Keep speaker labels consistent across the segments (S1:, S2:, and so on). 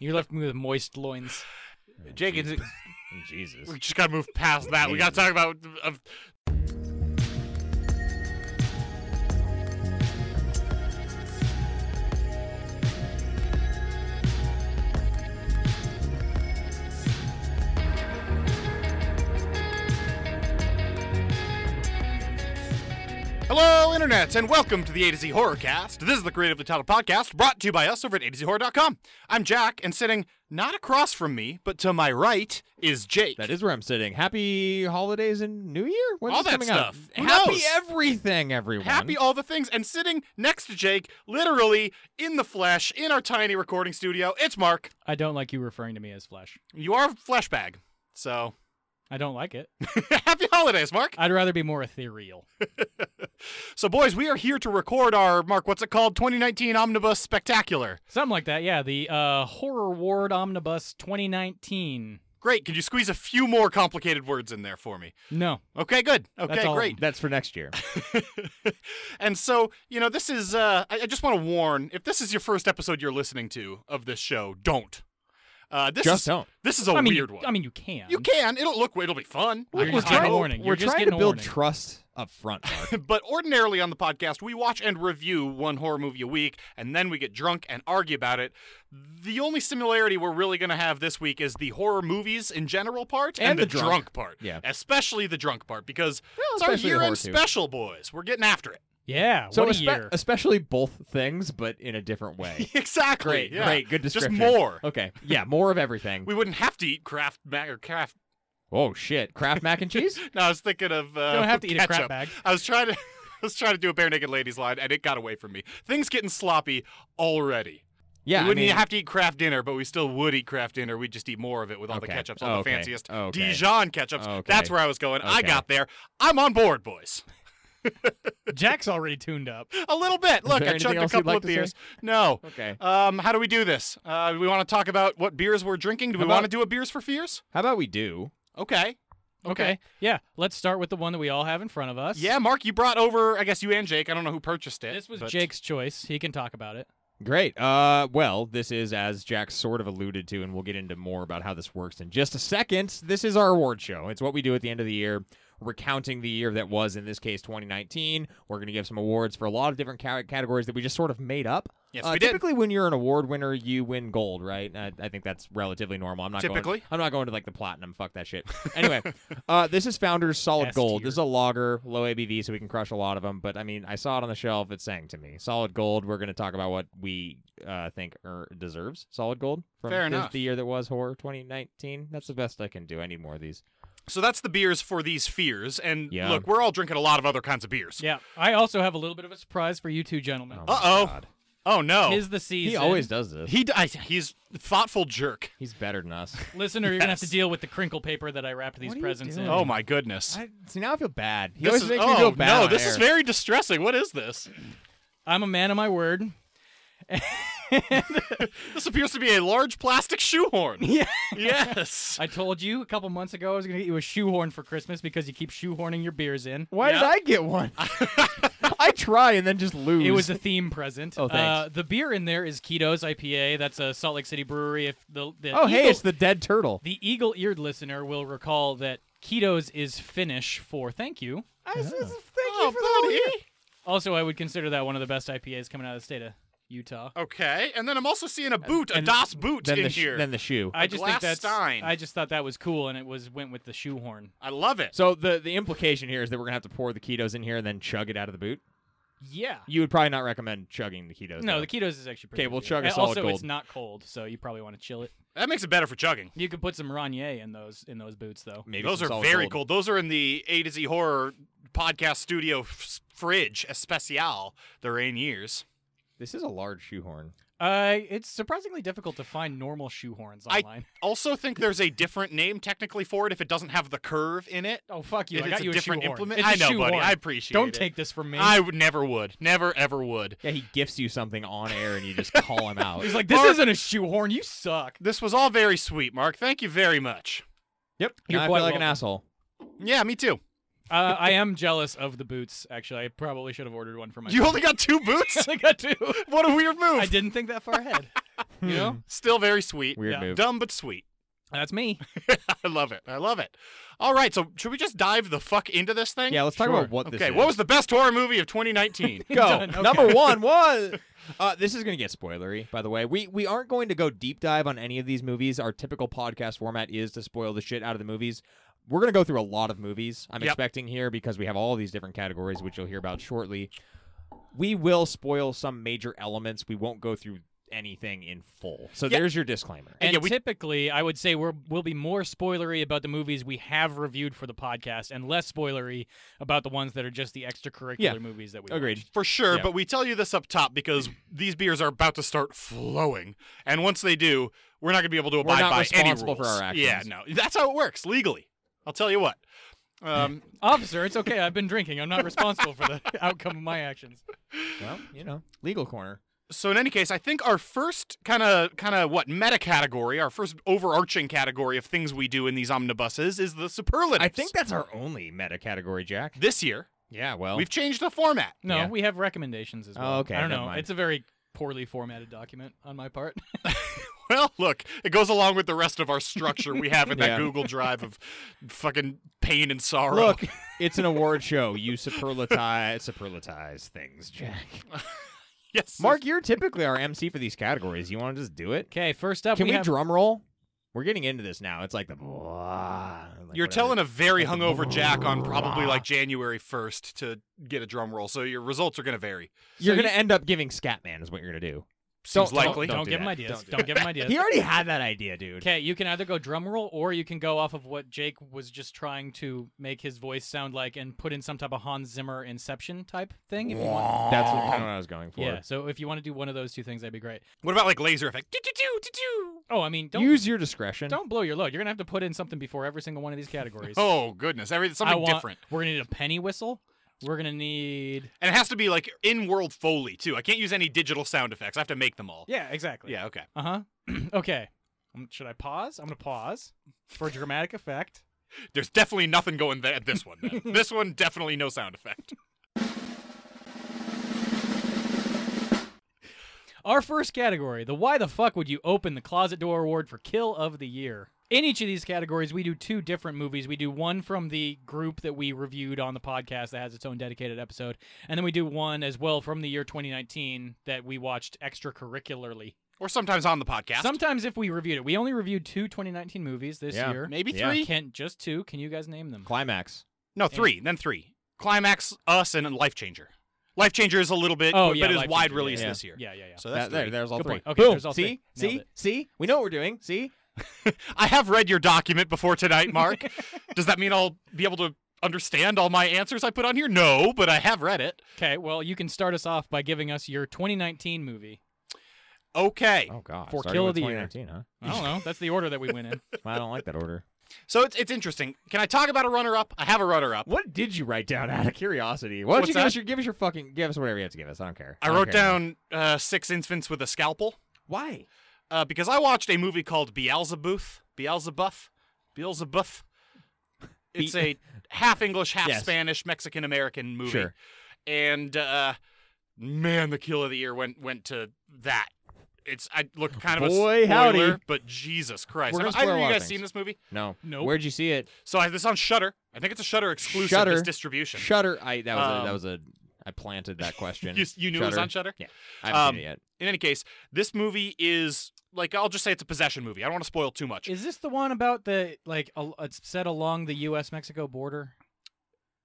S1: You left me with moist loins.
S2: Jake, is it,
S3: Jesus.
S2: we just gotta move past that. We gotta talk about of Hello, internets, and welcome to the A to Z Horrorcast. This is the creatively titled podcast brought to you by us over at A to Z Horror.com. I'm Jack, and sitting not across from me, but to my right, is Jake.
S3: That is where I'm sitting. Happy holidays and New Year. When's
S2: All
S3: this
S2: that
S3: coming out?
S2: stuff. Who
S3: Happy
S2: knows?
S3: everything, everyone.
S2: happy all the things and sitting next to jake literally in the flesh in our tiny recording studio it's mark
S1: I don't like you referring to me as flesh.
S2: you are a flesh bag so
S1: I don't like it.
S2: happy holidays mark
S1: I'd rather be more ethereal.
S2: so boys we are here to record our mark what's it called 2019 omnibus spectacular
S1: Something like that. Yeah, the uh, Horror Ward Omnibus 2019.
S2: great could you squeeze a few more complicated words in there for me
S1: No.
S2: okay good okay
S1: all of
S2: great
S3: That's for next year.
S2: and so you know this is uh i, I just want to warn if this is your first episode you're listening to of this show don't uh this
S3: Just
S2: is
S3: don't.
S2: this is a
S1: I mean,
S2: weird
S1: you,
S2: one
S1: I mean, you can.
S2: you can it'll look it'll be fun
S1: We're
S2: I
S1: just
S2: hope.
S1: getting a warning. You're
S3: we're
S1: just
S3: trying
S1: getting
S3: to
S1: a
S3: build
S1: warning.
S3: trust up front. Mark.
S2: but ordinarily on the podcast, we watch and review one horror movie a week, and then we get drunk and argue about it. The only similarity we're really going to have this week is the horror movies in general part and,
S3: And the drunk.
S2: part.
S3: Yeah.
S2: Especially the drunk part, because it's our
S3: especially the
S2: year
S3: horror
S2: end
S3: too.
S2: special, boys. We're getting after it.
S1: Yeah.
S3: so
S1: what a
S3: espe-
S1: year.
S3: especially both things, but in a different way.
S2: exactly.
S3: great,
S2: yeah.
S3: great, good
S2: Just
S3: description.
S2: more.
S3: Okay, yeah, more of everything.
S2: We wouldn't have to eat Kraft mac or Kraft.
S3: oh shit, Kraft mac and cheese.
S2: No, I was thinking of. Uh,
S1: you don't have to eat a crap
S2: ketchup.
S1: bag.
S2: I was trying to. I was trying to do a bare naked ladies line, and it got away from me. Things getting sloppy already.
S3: Yeah,
S2: we
S3: I
S2: wouldn't
S3: mean,
S2: even have to eat Kraft dinner, but we still would eat Kraft dinner. We'd just eat more of it with all the
S3: Okay.
S2: ketchups, all
S3: Okay.
S2: the fanciest
S3: Okay.
S2: Dijon ketchups.
S3: Okay.
S2: That's where I was going. I
S3: Okay.
S2: got there. I'm on board, boys.
S1: Jack's already tuned up.
S2: A little bit. Look,
S3: there
S2: I
S3: anything
S2: chugged a
S3: else you'd
S2: couple
S3: like
S2: of
S3: to say?
S2: beers. No.
S3: Okay.
S2: Um, how do we do this? Uh, do we want to talk about what beers we're drinking? Do we
S3: How about-
S2: want to do a beers for fears?
S3: How about we do?
S2: Okay.
S1: Okay. Yeah. Let's start with the one that we all have in front of us.
S2: Yeah, Mark, you brought over. I guess you and Jake. I don't know who purchased it.
S1: This was
S2: but-
S1: Jake's choice. He can talk about it.
S3: Great. Uh, well, this is as Jack sort of alluded to, and we'll get into more about how this works in just a second. This is our award show. It's what we do at the end of the year, recounting the year that was. In this case, 2019. We're going to give some awards for a lot of different ca- categories that we just sort of made up.
S2: Yes,
S3: Uh,
S2: we did.
S3: typically, when you're an award winner, you win gold, right? I, I think that's relatively normal. I'm not Going,
S2: Typically.
S3: I'm not going to like the platinum. Fuck that shit. Anyway, uh, this is Founders Solid
S1: S
S3: Gold.
S1: tier.
S3: This is a lager, low ABV, so we can crush a lot of them. But I mean, I saw it on the shelf. It sang to me. Solid Gold. We're going to talk about what we uh, think er, deserves Solid Gold from
S2: Fair
S3: the-
S2: enough.
S3: the year that was horror 2019. That's the best I can do. I need more of these.
S2: So that's the beers for these fears. And
S3: Yeah.
S2: look, we're all drinking a lot of other kinds of beers.
S1: Yeah. I also have a little bit of a surprise for you two gentlemen.
S3: my
S2: Uh-oh.
S3: God.
S2: Oh no.
S1: Tis the season.
S3: He always does this.
S2: he, d- I, he's a thoughtful jerk.
S3: He's better than us.
S1: Listener, you're gonna have to deal with the crinkle paper that I wrapped these
S3: What are you
S1: presents in.
S3: doing?
S2: Oh my goodness.
S3: I, see, now I feel bad. He
S2: This
S3: always
S2: is-
S3: makes
S2: oh,
S3: me feel bad.
S2: No,
S3: on
S2: this is
S3: air.
S2: very distressing. What is this?
S1: I'm a man of my word.
S2: This appears to be a large plastic shoehorn.
S1: Yeah.
S2: yes.
S1: I told you a couple months ago I was gonna get you a shoehorn for Christmas because you keep shoehorning your beers in.
S3: Why did
S2: Yeah.
S3: I get one? I try and then just lose.
S1: It was a theme present.
S3: Oh, thanks.
S1: Uh, the beer in there is Keto's IPA. That's a Salt Lake City brewery. If the, the
S3: oh, hey,
S1: eagle-
S3: it's the dead turtle.
S1: the eagle-eared listener will recall that Keto's is Finnish for thank you.
S2: oh, buddy.
S1: Also, I would consider that one of the best IPAs coming out of the state of Utah.
S2: Okay, and then I'm also seeing a boot, a DOS boot
S3: Then
S2: in
S3: the, sh-
S2: here.
S3: then the shoe.
S1: I just think
S2: glass
S1: that's
S2: stein.
S1: I just thought that was cool, and it was went with the shoehorn.
S2: I love it.
S3: so the the implication here is that we're gonna have to pour the ketos in here and then chug it out of the boot.
S1: Yeah.
S3: You would probably not recommend chugging the ketos.
S1: No,
S3: though.
S1: the Keto's is actually pretty.
S3: Okay, we'll
S1: good.
S3: chug a
S1: And
S3: solid
S1: Also,
S3: gold.
S1: it's not cold, so you probably want to chill it.
S2: that makes it better for chugging.
S1: You could put some Ranier in those in those boots, though.
S3: Maybe
S2: Those
S3: some
S2: are
S3: solid
S2: very
S3: gold.
S2: cool. Those are in the A to Z horror podcast studio f- fridge especial. The rain years.
S3: This is a large shoehorn.
S1: Uh, it's surprisingly difficult to find normal shoehorns
S2: I-
S1: online.
S2: Also, think there's a different name technically for it if it doesn't have the curve in it.
S1: Oh fuck you!
S2: If
S1: I
S2: it's
S1: got
S2: a
S1: you a
S2: different
S1: shoehorn.
S2: implement,
S1: It's a
S2: I know, buddy.
S1: shoehorn.
S2: I appreciate
S1: Don't
S2: it.
S1: take this from me.
S2: I would never would, never ever would.
S3: Yeah, he gifts you something on air and you just call him out.
S1: He's like, this
S2: Mark-
S1: isn't a shoehorn. You suck.
S2: This was all very sweet, Mark. Thank you very much.
S3: "Yep,
S1: You're
S3: now I
S1: quite
S3: feel like an
S1: welcome.
S3: asshole."
S2: Yeah, me too.
S1: Uh, I am jealous of the boots. Actually, I probably should have ordered one for myself.
S2: You only got two boots?
S1: I got two.
S2: what a weird move.
S1: I didn't think that far ahead. You know?
S2: Still very sweet.
S3: Weird
S1: Yeah.
S3: move.
S2: Dumb but sweet.
S1: That's me.
S2: I love it. I love it. All right, so should we just dive the fuck into this thing?
S3: Yeah, let's talk
S1: Sure.
S3: about what this
S2: Okay,
S3: is.
S2: what was the best horror movie of 2019?
S3: go.
S1: Done. Okay.
S3: Number one was. Uh, this is going to get spoilery, by the way. We we aren't going to go deep dive on any of these movies. Our typical podcast format is to spoil the shit out of the movies. We're going to go through a lot of movies. I'm
S2: Yep.
S3: expecting here because we have all these different categories, which you'll hear about shortly. We will spoil some major elements. We won't go through anything in full. So
S2: Yeah.
S3: there's your disclaimer.
S1: And
S2: yeah, we-
S1: typically, I would say we're, we'll be more spoilery about the movies we have reviewed for the podcast and less spoilery about the ones that are just the extracurricular
S3: Yeah.
S1: movies that we
S3: Agreed.
S1: watched.
S2: For sure,
S3: Yeah.
S2: but we tell you this up top because these beers are about to start flowing, and once they do, we're not going to be able to abide
S3: not
S2: by
S3: responsible
S2: any
S3: for
S2: rules.
S3: our actions.
S2: Yeah, no, that's how it works legally. I'll tell you what. Um,
S1: Officer, it's okay. I've been drinking. I'm not responsible for the outcome of my actions.
S3: Well, you know, legal corner.
S2: so in any case, I think our first kind of kind of what meta category, our first overarching category of things we do in these omnibuses is the superlatives.
S3: I think that's our only meta category, Jack.
S2: this year
S3: Yeah, well,
S2: we've changed the format.
S1: No,
S3: Yeah.
S1: we have recommendations as
S3: Oh,
S1: well.
S3: okay,
S1: I don't
S3: never
S1: know.
S3: mind.
S1: It's a very poorly formatted document on my part.
S2: Well, look, it goes along with the rest of our structure we have in
S3: Yeah.
S2: that Google Drive of fucking pain and sorrow.
S3: Look, it's an award show. You superlatize superlatize things, Jack.
S2: yes,
S3: Mark, you're typically our MC for these categories. You want to just do it?
S1: Okay, first up,
S3: Can we,
S1: have
S3: drum roll? We're getting into this now. It's like the. blah, like
S2: You're
S3: whatever.
S2: telling a very hungover Jack on probably like January 1st to get a drum roll, so your results are going to vary.
S3: You're
S1: so
S3: gonna end up giving Scatman is what you're gonna do.
S2: Seems
S3: Don't-
S2: likely.
S1: Don't,
S3: do
S1: give him
S3: that.
S1: ideas.
S3: Don't
S1: Don't,
S3: do
S1: give him ideas.
S3: He already had that idea, dude.
S1: Okay, you can either go drum roll or you can go off of what Jake was just trying to make his voice sound like and put in some type of Hans Zimmer Inception type thing. If you want.
S3: That's what, kind of what I was going for.
S1: Yeah, so if you want to do one of those two things, that'd be great.
S2: What about like laser effect? Do-do-do, do-do.
S1: Oh, I mean, don't
S3: Use your discretion.
S1: don't blow your load. You're gonna have to put in something before every single one of these categories.
S2: Oh, goodness. Every,
S1: I
S2: something
S1: want,
S2: different.
S1: We're gonna need a penny whistle. We're gonna need.
S2: And it has to be like in world Foley, too. I can't use any digital sound effects. I have to make them all.
S1: Yeah, exactly.
S2: Yeah, okay.
S1: Uh huh. okay. Um, Should I pause? I'm gonna pause for dramatic effect.
S2: There's definitely nothing going there at this one. then. this one, definitely no sound effect.
S1: Our first category, the why the fuck would you open the closet door award for kill of the year. In each of these categories, we do two different movies. We do one from the group that we reviewed on the podcast that has its own dedicated episode, and then we do one as well from the year 2019 that we watched extracurricularly.
S2: Or sometimes on the podcast.
S1: Sometimes if we reviewed it, we only reviewed two 2019 movies this
S3: Yeah.
S1: year.
S2: Maybe
S3: Yeah.
S2: three?
S1: Kent, just two. Can you guys name them?
S3: Climax.
S2: No, three. Then three. Climax, Us, and Life Changer. Life Changer is a little bit,
S1: Oh,
S2: but
S1: yeah,
S2: it is
S1: Life
S2: wide
S1: Changer, yeah.
S2: release
S3: Yeah.
S2: this year.
S1: Yeah, yeah, yeah.
S2: So that's
S3: That- there,
S2: three.
S3: there's all
S1: Good
S3: three.
S1: point. Okay,
S3: Boom.
S1: there's all
S3: See,
S1: three.
S3: see,
S1: Nailed
S3: see. We know what we're doing. See,
S2: I have read your document before tonight, Mark. Does that mean I'll be able to understand all my answers I put on here? No, but I have read it.
S1: Okay, well, you can start us off by giving us your 2019 movie.
S2: Okay.
S3: oh god,
S1: For
S3: starting
S1: kill
S3: with
S1: of the year.
S3: 2019, huh?
S1: I don't know. That's the order that we went in.
S3: I don't like that order.
S2: So it's it's interesting. Can I talk about a runner up? I have a runner up.
S3: What did you write down out of curiosity? Why don't
S2: What's
S3: you give
S2: that?
S3: us your give us your fucking give us whatever you have to give us. I don't care.
S2: I
S3: don't
S2: wrote
S3: care.
S2: down uh, Six Infants with a Scalpel
S3: why.
S2: uh, because I watched a movie called Beelzebuth. Beelzebuth? Beelzebuth? It's a half English, half
S3: Yes.
S2: Spanish, Mexican American movie.
S3: Sure.
S2: And uh, man, the kill of the year went went to that. It's I look kind of
S3: Boy,
S2: a spoiler,
S3: howdy.
S2: but Jesus Christ!
S3: We're
S2: Have
S3: gonna spoil
S2: either
S3: a
S2: of you
S3: lot of
S2: guys seen
S3: things.
S2: this movie?
S3: No.
S1: Nope.
S3: Where'd you see it?
S2: So I- this on Shutter. I think it's a Shutter exclusive.
S3: Shudder.
S2: This distribution.
S3: Shutter. I that was a, that
S2: Um,
S3: was a I planted that question.
S2: You, you knew it was
S3: Shudder.
S2: on Shutter.
S3: Yeah. I haven't
S2: Um,
S3: seen it yet.
S2: In any case, this movie is like I'll just say it's a possession movie. I don't want to spoil too much.
S1: Is this the one about the like al- it's set along the U.S. Mexico border?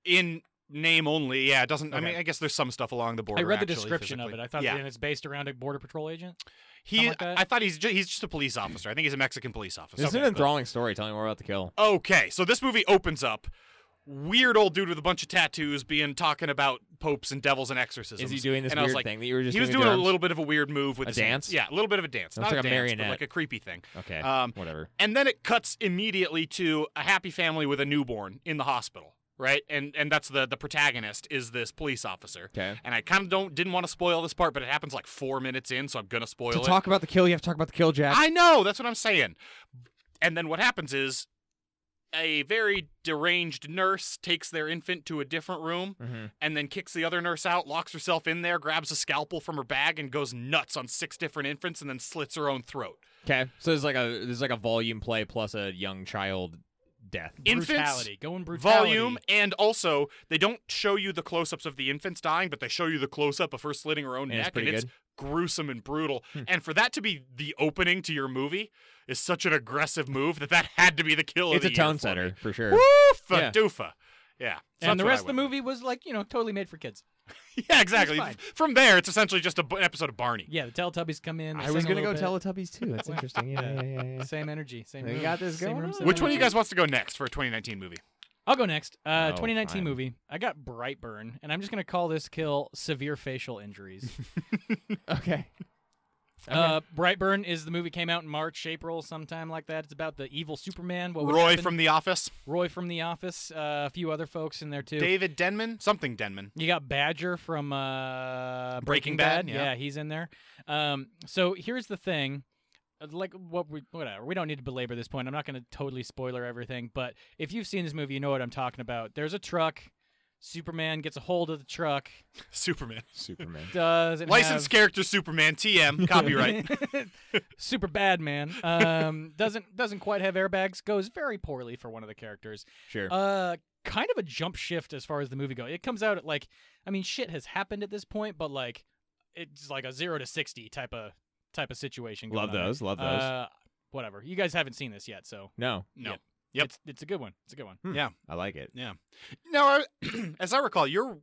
S2: In name only. Yeah, it doesn't. I
S1: Okay.
S2: mean, I guess there's some stuff along the border.
S1: I read the
S2: actually,
S1: description of
S2: physically.
S1: it. I thought
S2: yeah.
S1: and it's based around a border patrol agent.
S2: he.
S1: something like that.
S2: I thought he's just, he's just a police officer. I think he's a Mexican police officer.
S3: This is
S2: Okay,
S3: an
S2: but-
S3: enthralling story. Tell me more about the kill.
S2: Okay, so this movie opens up. Weird old dude with a bunch of tattoos being talking about popes and devils and exorcisms.
S3: Is he doing this
S2: and I
S3: weird
S2: was like,
S3: thing that you were just
S2: he was
S3: doing, with
S2: doing
S3: your
S2: a
S3: arms?
S2: little bit of a weird move with
S3: A
S2: his hands.
S3: dance?
S2: Yeah, a little bit of a dance,
S3: Looks
S2: not
S3: like a
S2: dance,
S3: marionette.
S2: but like a creepy thing.
S3: Okay.
S2: Um,
S3: whatever.
S2: And then it cuts immediately to a happy family with a newborn in the hospital, right? And and that's the the protagonist is this police officer.
S3: Okay.
S2: And I kind of don't didn't want to spoil this part, but it happens like four minutes in, so I'm gonna spoil
S3: To
S2: it. Ah!
S3: talk about the kill, you have to talk about the kill, Jack.
S2: I know that's what I'm saying. And then what happens is a very deranged nurse takes their infant to a different room
S3: Mm-hmm.
S2: and then kicks the other nurse out, locks herself in there, grabs a scalpel from her bag, and goes nuts on six different infants and then slits her own throat.
S3: Okay, so there's like a there's like a volume play plus a young child death.
S2: Infants,
S1: brutality. Going brutality.
S2: volume and also they don't show you the close-ups of the infants dying but they show you the close-up of her slitting her own
S3: And
S2: neck
S3: it's
S2: and
S3: pretty Hmm.
S2: it's gruesome and brutal and for that to be the opening to your movie is such an aggressive move that that had to be the kill
S3: It's
S2: of
S3: a
S2: the
S3: tone
S2: year
S3: setter for sure.
S2: for me. woofa
S3: Yeah.
S2: doofa yeah so
S1: and the
S2: that's
S1: rest
S2: what
S1: of the
S2: I went
S1: movie was like you know totally made for kids.
S2: with. yeah exactly
S1: fine.
S2: from there it's essentially just a bu- an episode of barney
S1: Yeah, the Teletubbies come in. they
S3: I was
S1: sing a
S3: gonna go
S1: little
S3: Teletubbies too. That's interesting. Yeah, yeah, yeah. yeah.
S1: bit. Same energy, same
S3: They
S1: room.
S3: got this
S1: same
S3: going
S1: room,
S3: on.
S1: same
S2: which one of you
S1: energy.
S2: guys wants to go next for a 2019 movie
S1: I'll go next. Uh,
S3: Oh,
S1: 2019
S3: fine.
S1: movie. I got Brightburn, and I'm just gonna call this kill severe facial injuries.
S3: Okay.
S1: Uh, Brightburn is the movie came out in March, April, sometime like that. It's about the evil Superman. What would
S2: roy
S1: happen-
S2: from the office
S1: Roy from The Office, uh, a few other folks in there too.
S2: david denman something denman
S1: You got Badger from uh,
S2: Breaking
S1: Breaking,
S2: Bad,
S1: Bad.
S2: yeah.
S1: he's in there. Um, so here's the thing. Uh, Like what we whatever we don't need to belabor this point. I'm not going to totally spoiler everything, but if you've seen this movie, you know what I'm talking about. There's a truck. Superman gets a hold of the truck.
S2: superman
S3: Superman.
S1: Does it
S2: licensed
S1: have-
S2: character superman tm copyright
S1: Super bad man. Um, doesn't doesn't quite have airbags. Goes very poorly for one of the characters.
S3: Sure.
S1: Uh, kind of a jump shift as far as the movie goes. It comes out at like, I mean, shit has happened at this point, but like, it's like a zero to sixty type of type of situation. going
S3: love
S1: on there.
S3: those. Love those.
S1: Uh, whatever. You guys haven't seen this yet, so
S3: no,
S2: no Yep.
S1: yeah, It's, it's a good one. It's a good one.
S3: I like it.
S2: Now, I- as I recall, your r-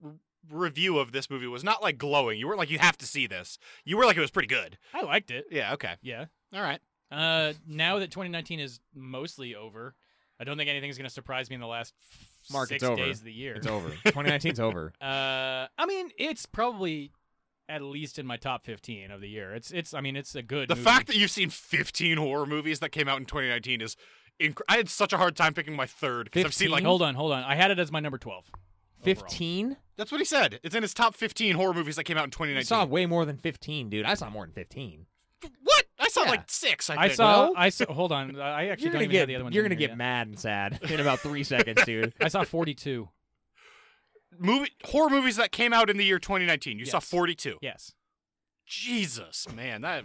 S2: review of this movie was not like glowing. You weren't like you have to see this. You were like it was pretty good.
S1: I liked it.
S2: Yeah. Okay.
S1: Yeah.
S2: All right.
S1: Uh, now that 2019 is mostly over, I don't think anything's gonna surprise me in the last f-
S3: Mark,
S1: six
S3: it's over.
S1: days of the year.
S3: It's over. 2019's over.
S1: Uh, I mean, it's probably at least in my top 15 of the year. It's it's. I mean, it's a good.
S2: The
S1: movie.
S2: fact that you've seen 15 horror movies that came out in 2019 is. Inc- I had such a hard time picking my third because I've seen like
S1: hold on, hold on. I had it as my number 12. overall.
S2: that's what he said. It's in his top 15 horror movies that came out in
S3: I
S2: 2019.
S3: saw way more than 15, dude. I saw more than 15.
S2: what? I saw
S3: Yeah.
S2: like six. I,
S1: I
S2: think.
S1: saw.
S3: Well-
S1: I saw. Hold on. I actually
S3: You're
S1: don't
S3: gonna
S1: even have
S3: get
S1: the other one.
S3: you're gonna get mad and sad in about three seconds, dude.
S1: I saw 42.
S2: movie horror movies that came out in the year 2019. You saw
S1: Yes.
S2: 42.
S1: Yes.
S2: Jesus, man, that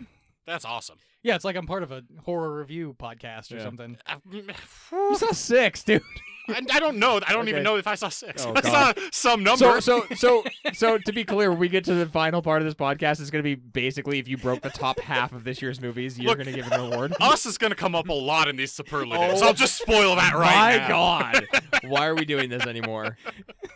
S2: that's awesome.
S1: Yeah, it's like I'm part of a horror review podcast or
S3: Yeah.
S1: something.
S2: I,
S3: You saw six, dude.
S2: I I don't know. I don't even
S3: Okay.
S2: know if I saw six.
S3: Oh,
S2: I saw
S3: God.
S2: some number.
S3: So so so so to be clear, when we get to the final part of this podcast, it's gonna be basically if you broke the top half of this year's movies, you're
S2: Look,
S3: gonna give it an award.
S2: Us is going to come up a lot in these superlatives.
S3: Oh.
S2: I'll just spoil that right
S3: My
S2: now.
S3: God, why are we doing this anymore?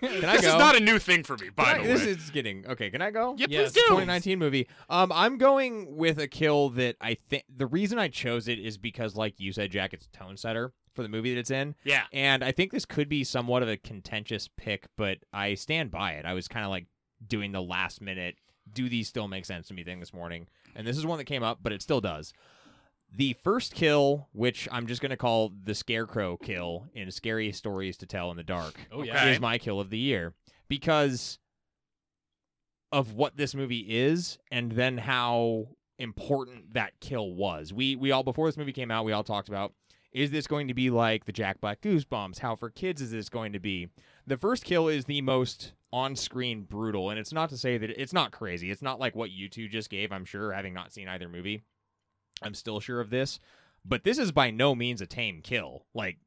S3: Can I
S2: This
S3: go?
S2: is not a new thing for me, by
S3: Can I-
S2: the way.
S3: this is getting okay. Can I go?
S2: yeah,
S1: Yes.
S2: please do.
S3: 2019 movie. Um, I'm going with a kill that I think the reason I chose it is because, like you said, Jack, it's a tone setter for the movie that it's in,
S2: Yeah.
S3: and I think this could be somewhat of a contentious pick, but I stand by it. I was kind of like doing the last minute, do these still make sense to me thing this morning, and this is one that came up, but it still does. The first kill, which I'm just gonna call the scarecrow kill in Scary Stories to Tell in the Dark
S1: Oh yeah.
S2: Okay.
S3: is my kill of the year because of what this movie is and then how important that kill was. We we all before this movie came out, we all talked about is this going to be like the Jack Black Goosebumps? How for kids is this going to be? The first kill is the most on-screen brutal and it's not to say that it's not crazy. It's not like what you two just gave, I'm sure having not seen either movie. I'm still sure of this, but this is by no means a tame kill. Like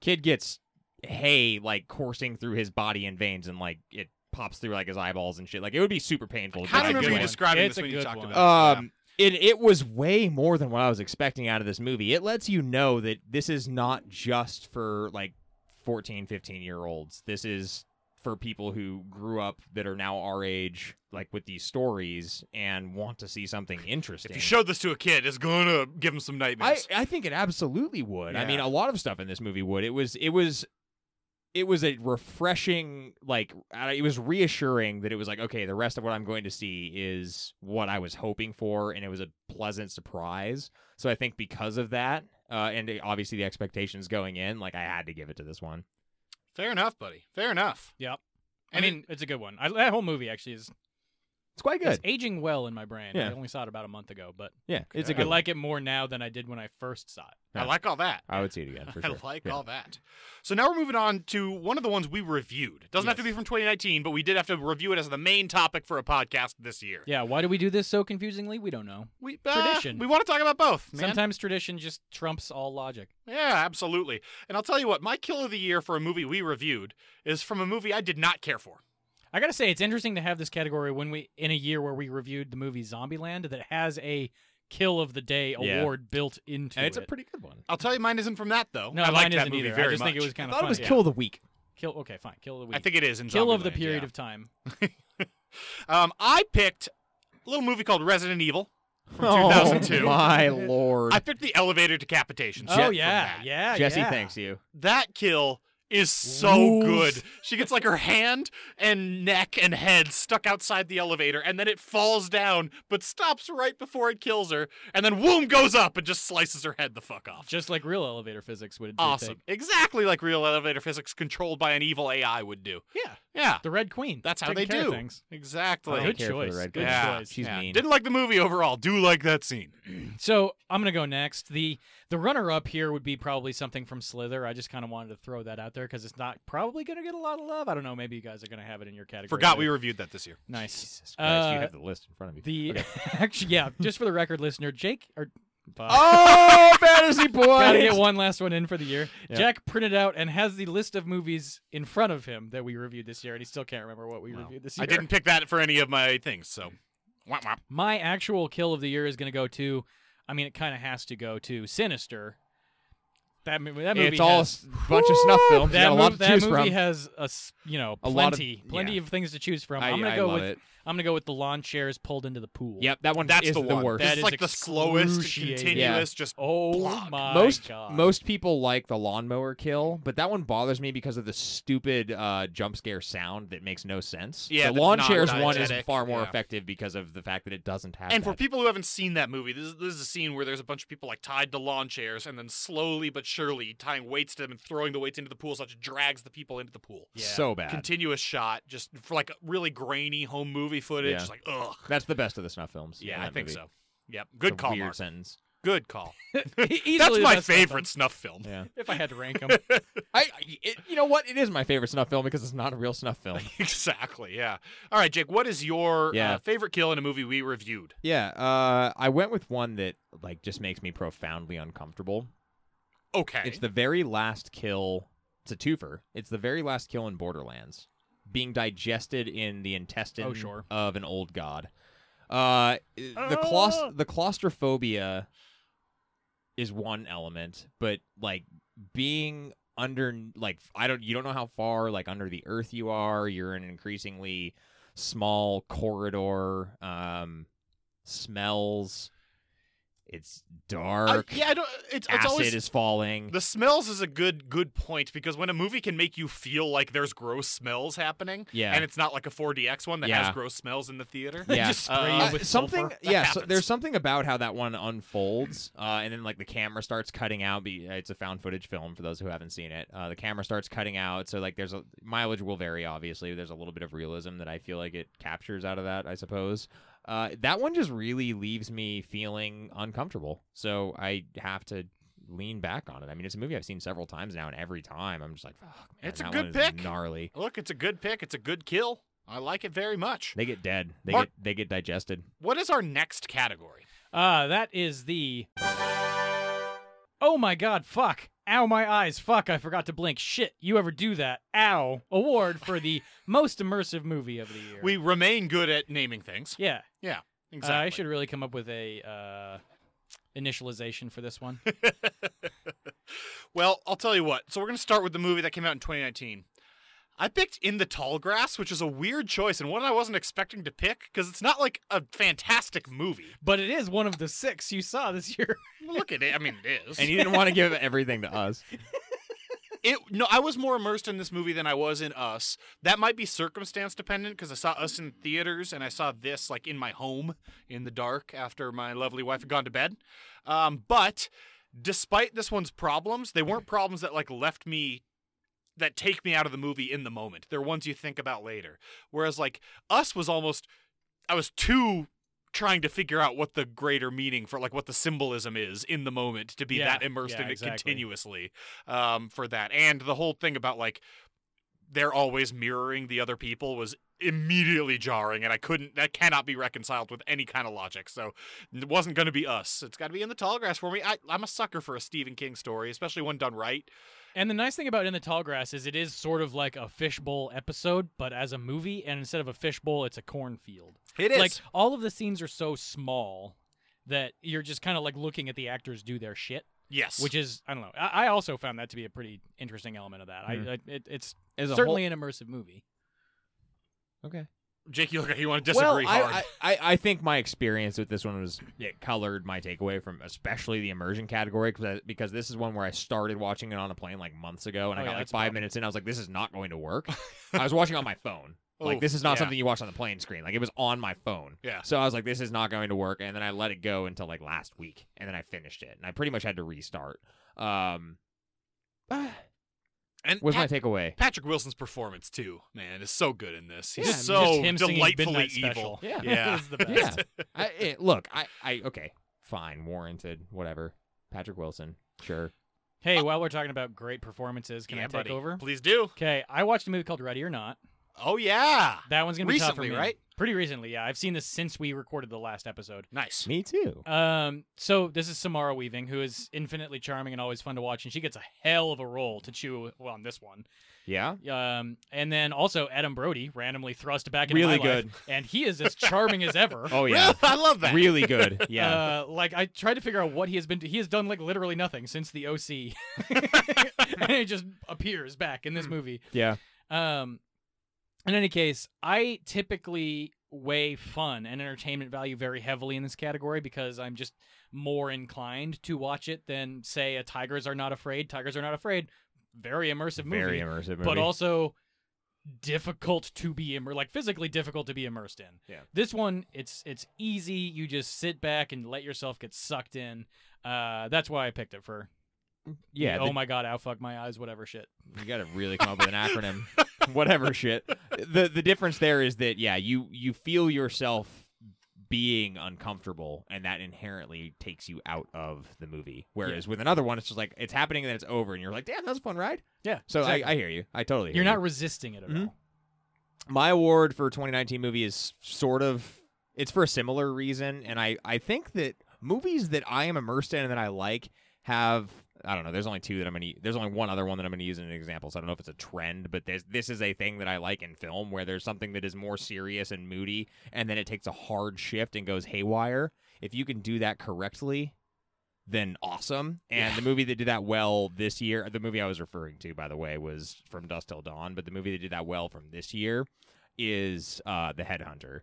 S3: kid gets hay like coursing through his body and veins and like it pops through like his eyeballs and shit. Like it would be super painful. if
S2: I
S3: that
S2: don't
S1: a
S2: remember
S1: good
S2: you
S1: one.
S2: describing
S1: It's
S2: this
S1: a
S2: when you
S1: good
S2: talked
S1: one.
S2: about it.
S3: um, it it was way more than what I was expecting out of this movie. It lets you know that this is not just for like 14, 15 year olds. This is for people who grew up that are now our age, like with these stories and want to see something
S2: Yeah.
S3: interesting.
S2: If you showed this to a kid, it's going to give him some
S3: I,
S2: nightmares.
S3: I think it absolutely would. I mean,
S2: Yeah.
S3: a lot of stuff in this movie would. It was it was it was a refreshing like uh, it was reassuring that it was like okay, the rest of what I'm going to see is what I was hoping for, and it was a pleasant surprise. So I think because of that, uh, and uh, obviously the expectations going in, like I had to give it to this one.
S2: Fair enough, buddy. Fair enough.
S1: Yep. I
S2: And
S1: mean, it's a good one. I, that whole movie actually is
S3: It's quite good.
S1: It's aging well in my brain.
S3: Yeah.
S1: I only saw it about a month ago, but
S3: yeah, it's a
S1: I
S3: good.
S1: like it more now than I did when I first saw it.
S2: I like all that.
S3: one. I would see it again for sure.
S2: I like
S3: Yeah.
S2: all that. So now we're moving on to one of the ones we reviewed. It doesn't have to be from 2019, but we did have to review it as the main topic for a podcast this year.
S1: Yeah, why do we do this so confusingly? We don't know.
S2: We, uh,
S1: Tradition.
S2: We want to talk about both. Man.
S1: Sometimes tradition just trumps all logic.
S2: Yeah, absolutely. And I'll tell you what, my kill of the year for a movie we reviewed is from a movie I did not care for.
S1: I gotta say, it's interesting to have this category when we in a year where we reviewed the movie Zombieland that has a kill of the day
S3: Yeah.
S1: award built into
S3: And it's a
S1: it.
S3: pretty good one.
S2: I'll tell you, mine isn't from that though.
S1: no,
S2: I
S1: mine
S2: like
S1: isn't
S2: that movie
S1: either.
S2: very
S1: I just
S2: much.
S1: think it was kind of
S3: I thought
S1: fun.
S3: it was
S1: Yeah.
S3: Kill of the Week.
S1: kill. Okay, fine. Kill of the week.
S2: I think it is in
S1: kill of the
S2: Zombieland,
S1: period
S2: yeah.
S1: of time.
S2: Um, I picked a little movie called Resident Evil.
S3: From
S2: 2002.
S3: Oh, my lord.
S2: I picked the elevator decapitation.
S1: Oh
S2: scene from
S1: yeah,
S2: that.
S1: yeah.
S3: Jesse,
S1: yeah.
S3: thanks you.
S2: that kill is so
S3: Rules.
S2: good. She gets like her hand and neck and head stuck outside the elevator, and then it falls down, but stops right before it kills her, and then whoom goes up and just slices her head the fuck off.
S1: Just like real elevator physics would. would
S2: Awesome.
S1: take.
S2: Exactly like real elevator physics controlled by an evil AI would do.
S1: Yeah,
S2: Yeah.
S1: the Red Queen.
S2: That's how
S1: taking
S2: they
S1: care of
S2: do.
S1: things.
S2: Exactly.
S3: I don't
S1: Good
S3: care for the
S1: choice. Good
S3: Red Queen.
S2: Yeah.
S1: choice.
S3: She's
S2: Yeah.
S3: mean.
S2: Didn't like the movie overall. Do like that scene.
S1: So I'm gonna go next. the The runner up here would be probably something from Slither. I just kind of wanted to throw that out there because it's not probably gonna get a lot of love. I don't know. Maybe you guys are gonna have it in your category.
S2: Forgot we
S1: too.
S2: reviewed that this year.
S1: nice.
S3: Jesus Christ, you
S1: Uh,
S3: have the list in front of you.
S1: The actually, yeah. Just for the record, listener, Jake or Bob,
S3: oh, fantasy boy.
S1: gotta get one last one in for the year.
S3: Yeah.
S1: Jack printed out and has the list of movies in front of him that we reviewed this year, and he still can't remember what we
S3: Wow.
S1: reviewed this year.
S2: I didn't pick that for any of my things, so. Womp womp.
S1: My actual kill of the year is gonna go to. I mean, it kind of has to go to Sinister. That, mo- that movie
S3: It's all a
S1: has-
S3: s- bunch of snuff films. You
S1: That,
S3: got a lot
S1: mov-
S3: to
S1: that
S3: choose
S1: movie
S3: from.
S1: has a s- you know
S3: A
S1: plenty,
S3: lot of-
S1: plenty
S3: yeah.
S1: of things to choose from.
S3: I,
S1: am gonna
S3: I
S1: go
S3: love
S1: with
S3: it.
S1: I'm gonna go with the lawn chairs pulled into the pool.
S3: Yep, that one
S2: That's
S3: is
S2: the
S3: the,
S2: one.
S3: worst.
S1: That
S2: It's
S1: is
S2: like the slowest,
S1: excruciating.
S2: continuous, just
S1: Oh
S2: Block.
S1: my
S3: most
S1: god.
S3: most people like the lawnmower kill, but that one bothers me because of the stupid uh, jump scare sound that makes no sense.
S2: Yeah,
S3: the
S2: the
S3: lawn chairs one is
S2: non-diegetic,
S3: far more
S2: yeah.
S3: effective because of the fact that it doesn't have.
S2: And for
S3: that.
S2: people who haven't seen that movie, this is, this is a scene where there's a bunch of people like tied to lawn chairs and then slowly but surely tying weights to them and throwing the weights into the pool, so it just drags the people into the pool.
S1: Yeah.
S3: so bad.
S2: Continuous shot, just for like really grainy home movie footage.
S3: Yeah.
S2: Just like, ugh.
S3: That's the best of the snuff films.
S2: Yeah,
S3: in
S2: I
S3: that
S2: think
S3: movie.
S2: so. Yep.
S3: It's
S2: Good
S3: a
S2: call,
S3: Weird
S2: Mark.
S3: sentence.
S2: Good call.
S1: E-, Easily
S2: That's
S1: the
S2: my
S1: best of them,
S2: favorite snuff film.
S3: Yeah,
S1: If I had to rank them,
S3: I. It, you know what? It is my favorite snuff film because it's not a real snuff film.
S2: exactly. Yeah. All right, Jake. What is your
S3: Yeah.
S2: uh, favorite kill in a movie we reviewed?
S3: yeah, uh, I went with one that like just makes me profoundly uncomfortable.
S2: Okay.
S3: It's the very last kill. It's a twofer. It's the very last kill in Borderlands, being digested in the intestine
S1: Oh, sure.
S3: of an old god. Uh, the
S2: Ah!
S3: claus- the claustrophobia is one element, but like being under like I don't you don't know how far like under the earth you are. You're in an increasingly small corridor. Um, smells. It's
S2: I,
S3: dark.
S2: yeah. I don't. Uh, It's, it's
S3: Acid
S2: always
S3: is falling.
S2: The smells is a good good point because when a movie can make you feel like there's gross smells happening,
S3: Yeah.
S2: and it's not like a 4DX one that
S3: Yeah.
S2: has gross smells in the theater.
S1: they
S3: Yeah.
S1: just spray
S2: Uh,
S1: you with
S3: something
S1: sulfur.
S3: yeah
S2: That
S3: so
S2: happens.
S3: there's something about how that one unfolds uh, and then like the camera starts cutting out be- uh, it's a found footage film for those who haven't seen it uh, the camera starts cutting out so like there's a mileage will vary obviously there's a little bit of realism that i feel like it captures out of that i suppose uh, that one just really leaves me feeling uncomfortable so i have to lean back on it i mean it's a movie i've seen several times now and every time i'm just like fuck man,
S2: It's a
S3: that
S2: good
S3: one is
S2: pick.
S3: gnarly
S2: Look, it's a good pick. It's a good kill. I like it very much.
S3: they get dead they
S2: Mark-
S3: get they get digested
S2: What is our next category?
S1: Uh, that is the. Oh my god! Fuck! Ow, my eyes! Fuck! I forgot to blink. Shit! You ever do that? Ow! Award for the most immersive movie of the year.
S2: We remain good at naming things.
S1: yeah. Uh,
S2: Exactly.
S1: I should really come up with a uh, initialization for this one.
S2: Well, I'll tell you what. So we're going to start with the movie that came out in 2019. I picked In the Tall Grass, which is a weird choice and one I wasn't expecting to pick because it's not like a fantastic movie.
S1: but it is one of the six you saw this year.
S2: Look at it. I mean, it is.
S3: and you didn't want to give everything to us
S2: It no, I was more immersed in this movie than I was in Us. That might be circumstance dependent because I saw Us in theaters and I saw this like in my home in the dark after my lovely wife had gone to bed. Um, but despite this one's problems, they weren't problems that like left me that take me out of the movie in the moment. They're ones you think about later. Whereas like Us was almost I was too trying to figure out what the greater meaning for like what the symbolism is in the moment to be
S1: Yeah,
S2: that immersed
S1: yeah,
S2: in it
S1: exactly.
S2: continuously um, for that and the whole thing about like they're always mirroring the other people was immediately jarring and i couldn't that cannot be reconciled with any kind of logic so it wasn't going to be us it's got to be in the tall grass for me I, i'm a sucker for a stephen king story especially one done right
S1: And the nice thing about In the Tall Grass is it is sort of like a fishbowl episode, but as a movie, and instead of a fishbowl, it's a cornfield.
S2: it is
S1: Like all of the scenes are so small that you're just kind of like looking at the actors do their shit,
S2: yes
S1: which is I don't know. I, I also found that to be a pretty interesting element of that.
S2: Mm.
S1: I, I it, it's
S3: As a
S1: certainly an immersive movie.
S3: whole- okay.
S2: jake you look like you want to disagree
S3: well, I-
S2: hard
S3: I, I, I think my experience with this one was it colored my takeaway from especially the immersion category 'cause I- because this is one where I started watching it on a plane like months ago and
S1: Oh,
S3: I
S1: yeah,
S3: got like
S1: that's a
S3: five
S1: problem.
S3: minutes in I was like this is not going to work. I was watching on my phone. Like
S2: Oof,
S3: this is not
S2: yeah.
S3: something you watch on the plane screen. Like it was on my phone.
S2: Yeah.
S3: So I was like this is not going to work and then I let it go until like last week and then I finished it and I pretty much had to restart. Um
S2: and
S3: was
S2: Pat-
S3: my takeaway.
S2: Patrick Wilson's performance too, man, is so good in this. He's
S3: Yeah,
S2: just
S1: I
S2: so
S1: mean, just him singing
S2: delightfully
S1: Midnight
S2: evil.
S1: Special.
S3: Yeah.
S2: Yeah.
S1: Is the best.
S3: Yeah. I, it, look, I, I okay, fine, warranted, whatever. Patrick Wilson, sure.
S1: Hey, while we're talking about great performances, can
S2: yeah,
S1: I take
S2: buddy.
S1: over?
S2: Please do.
S1: Okay, I watched a movie called Ready or Not.
S2: Oh yeah.
S1: That one's gonna be tough for
S2: Recently,
S1: me.
S2: right?
S1: Pretty recently, yeah. I've seen this since we recorded the last episode.
S2: Nice. Oh,
S3: Me too.
S1: Um, so this is Samara Weaving, who is infinitely charming and always fun to watch, and she gets a hell of a role to chew well, on this one.
S3: Yeah.
S1: Um, and then also Adam Brody randomly thrust back into
S3: Really
S1: my life,
S3: good.
S1: and he is as charming as ever.
S3: Oh yeah.
S2: I love that.
S3: really good. Yeah.
S1: Uh, like I tried to figure out what he has been. He has done like literally nothing since the OC, and he just appears back in
S3: Hmm.
S1: this movie.
S3: yeah.
S1: Um, in any case, I typically weigh fun and entertainment value very heavily in this category because I'm just more inclined to watch it than say a Tigers Are Not Afraid. Tigers Are Not Afraid, very immersive movie,
S3: Very immersive movie.
S1: but also difficult to be immer like physically difficult to be immersed in.
S3: Yeah.
S1: This one, it's it's easy. You just sit back and let yourself get sucked in. Uh, that's why I picked it for.
S3: yeah.
S1: oh
S3: the-
S1: my god, ow fuck my eyes, whatever shit.
S3: you got to really come up with an acronym. Whatever shit. The the difference there is that yeah, you you feel yourself being uncomfortable and that inherently takes you out of the movie. Whereas with another one it's just like it's happening and then it's over and you're like, "Damn, that was a fun ride."
S1: Yeah.
S3: So
S1: exactly.
S3: I, I hear you. I totally hear
S1: you're
S3: you.
S1: not resisting it at
S3: Mhm.
S1: all.
S3: my award for 2019 movie is sort of it's for a similar reason and i i think that movies that i am immersed in and that i like have i don't know there's only two that i'm gonna there's only one other one that i'm gonna use in an example so i don't know if it's a trend but this this is a thing that i like in film where there's something that is more serious and moody and then it takes a hard shift and goes haywire if you can do that correctly then awesome. And the movie that did that well this year, the movie I was referring to, by the way, was From Dust Till Dawn, but the movie that did that well from this year is uh, The Headhunter.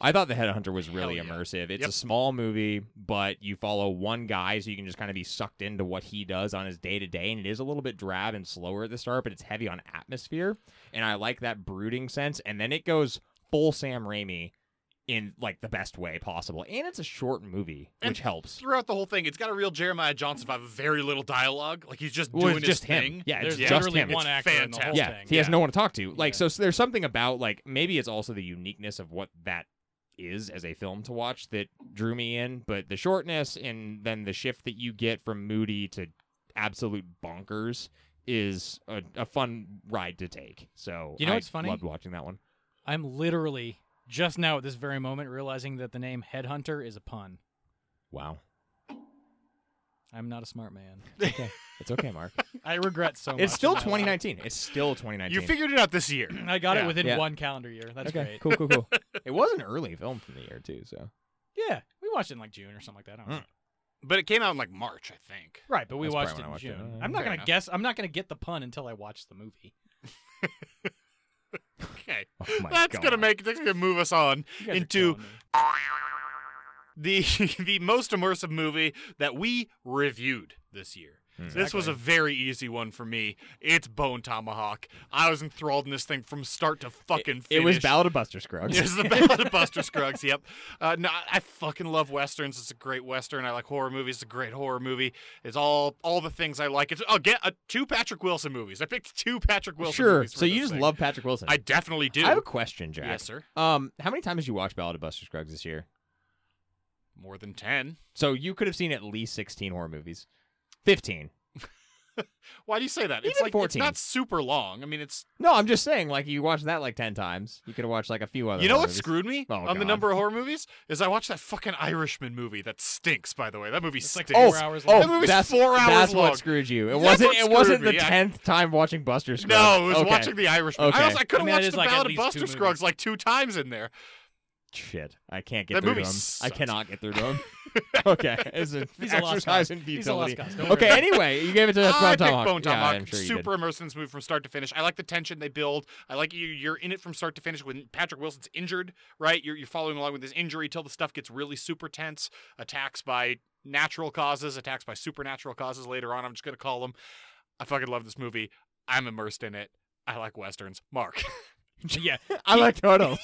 S3: I thought The Headhunter was really
S2: Hell yeah.
S3: immersive. It's
S2: Yep.
S3: a small movie, but you follow one guy, so you can just kind of be sucked into what he does on his day to day. And it is a little bit drab and slower at the start, but it's heavy on atmosphere. And I like that brooding sense. And then it goes full Sam Raimi in like the best way possible. And it's a short movie,
S2: And
S3: which helps.
S2: Throughout the whole thing, it's got a real Jeremiah Johnson vibe, of very little dialogue. Like he's just
S3: Well,
S2: doing
S3: it's
S2: his
S3: just him.
S2: thing.
S3: Yeah, it's
S1: There's
S3: just
S1: literally
S3: him.
S1: one
S2: It's
S1: actor in the whole
S2: fantastic.
S3: yeah,
S1: thing.
S3: he has
S2: yeah.
S3: no one to talk to. Like,
S1: Yeah.
S3: so, so there's something about like maybe it's also the uniqueness of what that is as a film to watch that drew me in, but the shortness and then the shift that you get from moody to absolute bonkers is a, a fun ride to take. So
S1: You know
S3: I
S1: what's funny?
S3: Loved watching that one.
S1: I'm literally just now at this very moment realizing that the name Headhunter is a pun.
S3: Wow,
S1: I'm not a smart man.
S3: it's okay, Mark.
S1: I regret so much.
S3: it's still
S1: in my life.
S3: 2019. It's still 2019.
S2: You figured it out this year.
S1: I got
S2: Yeah.
S1: it within
S3: Yeah.
S1: one calendar year. That's
S3: okay,
S1: great.
S3: cool, cool, cool. it was an early film from the year too, so
S1: Yeah, we watched it in like June or something like that. I don't know.
S3: Mm.
S2: But it came out in like March, I think.
S1: Right, but we
S3: That's
S1: watched it
S3: probably
S1: in
S3: when I
S1: June.
S3: watched it. Uh,
S1: I'm not
S2: fair
S1: gonna
S2: enough.
S1: guess. I'm not gonna get the pun until I watch the movie.
S2: Okay.
S3: oh my
S2: that's gonna
S3: Oh God.
S2: make that's gonna move us on
S1: You guys are
S2: into
S1: killing me.
S2: the the most immersive movie that we reviewed this year.
S3: Mm.
S2: This was a very easy one for me. It's Bone Tomahawk. I was enthralled in this thing from start to fucking
S3: It
S2: finish.
S3: was Ballad of Buster Scruggs.
S2: It's the Ballad of Buster Scruggs. Yep. Uh, no, I- I fucking love westerns. It's a great western. I like horror movies. It's a great horror movie. It's all all the things I like. It's oh, get uh, two Patrick Wilson movies. I picked two Patrick Wilson.
S3: sure.
S2: movies for
S3: So you
S2: this
S3: just
S2: thing.
S3: love Patrick Wilson.
S2: I definitely do.
S3: I have a question, Jack.
S2: yes, sir.
S3: Um, how many times did you watch Ballad of Buster Scruggs this year?
S2: More than ten.
S3: So you could have seen at least sixteen horror movies. Fifteen.
S2: Why do you say that? it's
S3: Even
S2: like it's
S3: 14.
S2: not super long. I mean, it's
S3: No, I'm just saying, like you watched that like ten times. You could have watched like a few other.
S2: you know
S3: horror
S2: what
S3: movies.
S2: screwed me
S3: Oh,
S2: on the
S3: God.
S2: number of horror movies is I watched that fucking Irishman movie that stinks. By the way, that movie
S1: It's like
S2: stinks.
S1: four
S3: Oh,
S1: hours
S3: Oh,
S1: long.
S2: That movie's
S3: that's,
S2: four hours
S3: That's
S2: long.
S3: what screwed you. It
S2: That's
S3: wasn't.
S2: what
S3: It wasn't
S2: screwed
S3: the
S2: me. I-
S3: tenth time watching Buster Scruggs.
S2: No, it was
S3: Okay.
S2: watching The Irishman.
S3: Okay.
S2: I also I could
S1: I mean,
S2: have
S1: that
S2: watched
S1: is
S2: The
S1: like at
S2: Ballad of
S1: least two
S2: Buster
S1: movies.
S2: Scruggs like two times in there.
S3: Shit, I can't get
S2: That
S3: through
S2: movie
S3: to him. I
S2: sucks.
S3: cannot get through to him. okay, it's an
S1: He's a lost
S3: exercise
S1: cause.
S3: in
S1: He's a lost
S3: futility.
S1: cause. Don't worry
S3: Okay,
S1: about it.
S3: anyway, you gave it to us.
S2: I
S3: Bone
S2: picked
S3: Tomahawk.
S2: Bone Tomahawk.
S3: Yeah, I'm sure you did.
S2: Super immersed in this movie from start to finish. I like the tension they build. I like you. You're in it from start to finish. When Patrick Wilson's injured, right? You're, you're following along with his injury till the stuff gets really super tense. Attacks by natural causes, attacks by supernatural causes. Later on, I'm just gonna call them. I fucking love this movie. I'm immersed in it. I like westerns. Mark.
S1: yeah.
S3: I like turtles.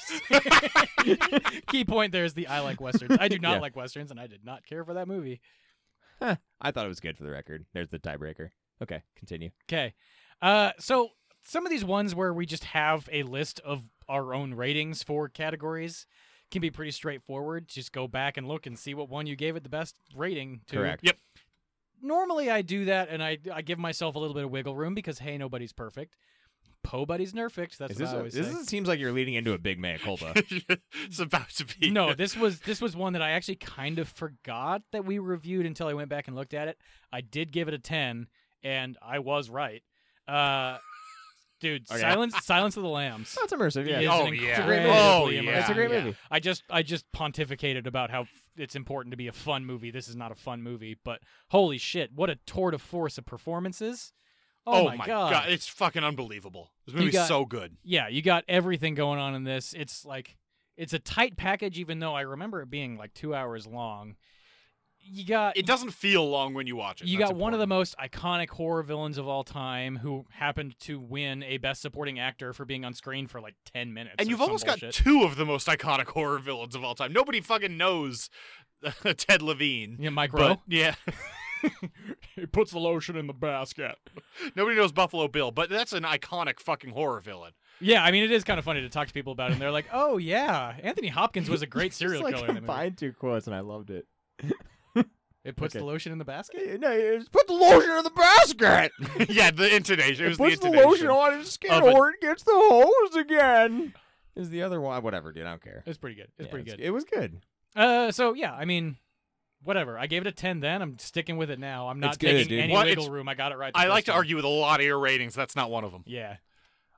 S1: Key point there is the I like westerns. I do not
S3: Yeah.
S1: like westerns, and I did not care for that movie.
S3: Huh, I thought it was good for the record. There's the tiebreaker. Okay, continue.
S1: Okay. Uh, so some of these ones where we just have a list of our own ratings for categories can be pretty straightforward. Just go back and look and see what one you gave it the best rating to.
S3: Correct.
S2: Yep.
S1: Normally I do that and I I give myself a little bit of wiggle room because hey, nobody's perfect. Po buddy's nerfect. That's what
S3: Is this
S1: I
S3: a-
S1: always
S3: this
S1: say.
S3: is- seems like you're leading into a big mea culpa.
S2: it's about to be.
S1: no, this was this was one that I actually kind of forgot that we reviewed until I went back and looked at it. I did give it a ten, and I was right. Uh, dude,
S3: Okay.
S1: Silence Silence of the Lambs.
S3: That's immersive. Yeah.
S1: is
S2: Oh,
S1: an
S2: yeah.
S3: It's a great movie.
S2: Oh,
S1: incredibly
S2: yeah.
S3: It's a great
S2: Yeah.
S3: movie.
S1: I just I just pontificated about how f- it's important to be a fun movie. This is not a fun movie, but holy shit, what a tour de force of performances! Oh, my, god.
S2: It's fucking unbelievable. This
S1: You
S2: movie's
S1: got-
S2: so good.
S1: Yeah, you got everything going on in this. It's like it's a tight package, even though I remember it being like two hours long. You got
S2: It doesn't feel long when you watch it.
S1: you
S2: That's
S1: got one of the
S2: important.
S1: most iconic horror villains of all time who happened to win a best supporting actor for being on screen for like 10 minutes.
S2: And
S1: or
S2: you've
S1: some
S2: almost got
S1: bullshit.
S2: two of the most iconic horror villains of all time. Nobody fucking knows Ted Levine.
S1: yeah, Mike Rowe.
S2: But yeah,
S1: He puts the lotion in the basket.
S2: nobody knows Buffalo Bill, but that's an iconic fucking horror villain.
S1: Yeah, I mean it is kind of funny to talk to people about it and they're like, "Oh yeah, Anthony Hopkins was a great
S3: Just,
S1: serial
S3: like,
S1: killer." In the movie.
S3: combined two quotes, and I loved it.
S1: It puts
S3: Okay.
S1: the lotion in the basket.
S3: No, it was, put the lotion in the basket.
S2: yeah, the intonation. It was
S3: puts
S2: the
S3: the,
S2: intonation.
S3: lotion on his skin,
S2: of a-
S3: or it gets the hose again. Is the other one? Whatever, dude. I don't care.
S1: It's pretty good. It's
S3: Yeah,
S1: pretty good.
S3: It was good.
S1: Uh, so yeah, I mean, whatever. I gave it a ten then. I'm sticking with it now. I'm not
S3: It's good,
S1: taking
S3: dude.
S1: any
S2: What?
S1: wiggle
S2: It's-
S1: room. I got it right. the
S2: I like
S1: first
S2: to
S1: time.
S2: argue with a lot of your ratings. That's not one of them.
S1: Yeah,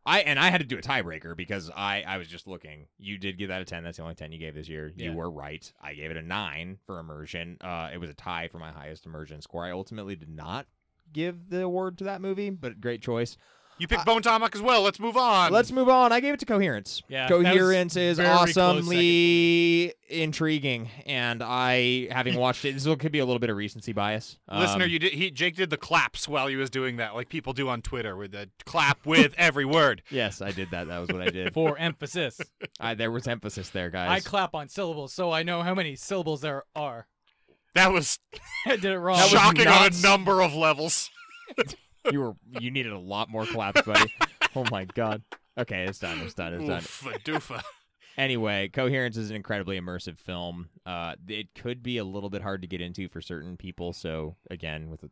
S3: I and I had to do a tiebreaker because I I was just looking. You did give that a ten. That's the only ten you gave this year.
S1: Yeah.
S3: You were right. I gave it a nine for immersion. Uh, it was a tie for my highest immersion score. I ultimately did not give the award to that movie, but great choice.
S2: You picked Bone Tomahawk as well. Let's move on.
S3: Let's move on. I gave it to Coherence.
S1: Um, Yeah, that was
S3: Coherence is
S1: very close
S3: awesomely intriguing, and I having watched it, this will- could be a little bit of recency bias.
S2: Listener,
S3: Um,
S2: you did. He Jake did the claps while he was doing that, like people do on Twitter, with the clap with every word.
S3: Yes, I did that. That was what I did.
S1: for emphasis.
S3: I, there was emphasis
S1: I
S3: there, guys.
S1: clap on syllables, so I know how many syllables there are.
S2: That was
S1: I did it wrong.
S3: That was
S2: shocking on a
S3: nuts.
S2: number of levels.
S3: you were you needed a lot more claps, buddy. oh my god. Okay, it's done. It's done. It's done.
S2: Oofa doofa.
S3: Anyway, Coherence is an incredibly immersive film. Uh, it could be a little bit hard to get into for certain people. So again, with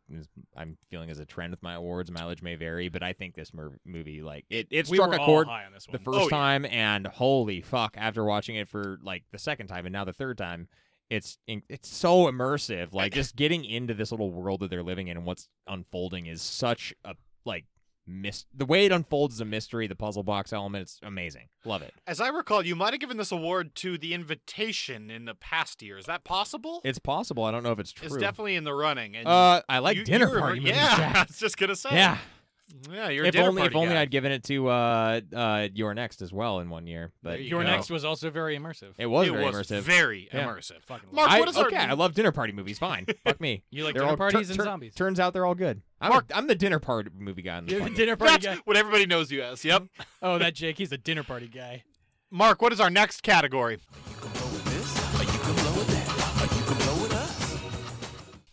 S3: I'm feeling as a trend with my awards, mileage may vary, but I think this mer- movie like it it
S1: we
S3: struck
S1: were
S3: a
S1: all
S3: chord
S1: high on this
S3: the
S1: one.
S3: first
S2: Oh, yeah.
S3: time, and holy fuck! After watching it for like the second time, and now the third time, it's in- it's so immersive. Like just getting into this little world that they're living in and what's unfolding is such a like mist. The way it unfolds is a mystery. The puzzle box element, it's amazing. Love it.
S2: As I recall, you might have given this award to The Invitation in the past year. Is that possible?
S3: It's possible. I don't know if it's true.
S2: It's definitely in the running. And
S3: Uh, I like
S2: you-
S3: dinner
S2: you remember-
S3: party movies.
S2: Yeah,
S3: Jack.
S2: I was just gonna say.
S3: yeah.
S2: Yeah, you're a
S3: if
S2: dinner
S3: only,
S2: party
S3: if only
S2: guy.
S3: I'd given it to uh, uh, your next as well in one year. But
S2: There you
S1: Your
S2: go.
S1: next was also very immersive.
S3: it was
S2: it
S3: very
S2: was
S3: immersive.
S2: very
S3: Yeah.
S2: immersive.
S1: Fucking
S2: Mark,
S3: I,
S2: what is our-
S3: okay, I love dinner party movies. Fine, fuck me.
S1: You like
S3: They're
S1: dinner
S3: all- tur-
S1: parties and
S3: tur-
S1: zombies.
S3: Turns out they're all good. I'm,
S2: Mark-
S3: a, I'm the dinner party movie guy. In this
S1: You're a
S3: one.
S1: dinner party
S2: That's
S1: guy.
S2: what everybody knows you as. Yep.
S1: Oh, that Jake, he's a dinner party guy.
S2: Mark, what is our next category?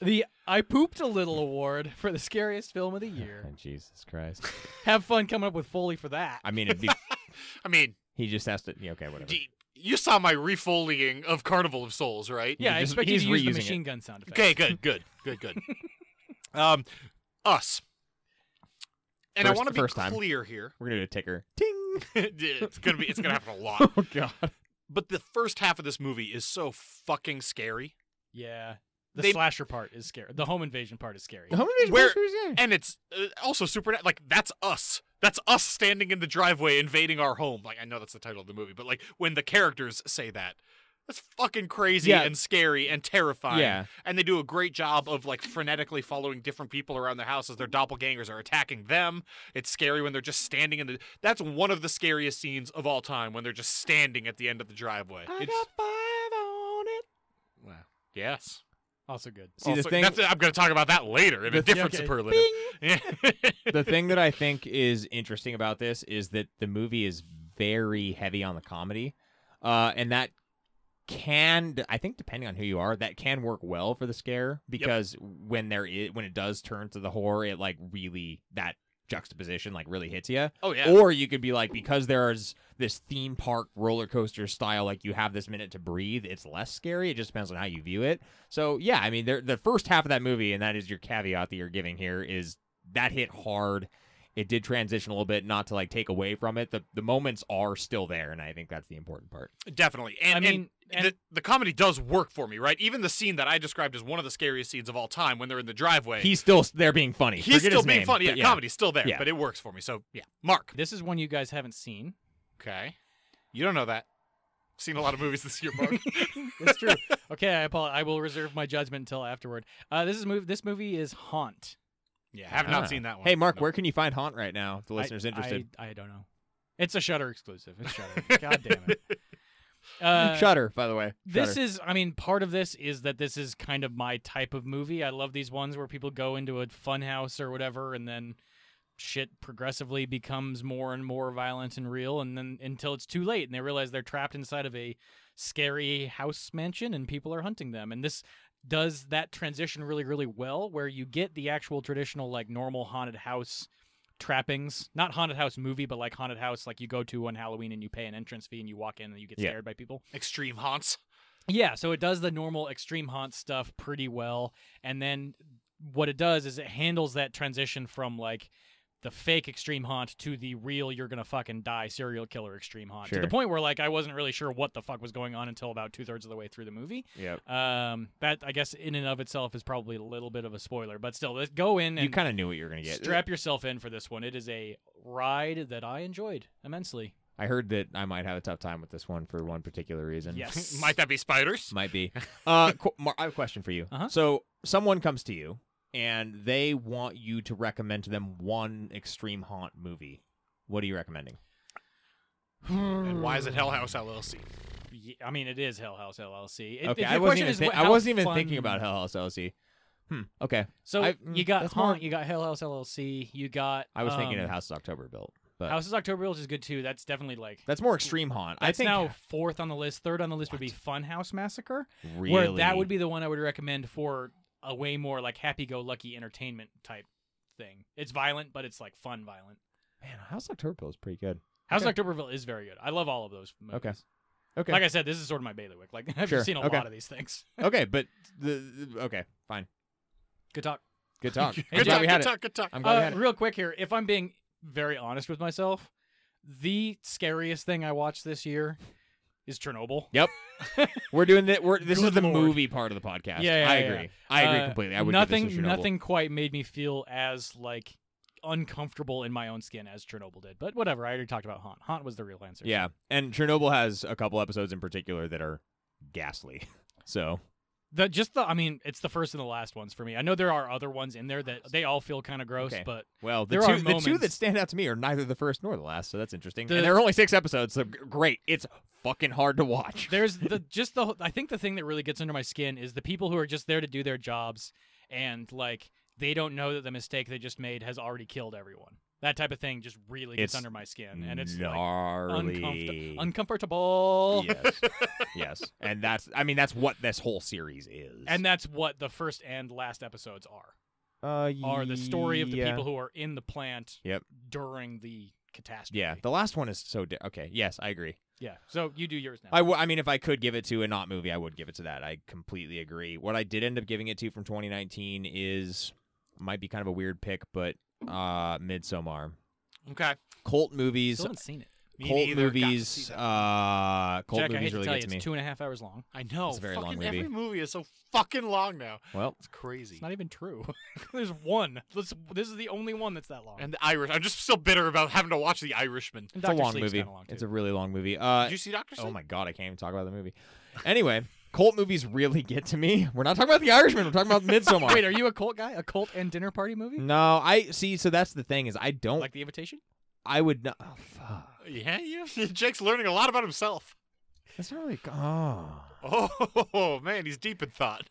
S1: The I pooped a little award for the scariest film of the year.
S3: Oh, Jesus Christ.
S1: Have fun coming up with Foley for that.
S3: I mean, it'd be,
S2: I mean,
S3: he just has to. yeah, Okay, whatever.
S2: d- you saw my refoleying of Carnival of Souls, right?
S1: yeah, I
S3: just-
S1: expect you
S3: he's
S1: to use the
S3: reusing it.
S1: machine gun sound effect.
S2: Okay, good, good, good, good. um, us. And I
S3: First-
S2: want to be
S3: first time.
S2: clear here.
S3: We're gonna do a ticker. Ting.
S2: it's gonna be. It's gonna happen a lot.
S3: Oh God.
S2: But the first half of this movie is so fucking scary,
S1: Yeah. The
S2: They-
S1: slasher part is scary. The home invasion part is scary.
S3: How many
S2: Where-
S3: pictures is there?
S2: and it's uh, also super. Like that's us. That's us standing in the driveway invading our home. Like I know that's the title of the movie, but like when the characters say that, that's fucking crazy
S3: Yeah.
S2: and scary and terrifying.
S3: Yeah.
S2: And they do a great job of like frenetically following different people around their house as their doppelgangers are attacking them. It's scary when they're just standing in the. That's one of the scariest scenes of all time when they're just standing at the end of the driveway.
S3: I
S2: It's-
S3: got five on it.
S2: yes.
S1: Also good.
S3: See
S2: Also-
S3: the thing.
S2: that's- I'm going to talk about that later in a
S3: The-
S2: different
S1: okay.
S2: superlative.
S3: the thing that I think is interesting about this is that the movie is very heavy on the comedy, uh, and that can I think depending on who you are, that can work well for the scare because when there is when it does turn to the horror, it like really that juxtaposition like really hits you.
S2: oh yeah.
S3: Or you could be like because there's this theme park roller coaster style, like you have this minute to breathe. It's less scary. It just depends on how you view it. So yeah, I mean, there- the first half of that movie, and that is your caveat that you're giving here, is that hit hard. It did transition a little bit, not to like take away from it. The the moments are still there, and I think that's the important part.
S2: Definitely. And,
S1: I
S2: and
S1: mean, and-
S2: the, the comedy does work for me, right? Even the scene that I described as one of the scariest scenes of all time when they're in the driveway.
S3: He's still s- there being funny.
S2: he's
S3: Forget
S2: still
S3: his
S2: being
S3: name,
S2: funny. Yeah,
S3: but
S2: comedy's still there,
S3: Yeah.
S2: but it works for me. So, yeah. Mark.
S1: This is one you guys haven't seen.
S2: Okay. You don't know that. Seen a lot of movies this year, Mark.
S1: That's true. okay, I apologize. I will reserve my judgment until afterward. Uh, this is movie. This movie is Haunt.
S2: yeah, have not
S3: Ah.
S2: seen that one.
S3: Hey Mark,
S2: No.
S3: where can you find Haunt right now? If the
S1: I-
S3: listeners interested.
S1: I, I don't know. It's a Shutter exclusive. It's Shutter. God damn it. Uh,
S3: Shutter, by the way.
S1: This
S3: Shudder.
S1: is, I mean, part of this is that this is kind of my type of movie. I love these ones where people go into a fun house or whatever, and then shit progressively becomes more and more violent and real, and then until it's too late and they realize they're trapped inside of a scary house mansion and people are hunting them. And this does that transition really, really well, where you get the actual traditional, like, normal haunted house trappings not haunted house movie but like haunted house like you go to on halloween and you pay an entrance fee and you walk in and you get
S3: Yeah.
S1: scared by people
S2: Extreme Haunts.
S1: yeah, so it does the normal extreme haunt stuff pretty well. And then what it does is it handles that transition from like the fake extreme haunt to the real you're gonna fucking die serial killer extreme haunt. To
S3: Sure.
S1: the point where like I wasn't really sure what the fuck was going on until about two thirds of the way through the movie.
S3: Yep.
S1: Um that I guess in and of itself is probably a little bit of a spoiler, but still let's go in
S3: You
S1: and
S3: kind of knew what you were gonna get.
S1: strap yourself in for this one. It is a ride that I enjoyed immensely.
S3: I heard that I might have a tough time with this one for one particular reason.
S1: Yes.
S2: Might that be spiders?
S3: Might be. Uh, qu- Mar- I have a question for you.
S1: Uh-huh.
S3: So someone comes to you and they want you to recommend to them one extreme haunt movie. What are you recommending?
S2: and why is it Hell
S3: Mm.
S2: House LLC?
S1: Ye- I mean, it is Hell House LLC. It-
S3: okay,
S1: if
S3: I
S1: your
S3: wasn't
S1: question
S3: even
S1: is
S3: thi-
S1: what-
S3: I
S1: how
S3: wasn't even
S1: fun-
S3: thinking about Hell House LLC. Hmm. Okay.
S1: So
S3: I-
S1: you
S3: mm,
S1: got
S3: that's
S1: Haunt,
S3: more-
S1: you got Hell House LLC, you got.
S3: I was thinking
S1: um,
S3: of House is October built, but
S1: House is October Rules is good too. That's definitely like.
S3: that's more extreme haunt. I
S1: That's
S3: think
S1: now fourth on the list. Third on the list would be Funhouse Massacre,
S3: really
S1: where that would be the one I would recommend for a way more like happy-go-lucky entertainment type thing. It's violent, but it's like fun violent.
S3: man. House of October Built is pretty good.
S1: House
S3: Okay.
S1: of Octoberville is very good. I love all of those movies.
S3: Okay. Okay.
S1: Like I said, this is sort of my bailiwick. Like I've
S3: Sure.
S1: seen a
S3: Okay.
S1: lot of these things.
S3: okay, but the, the- okay, fine.
S1: Good talk.
S3: Good talk.
S2: good
S3: I'm glad
S2: talk,
S3: we
S2: good
S3: had it.
S2: talk, good talk.
S3: I'm glad we
S1: Uh,
S3: had it.
S1: real quick here, if I'm being very honest with myself, the scariest thing I watched this year is Chernobyl.
S3: We're doing that. We're this is
S1: Good
S3: the
S1: lord.
S3: movie part of the podcast.
S1: Yeah, yeah,
S3: I
S1: yeah,
S3: agree. I agree
S1: Uh,
S3: completely. I would give this
S1: nothing.
S3: to Chernobyl.
S1: nothing quite made me feel as like uncomfortable in my own skin as Chernobyl did. But whatever. I already talked about Haunt. Haunt was the real answer.
S3: Yeah, and Chernobyl has a couple episodes in particular that are ghastly. So
S1: The just the I mean, it's the first and the last ones for me. I know there are other ones in there that they all feel kind of gross,
S3: Okay.
S1: but
S3: Well, the
S1: There are
S3: two the two that
S1: moments-
S3: stand out to me are neither the first nor the last, so that's interesting.
S1: The-
S3: and there are only six episodes, so g- great. It's fucking hard to watch.
S1: there's the just the I think the thing that really gets under my skin is the people who are just there to do their jobs and like they don't know that the mistake they just made has already killed everyone. That type of thing just really gets
S3: It's
S1: under my skin and it's like
S3: gnarly.
S1: uncomfortable. uncomfortable.
S3: yes, yes, and that's I mean that's what this whole series is.
S1: And that's what the first and last episodes are.
S3: uh,
S1: Are the story of the
S3: yeah.
S1: people who are in the plant
S3: Yep.
S1: during the catastrophe.
S3: Yeah, the last one is so di- okay. Yes, I agree.
S1: Yeah. So you do yours now.
S3: I, w- I mean, if I could give it to a not movie, I would give it to that. I completely agree. What I did end up giving it to from 2019 is might be kind of a weird pick, but uh, Midsommar,
S2: Okay.
S3: cult movies,
S1: still haven't seen it.
S2: Me
S3: cult
S2: neither got to see
S3: movies,
S2: that.
S3: uh, cult
S1: Jack, I hate
S3: movies
S1: to
S3: really
S1: tell
S3: get
S1: you,
S3: to
S1: it's
S3: me.
S1: two and a half hours long.
S2: I know.
S3: It's a very long
S2: fucking
S3: movie.
S2: Every movie is so fucking long now.
S3: well,
S2: It's crazy.
S1: It's not even true. There's one. This, this is the only one that's that long.
S2: and the Irish. I'm just still bitter about having to watch The Irishman.
S1: And
S3: it's a
S1: Dr.
S3: long
S1: Sleep's
S3: movie.
S1: kinda Long
S3: It's
S1: too.
S3: a really long movie. Uh,
S2: Did you see Doctor Sleep?
S3: oh my god, I can't even talk about the movie. Anyway, cult movies really get to me. We're not talking about The Irishman. We're talking about Midsommar.
S1: Wait, are you a cult guy? A cult and dinner party movie?
S3: no, I see. So that's the thing is, I don't.
S1: Like The Invitation?
S3: I would not. Oh, fuck.
S2: Uh, Yeah, you. Jake's learning a lot about himself.
S3: That's not really. Oh.
S2: Oh man, he's deep in thought.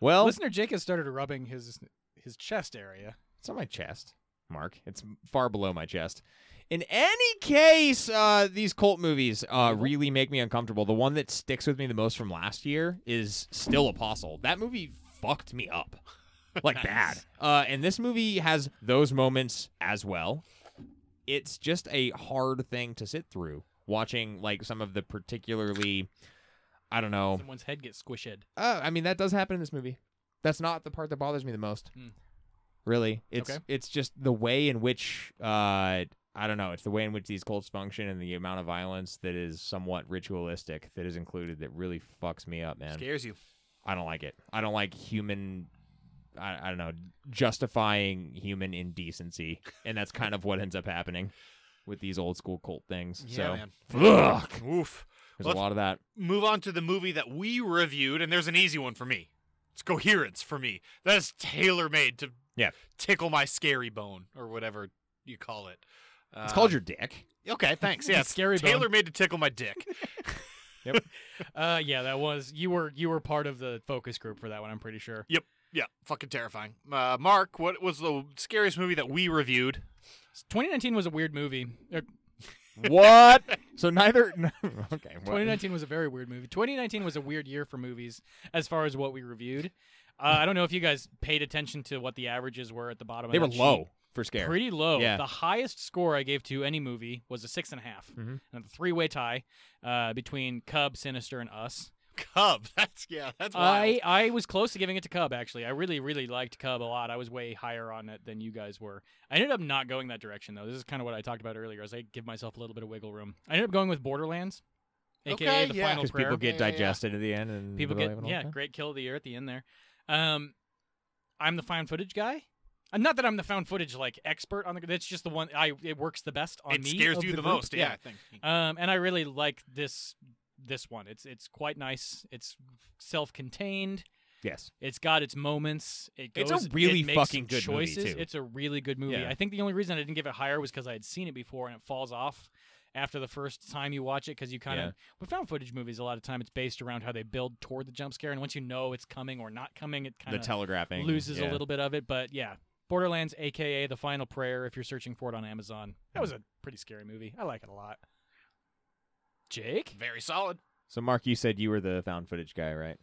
S3: Well,
S1: Listener Jake has started rubbing his his chest area.
S3: it's on my chest, Mark. It's far below my chest. In any case, uh, these cult movies uh, really make me uncomfortable. The one that sticks with me the most from last year is still Apostle. That movie fucked me up, like bad. Uh, and this movie has those moments as well. It's just a hard thing to sit through. Watching like some of the particularly, I don't know.
S1: Someone's head gets squished.
S3: Uh, I mean, that does happen in this movie. That's not the part that bothers me the most.
S1: Hmm.
S3: Really, it's
S1: Okay.
S3: it's just the way in which uh, I don't know. It's the way in which these cults function and the amount of violence that is somewhat ritualistic that is included that really fucks me up, man.
S2: Scares you.
S3: I don't like it. I don't like human. I, I don't know, justifying human indecency, and that's kind of what ends up happening with these old school cult things.
S2: Yeah,
S3: so,
S2: man.
S3: Ugh,
S2: Oof.
S3: there's
S2: Let's-
S3: a lot of that.
S2: Move on to the movie that we reviewed, and there's an easy one for me. It's Coherence for me. That is tailor made to
S3: Yeah.
S2: tickle my scary bone or whatever you call it. Uh,
S3: It's called your dick.
S2: Okay, thanks. Yeah,
S1: Scary bone.
S2: Tailor made to tickle my dick.
S1: Uh, yeah, that was you were you were part of the focus group for that one. I'm pretty sure.
S2: yeah, fucking terrifying. Uh, Mark, what was the scariest movie that we reviewed?
S1: 2019 was a weird movie. Er,
S3: what? So neither. okay. Well,
S1: 2019 was a very weird movie. 2019 was a weird year for movies as far as what we reviewed. Uh, I don't know if you guys paid attention to what the averages were at the bottom.
S3: they
S1: of
S3: were
S1: that
S3: low
S1: sheet.
S3: for scare.
S1: pretty low.
S3: Yeah.
S1: The highest score I gave to any movie was a six and a half,
S2: Mm-hmm.
S3: Mhm.
S1: and a three-way tie uh, between Cub, Sinister, and Us.
S2: Cub. That's yeah. That's wild.
S1: I, I was close to giving it to Cub actually. I really really liked Cub a lot. I was way higher on it than you guys were. I ended up not going that direction though. This is kind of what I talked about earlier. As I give myself a little bit of wiggle room. I ended up going with Borderlands, aka
S2: Okay,
S1: the
S2: yeah.
S1: Final
S3: because
S1: Prayer.
S3: people get
S2: Yeah, yeah, yeah.
S3: digested at the end and
S1: People
S3: they're
S1: get
S3: like,
S1: yeah,
S3: okay.
S1: great kill of the year at the end there. Um, I'm the found footage guy. Uh, Not that I'm the found footage like expert on the. That's just the one I. It works the best on
S2: it
S1: me.
S2: scares
S1: of
S2: you
S1: the
S2: the,
S1: group.
S2: most. Yeah, I think.
S1: Um, and I really like this this one. It's it's quite nice. It's self-contained.
S3: Yes.
S1: It's got its moments. It goes,
S3: It's a really
S1: it makes
S3: fucking
S1: some
S3: good movie,
S1: choices.
S3: too.
S1: It's a really good movie.
S3: Yeah.
S1: I think the only reason I didn't give it higher was because I had seen it before and it falls off after the first time you watch it because you kind of
S3: Yeah.
S1: with found footage movies a lot of time it's based around how they build toward the jump scare and once you know it's coming or not coming it kind
S3: the
S1: of
S3: telegraphing
S1: loses a
S3: yeah.
S1: little bit of it. But yeah, Borderlands, aka The Final Prayer, if you're searching for it on Amazon, that was a pretty scary movie. I like it a lot. Jake,
S2: Very solid.
S3: So Mark, you said you were the found footage guy, right?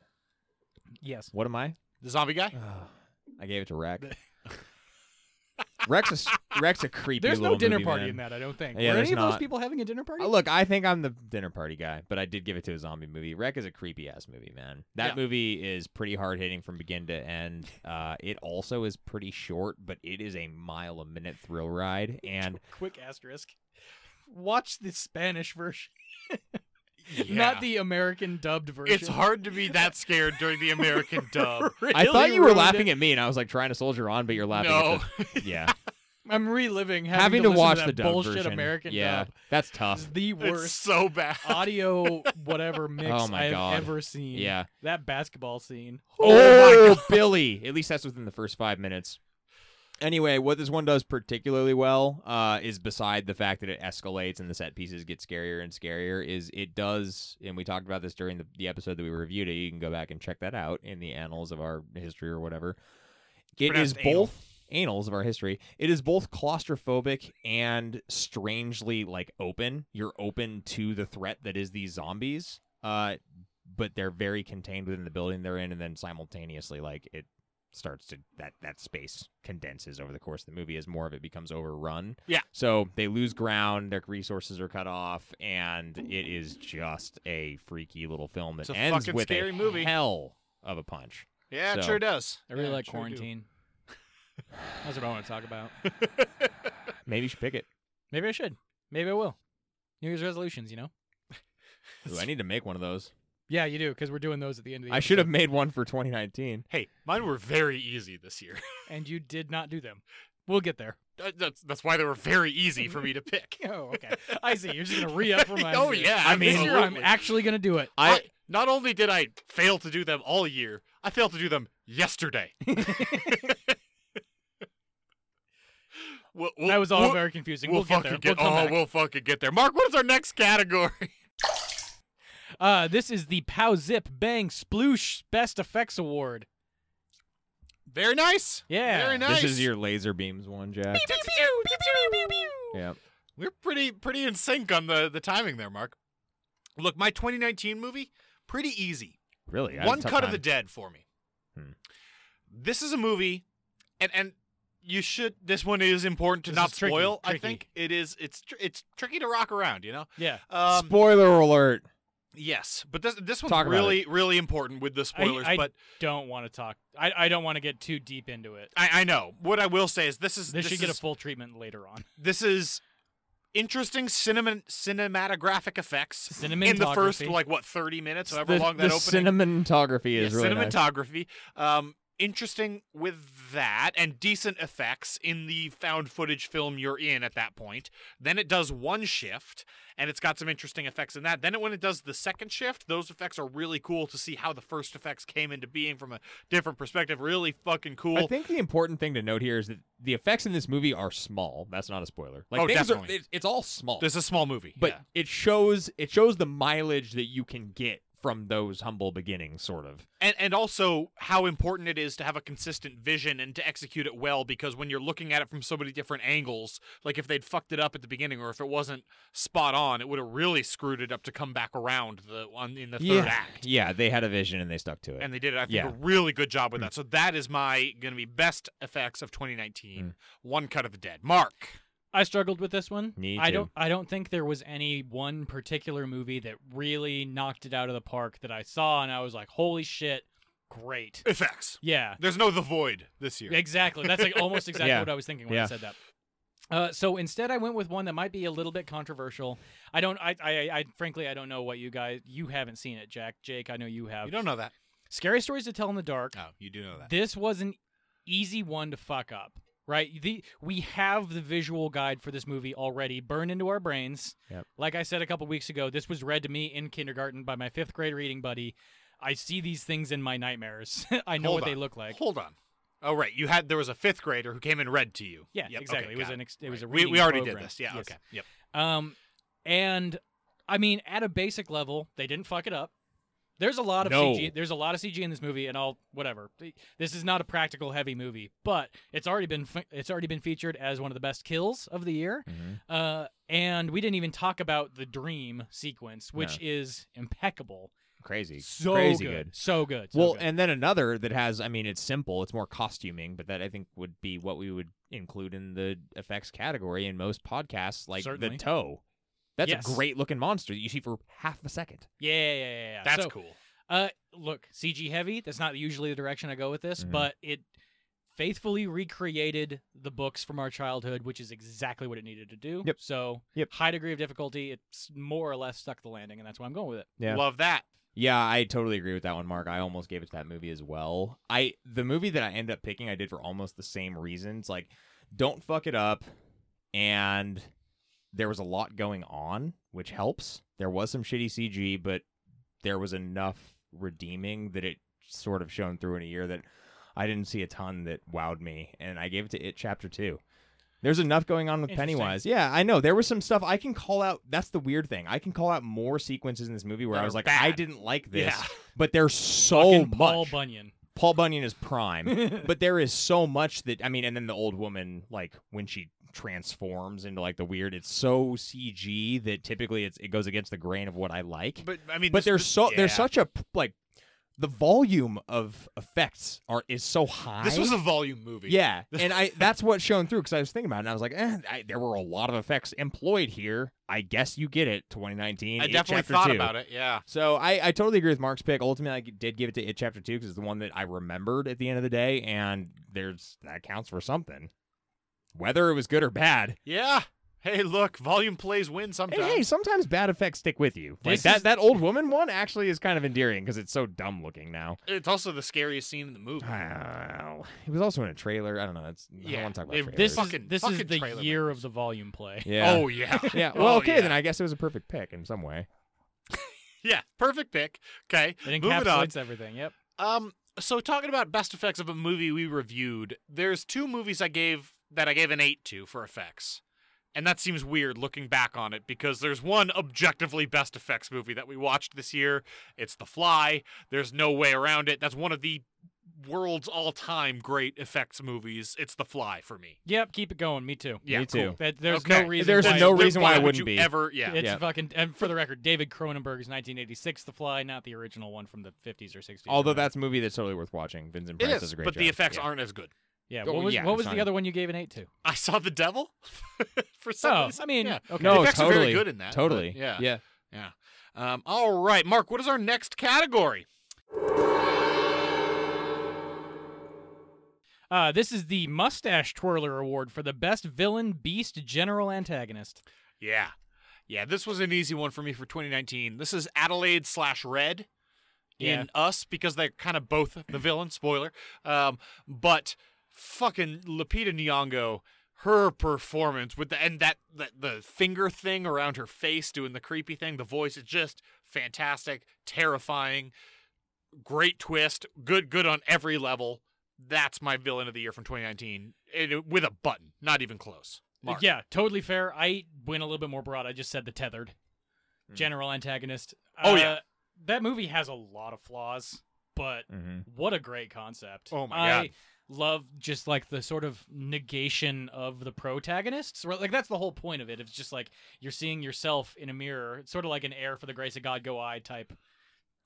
S1: yes,
S3: What am I?
S2: The zombie guy.
S3: I gave it to Rex. Rex is Rex a creepy.
S1: there's no
S3: little
S1: dinner
S3: movie,
S1: party
S3: man.
S1: in that. I don't think.
S3: Yeah,
S1: Were
S3: there's
S1: any of those
S3: not.
S1: people having a dinner party?
S3: Uh, Look, I think I'm the dinner party guy, but I did give it to a zombie movie. Wreck is a creepy ass movie, man. That
S2: Yeah.
S3: movie is pretty hard hitting from begin to end. Uh, it also is pretty short, but it is a mile a minute thrill ride, and
S1: quick asterisk. Watch the Spanish version,
S2: Yeah.
S1: not the American dubbed version.
S2: It's hard to be that scared during the American dub.
S3: I thought you were laughing at me, and I was like trying to soldier on, but you're laughing.
S2: no,
S3: At the, yeah,
S1: I'm reliving having,
S3: Having
S1: to,
S3: to
S1: listen
S3: watch
S1: that
S3: the dub
S1: bullshit
S3: version.
S1: American
S3: yeah,
S1: dub.
S3: that's
S1: It's
S3: tough.
S1: the
S2: It's
S1: worst
S2: so bad.
S1: audio whatever mix
S3: Oh my
S1: I have
S3: God.
S1: ever seen.
S3: Yeah.
S1: That basketball scene.
S3: Oh, Billy. At least that's within the first five minutes. Anyway, what this one does particularly well uh, is beside the fact that it escalates and the set pieces get scarier and scarier, is it does, and we talked about this during the, the episode that we reviewed it. You can go back and check that out in the annals of our history or whatever. It is
S2: pronounced anal.
S3: both annals of our history. It is both claustrophobic and strangely like open. You're open to the threat that is these zombies. Uh, but they're very contained within the building they're in and then simultaneously like it starts to that that space condenses over the course of the movie as more of it becomes overrun
S2: Yeah.
S3: so they lose ground their resources are cut off and it is just a freaky little film that
S2: It's a
S3: ends
S2: fucking
S3: with
S2: scary
S3: a
S2: movie.
S3: hell of a punch
S2: Yeah, it
S3: So-
S2: sure does.
S1: I really
S2: Yeah,
S1: like
S2: sure do.
S1: quarantine. That's what I want to talk about.
S3: maybe you should pick it
S1: Maybe I should. Maybe I will. New Year's resolutions, you know?
S3: Ooh, i need to make one of those
S1: Yeah, you do, because we're doing those at the end of the
S3: i should have made one for 2019
S2: Hey, mine were very easy this year.
S1: episode, And you did not do them. We'll get there.
S2: That- that's that's why they were very easy for me to pick.
S1: Oh, okay. I see. You're just going to re up for my.
S2: oh yeah,
S3: I
S1: This
S3: mean-
S1: year I'm
S2: absolutely.
S1: actually going to do it.
S2: I not only did I fail to do them all year, I failed to do them yesterday. We'll- we'll-
S1: That was all
S2: we'll-
S1: very confusing.
S2: We'll,
S1: We'll, get
S2: fucking
S1: there.
S2: get.
S1: we'll come
S2: oh,
S1: back.
S2: we'll fucking get there. Mark, what is our next category?
S1: Uh, this is the Pow Zip Bang Sploosh Best Effects Award.
S2: Very nice.
S1: Yeah.
S2: Very nice.
S3: this is your laser beams one jack yeah
S2: We're pretty pretty in sync on the the timing there, Mark. Look, my 2019 movie, pretty easy.
S3: really I had a
S2: One
S3: tough
S2: cut of
S3: time.
S2: the dead for me.
S3: Hmm.
S2: This is a movie, and and you should. This one is important to
S1: This
S2: not
S1: is tricky,
S2: spoil.
S1: tricky.
S2: I think it is. It's tr- it's tricky to rock around, you know.
S1: Yeah.
S2: Um,
S3: spoiler alert
S2: yes, but this this one's
S3: Talk about
S2: really really important with the spoilers.
S1: I-
S2: but
S1: Don't want to talk. I, I don't want to get too deep into it.
S2: I, I know what I will say is this is
S1: This, should get a
S2: is-
S1: full treatment later on.
S2: this is interesting cinnamon cinematographic effects in the first
S1: Cinematography.
S2: like what 30 minutes however
S3: the,
S2: long
S3: the
S2: that opening
S3: cinematography is
S2: Yeah,
S3: really nice.
S2: cinematography. Um, interesting with that, and decent effects in the found footage film you're in at that point. Then it does one shift, and it's got some interesting effects in that. Then it, when it does the second shift, those effects are really cool to see how the first effects came into being from a different perspective. Really fucking
S3: I
S2: cool.
S3: think the important thing to note here is that the effects in this movie are small. That's not a spoiler. Like
S2: Oh,
S3: things are-
S2: definitely.
S3: it's, it's all small.
S2: This is a small movie,
S3: but
S2: yeah.
S3: it shows it shows the mileage that you can get from those humble beginnings sort of.
S2: and and also how important it is to have a consistent vision and to execute it well because when you're looking at it from so many different angles like if they'd fucked it up at the beginning or if it wasn't spot on it would have really screwed it up to come back around the on in the third act
S3: Yeah, they had a vision and they stuck to it.
S2: and they did it i think
S3: Yeah.
S2: a really good job with that so that is my gonna be best effects of 2019 one cut of the dead mark
S1: I struggled with this one.
S3: Me
S1: I
S3: too.
S1: don't I don't think there was any one particular movie that really knocked it out of the park that I saw and I was like, "Holy shit, great."
S2: effects
S1: Yeah.
S2: there's no the void this year
S1: Exactly. That's like almost exactly
S3: Yeah.
S1: what I was thinking when I
S3: Yeah.
S1: said that. Uh, so instead, I went with one that might be a little bit controversial. I don't. I, I. I. Frankly, I don't know what you guys. You haven't seen it, Jack. Jake, I know you have.
S2: you don't know that
S1: Scary stories to tell in the dark.
S2: no you do know that
S1: This was an easy one to fuck up, right? The we have the visual guide for this movie already burned into our brains.
S3: Yep.
S1: Like I said a couple weeks ago, this was read to me in kindergarten by my fifth grade reading buddy. I see these things in my nightmares. I know
S2: Hold
S1: what they
S2: on.
S1: look like.
S2: hold on oh right you had there was a fifth grader who came and read to you
S1: Yeah,
S2: Yep,
S1: exactly.
S2: okay,
S1: it was
S2: got
S1: an ex- it was a
S2: Right.
S1: reading
S2: we, we already
S1: program.
S2: did this. Yeah.
S1: Yes.
S2: Okay. Yep.
S1: Um, and I mean, at a basic level, they didn't fuck it up. There's a lot of
S3: No.
S1: CG. There's a lot of CG in this movie, and all whatever. This is not a practical heavy movie, but it's already been fe- it's already been featured as one of the best kills of the year.
S3: Mhm.
S1: Uh, and we didn't even talk about the dream sequence, which is impeccable.
S3: Crazy.
S1: So
S3: Crazy
S1: good.
S3: good.
S1: so good. so
S3: well,
S1: good.
S3: and then another that has I mean it's simple, it's more costuming, but that I think would be what we would include in the effects category in most podcasts like
S1: Certainly.
S3: the toe. That's
S1: Yes.
S3: a great looking monster that you see for half a second.
S1: yeah, yeah, yeah, yeah, yeah.
S2: That's
S1: So,
S2: cool.
S1: Uh, look, CG heavy. That's not usually the direction I go with this,
S3: Mhm.
S1: but it faithfully recreated the books from our childhood, which is exactly what it needed to do.
S3: Yep.
S1: So,
S3: Yep.
S1: high degree of difficulty. It's more or less stuck the landing, and that's why I'm going with it.
S3: Yeah.
S2: Love that.
S3: Yeah, I totally agree with that one, Mark. I almost gave it to that movie as well. I the movie that I end up picking, I did for almost the same reasons. Like don't fuck it up. And there was a lot going on, which helps. There was some shitty CG, but there was enough redeeming that it sort of shone through in a year that I didn't see a ton that wowed me. And I gave it to It Chapter 2. There's enough going on with
S1: Interesting.
S3: Pennywise. Yeah, I know. There was some stuff I can call out. That's the weird thing. I can call out more sequences in this movie where
S2: That
S3: I
S2: are
S3: was like,
S2: bad.
S3: I didn't like this,
S2: Yeah.
S3: but there's so
S1: Fucking
S3: much.
S1: Paul Bunyan.
S3: Paul Bunyan is prime, but there is so much that I mean, and then the old woman, like when she transforms into like the weird, it's so CG that typically it's, it goes against the grain of what I like. But,
S2: But I mean, this-
S3: there's so there's
S2: yeah.
S3: such a p- like the volume of effects are is so high.
S2: This was a volume movie.
S3: yeah, and I that's what shown through because I was thinking about it and I was like, eh, I, there were a lot of effects employed here. I guess you get it. 2019.
S2: I
S3: It
S2: definitely
S3: Chapter
S2: thought
S3: two.
S2: about it. Yeah.
S3: So I, I totally agree with Mark's pick. Ultimately, I did give it to it chapter two because it's the one that I remembered at the end of the day, and there's that counts for something, whether it was good or bad.
S2: Yeah. Hey, look, volume plays win
S3: Hey,
S2: sometimes.
S3: hey, sometimes bad effects stick with you. Like
S1: This
S3: that
S1: is-
S3: that old woman one actually is kind of endearing because it's so dumb looking now.
S2: It's also the scariest scene in the movie.
S3: Ah, Wow. It was also in a trailer. I don't know. That's I
S2: Yeah.
S3: don't want to talk
S2: They-
S1: This
S3: about trailers.
S1: is
S2: Fucking-
S1: this
S2: fucking
S1: is the
S2: trailer
S1: year of the volume play.
S3: yeah.
S2: Oh yeah.
S3: yeah. Well,
S2: Oh,
S3: okay
S2: yeah.
S3: then. I guess it was a perfect pick in some way.
S2: Yeah. Perfect pick. Okay.
S1: It
S2: Moving on.
S1: encapsulates everything. Yep.
S2: Um. So talking about best effects of a movie we reviewed, there's two movies I gave that I gave an eight to for effects, and that seems weird looking back on it because there's one objectively best effects movie that we watched this year. It's The Fly. There's no way around it. That's one of the world's all-time great effects movies. It's The Fly for me.
S1: Yep. Keep it going. Me too.
S2: Yeah.
S3: Me
S2: cool.
S3: too.
S1: That, there's
S2: Okay.
S1: no reason.
S3: There's
S1: why
S3: no
S1: it-
S2: then
S3: reason why I
S2: would
S3: wouldn't
S2: you
S3: be.
S2: Ever, yeah.
S1: It's
S3: Yeah.
S1: fucking. And for the record, David Cronenberg's 1986 The Fly, not the original one from the 50s or 60s. or
S3: Although
S1: whatever.
S3: that's a movie that's totally worth watching. Vincent
S2: It
S3: Price
S2: is,
S3: does a great
S2: but
S3: job.
S2: the effects
S3: Yeah.
S2: aren't as good.
S1: yeah.
S3: oh,
S1: What was
S3: yeah,
S1: what was
S3: it's
S1: the
S3: not-
S1: other one you gave an eight to?
S2: I saw the devil for some
S1: Oh,
S2: reason.
S1: I mean,
S2: yeah.
S1: okay.
S3: No,
S2: The effects are very
S3: totally.
S2: good in that, but
S3: Totally.
S2: yeah.
S3: Yeah.
S2: Um, all right, Mark, what is our next category?
S1: Uh, this is the Mustache Twirler Award for the best villain, beast, general antagonist.
S2: Yeah. Yeah, this was an easy one for me for 2019. This is Adelaide slash Red
S1: Yeah.
S2: in Us because they're kind of both the villain, spoiler. Um, but fucking Lupita Nyong'o, her performance with the and that, that the finger thing around her face doing the creepy thing, the voice is just fantastic, terrifying, great twist, good good on every level. That's my villain of the year from 2019 and with a button, not even close. Mark.
S1: Yeah, totally fair. I went a little bit more broad. I just said the tethered
S3: Mm.
S1: general antagonist.
S2: Hmm.
S1: Uh,
S2: Oh, yeah.
S1: that movie has a lot of flaws, but
S3: Mm-hmm.
S1: what a great concept!
S2: Oh my God.
S1: I love just like the sort of negation of the protagonists. Right, Like that's the whole point of it. It's just like you're seeing yourself in a mirror. It's sort of like an "Air for the grace of God, go I" type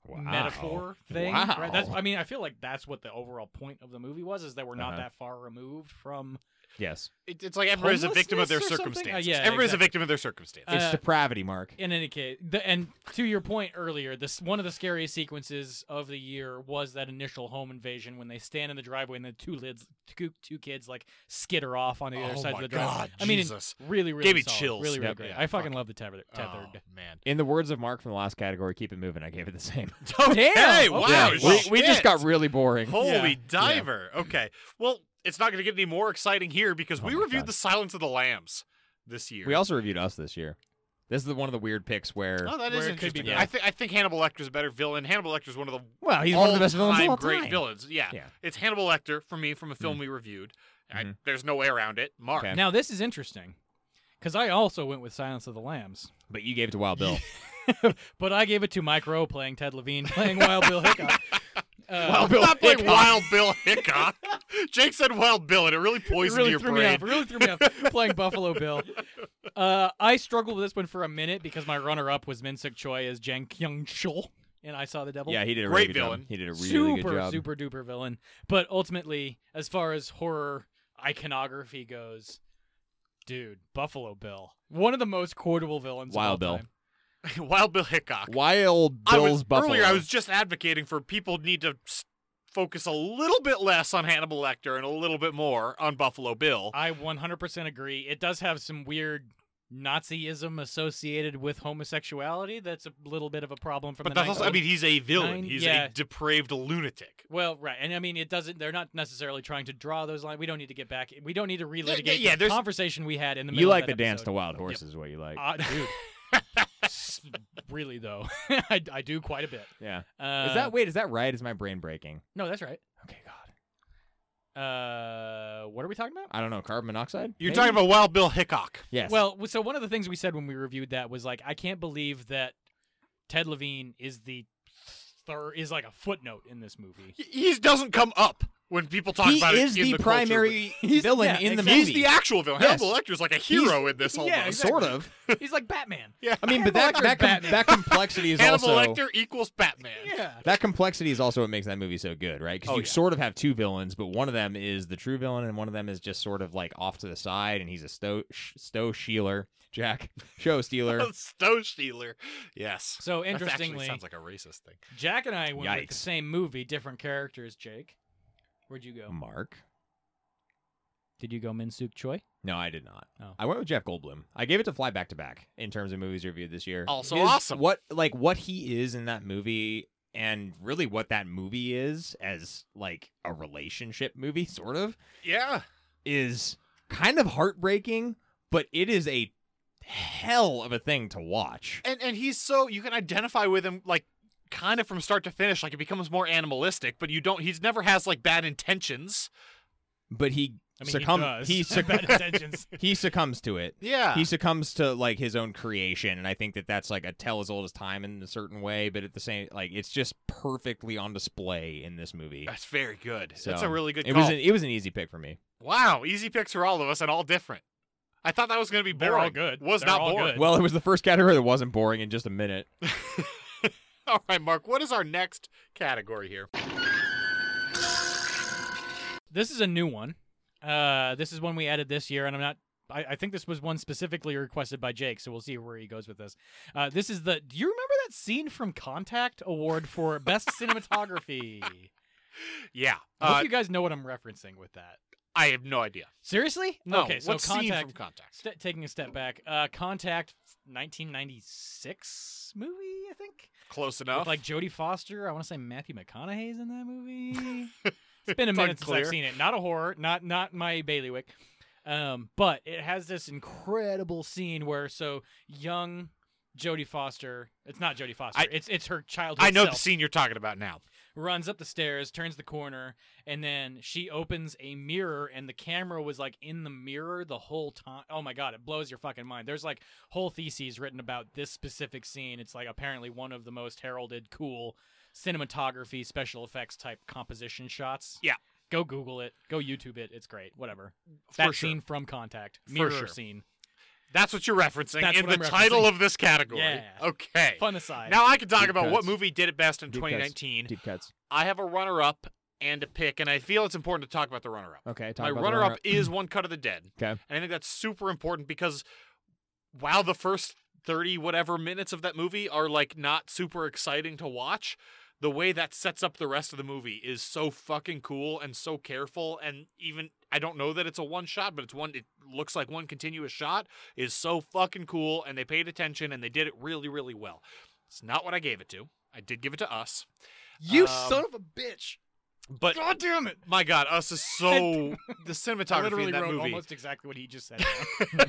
S3: Wow.
S1: metaphor thing.
S3: Wow.
S1: Right? That's I mean, I feel like that's what the overall point of the movie was is that we're not
S3: Uh-huh.
S1: that far removed from
S3: Yes.
S2: It, it's like everybody's a victim of their
S1: Homelessness or something? Uh,
S2: circumstances.
S1: yeah,
S2: everybody's
S1: exactly.
S2: a victim of their circumstances.
S1: Uh,
S3: it's depravity, Mark.
S1: in any case, the, and to your point earlier, this one of the scariest sequences of the year was that initial home invasion when they stand in the driveway and the two lids, two, two kids like skitter off on the other
S2: Oh
S1: side
S2: my
S1: of the driveway.
S2: God,
S1: I mean, and
S2: Jesus.
S1: really, really
S2: Gave me
S1: solid,
S2: chills.
S1: Really, really
S2: Yep.
S1: great.
S2: Yeah,
S1: I fucking
S2: fuck.
S1: love the tethered. tethered.
S2: Oh, man.
S3: In the words of Mark from the last category, keep it moving. I gave it the same.
S2: Hey,
S1: Oh, Damn,
S2: wow.
S1: okay.
S3: we,
S1: well,
S3: we just
S2: shit.
S3: got really boring.
S2: Holy
S1: Yeah.
S2: diver. Okay. Well, it's not going to get any more exciting here because
S3: Oh
S2: we
S3: my
S2: reviewed
S3: God.
S2: The Silence of the Lambs this year.
S3: We also reviewed us this year. This is the, one of the weird picks where.
S2: Oh, that is
S1: Where it could be
S2: interesting.
S1: better.
S2: I, th- I think Hannibal Lecter's a better villain. Hannibal Lecter's one of the
S3: well, he's one of the best villains of
S2: all-time
S3: all
S2: great
S3: time.
S2: villains. Yeah.
S3: Yeah.
S2: It's Hannibal Lecter for me from a film we reviewed. I,
S3: Mhm.
S2: there's no way around it. Mark.
S3: Okay.
S1: Now this is interesting because I also went with Silence of the Lambs,
S3: But you gave it to Wild Bill.
S1: but I gave it to Mike Rowe playing Ted Levine playing Wild Bill Hickok. Uh,
S3: Wild Bill
S2: Stop like
S3: Hickok.
S2: Wild Bill Hickok. Jake said Wild Bill, and it really
S1: It
S2: poisoned
S1: really
S2: your
S1: threw
S2: brain.
S1: me off. It really threw me off playing Buffalo Bill. Uh, I struggled with this one for a minute because my runner-up was Min Suk Choi as Jang Kyung Chul, and I saw the devil.
S3: yeah, he did a
S2: Great
S3: really good job.
S2: villain.
S3: He did a really
S1: super
S3: good job.
S1: super duper villain. But ultimately, as far as horror iconography goes, dude, Buffalo Bill, one of the most quotable villains. of
S3: Wild
S1: all
S3: Bill.
S1: time.
S2: Wild Bill Hickok.
S3: Wild
S2: I
S3: Bill's
S2: was,
S3: Buffalo.
S2: Earlier, I was just advocating for people need to s- focus a little bit less on Hannibal
S1: Uh,
S2: Lecter and a little bit more on Buffalo Bill.
S1: I 100% agree. It does have some weird Nazism associated with homosexuality. That's a little bit of a problem from
S2: But
S1: the
S2: that's also, I
S1: 90s.
S2: mean, he's a villain.
S1: Nine-
S2: he's
S1: yeah.
S2: a depraved lunatic.
S1: Well, right, and I mean, it doesn't. They're not necessarily trying to draw those lines. We don't need to get back. We don't need to relitigate
S2: yeah,
S1: the
S2: there's-
S1: conversation we had in the middle.
S3: You like
S1: of
S3: the
S1: that
S3: dance to
S1: episode.
S3: Wild Horses, is what you like.
S1: Ah, dude. S- really though, I, I do quite a bit.
S3: yeah.
S1: Uh,
S3: is that wait? Is that right? Is my brain breaking?
S1: no? That's right.
S3: Okay, God.
S1: Uh, what are we talking about?
S3: I don't know. Carbon monoxide.
S2: You're
S3: Maybe?
S2: talking about Wild Bill Hickok.
S3: yes.
S1: Well, w- so one of the things we said when we reviewed that was like, I can't believe that Ted Levine is the thir- is like a footnote in this movie.
S2: He- He doesn't come up when people talk
S3: he
S2: about
S3: is
S2: it. in
S3: the,
S2: the culture,
S3: primary
S1: He's-
S3: villain
S1: yeah,
S3: in the
S1: exactly.
S2: but- He's
S3: movie.
S2: the actual villain.
S3: Yes.
S2: Hannibal Lecter's like a hero in this.
S1: yeah,
S2: Almost.
S1: exactly.
S3: Sort of.
S1: He's like Batman.
S2: Yeah.
S3: I mean, but that
S1: Hannibal
S3: that,
S1: Lecter's
S3: com- that complexity is
S2: Hannibal
S3: also
S2: Lecter equals Batman.
S1: Yeah.
S3: that complexity is also what makes that movie so good, right? Because
S2: Oh,
S3: you
S2: yeah.
S3: sort of have two villains, but one of them is the true villain, and one of them is just sort of like off to the side, and he's a stow sh- stow stealer, Jack show
S2: Oh,
S3: stealer.
S2: Stow Stealer. Yes.
S1: So
S2: That actually
S1: interestingly,
S2: sounds like a racist thing.
S1: Jack and I went with
S3: Yikes.
S1: the same movie, different characters. Jake, where'd you
S2: Mm.
S1: go?
S3: Mark.
S1: Did you go Minsuk Choi?
S3: No, I did not.
S1: Oh.
S3: I went with Jeff Goldblum. I gave it to Fly Back to Back in terms of movies reviewed this year.
S2: Also
S3: Is
S2: awesome.
S3: What like what he is in that movie and really what that movie is as like a relationship movie sort of
S2: Yeah.
S3: is kind of heartbreaking, but it is a hell of a thing to watch.
S2: And and he's so you can identify with him like kind of from start to finish. Like it becomes more animalistic, but you don't. He's never has like bad intentions.
S3: But he
S1: I mean, he
S3: succumbs
S1: does.
S3: he, succ-
S1: bad intentions.
S3: he succumbs to it.
S2: Yeah.
S3: He succumbs to like his own creation, and I think that that's like a tell as old as time in a certain way. But at the same, like it's just perfectly on display in this movie.
S2: that's very good. that's
S3: So,
S2: a really good
S3: It
S2: call.
S3: was an, it was an easy pick for me.
S2: wow, easy picks for all of us and all different. I thought that was going to be boring.
S1: They're all good.
S2: Was
S1: They're
S2: not
S1: all
S2: boring.
S1: good.
S3: Well, it was the first category that wasn't boring in just a minute.
S2: All right, Mark, what is our next category here?
S1: This is a new one. Uh, this is one we added this year, and I'm not. I, I think this was one specifically requested by Jake, so we'll see where he goes with this. Uh, this is the. Do you remember that scene from Contact Award for Best Cinematography?
S2: Yeah.
S1: I hope
S2: Uh,
S1: you guys know what I'm referencing with that.
S2: I have no idea.
S1: Seriously?
S2: No.
S1: Okay, so
S2: what scene
S1: Contact.
S2: from Contact?
S1: Ste- taking a step back, uh, Contact, 1996 movie, I think.
S2: Close
S1: With,
S2: enough.
S1: like Jodie Foster. I want to say Matthew McConaughey's in that movie. it's been a
S2: It's
S1: minute since
S2: unclear.
S1: I've seen it. Not a horror, not not my bailiwick. Um, but it has this incredible scene where so young Jodie Foster, it's not Jodie Foster,
S2: I-
S1: it's it's her childhood
S2: I know
S1: self,
S2: the scene you're talking about now.
S1: runs up the stairs, turns the corner, and then she opens a mirror and the camera was like in the mirror the whole time. Oh my god, it blows your fucking mind. There's like whole theses written about this specific scene. It's like apparently one of the most heralded cool cinematography special effects type composition shots.
S2: Yeah.
S1: Go Google it. Go YouTube it. It's great. Whatever.
S2: For
S1: That
S2: sure.
S1: scene from Contact.
S2: For
S1: Mirror
S2: sure.
S1: scene.
S2: That's what you're referencing
S1: That's
S2: in
S1: what
S2: the
S1: I'm
S2: title
S1: referencing.
S2: of this category.
S1: Yeah.
S2: Okay.
S1: Fun aside.
S2: Now I can talk
S3: Deep
S2: about what
S3: cuts.
S2: movie did it best in
S3: Deep cuts.
S2: 2019.
S3: Deep cuts.
S2: I have a runner up and a pick, and I feel it's important to talk about the runner up.
S3: Okay.
S2: My runner up is One Cut of the Dead.
S3: Okay.
S2: And I think that's super important because while the first 30 whatever minutes of that movie are like not super exciting to watch, the way that sets up the rest of the movie is so fucking cool and so careful and even I don't know that it's a one shot, but it's one it looks like one continuous shot is so fucking cool and they paid attention and they did it really really well. It's not what I gave it to. I did give it to us.
S1: you
S2: um,
S1: son of a bitch.
S2: But
S1: God damn it.
S2: my god, us is so the
S1: I
S2: cinematography
S1: literally
S2: in that
S1: wrote
S2: movie.
S1: almost exactly what he just said.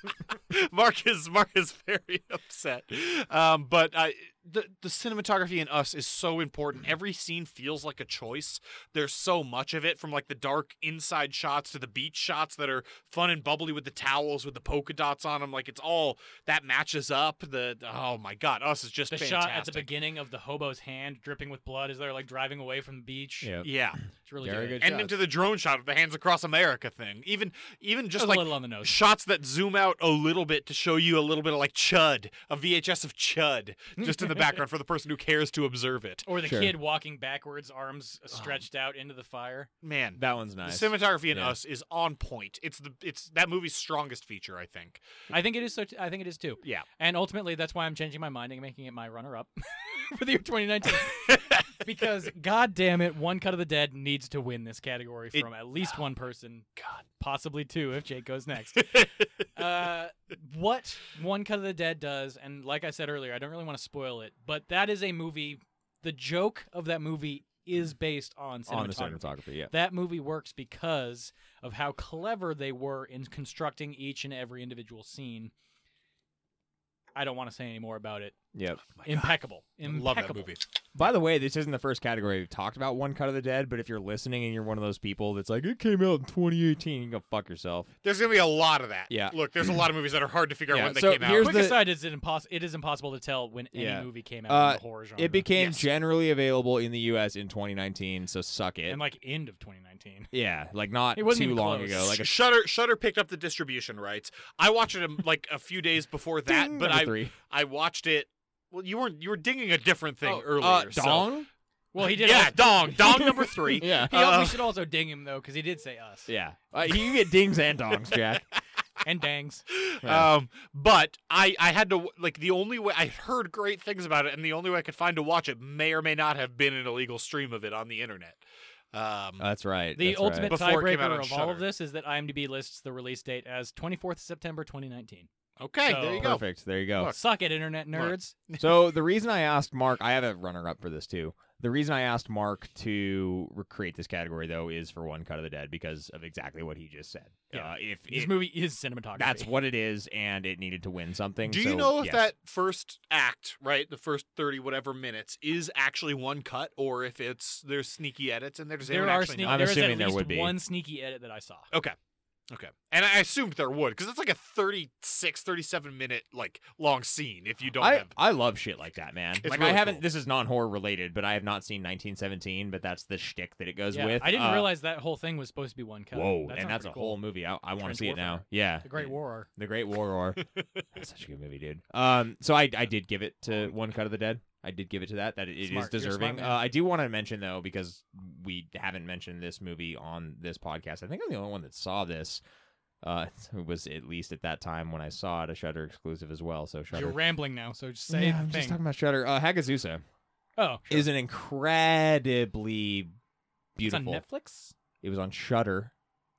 S2: Mark is Mark is very upset. Um, but I, the the cinematography in Us is so
S1: Mm-hmm.
S2: important. Every scene feels like a choice. There's so much of it, from like the dark inside shots to the beach shots that are fun and bubbly with the towels with the polka dots on them. Like it's all that matches up. The oh my god, Us is just
S1: the
S2: fantastic.
S1: shot at the beginning of the hobo's hand dripping with blood as they're like driving away from the beach.
S3: Yeah.
S2: Yeah,
S1: It's really
S3: Very
S1: good.
S3: good.
S2: and into the drone shot of the hands across America thing. Even even
S1: Just
S2: just like
S1: a little on the nose.
S2: shots that zoom out a little bit to show you a little bit of like chud a vhs of chud just in the background for the person who cares to observe it
S1: Or the
S3: Sure.
S1: kid walking backwards, arms stretched out into the fire.
S2: man
S3: That one's nice.
S2: the cinematography in
S3: Yeah.
S2: us is on point it's the it's that movie's strongest feature i think
S1: I think it is so. T- I think it is too.
S2: yeah
S1: And ultimately, that's why I'm changing my mind and making it my runner-up. for the year 2019. because god damn it, One Cut of the Dead needs to win this category
S2: It-
S1: from at least one person,
S2: God.
S1: possibly two if Jake goes next. uh, what One Cut of the Dead does, and like I said earlier, I don't really want to spoil it, but that is a movie. The joke of that movie is based on
S3: on the
S1: cinematography.
S3: cinematography. Yeah.
S1: That movie works because of how clever they were in constructing each and every individual scene. I don't want to say any more about it.
S3: Yep.
S1: Impeccable. Impeccable.
S2: Love that movie.
S3: By the way, this isn't the first category we've talked about One Cut of the Dead, but if you're listening and you're one of those people that's like, it came out in 2018, you can go fuck yourself.
S2: There's gonna be a lot of that.
S3: Yeah.
S2: Look, there's a lot of movies that are hard to figure
S3: Yeah,
S2: out when they
S3: so
S2: came out.
S3: here's
S1: Quick
S3: the-
S1: aside, is it impossible? It is impossible to tell when any
S3: Yeah.
S1: movie came out
S3: Uh,
S1: in the horror genre.
S3: It became
S2: Yes.
S3: generally available in the U.S. in 2019, so suck it.
S1: and like end of 2019.
S3: yeah, like not
S1: It wasn't
S3: too
S1: even
S3: long
S1: close.
S3: ago. Like a
S2: Shutter Shutter picked up the distribution rights. I watched it um, like a few days before that,
S3: Ding,
S2: but
S3: number
S2: I
S3: three.
S2: I watched it. Well, you were you were dinging a different thing
S3: Oh,
S2: earlier.
S3: uh,
S2: so-
S3: Dong?
S1: Well, he did.
S2: Yeah,
S1: also-
S2: dong, dong number three.
S3: Yeah.
S1: He al- we
S2: Uh,
S1: should also ding him though, because he did say us
S3: Yeah. Uh, you get dings and dongs, Jack.
S1: and dangs.
S3: Yeah.
S2: Um, but I I had to like the only way I heard great things about it, and the only way I could find to watch it may or may not have been an illegal stream of it on the internet. Um,
S3: That's right.
S1: The
S3: that's right.
S1: ultimate
S2: Before it came out
S1: tiebreaker
S2: on
S1: of all of
S2: Shudder.
S1: this is that IMDb lists the release date as 24th September 2019.
S2: okay, there
S1: so-
S2: you go.
S3: Perfect. There you go.
S2: Look.
S1: Suck it, internet nerds.
S3: So the reason I asked Mark, I have a runner-up for this too. The reason I asked Mark to recreate this category though is for One Cut of the Dead because of exactly what he just said.
S1: Yeah.
S3: Uh, if
S1: This
S3: it-
S1: movie is cinematography.
S3: that's what it is, and it needed to win something.
S2: Do you
S3: so,
S2: know if
S3: yes.
S2: that first act, right, the first thirty whatever minutes, is actually one cut, or if it's there's sneaky edits in there? Does
S1: there
S2: anyone
S1: are
S2: actually
S1: sneak,
S2: know?
S3: I'm
S1: there is
S3: assuming
S1: at
S3: there
S1: least
S3: would be.
S1: one sneaky edit that I saw.
S2: Okay. Okay. And I assumed there would because it's like a 36, 37 minute like long scene if you don't
S3: I,
S2: have
S3: I love shit like that, man.
S2: It's
S3: like I
S2: really
S3: haven't.
S2: cool.
S3: This is non horror related, but I have not seen 1917. But that's the shtick that it goes
S1: Yeah,
S3: with.
S1: I didn't
S3: Uh,
S1: realize that whole thing was supposed to be one cut.
S3: Whoa,
S1: That
S3: and
S1: sounds
S3: that's a
S1: pretty cool.
S3: whole movie. I, I want to
S1: Trench
S3: see it now.
S1: warfare.
S3: Yeah,
S1: The Great War.
S3: The Great War Roar. That's such a good movie, dude. Um, so I, I did give it to One Cut of the Dead. I did give it to that. That it is
S1: Smart. You're a smart
S3: deserving.
S1: man.
S3: Uh, I do want to mention though, because we haven't mentioned this movie on this podcast. I think I'm the only one that saw this. Uh, it was at least at that time when I saw it a Shutter exclusive as well. So Shutter.
S1: You're rambling now, so just say
S3: yeah,
S1: the
S3: I'm
S1: thing.
S3: just talking about Shutter. Uh, Hagazusa
S1: oh, sure.
S3: is an incredibly
S1: it's on
S3: beautiful.
S1: Netflix.
S3: It was on Shutter.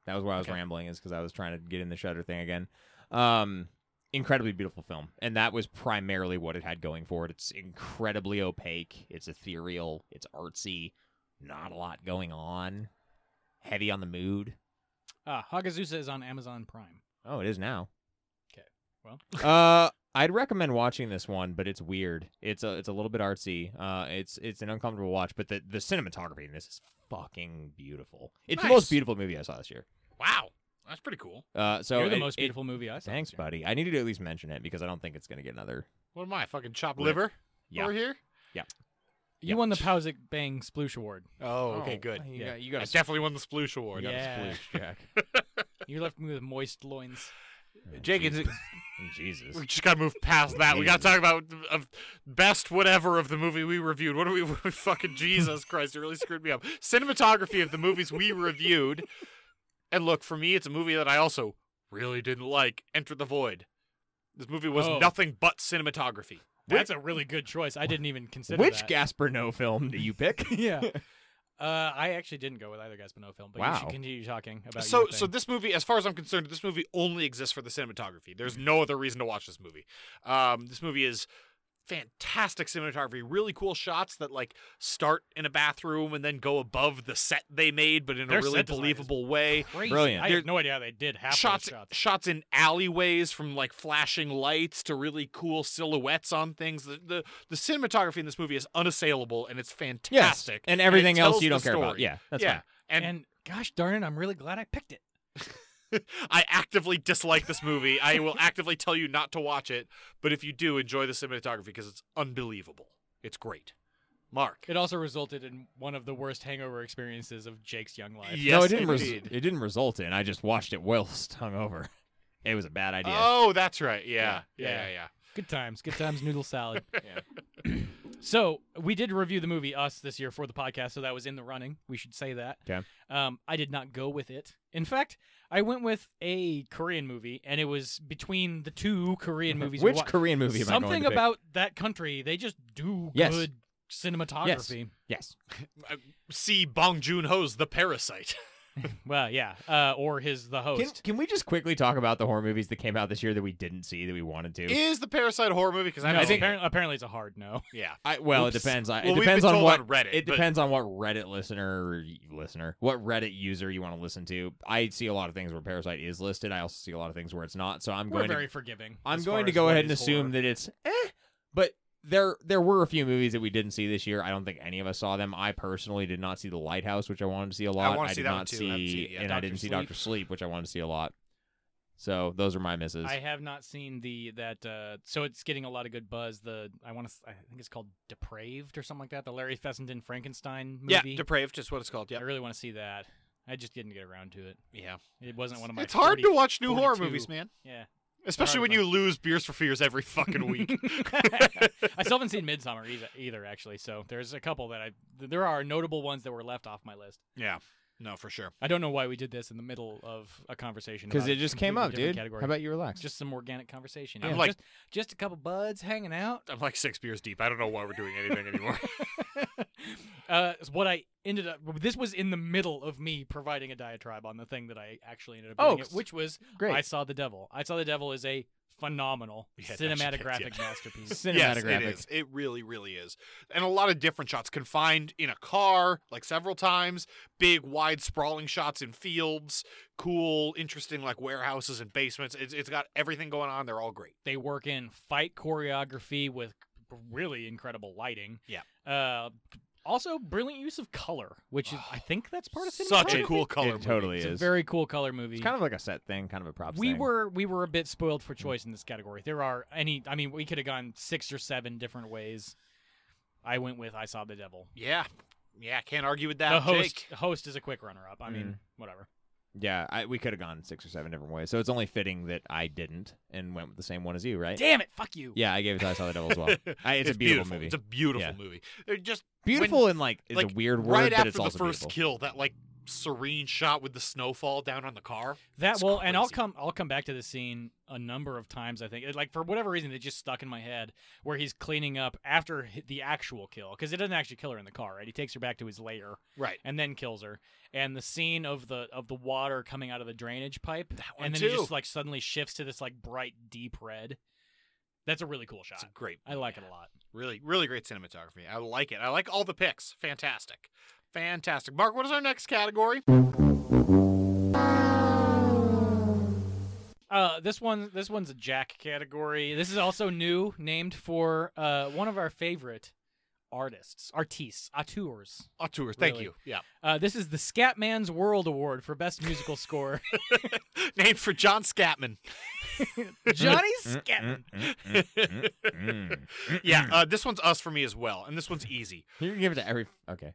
S3: That was why I was
S1: Okay.
S3: rambling, is because I was trying to get in the Shutter thing again. Um, incredibly beautiful film, and that was primarily what it had going for it. It's incredibly opaque. It's ethereal. It's artsy. Not a lot going on. Heavy on the mood.
S1: Ah, Hagazusa is on Amazon Prime.
S3: Oh, it is now.
S1: 'Kay. Well.
S3: uh, I'd recommend watching this one, but it's weird. It's a it's a little bit artsy. Uh, it's it's an uncomfortable watch, but the the cinematography in this is fucking beautiful. It's the
S2: Nice.
S3: most beautiful movie I saw this year.
S2: Wow. That's pretty cool.
S3: Uh, so
S1: You're the
S3: it-
S1: most
S3: it-
S1: beautiful movie I saw.
S3: Thanks,
S1: this year.
S3: buddy. I needed to at least mention it because I don't think it's going to get another.
S2: What am I? Fucking chopped
S3: Rip.
S2: liver
S3: Yeah.
S2: over here?
S1: You
S3: Yeah.
S1: won the Pausic Bang Sploosh Award.
S2: Oh, okay, good.
S3: You
S1: Yeah.
S3: got, you
S2: I
S3: got a
S2: definitely won the sploosh award.
S1: got a Yeah.
S3: sploosh, Jack.
S1: You left me with moist loins.
S3: Oh,
S2: Jake, is
S3: Jesus.
S2: it,
S3: Jesus.
S2: we just gotta move past that. We gotta talk about of best whatever of the movie we reviewed. What are we? fucking Jesus Christ! It really screwed me up. Cinematography of the movies we reviewed. And look, for me, it's a movie that I also really didn't like. Enter the Void. This movie was
S1: Oh.
S2: nothing but cinematography.
S1: That's a really good choice. I didn't even consider
S3: Which
S1: that.
S3: Gaspar No film do you pick?
S1: yeah. Uh, I actually didn't go with either Gaspino film, but you should
S3: Wow.
S1: continue talking about
S2: so
S1: your
S2: so
S1: thing.
S2: this movie as far as i'm concerned this movie only exists for the cinematography there's no other reason to watch this movie um, this movie is fantastic cinematography really cool shots that like start in a bathroom and then go above the set they made but in
S1: Their
S2: a really
S1: set design is
S2: believable way
S1: Crazy.
S3: Brilliant.
S1: I
S2: There-
S1: have no idea how they did half
S2: shots,
S1: those shots.
S2: shots in alleyways from like flashing lights to really cool silhouettes on things the the, the cinematography in this movie is unassailable and it's
S3: Yes.
S2: fantastic
S3: And everything
S2: it
S3: else
S2: tells
S3: you
S2: the
S3: don't care about.
S2: story.
S3: Yeah, that's
S2: yeah
S3: fine.
S1: And,
S2: and
S1: gosh darn it, I'm really glad I picked it.
S2: I actively dislike this movie. I will actively tell you not to watch it, but if you do, enjoy the cinematography because it's unbelievable. It's great. Mark.
S1: It also resulted in one of the worst hangover experiences of Jake's young life.
S2: Yes,
S3: no, it didn't. Res-
S2: indeed.
S3: it didn't result in. I just watched it whilst hungover. It was a bad idea.
S2: Oh, that's right. Yeah.
S1: Yeah,
S2: Yeah, yeah, yeah.
S1: Good times, good times, noodle salad. So we did review the movie Us this year for the podcast, so that was in the running. We should say that.
S3: 'Kay.
S1: Um, I did not go with it. In fact, I went with a Korean movie, and it was between the two Korean movies. we
S3: Uh-huh. Which
S1: wa-
S3: Korean movie am I
S1: Something
S3: going to pick?
S1: about that country. They just do
S3: Yes.
S1: good cinematography.
S3: Yes.
S2: See Bong Joon Ho's The Parasite.
S1: Well, yeah. Uh, or his the
S3: Can,
S1: host.
S3: can we just quickly talk about the horror movies that came out this year that we didn't see that we wanted to?
S2: Is The Parasite a horror movie? Because I
S1: no,
S2: haven't seen
S1: apparently, apparently it's a hard no.
S2: it. Yeah.
S3: I, well,
S2: Oops.
S3: it depends. I,
S2: Well,
S3: Uh, it
S2: we've
S3: depends
S2: been
S3: on
S2: told
S3: what
S2: on Reddit,
S3: It
S2: but-
S3: depends on what Reddit listener or y- listener, what Reddit user you want to listen to. I see a lot of things where Parasite is listed. I also see a lot of things where it's not. So I'm
S1: We're
S3: going
S1: very
S3: to
S1: forgiving.
S3: I'm
S1: as
S3: going
S1: far
S3: to
S1: as
S3: go
S1: what
S3: ahead and
S1: is horror.
S3: assume that it's eh, but there there were a few movies that we didn't see this year. I don't think any of us saw them. I personally did not see The Lighthouse, which I wanted to see a lot.
S2: wanna see
S3: did
S2: that one
S3: not
S2: too. I haven't
S3: see
S2: seen it yet.
S3: and I
S1: Dr.
S3: didn't see
S1: Sleep.
S3: Doctor Sleep, which I wanted to see a lot. So those are my misses.
S1: I have not seen the that uh so it's getting a lot of good buzz. The I want to I think it's called Depraved or something like that. The Larry Fessenden Frankenstein movie.
S2: Yeah, Depraved is what it's called. Yeah.
S1: I really want to see that. I just didn't get around to it.
S2: Yeah.
S1: It wasn't one of my.
S2: It's hard
S1: 40
S2: to watch new horror
S1: 42.
S2: movies, man.
S1: Yeah.
S2: Especially
S1: hard
S2: when
S1: to-
S2: you lose Beers for Fears every fucking week.
S1: I still haven't seen Midsummer either, either actually. So there's a couple that I there are notable ones that were left off my list.
S2: yeah. No, for sure.
S1: I don't know why we did this in the middle of a conversation
S3: because
S1: about
S3: it just came
S1: completely
S3: up,
S1: different
S3: dude.
S1: Category.
S3: How about you relax?
S1: just some organic conversation?
S2: I'm
S1: Yeah,
S2: like-
S1: just, just a couple buds hanging out.
S2: I'm like six beers deep. I don't know why we're doing anything anymore.
S1: uh, so what I ended up this was in the middle of me providing a diatribe on the thing that I actually ended up
S3: Oh,
S1: doing,
S3: s-
S1: which was
S3: great.
S1: I saw the devil. I saw the devil is a phenomenal
S2: Yeah, that's your pick,
S1: cinematographic
S2: yeah.
S1: masterpiece.
S2: yes,
S3: Cinematographic.
S2: it is. It really, really is. And a lot of different shots confined in a car, like several times. Big, wide, sprawling shots in fields. Cool, interesting, like warehouses and basements. It's, it's got everything going on. They're all great.
S1: they work in fight choreography with really incredible lighting.
S2: Yeah. Ah,
S1: Uh, also, brilliant use of color, which is I think that's part of
S2: Such a
S1: cinematography.
S2: cool color.
S3: It totally
S1: It's
S3: is.
S1: a very cool color movie.
S3: it's kind of like a set thing, kind of a props.
S1: we
S3: thing.
S1: were we were a bit spoiled for choice in this category. There are any I mean we could have gone six or seven different ways. I went with I saw the devil.
S2: movie. Yeah. Yeah, can't argue with that.
S1: the host
S2: Jake.
S1: host is a quick runner up. I
S3: Mm.
S1: mean, whatever.
S3: Yeah, I, we could have gone six or seven different ways. So it's only fitting that I didn't and went with the same one as you, right?
S1: Damn it, fuck you.
S3: Yeah, I gave it to I Saw the Devil as well. I, it's, a beautiful, movie.
S2: It's a beautiful
S3: Yeah.
S2: movie. They're just
S3: beautiful and like is
S2: like,
S3: a weird word,
S2: right
S3: but
S2: after
S3: it's
S2: the
S3: also
S2: first
S3: beautiful.
S2: kill, that like serene shot with the snowfall down on the car.
S1: That
S2: It's
S1: well, and I'll
S2: crazy.
S1: come I'll come back to this scene a number of times. I think It- like for whatever reason it just stuck in my head where he's cleaning up after hi- the actual kill because it doesn't actually kill her in the car, right? He takes her back to his lair
S2: Right.
S1: and then kills her. And the scene of the of the water coming out of the drainage pipe,
S2: one
S1: and then it
S2: too.
S1: just like suddenly shifts to this like bright deep red. That's a really cool
S2: It's
S1: shot.
S2: a great.
S1: I like it a lot.
S2: Really, really great cinematography. I like it. I like all the picks. Fantastic. Fantastic. Mark, what is our next category?
S1: Uh, this one this one's a Jack category. This is also new, named for uh one of our favorite artists, artistes, auteurs.
S2: Auteurs. Thank
S1: Really.
S2: you. Yeah.
S1: Uh, this is the Scatman's World Award for best musical score.
S2: Named for John Scatman.
S1: Johnny
S3: Mm,
S1: Scatman.
S3: mm, mm, mm, mm, mm, mm,
S2: Yeah,
S3: mm.
S2: uh, this one's us for me as well, and this one's easy.
S3: you can give it to every. Okay.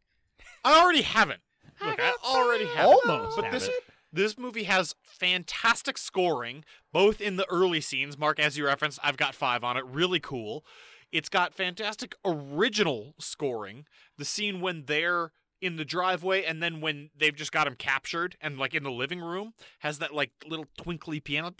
S2: I already have it. Look, I already have it.
S3: Almost
S2: But
S3: have
S2: this
S3: it.
S2: this movie has fantastic scoring, both in the early scenes. Mark, as you referenced, I've got five on it. Really cool. It's got fantastic original scoring. The scene when they're in the driveway and then when they've just got him captured and like in the living room has that like little twinkly piano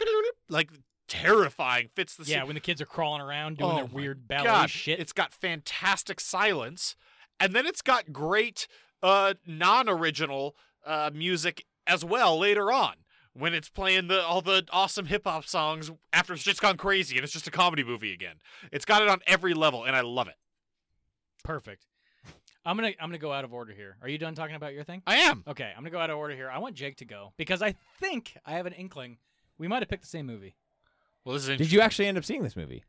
S2: like terrifying fits the scene
S1: Yeah, when the kids are crawling around doing their
S2: Oh my
S1: weird ballet
S2: God,
S1: shit.
S2: It's got fantastic silence, and then it's got great uh, non-original uh, music as well later on when it's playing the all the awesome hip hop songs after it's just gone crazy and it's just a comedy movie again. It's got it on every level, and I love it.
S1: Perfect. I'm gonna I'm gonna go out of order here. Are you done talking about your thing?
S2: I am.
S1: Okay, I'm gonna go out of order here. I want Jake to go because I think I have an inkling we might have picked the same movie.
S2: Well, this is
S3: Did you actually end up seeing this movie?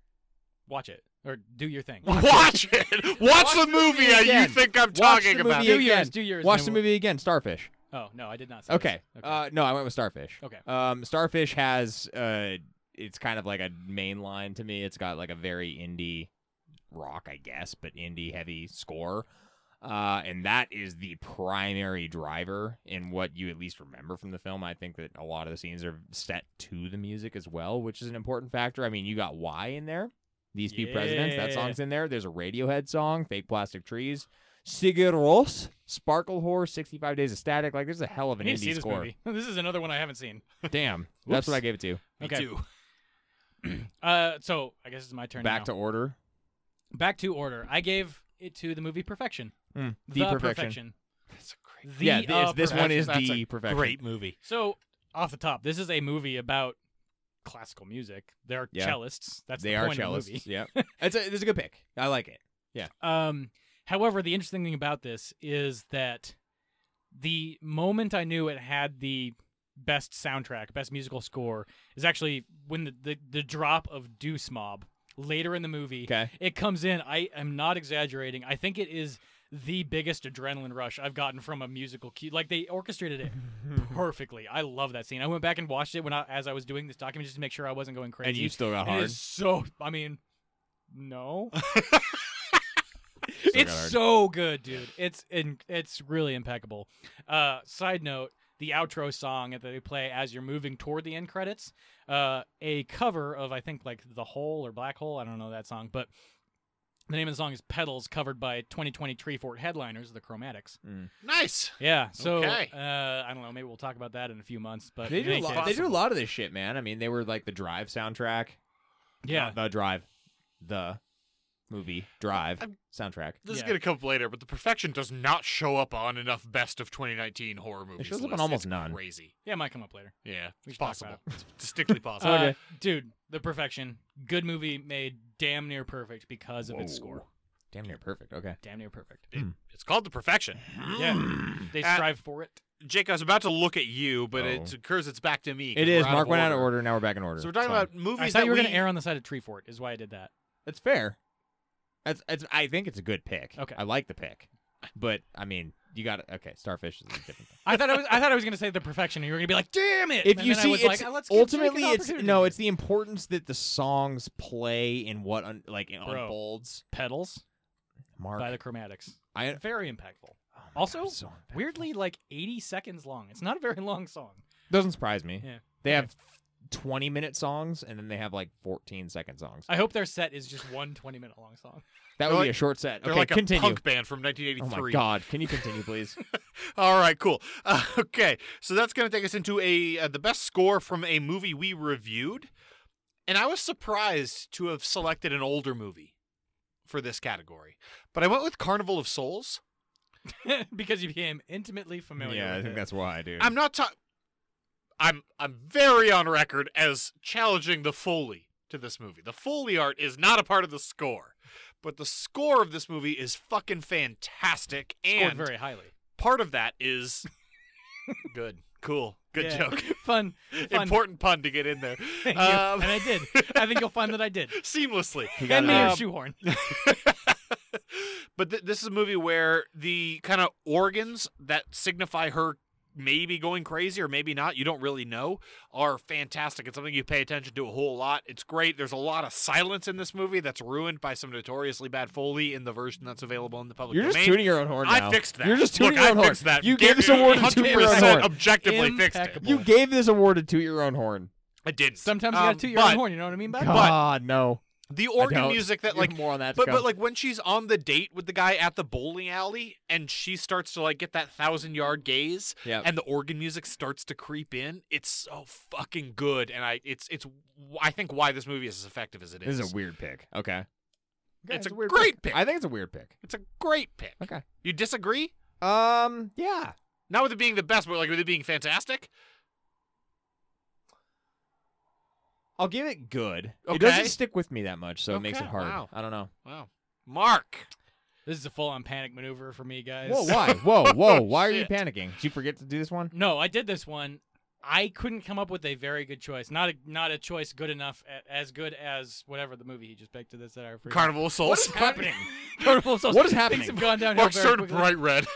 S1: Watch it or do your thing.
S2: watch it? Watch, the movie
S3: movie
S2: uh, you
S3: again.
S2: think I'm
S3: Watch
S2: talking
S3: the
S2: about?
S3: movie
S1: do
S3: again.
S1: yours. Do yours.
S3: Watch the
S1: then
S3: movie again. Starfish.
S1: we'll- Oh no, I did not. See
S3: Okay.
S1: This.
S3: Uh, no, I went with Starfish.
S1: Okay.
S3: Um, Starfish has uh, it's kind of like a main line to me. It's got like a very indie rock, I guess, but indie heavy score. Uh, and that is the primary driver in what you at least remember from the film. I think that a lot of the scenes are set to the music as well, which is an important factor. I mean, you got Y in there, These few presidents. That
S1: Yeah.
S3: song's in there. There's a Radiohead song, Fake Plastic Trees, Sigur Rós, Sparkle Horse, 65 Days of Static. Like, there's a hell of
S1: I
S3: an
S1: need to see
S3: indie
S1: this
S3: score.
S1: movie. This is another one I haven't seen.
S3: Damn. That's what
S1: Whoops.
S3: I gave it to.
S2: Me
S1: Okay.
S2: too.
S1: Uh, so I guess it's my turn.
S3: Back
S1: now.
S3: to order.
S1: back to order. I gave it to the movie Perfection.
S3: Mm,
S1: Hmm. The, perfection.
S2: That's a great.
S1: The
S3: yeah, this,
S1: uh,
S3: this one
S1: Perfection.
S3: is
S2: That's
S3: the
S2: a
S3: perfection.
S2: Great movie.
S1: So off the top, this is a movie about classical music. There are
S3: Yeah.
S1: cellists. That's
S3: they
S1: the
S3: are
S1: point of the
S3: cellists.
S1: movie.
S3: Yeah, it's a, it's a good pick. I like it.
S1: Um, however, the interesting thing about this is that the moment I knew it had the best soundtrack, best musical score, is actually when the, the, the drop of Deuce Mob later in the movie.
S3: Okay.
S1: It comes in. I am not exaggerating. I think it is the biggest adrenaline rush I've gotten from a musical cue. Like they orchestrated it perfectly. I love that scene. I went back and watched it when I, as I was doing this document just to make sure I wasn't going crazy.
S3: And you still got
S1: And it
S3: hard.
S1: is so. I mean, no.
S3: Still got
S1: it's
S3: hard.
S1: so good, dude. It's in, it's really impeccable. Uh, side note: the outro song that they play as you're moving toward the end credits, uh, a cover of I think like the Hole or Black Hole. I don't know that song, but the name of the song is Petals, covered by 2020 Tree Fort headliners, the Chromatics.
S2: Nice.
S1: Yeah. So
S2: Okay.
S1: uh, I don't know. Maybe we'll talk about that in a few months. But
S3: They
S1: in
S3: do a
S1: any
S3: lot. They
S1: case-
S3: do a lot of this shit, man. I mean, they were like the Drive soundtrack.
S1: Yeah.
S3: Not the Drive, the movie Drive
S2: I'm-
S3: soundtrack.
S2: This is
S1: Yeah.
S2: gonna come up later, but the perfection does not show up on enough best of 2019 horror movies.
S3: shows up on
S2: lists.
S3: almost
S2: It's
S3: none.
S2: Crazy.
S1: Yeah, it might come up later.
S2: Yeah,
S1: We
S2: it's
S1: should talk about
S2: possible. It's distinctly possible.
S1: Uh,
S3: Okay.
S1: dude, The Perfection. Good movie made damn near perfect because of its
S3: Whoa.
S1: score.
S3: Damn near perfect. Okay.
S1: Damn near perfect.
S2: It- it's called the perfection.
S1: Yeah. They
S2: Uh,
S1: strive for it.
S2: Jake, I was about to look at you, but it
S3: Oh.
S2: occurs it's back to me. 'cause
S3: It
S2: we're
S3: is. Mark went out of
S2: order.
S3: order. Now we're back in order.
S2: So we're talking
S3: It's fine.
S2: about movies
S1: I thought
S2: that
S1: you were
S2: we...
S1: going to err on the side of Tree Fort, is why I did that.
S3: That's fair. That's, that's. I think it's a good pick.
S1: Okay.
S3: I like the pick, but I mean, you got to Okay. Starfish is a different. thing.
S1: I thought I was. I thought I was going to say The Perfection, and you were going to be like, "Damn it!"
S3: if
S1: And
S3: you
S1: then I
S3: see
S1: was
S3: it's
S1: like, "Ah, let's give Jake an
S3: ultimately it's no
S1: opportunity."
S3: it's the importance that the songs play and what un, like it
S1: Bro.
S3: unfolds
S1: Petals
S3: mark
S1: by the Chromatics.
S3: I,
S1: Very impactful.
S3: oh my
S1: Also,
S3: God, it's so impactful.
S1: Weirdly, like 80 seconds long. It's not a very long song.
S3: doesn't surprise me
S1: Yeah.
S3: they
S1: Okay.
S3: have 20 minute songs and then they have like 14 second songs
S1: I hope their set is just one 20 minute long song.
S3: that
S2: They're
S3: would be
S2: like-
S3: a short set
S2: They're
S3: okay
S2: like a
S3: continue
S2: punk band from
S3: oh
S2: 1983.
S3: my god can you continue please
S2: All right, cool. Uh, okay, so that's going to take us into a uh, the best score from a movie we reviewed, and I was surprised to have selected an older movie for this category, but I went with Carnival of Souls.
S1: because you became intimately familiar. with it.
S3: that's why dude
S2: I'm not ta- I'm I'm very on record as challenging the foley to this movie. The foley art is not a part of the score, but the score of this movie is fucking fantastic
S1: scored
S2: and
S1: very highly.
S2: part of that is good. Cool. Good
S1: Yeah.
S2: joke.
S1: Fun. Fun.
S2: Important pun to get in there.
S1: Thank you.
S2: Um,
S1: and I did. I think you'll find that I did.
S2: Seamlessly.
S3: He got
S1: Hand
S3: it
S1: me your
S3: out.
S1: shoehorn.
S2: but th- this is a movie where the kind of organs that signify her maybe going crazy or maybe not, you don't really know, are fantastic. It's something you pay attention to a whole lot. It's great. There's a lot of silence in this movie that's ruined by some notoriously bad Foley in the version that's available in the public
S3: you're just
S2: domain.
S3: tuning your own horn now.
S2: I fixed that.
S3: You're just tuning
S2: Look,
S3: your own
S2: I
S3: horn.
S2: fixed that.
S3: You
S2: Gave
S3: gave this award to toot your own
S2: 100%
S3: horn.
S2: objectively fixed it.
S1: Impeccable.
S3: You gave this award to toot your own horn.
S2: I didn't.
S1: Sometimes you
S2: Um,
S1: gotta toot your
S2: but
S1: own horn. You know what I mean? bud?
S3: God, no.
S2: The
S3: I
S2: organ
S3: don't.
S2: music that
S3: You
S2: like
S3: have more on that. to
S2: But
S3: come.
S2: but like when she's on the date with the guy at the bowling alley and she starts to like get that thousand yard gaze
S3: yeah,
S2: and the organ music starts to creep in, it's so fucking good and I it's it's I think why this movie is as effective as it is.
S3: this is a weird pick. Okay, Okay,
S2: It's a
S3: weird
S2: great pick.
S3: I think it's a weird pick.
S2: it's a great pick.
S3: Okay.
S2: You disagree?
S3: Um. Yeah.
S2: Not with it being the best, but like with it being fantastic.
S3: I'll give it good.
S2: Okay.
S3: It doesn't stick with me that much, so it makes it
S2: Okay,
S3: hard.
S2: wow.
S3: I don't know.
S2: Wow. Mark.
S1: This is a full-on panic maneuver for me, guys.
S3: Whoa, why? Whoa, whoa. Why are you
S2: Oh, Shit.
S3: panicking? Did you forget to do this one?
S1: No, I did this one. I couldn't come up with a very good choice. Not a not a choice good enough, a- as good as whatever the movie he just picked to this that I forget.
S2: Carnival of Souls.
S1: What is happening? Carnival of Souls.
S3: What is
S1: Things
S3: happening?
S1: have gone downhill
S2: Mark
S1: very
S2: turned
S1: quickly.
S2: bright red.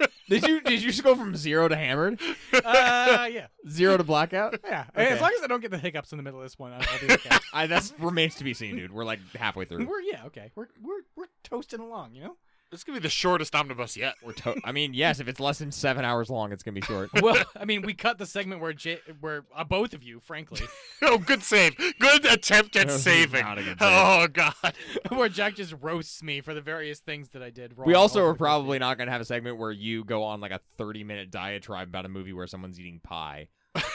S3: Did you did you just go from zero to hammered?
S1: Uh, yeah,
S3: Zero to blackout?
S1: yeah.
S3: Okay.
S1: As long as I don't get the hiccups in the middle of this one, I'll, I'll be okay.
S3: I that remains to be seen, dude. We're like halfway through.
S1: we're yeah, okay. We're we're we're toasting along, you know.
S2: This is gonna be the shortest omnibus yet.
S3: We're to- I mean, yes, if it's less than seven hours long, it's gonna be short.
S1: well, I mean, we cut the segment where J- where uh, both of you, frankly,
S2: oh, good save. Good attempt at
S3: That was
S2: saving.
S3: not a good save.
S2: Oh god.
S1: where Jack just roasts me for the various things that I did wrong.
S3: We also
S1: over
S3: are
S1: the
S3: probably not gonna have a segment where you go on like a thirty-minute diatribe about a movie where someone's eating pie.
S1: course.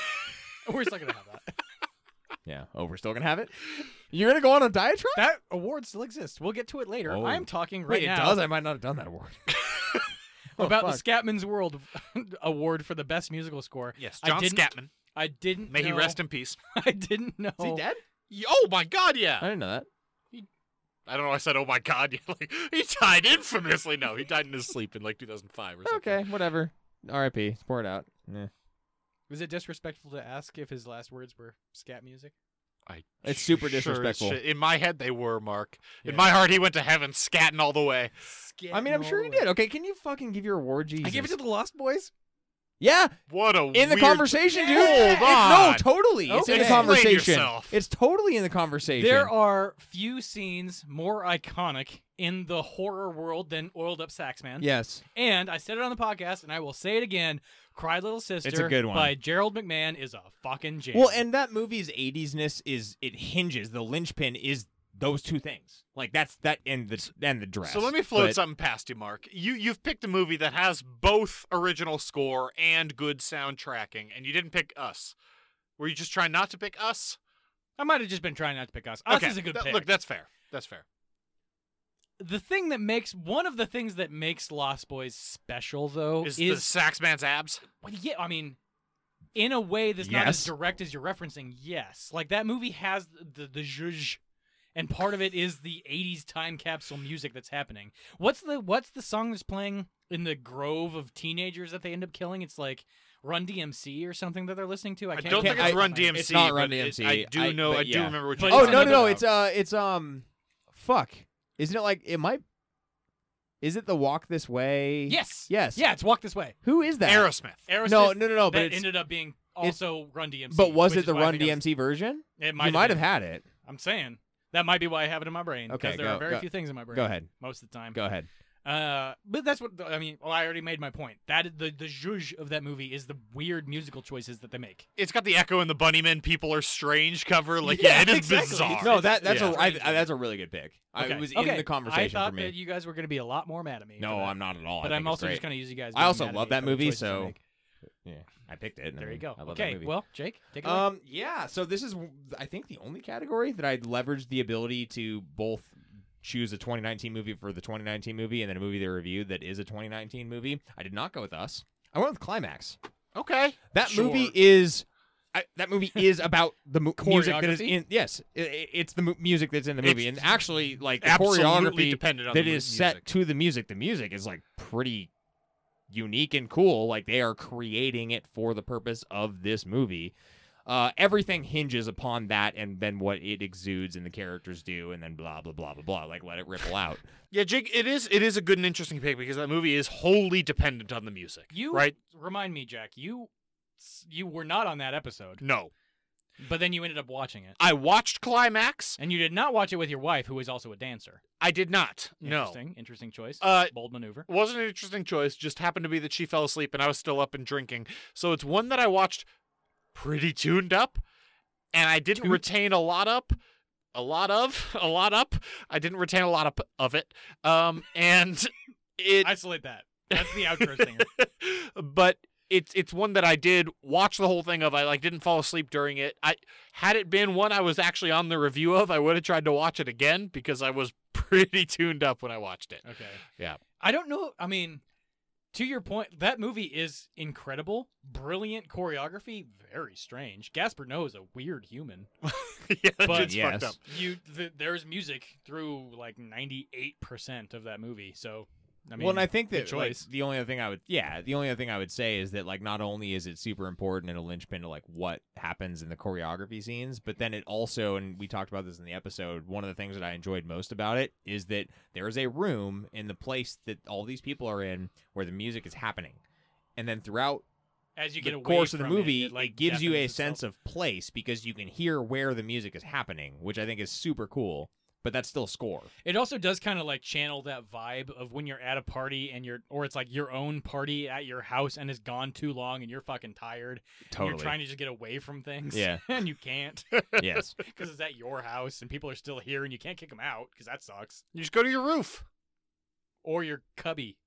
S1: We're still gonna have that.
S3: Yeah. Oh, we're still gonna have it. You're gonna go on a diatribe?
S1: That award still exists. We'll get to it later.
S3: Oh.
S1: I'm talking right
S3: Wait, it
S1: now
S3: does. I might not have done that award. Oh,
S1: about
S3: fuck.
S1: the Scatman's World award for the best musical score.
S2: Yes,
S1: I
S2: John
S1: didn't-
S2: Scatman.
S1: I didn't.
S2: May
S1: know,
S2: he rest in peace.
S1: I didn't know.
S3: Is he dead?
S2: Y- Oh my god,
S3: I
S2: yeah.
S3: didn't know that.
S2: I don't know. I said, oh my god, yeah. Like, he died infamously. No, he died in his sleep in like 2005 or something.
S3: Okay, whatever. R.I.P. Pour it out. Eh.
S1: Was it disrespectful to ask if his last words were scat music?
S2: I
S3: It's super
S2: sure as
S3: disrespectful.
S2: shit- In my head, they were, Mark.
S1: Yeah.
S2: In my heart, he went to heaven scatting all the way.
S3: I mean, I'm sure he did. Okay, can you fucking give your award, Jesus?
S1: I gave it to the Lost Boys.
S3: yeah,
S2: What a
S3: in the
S2: weird-
S3: conversation, dude.
S2: Hold
S3: It- no,
S2: on.
S3: totally. It's in the
S1: Okay.
S3: conversation.
S2: Explain yourself.
S3: It's totally in the conversation.
S1: There are few scenes more iconic in the horror world than Oiled Up Saxman.
S3: yes.
S1: And I said it on the podcast, and I will say it again. Cry Little Sister
S3: good one.
S1: by Gerald McMahon is a fucking jam.
S3: Well, and that movie's 80s-ness is it hinges the linchpin is those two things. Like that's that and the and the dress.
S2: So let me float
S3: But-
S2: something past you, Mark. You you've picked a movie that has both original score and good soundtracking, and you didn't pick us. Were you just trying not to pick us?
S1: I might have just been trying not to pick us. Us
S2: okay.
S1: is a good
S2: That-
S1: pick.
S2: Look, that's fair. That's fair.
S1: the thing that makes one of the things that makes Lost Boys special,
S3: Oh,
S1: though,
S2: Is,
S1: is,
S2: the Saxman's abs?
S1: well, yeah. I mean, in a way that's not as
S3: Yes.
S1: direct as you're referencing. Yes, like that movie has the the zhuzh, and part of it is the '80s time capsule music that's happening. What's the what's the song that's playing in the grove of teenagers that they end up killing? It's like Run DMC or something that they're listening to. I,
S2: I
S1: can't
S2: don't think
S1: remember.
S2: it's Run
S1: I-
S2: DMC.
S3: It's not Run
S2: but it-
S3: DMC.
S2: I do
S3: I-
S2: know.
S3: but
S2: I do
S3: yeah.
S2: remember what
S1: But
S2: you.
S3: Oh
S1: it's
S3: no, no,
S1: not
S3: no.
S1: about-
S3: It's uh it's um fuck. Isn't it like it might Is it the walk this way?
S1: Yes.
S3: Yes.
S1: Yeah, it's Walk This Way.
S3: Who is that?
S2: Aerosmith.
S1: Aerosmith.
S3: No, no, no, no, but
S1: that
S3: it's-
S1: ended up being also Run DMC.
S3: But was
S1: which
S3: it
S1: is
S3: the
S1: why I
S3: Run
S1: think I was-
S3: DMC version?
S1: It
S3: you
S1: might
S3: might
S1: have
S3: have
S1: been.
S3: had it.
S1: I'm saying that might be why I have it in my brain because
S3: Okay,
S1: there
S3: go-
S1: are very
S3: go-
S1: few things in my brain.
S3: Go ahead.
S1: Most of the time.
S3: Go ahead.
S1: Uh, but that's what I mean. Well, I already made my point. That is- the the zhuzh of that movie is the weird musical choices that they make.
S2: It's got the Echo and the Bunnymen. People are strange cover. Like
S1: Yeah,
S2: yeah, it is
S1: exactly.
S2: bizarre.
S3: No, that that's
S2: Yeah.
S3: a I, I, that's a really good pick. I,
S1: Okay,
S3: it was
S1: okay.
S3: in the conversation
S1: I thought
S3: for me.
S1: that you guys were going to be a lot more mad at me.
S3: no, I'm not at all. I
S1: But
S3: think
S1: I'm
S3: it's
S1: also
S3: great.
S1: just going to use you guys.
S3: I
S1: being
S3: also
S1: mad at
S3: love
S1: me
S3: that
S1: for the
S3: movie,
S1: choices I
S3: so-
S1: make.
S3: Yeah, I picked it. and I
S1: there you
S3: mean,
S1: go.
S3: I love that
S1: Okay,
S3: movie.
S1: well, Jake, take it away.
S3: um, yeah. So this is, I think, the only category that I leveraged the ability to both choose a 2019 movie for the 2019 movie and then a movie they reviewed that is a 2019 movie. I did not go with Us. I went with Climax.
S2: okay.
S3: That
S2: Sure.
S3: movie is. I, that movie is about the mu- music that is
S1: Choreography?
S3: in. Yes, i- i- it's the mu- music that's in the movie,
S2: It's
S3: and actually, like the
S2: Absolutely
S3: choreography
S2: dependent on
S3: that
S2: the mu-
S3: is set
S2: music.
S3: to the music. The music is like pretty unique and cool. Like they are creating it for the purpose of this movie. Uh, everything hinges upon that, and then what it exudes and the characters do, and then blah blah blah blah blah. Like let it ripple out.
S2: Yeah, Jake, it is it is a good and interesting pick because that movie is wholly dependent on the music.
S1: you
S2: right?
S1: remind me, Jack. You you were not on that episode,
S2: No.
S1: but then you ended up watching it,
S2: I watched Climax.
S1: and you did not watch it with your wife, who is also a dancer.
S2: I did not. No.
S1: Interesting, interesting choice.
S2: Uh,
S1: Bold maneuver.
S2: Wasn't an interesting choice, just happened to be that she fell asleep and I was still up and drinking. So it's one that I watched pretty tuned up and I didn't
S1: Tuned?
S2: retain a lot up. A lot of, a lot up. I didn't retain a lot up of it. Um and it
S1: Isolate that. That's the outro singer.
S2: but it's it's one that I did watch the whole thing of. I like didn't fall asleep during it. I had it been one I was actually on the review of, I would have tried to watch it again because I was pretty tuned up when I watched it.
S1: Okay.
S2: Yeah.
S1: I don't know. I mean, to your point, that movie is incredible, brilliant choreography, very strange. Gaspar Noe is a weird human.
S2: yeah, that
S1: But-
S2: shit's
S3: Yes.
S2: fucked up.
S1: You, th- there's music through like 98 percent of that movie. So, I mean,
S3: well, and I think
S1: good
S3: that like,
S1: choice.
S3: the only other thing I would, yeah, the only other thing I would say is that like not only is it super important and a linchpin to like what happens in the choreography scenes, but then it also, and we talked about this in the episode, one of the things that I enjoyed most about it is that there is a room in the place that all these people are in where the music is happening, and then throughout
S1: as you get
S3: the
S1: away
S3: course of the
S1: from it,
S3: movie,
S1: it, like,
S3: gives you a
S1: dampens itself.
S3: sense of place because you can hear where the music is happening, which I think is super cool. but that's still a score.
S1: It also does kind of like channel that vibe of when you're at a party and you're, or it's like your own party at your house and it's gone too long and you're fucking tired. and You're trying to just get away from things.
S3: Yeah.
S1: and you can't
S3: yes.
S1: because it's at your house and people are still here and you can't kick them out because that sucks.
S2: You just go to your roof.
S1: Or your cubby.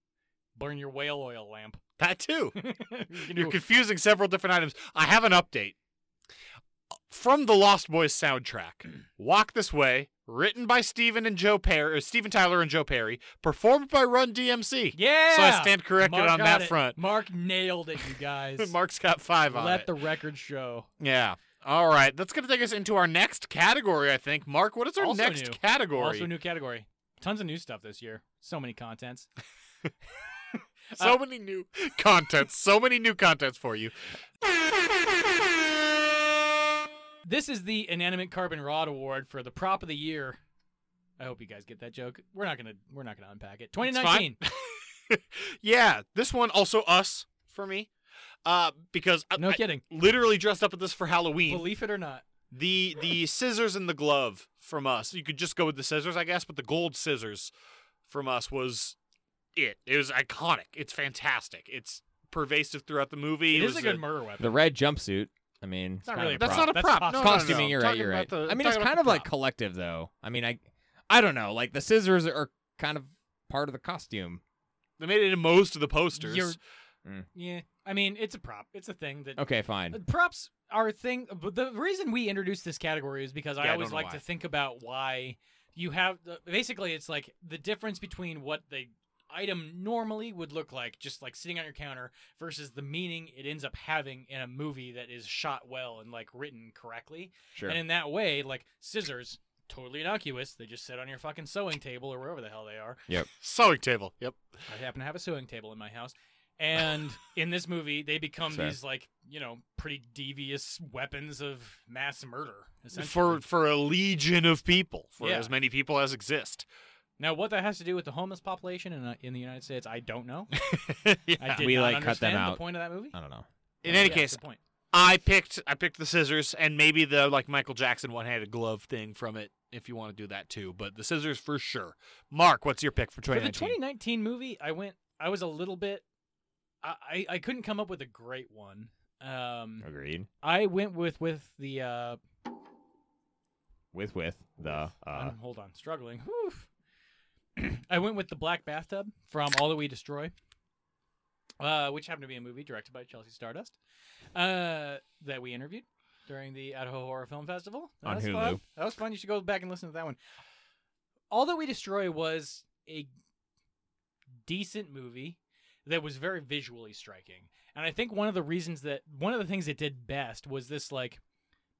S1: Burn your whale oil lamp.
S2: That too.
S1: you can
S2: You're
S1: do-
S2: confusing several different items. I have an update from the Lost Boys soundtrack. Walk This Way, written by Steven and Joe Perry, or Steven Tyler and Joe Perry, performed by Run DMC.
S1: yeah.
S2: So I stand corrected
S1: Mark
S2: on
S1: got
S2: that
S1: it.
S2: front.
S1: Mark nailed it, you guys.
S2: Mark's got five on
S1: Let
S2: it.
S1: the record show.
S2: yeah. All right. That's going to take us into our next category, I think. Mark, what is our
S1: Also
S2: next
S1: new.
S2: category?
S1: Also, a new category. Tons of new stuff this year. So many contents.
S2: So many new contents. So many new contents for you.
S1: This is the inanimate carbon rod award for the prop of the year. I hope you guys get that joke. We're not gonna we're not gonna unpack it. 2019.
S2: Yeah, this one also us for me, uh, because I,
S1: No
S2: I
S1: kidding.
S2: literally dressed up at this for Halloween.
S1: Believe it or not.
S2: the the scissors and the glove from us. You could just go with the scissors, I guess, but the gold scissors from us was it. It was iconic. It's fantastic. It's pervasive throughout the movie.
S1: It is
S2: was
S1: a good murder weapon.
S3: The red jumpsuit. I mean,
S1: It's not really a
S2: That's
S1: prop.
S2: not a
S1: That's
S2: prop.
S1: costume.
S2: No, no, no,
S3: costuming.
S2: no.
S3: You're right.
S2: Talking
S3: You're right.
S2: about the-
S3: I mean, it's
S2: talking about
S3: kind of
S2: the
S3: like
S2: prop.
S3: collective, though. I mean, I, I don't know. Like the scissors are kind of part of the costume.
S2: They made it in most of the posters.
S1: You're-
S3: Mm.
S1: Yeah. I mean, it's a prop. It's a thing that uh,
S3: Okay, fine.
S1: props are a thing but the reason we introduced this category is because
S2: Yeah,
S1: i
S2: I
S1: always
S2: don't know
S1: like
S2: why.
S1: to think about why you have the, basically it's like the difference between what the item normally would look like just like sitting on your counter versus the meaning it ends up having in a movie that is shot well and like written correctly
S3: Sure.
S1: and in that way like scissors totally innocuous they just sit on your fucking sewing table or wherever the hell they are
S2: sewing table. Yep.
S1: I happen to have a sewing table in my house. And in this movie, they become
S3: Sorry.
S1: these like you know pretty devious weapons of mass murder. Essentially.
S2: For for a legion of people, for
S1: Yeah.
S2: as many people as exist.
S1: now, what that has to do with the homeless population in, uh, in the United States, I don't know. I
S2: Yeah.
S1: did
S3: We,
S1: not
S3: like, cut them
S1: understand
S3: out.
S1: the point of that movie.
S3: I don't know.
S2: In any
S1: Yeah,
S2: case,
S1: good point.
S2: I picked I picked the scissors and maybe the like Michael Jackson one-handed glove thing from it if you want to do that too, but the scissors for sure. Mark, what's your pick for
S1: for the
S2: 2019?
S1: 2019 movie, I went. I was a little bit. I I, I couldn't come up with a great one. Um,
S3: Agreed.
S1: I went with with the. Uh,
S3: With with the uh,
S1: I'm- hold on, struggling. Whew. I went with the black bathtub from All That We Destroy, uh, which happened to be a movie directed by Chelsea Stardust uh, that we interviewed during the Idaho Horror Film Festival. That
S3: On
S1: was
S3: Hulu.
S1: fun. That was fun. You should go back and listen to that one. All That We Destroy was a decent movie that was very visually striking. And I think one of the reasons that one of the things it did best was this like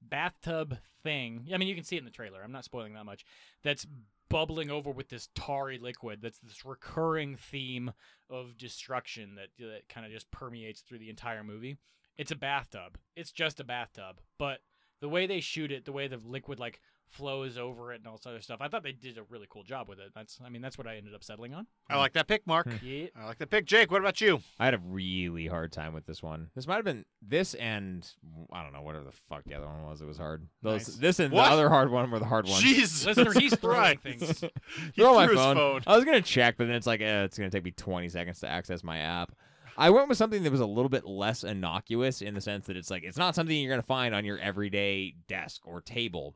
S1: bathtub thing. I mean, you can see it in the trailer. I'm not spoiling that much. That's bubbling over with this tarry liquid. That's this recurring theme of destruction that that kind of just permeates through the entire movie. It's a bathtub. It's just a bathtub, but the way they shoot it, the way the liquid like flows over it and all this other stuff. I thought they did a really cool job with it. That's I mean, that's what I ended up settling on.
S2: I like that pick, Mark.
S3: Hmm.
S1: Yeah.
S2: I like that pick. Jake, what about you?
S3: I had a really hard time with this one. This might have been this and I don't know whatever the fuck the other one was. It was hard. Those,
S1: Nice.
S3: This and
S2: What?
S3: the other hard one were the hard ones.
S2: Jesus.
S1: Listener, he's throwing
S2: Christ.
S1: things.
S2: He
S3: Throw my
S2: threw his
S3: phone.
S2: phone.
S3: I was gonna check, but then it's like eh, it's gonna take me 20 seconds to access my app. I went with something that was a little bit less innocuous in the sense that it's like it's not something you're gonna find on your everyday desk or table,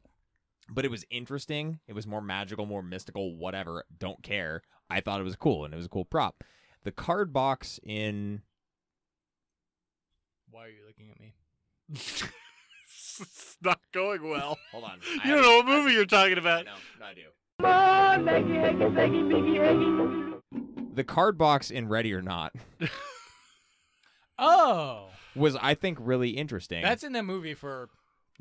S3: but it was interesting. It was more magical, more mystical, whatever. Don't care. I thought it was cool, and it was a cool prop. The card box in
S1: Why are you looking at me?
S2: it's not going well.
S3: hold on, I
S2: You don't
S3: have-
S2: know what
S3: I have-
S2: movie you're talking
S3: I
S2: about.
S3: know, no, I do. The card box in Ready or Not
S1: Oh,
S3: was, I think, really interesting.
S1: that's in that movie for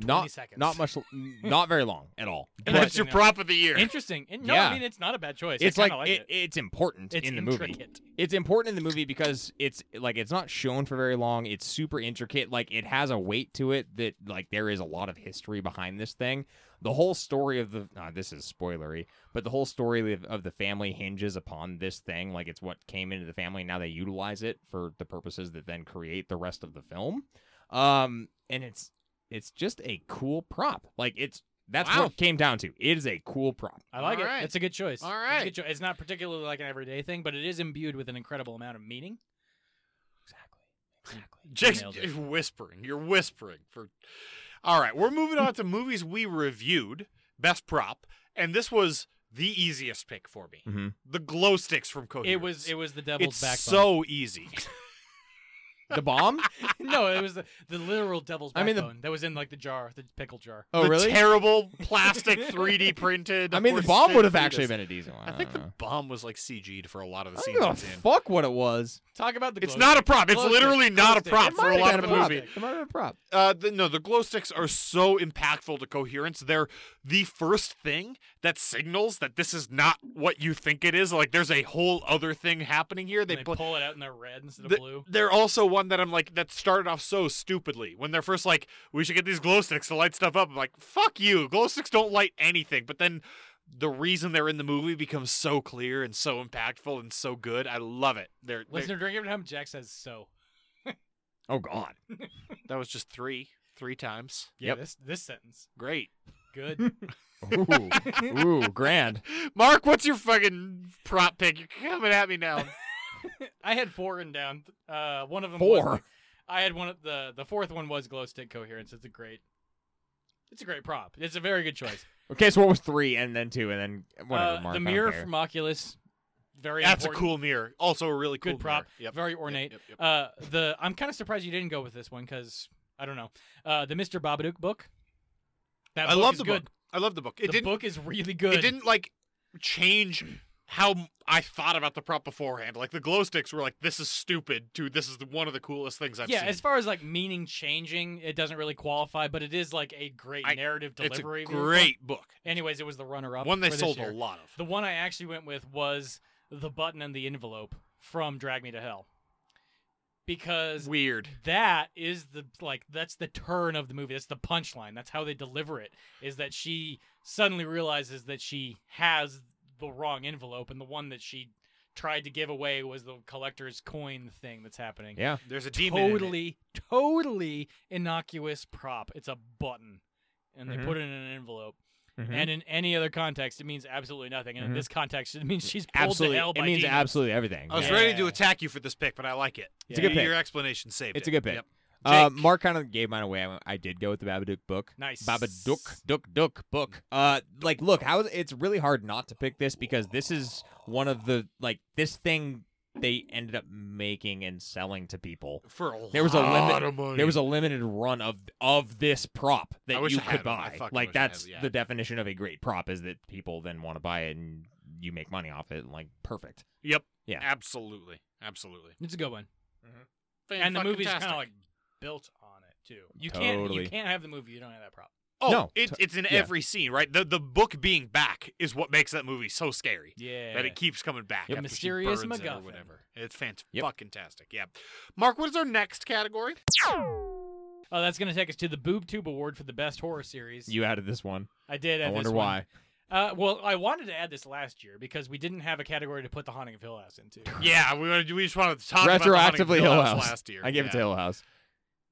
S1: 20
S3: not
S1: seconds.
S3: not much, not very long at all.
S1: And
S3: But
S1: I-
S2: That's your prop of the year.
S1: Interesting. And no,
S3: Yeah.
S1: I mean it's not a bad choice. I
S3: it's like,
S1: kinda
S3: it,
S1: it.
S3: it's important
S1: It's
S3: in the movie.
S1: intricate.
S3: It's important in the movie because it's like it's not shown for very long. It's super intricate. Like it has a weight to it that like there is a lot of history behind this thing. The whole story of the ah, this is spoilery, but the whole story of, of the family hinges upon this thing. Like it's what came into the family. Now they utilize it for the purposes that then create the rest of the film. Um, and it's it's just a cool prop. Like it's That's
S2: Wow.
S3: what it came down to. It is a cool prop.
S1: I like
S2: All
S1: it.
S2: right.
S1: It's a good choice.
S2: All
S1: It's, a
S2: right.
S1: good choi- it's not particularly like an everyday thing, but it is imbued with an incredible amount of meaning. Exactly. Exactly.
S2: Jake's you're whispering. You're whispering for. All right, we're moving on to movies we reviewed. Best prop, and this was the easiest pick for me.
S3: Mhm.
S2: The glow sticks from Coherence.
S1: It was it was the devil's
S2: It's
S1: backbone.
S2: so easy.
S3: The bomb?
S1: no, it was the, the literal devil's
S3: I
S1: backbone
S3: mean, the-
S1: that was in like the jar, the pickle jar.
S3: Oh,
S2: the
S3: really?
S2: Terrible plastic 3D printed.
S3: I mean, the
S2: horse
S3: bomb
S2: shaped
S3: would have
S2: fetus.
S3: actually been a decent one.
S2: I think the
S3: don't know.
S2: bomb was like CG'd for a lot of the
S3: I
S2: scenes
S3: don't give a
S2: it's in.
S3: fuck what it was.
S1: Talk about the.
S2: It's
S1: glow
S2: not a prop. It's
S1: Glow
S2: literally
S1: stick.
S2: not a
S1: Glow
S2: prop
S1: stick. It
S2: for a
S1: might've
S2: lot
S1: been
S2: of the
S1: a prop.
S2: movie.
S3: It might have been a prop.
S2: Uh, the, no, the glow sticks are so impactful to coherence. They're the first thing that signals that this is not what you think it is. Like, there's a whole other thing happening here.
S1: They,
S2: They, put.
S1: pull it out and they're red instead of
S2: The-
S1: blue.
S2: They're also one that I'm like that started off so stupidly when they're first like we should get these glow sticks to light stuff up. I'm like fuck you, glow sticks don't light anything. But then the reason they're in the movie becomes so clear and so impactful and so good. I love it. They're, they're-
S1: Listener, drink every time Jack says so.
S3: Oh God.
S2: that was just three three times.
S1: Yeah,
S3: Yep.
S1: this this sentence
S2: Great.
S1: good.
S3: Ooh, ooh, grand.
S2: Mark, what's your fucking prop pick? You're coming at me now.
S1: I had four and down. Uh, one of them was-
S3: Four.
S1: I had one of the the fourth one was glow stick coherence. It's a great. It's a great prop. It's a very good choice.
S3: Okay, so what was three and then two and then whatever?
S1: Uh,
S3: Mark, I
S1: the
S3: don't
S1: mirror
S3: care.
S1: from Oculus, very
S2: That's a
S1: important.
S2: cool mirror. Also a really cool
S1: good prop,
S2: Mirror. Yep.
S1: very ornate.
S2: Yep, yep, yep.
S1: Uh, the I'm kind of surprised you didn't go with this one because I don't know. Uh, the Mr. Babadook book. That
S2: I
S1: book
S2: love
S1: is
S2: the
S1: good.
S2: book. I love the book. It
S1: the
S2: didn't.
S1: book is really good.
S2: It didn't like change how m- I thought about the prop beforehand. Like the glow sticks were like, "This is stupid," dude. This is the, one of the coolest things I've
S1: yeah,
S2: seen.
S1: as far as like meaning changing, it doesn't really qualify, but it is like a great
S2: I-
S1: narrative
S2: it's a
S1: delivery.
S2: great book.
S1: Anyways, it was the runner-up.
S2: One they
S1: for this
S2: sold
S1: year.
S2: a lot of.
S1: The one I actually went with was the button and the envelope from Drag Me to Hell, because
S2: Weird.
S1: that is the like that's the turn of the movie that's the punchline that's how they deliver it is that she suddenly realizes that she has the wrong envelope and the one that she tried to give away was the collector's coin thing that's happening
S3: Yeah.
S2: There's a demon. in it.
S1: totally totally innocuous prop it's a button and they
S3: Mhm.
S1: put it in an envelope
S3: Mhm.
S1: and in any other context it means absolutely nothing and in
S3: Mhm.
S1: this context it means she's pulled
S3: absolutely.
S1: to hell by
S3: it means
S1: demons.
S3: absolutely everything.
S2: I was
S3: Yeah.
S2: ready to
S1: Yeah.
S2: attack you for this pick, but I like it.
S1: It's a
S2: Y-
S3: good pick.
S2: Your explanation saved
S3: It's
S2: it.
S3: a good pick.
S2: Yep.
S3: Uh,
S2: Jake.
S3: Mark kind of gave mine away. I, went- I did go with the Babadook book.
S1: nice
S3: Babadook, Duck, Duck book. Uh, like, look, how it's really hard not to pick this because this is one of the like this thing they ended up making and selling to people.
S2: For a
S3: There was a
S2: lot
S3: limit-
S2: of money.
S3: There was a limited run of of this prop that
S2: Oh, I wish
S3: you
S2: I
S3: could
S2: had one. I
S3: buy.
S2: fucking
S3: like
S2: wish I had-
S3: that's
S2: yeah.
S3: the definition of a great prop is that people then want to buy it and you make money off it. Like perfect.
S2: Yep.
S3: Yeah.
S2: Absolutely. Absolutely.
S1: it's a good one and the movie's kind of like built on it too. You can't you
S3: Totally.
S1: can't have the movie. You don't have that prop.
S2: oh,
S3: No.
S2: it, it's in
S3: yeah.
S2: every scene, right? The the book being back is what makes that movie so scary.
S1: Yeah,
S2: That it keeps coming back.
S1: Yep.
S2: after she
S1: Mysterious
S2: burns it or
S1: MacGuffin.
S2: whatever. It's fantastic.
S3: Yep.
S2: Fucking tastic. Yeah. Mark, what is our next category?
S1: oh, that's gonna take us to the Boob Tube Award for the best horror series.
S3: You added this one.
S1: I did.
S3: I
S1: add
S3: wonder
S1: this one.
S3: why.
S1: Uh, well, I wanted to add this last year because we didn't have a category to put The Haunting of Hill House into.
S2: Yeah, we wanna- we just wanted to talk about the Haunting of
S3: Retroactively
S2: Hill
S3: Hill
S2: House
S3: House.
S2: last year.
S3: I gave it to
S2: Yeah.
S3: Hill House.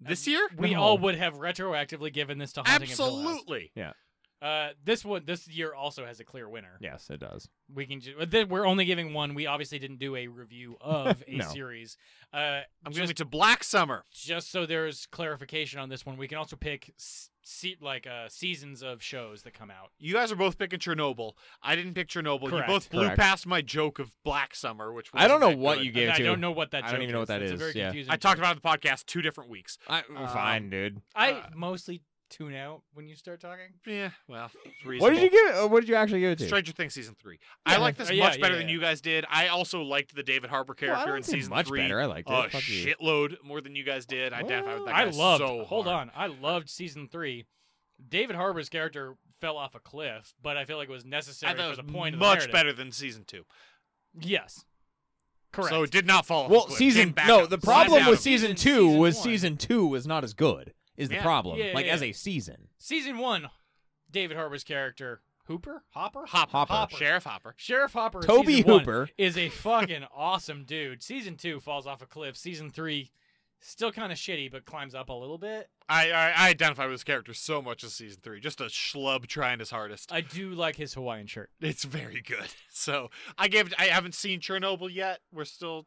S2: this year.
S1: We
S3: No.
S1: all would have retroactively given this to Haunting of Hill House.
S2: Absolutely.
S1: Uh, this one, this year also has a clear winner.
S3: Yes, it does.
S1: We can ju- uh, th- we're only giving one. We obviously didn't do a review of a
S3: No.
S1: series. Uh,
S2: I'm
S1: just
S2: giving it to Black Summer.
S1: just so there's clarification on this one, we can also pick s- se- like uh, seasons of shows that come out.
S2: You guys are both picking Chernobyl. I didn't pick Chernobyl.
S1: Correct.
S2: You both blew
S3: Correct.
S2: past my joke of Black Summer, which
S3: I
S2: wasn't
S3: don't know
S2: that
S3: what
S2: good.
S3: you gave
S1: And
S3: it
S1: I
S3: to.
S1: don't know what that.
S3: I don't
S1: joke
S3: even know
S1: is.
S3: what that
S1: It's a
S3: is,
S1: very
S3: yeah.
S1: confusing
S2: I talked
S1: joke.
S2: about it on the podcast two different weeks.
S3: I,
S2: Um,
S3: fine, dude.
S1: I
S2: uh,
S1: mostly tune out when you start talking.
S2: Yeah, well, it's
S3: What did you
S2: reasonable.
S3: give? It, what did you actually give it to?
S2: Stranger Things season three. I
S1: Yeah.
S2: like this
S1: Uh, yeah,
S2: much
S1: yeah,
S2: better than
S1: yeah.
S2: you guys did. I also liked the David Harbour
S3: Well, I
S2: character
S3: don't
S2: in
S3: think
S2: season
S3: much
S2: three
S3: better. I liked it.
S2: a
S3: Fuck you.
S2: shitload more than you guys did. I identified with that
S1: I
S2: guy
S1: loved.
S2: so
S1: hold
S2: hard.
S1: on, I loved season three. David Harbour's character fell off a cliff, but I feel like it was necessary
S2: I thought
S1: for
S2: it
S1: the
S2: was
S1: point. of the
S2: much
S1: narrative.
S2: better than season two.
S1: Yes. Correct.
S2: So it did not fall. off a
S3: Well,
S2: cliff.
S3: season
S2: Came back
S3: no.
S2: up.
S3: The
S2: Slid
S3: problem
S2: down
S3: with
S2: a-
S3: season
S1: Season-
S3: two
S1: season
S3: was
S1: one.
S3: season two was not as good. Is
S2: Yeah.
S3: the problem
S1: Yeah,
S3: like
S1: yeah,
S3: as
S1: yeah.
S3: a season?
S1: season one, David Harbour's character Hooper, Hopper,
S2: Hopper,
S3: Hopper.
S2: Sheriff Hopper.
S1: Sheriff Hopper. in
S3: Toby
S1: season one
S3: Hooper.
S1: is a fucking awesome dude. Season two falls off a cliff. Season three still kind of shitty, but climbs up a little bit.
S2: I, I I identify with this character so much as season three. Just a schlub trying his hardest.
S1: I do like his Hawaiian shirt.
S2: It's very good. So I gave. I haven't seen Chernobyl yet. We're still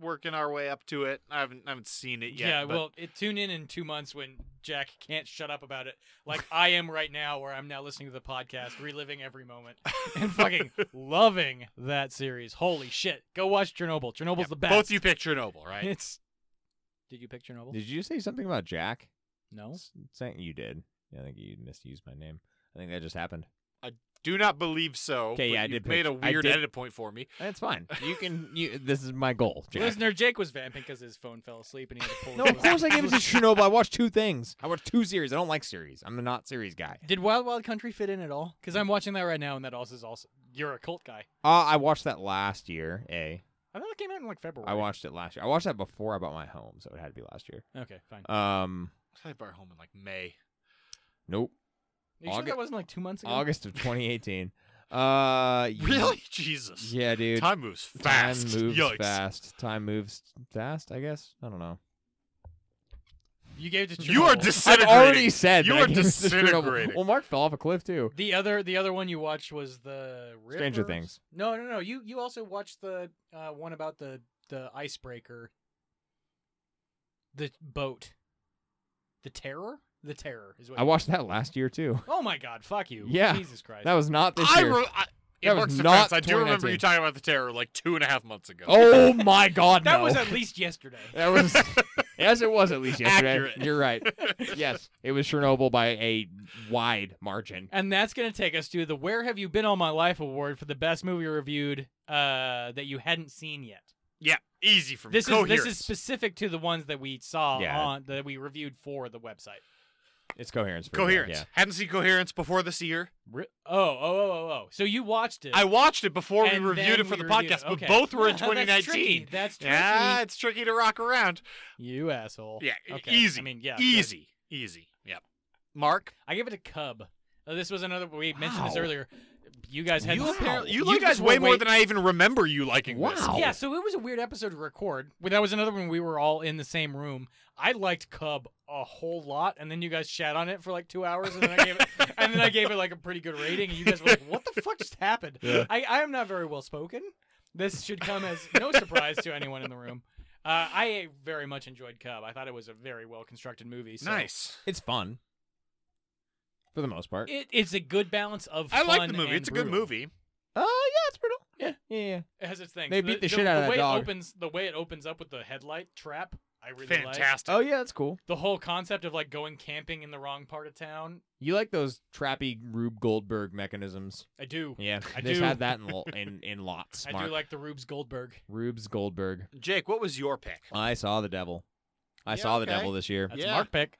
S2: working our way up to it. I haven't I haven't seen it yet.
S1: yeah,
S2: but-
S1: well, it, tune in in two months when Jack can't shut up about it, like I am right now, where I'm now listening to the podcast, reliving every moment, and fucking loving that series. Holy shit! Go watch Chernobyl. Chernobyl's the best.
S2: both you picked Chernobyl, right?
S1: It's. Did you pick Chernobyl?
S3: Did you say something about Jack?
S1: no.
S3: S- Saying you did. Yeah, I think you misused my name. I think that just happened.
S2: Do not believe so.
S3: 'Kay,
S2: but
S3: yeah, I
S2: you've
S3: did pick-
S2: made a
S3: I
S2: weird
S3: did-
S2: edit point for me.
S3: That's fine. You can. You. This is my goal, Jack.
S1: Listener Jake was vamping because his phone fell asleep and he had to pull.
S3: No,
S1: it
S3: of
S1: out.
S3: course I gave it to Chernobyl. I watched two things. I watched two series. I don't like series. I'm the not series guy.
S1: Did Wild Wild Country fit in at all? Because I'm watching that right now, and that also is also you're a cult guy.
S3: Uh, I watched that last year. A.
S1: I thought it came out in like February.
S3: I watched it last year. I watched that before I bought my home, so it had to be last year.
S1: Okay, fine.
S3: Um.
S2: I bought home in like May.
S3: Nope.
S1: you sure
S3: August-
S1: that wasn't like two months ago?
S3: August of 2018. Uh. y-
S2: Really? Jesus.
S3: Yeah, dude.
S2: Time moves
S3: Time
S2: fast.
S3: moves
S2: Yikes.
S3: fast. Time moves fast. I guess. I don't know.
S1: You gave it to Chernobyl.
S2: You are
S3: I've
S2: disintegrating.
S3: already said
S2: You
S3: that I
S2: are
S3: gave it to Chernobyl.
S2: disintegrating.
S3: Well, Mark fell off a cliff too.
S1: The other the other one you watched was the Rippers?
S3: Stranger Things.
S1: No, no, no. You you also watched the uh, one about the the icebreaker, the boat, the Terror. The Terror is what
S3: I
S1: you-
S3: watched that last year too.
S1: Oh my God! Fuck you!
S3: Yeah.
S1: Jesus Christ!
S3: That was not this
S2: I,
S3: year.
S2: re- I
S3: That
S2: in
S3: was
S2: Mark's
S3: not
S2: defense, I do remember
S3: 2019.
S2: you talking about the terror like two and a half months ago.
S3: oh my God!
S1: that
S3: no.
S1: was at least yesterday.
S3: That was yes, it was at least yesterday.
S2: Accurate.
S3: You're right. Yes, it was Chernobyl by a wide margin.
S1: And that's going to take us to the Where Have You Been All My Life award for the best movie reviewed uh, that you hadn't seen yet.
S2: yeah, easy for me.
S1: This is
S2: Coherence.
S1: this is specific to the ones that we saw
S3: Yeah.
S1: on that we reviewed for the website.
S3: It's coherence. for me,
S2: coherence.
S3: Yeah.
S2: Hadn't seen coherence before this year.
S1: Re- oh, oh, oh, oh, oh. So you watched it.
S2: I watched it before
S1: and
S2: we reviewed
S1: then
S2: it for
S1: we
S2: the
S1: reviewed
S2: podcast,
S1: it.
S2: but
S1: Okay.
S2: both were in
S1: That's tricky.
S2: 2019.
S1: That's tricky.
S2: Yeah, it's tricky to rock around.
S1: You asshole.
S2: Yeah, e-
S1: Okay.
S2: easy.
S1: I mean, yeah. good.
S2: easy, easy. Yep. Mark,
S1: I give it a cub. Uh, this was another we mentioned this
S3: Wow.
S1: earlier. You guys had
S2: you apparently you,
S1: you
S2: like
S1: guys
S2: this way
S1: were
S2: more than I even remember you liking this.
S3: Wow.
S1: Yeah, so it was a weird episode to record. Well, That was another one we were all in the same room. I liked Cub a whole lot, and then you guys shat on it for like two hours, and then I gave it, and then I gave it like a pretty good rating, and you guys were like, "What the fuck just happened?"
S3: Yeah.
S1: I, I am not very well spoken. This should come as no surprise to anyone in the room. Uh, I very much enjoyed Cub. I thought it was a very well constructed movie. So
S2: Nice.
S3: It's fun. For the most part.
S1: It, it's a good balance of.
S2: I like
S1: fun
S2: the movie.
S1: and
S2: It's a good
S1: brutal.
S2: movie.
S3: Oh yeah, it's brutal.
S1: Yeah.
S3: Yeah, yeah.
S1: It has its things.
S3: They beat the shit out
S1: the
S3: of that
S1: way
S3: dog.
S1: It opens, the way it opens up with the headlight trap. I really like.
S2: Fantastic.
S3: Oh yeah, that's cool.
S1: the whole concept of like going camping in the wrong part of town.
S3: You like those trappy Rube Goldberg mechanisms?
S1: I do.
S3: Yeah,
S1: I
S3: they just
S1: do.
S3: had that in lo- in, in lots.
S1: I
S3: Mark.
S1: do like the Rubes Goldberg.
S3: Rube's Goldberg.
S2: Jake, what was your pick?
S3: I saw the devil. I
S2: Yeah,
S3: saw the
S2: okay.
S3: devil this year.
S1: That's
S2: Yeah.
S1: a Mark pick.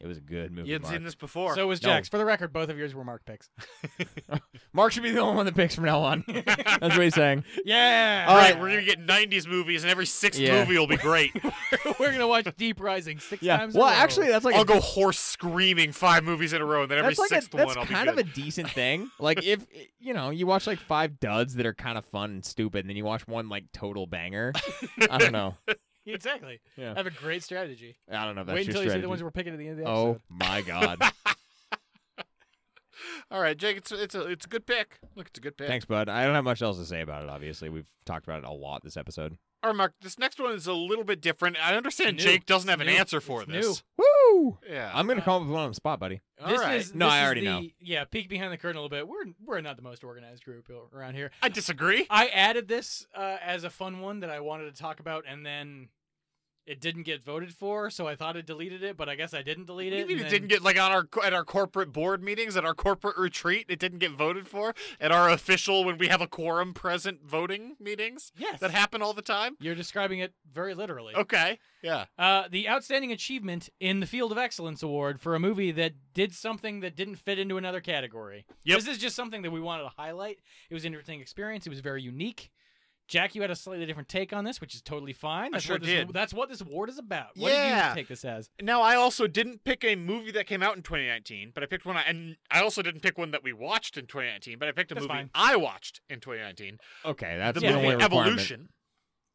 S3: It was a good movie.
S2: You hadn't
S3: Mark.
S2: seen this before.
S1: So was
S3: No.
S1: Jack's. For the record, both of yours were Mark picks.
S3: Mark should be the only one that picks from now on. that's what he's saying.
S1: Yeah.
S3: All
S2: Great,
S3: right.
S2: we're gonna get '90s movies, and every sixth
S3: Yeah.
S2: movie will be great.
S1: we're gonna watch Deep Rising six
S3: Yeah.
S1: times. in a
S3: Well,
S1: row.
S3: actually, uh, that's like a
S2: I'll go horse screaming five movies in a row, and then every
S3: that's like
S2: sixth
S3: a, that's
S2: one I'll
S3: kind
S2: be good.
S3: of a decent thing. Like if you know you watch like five duds that are kind of fun and stupid, and then you watch one like total banger. I don't know.
S1: exactly.
S3: Yeah.
S1: Have a great strategy.
S3: I don't know. If that's
S1: Wait
S3: your
S1: until you see
S3: strategy.
S1: the ones we're picking at the end of the
S3: oh
S1: episode.
S3: my god!
S2: All right, Jake, it's it's a it's a good pick. Look, it's a good pick.
S3: Thanks, bud. I don't have much else to say about it. Obviously, we've talked about it a lot this episode.
S2: All right, Mark, this next one is a little bit different. I understand
S1: New.
S2: Jake doesn't have
S1: It's
S2: an
S1: new.
S2: answer for
S1: It's
S2: this.
S3: Woo!
S2: Yeah,
S3: I'm gonna come up with one on the spot, buddy.
S2: All
S1: this
S2: right.
S1: is
S3: No,
S1: this
S3: I
S1: is
S3: already
S1: the-
S3: know.
S1: Yeah, peek behind the curtain a little bit. We're we're not the most organized group around here.
S2: I disagree.
S1: I added this uh, as a fun one that I wanted to talk about, and then it didn't get voted for, so I thought I deleted it, but I guess I didn't delete
S2: What
S1: it.
S2: do you mean
S1: and
S2: it
S1: then-
S2: didn't get like on our at our corporate board meetings, at our corporate retreat, it didn't get voted for at our official when we have a quorum present voting meetings
S1: Yes,
S2: that Oh. happen all the time.
S1: you're describing it very literally.
S2: Okay, yeah,
S1: Uh, the outstanding achievement in the field of excellence award for a movie that did something that didn't fit into another category.
S2: Yep.
S1: This is just something that we wanted to highlight. It was an entertaining experience. It was very unique. Jack, you had a slightly different take on this, which is totally fine. That's
S2: sure
S1: what this,
S2: did.
S1: That's what this award is about. What did
S2: Yeah.
S1: you take this as?
S2: Now, I also didn't pick a movie that came out in 2019, but I picked one, I, and I also didn't pick one that we watched in 2019, but I picked a
S1: That's
S2: movie
S1: fine.
S2: I watched in 2019.
S3: Okay, that's
S2: The
S3: the
S1: Yeah.
S2: movie
S3: only requirement.
S2: Evolution.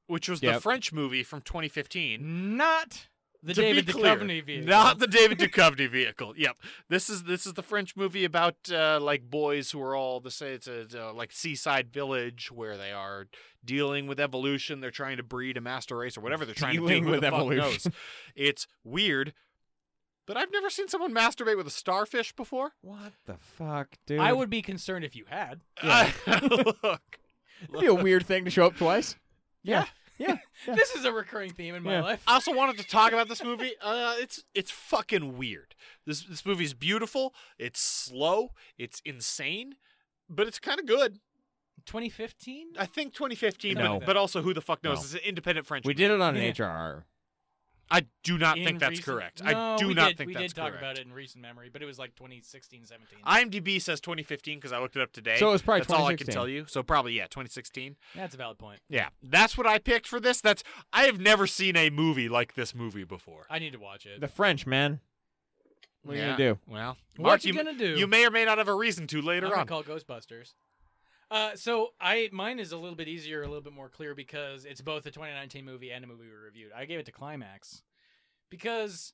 S2: which was the
S3: Yep.
S2: French movie from 2015.
S1: Not the
S2: To be
S1: David
S2: clear,
S1: Duchovny vehicle.
S2: Not the David Duchovny vehicle. Yep. This is this is the French movie about uh, like boys who are all the same. It's a, it's a, like seaside village where they are dealing with evolution. They're trying to breed a master race or whatever they're trying to do.
S3: Dealing
S2: Who
S3: with
S2: the fuck
S3: evolution.
S2: knows? It's weird. But I've never seen someone masturbate with a starfish before.
S3: What the fuck, dude?
S1: I would be concerned if you had. Uh,
S3: Yeah.
S2: look,
S3: That'd be a weird thing to show up twice.
S1: Yeah.
S3: Yeah. Yeah.
S1: This is a recurring theme in my
S3: Yeah.
S1: life.
S2: I also wanted to talk about this movie. Uh, it's it's fucking weird. This this movie's beautiful. It's slow. It's insane, but it's kind of good.
S1: 2015?
S2: I think 2015,
S1: No.
S2: but, but also who the fuck knows?
S3: No.
S2: It's an independent French.
S3: We did it on
S1: Yeah.
S3: an HRR.
S2: I do not
S1: In
S2: think that's
S1: recent-
S2: correct.
S1: No,
S2: I do
S1: we
S2: not
S1: did,
S2: think
S1: we
S2: that's
S1: did talk
S2: correct.
S1: about it in recent memory, but it was like 2016, 17.
S2: IMDb says 2015 because I looked it up today.
S3: So it was probably
S2: that's all I can
S3: 2016.
S2: tell you. So probably yeah, 2016.
S1: That's a valid point.
S2: Yeah, that's what I picked for this. That's I have never seen a movie like this movie before.
S1: I need to watch it.
S3: The French, man. What are you
S2: Yeah.
S3: gonna do?
S2: Well,
S1: what
S2: Mark,
S1: you
S2: m-
S1: gonna do?
S2: You may or may not have a reason to
S1: I'm
S2: later
S1: gonna
S2: on.
S1: call Ghostbusters. Uh, so I mine is a little bit easier, a little bit more clear because it's both a 2019 movie and a movie we reviewed. I gave it to Climax because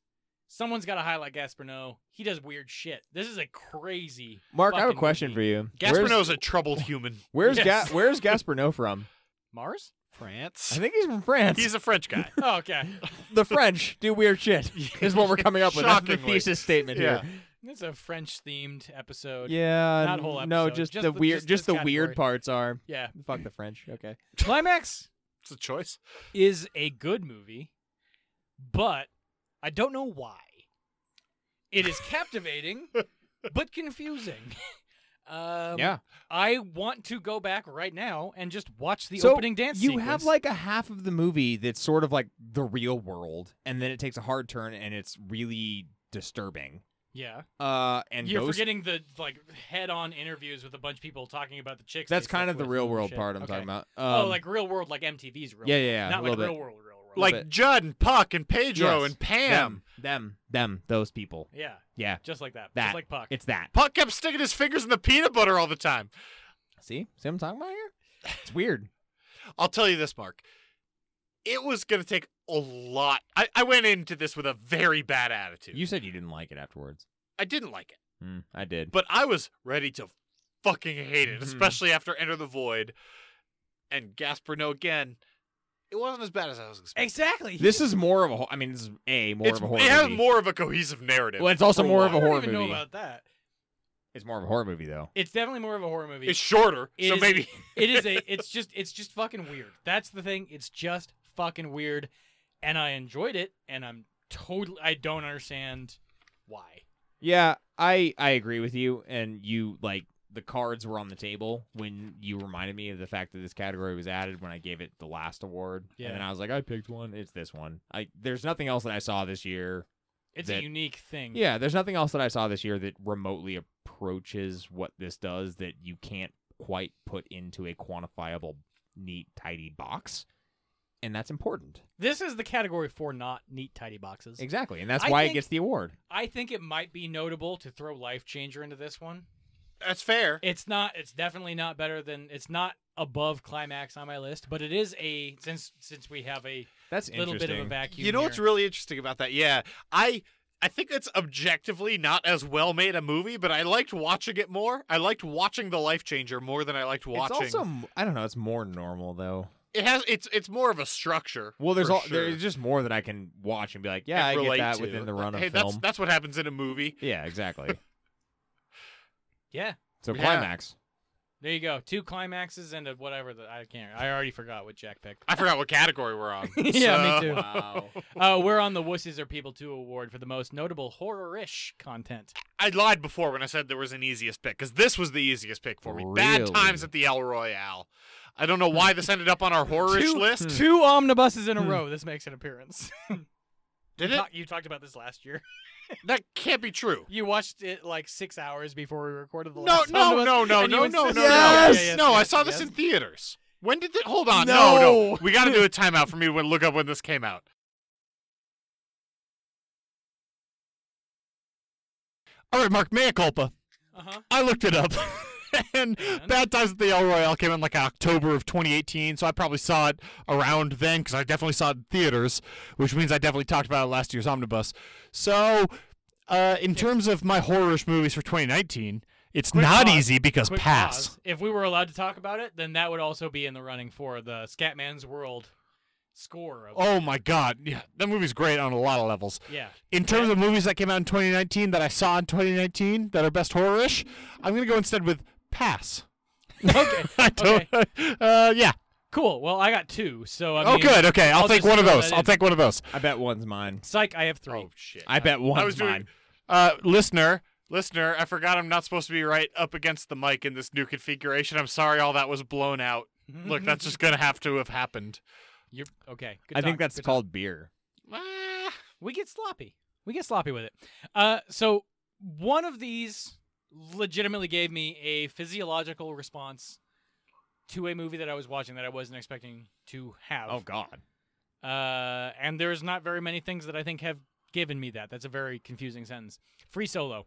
S1: someone's got to highlight Gasparno. He does weird shit. This is a crazy.
S3: Mark, I have a
S1: fucking
S3: question for
S1: movie.
S3: you.
S2: Gasparno's a troubled human.
S3: Where's where's,
S2: Yes.
S3: Ga- where's Gasparno from?
S1: Mars?
S3: I
S2: France?
S3: think he's from France.
S2: He's a French guy.
S1: Oh, okay,
S3: the French do weird shit. Is what we're coming up with. That's the
S2: Shockingly.
S3: thesis statement here.
S1: it's a French themed episode.
S3: Yeah.
S1: Not whole
S3: No,
S1: episode,
S3: just,
S1: just
S3: the
S1: the-
S3: weird,
S1: just
S3: just,
S1: this
S3: the weird
S1: category.
S3: parts are.
S1: Yeah.
S3: Fuck the French. Okay.
S1: Climax
S2: It's a choice.
S1: is a good movie, but I don't know why. It is captivating, but confusing. Um,
S3: yeah.
S1: I want to go back right now and just watch the
S3: So,
S1: opening dance.
S3: You
S1: sequence.
S3: have like a half of the movie that's sort of like the real world, and then it takes a hard turn, and it's really disturbing.
S1: yeah.
S3: Uh, and
S1: You're
S3: those
S1: forgetting the like head-on interviews with a bunch of people talking about the chicks.
S3: that's
S1: they slept
S3: kind of the
S1: with
S3: real
S1: and
S3: world
S1: shit.
S3: part I'm
S1: Okay.
S3: talking about.
S1: oh,
S3: Um,
S1: like real world, like MTV's real.
S3: yeah,
S1: world.
S3: yeah, yeah, a
S1: Not like
S3: little bit.
S1: real world, real world.
S2: Like
S3: bit.
S2: Judd and Puck and Pedro
S3: Yes.
S2: and Pam.
S3: them, them, them, those people.
S1: yeah,
S3: Yeah,
S1: just like that.
S3: That.
S1: Just like Puck.
S3: it's that.
S2: Puck kept sticking his fingers in the peanut butter all the time.
S3: See, see, what I'm talking about here. It's weird.
S2: I'll tell you this, Mark. It was going to take a lot. I, I went into this with a very bad attitude.
S3: you said you didn't like it afterwards.
S2: I didn't like it,
S3: Mm, I did.
S2: but I was ready to fucking hate it,
S3: Mhm.
S2: especially after Enter the Void and Gasparno again. It wasn't as bad as I was expecting.
S1: exactly.
S3: This is more of a. ho- I mean, this is a more
S2: It's-
S3: of a horror.
S2: it has
S3: movie.
S2: more of a cohesive narrative.
S3: Well, it's also
S2: for
S3: more
S1: I
S2: once.
S3: of a
S1: don't
S3: horror
S1: even
S3: movie.
S1: know about that.
S3: It's more of a horror movie though.
S1: It's definitely more of a horror movie.
S2: It's shorter,
S1: It
S2: so
S1: is-
S2: maybe
S1: it is a. It's just. It's just fucking weird. That's the thing. It's just fucking weird, and I enjoyed it, and I'm totally. I don't understand why.
S3: Yeah, I I agree with you, and you like the cards were on the table when you reminded me of the fact that this category was added when I gave it the last award.
S1: Yeah.
S3: and then I was like, I picked one. It's this one. I there's nothing else that I saw this year.
S1: It's a
S3: that-
S1: unique thing.
S3: Yeah, there's nothing else that I saw this year that remotely approaches what this does that you can't quite put into a quantifiable, neat, tidy box, and that's important.
S1: This is the category for not neat tidy boxes.
S3: Exactly, and that's
S1: I
S3: why
S1: think-
S3: it gets the award.
S1: I think it might be notable to throw Life Changer into this one.
S2: that's fair.
S1: It's not. It's definitely not better than. It's not above climax on my list, but it is a since since we have a
S3: That's
S1: little bit of a
S3: interesting.
S1: vacuum.
S2: You know what's
S1: here.
S2: really interesting about that? Yeah, I I think it's objectively not as well made a movie, but I liked watching it more. I liked watching The Life Changer more than I liked watching.
S3: It's also m- I don't know. It's more normal though.
S2: it has it's it's more of a structure.
S3: Well, there's
S2: for
S3: all
S2: sure,
S3: there's just more that I can watch and be like, yeah,
S2: and
S3: I get
S2: relate
S3: that
S2: to.
S3: within the run of
S2: hey, that's
S3: film.
S2: that's what happens in a movie.
S3: Yeah, exactly.
S1: yeah.
S3: So
S2: Yeah.
S3: climax.
S1: There you go. Two climaxes and a whatever that I can't. I already forgot what Jack picked.
S2: I forgot what category we're on.
S1: Yeah, me
S2: so-
S1: too.
S3: Wow.
S1: Uh, we're on the Wussies Are People Too award for the most notable horror-ish content.
S2: I lied before when I said there was an easiest pick because this was the easiest pick for me. Bad
S3: Really?
S2: times at the El Royale. I don't know why this ended up on our horror-ish
S1: two,
S2: list.
S1: two omnibuses in a
S3: Hmm.
S1: row. This makes an appearance.
S2: Did
S1: you,
S2: it?
S1: talk- you talked about this last year.
S2: That can't be true.
S1: You watched it like six hours before we recorded the
S2: No,
S1: last
S2: no,
S1: omnibus,
S2: no, no,
S1: and you
S2: no, no, no,
S1: insisted-
S2: no.
S3: Yes!
S1: Yeah, yeah,
S2: no,
S1: yes,
S2: I saw
S1: yes,
S2: this
S1: yes.
S2: in theaters. When did it? Hold on. No, no.
S3: No.
S2: We got to do a timeout for me to look up when this came out. All right, Mark, mea culpa.
S1: Uh-huh.
S2: I looked it up. and
S1: And?
S2: Bad Times at the El Royale came in like October of 2018, so I probably saw it around then because I definitely saw it in theaters, which means I definitely talked about it last year's Omnibus. So, uh, in terms of my horrorish movies for 2019, it's
S1: Quick
S2: not
S1: pause.
S2: easy because
S1: Quick
S2: pass.
S1: pause. If we were allowed to talk about it, then that would also be in the running for the Scatman's World score. Of,
S2: Oh my god, yeah, that movie's great on a lot of levels.
S1: Yeah.
S2: In terms of movies that came out in 2019 that I saw in 2019 that are best horror-ish, I'm gonna go instead with Pass.
S1: Okay.
S2: I
S1: okay.
S2: don't. Uh, yeah.
S1: Cool. Well, I got two. So I
S2: oh,
S1: mean,
S2: good. Okay, I'll,
S1: I'll
S2: take
S1: just
S2: one of
S1: throw
S2: those.
S1: that
S2: I'll
S1: in.
S2: take one of those.
S3: I bet one's mine.
S1: Psych. I have three.
S2: shit.
S3: I bet one's
S2: I was doing.
S3: mine.
S2: Uh, listener, listener, I forgot I'm not supposed to be right up against the mic in this new configuration. I'm sorry, all that was blown out. Look, that's just gonna have to have happened.
S1: You're, okay. Good
S3: I think
S1: talk,
S3: that's
S1: good talk.
S3: called beer.
S2: Ah.
S1: We get sloppy. We get sloppy with it. Uh, so one of these legitimately gave me a physiological response to a movie that I was watching that I wasn't expecting to have.
S3: Oh God.
S1: Uh, and there's not very many things that I think have given me that. That's a very confusing sentence. Free Solo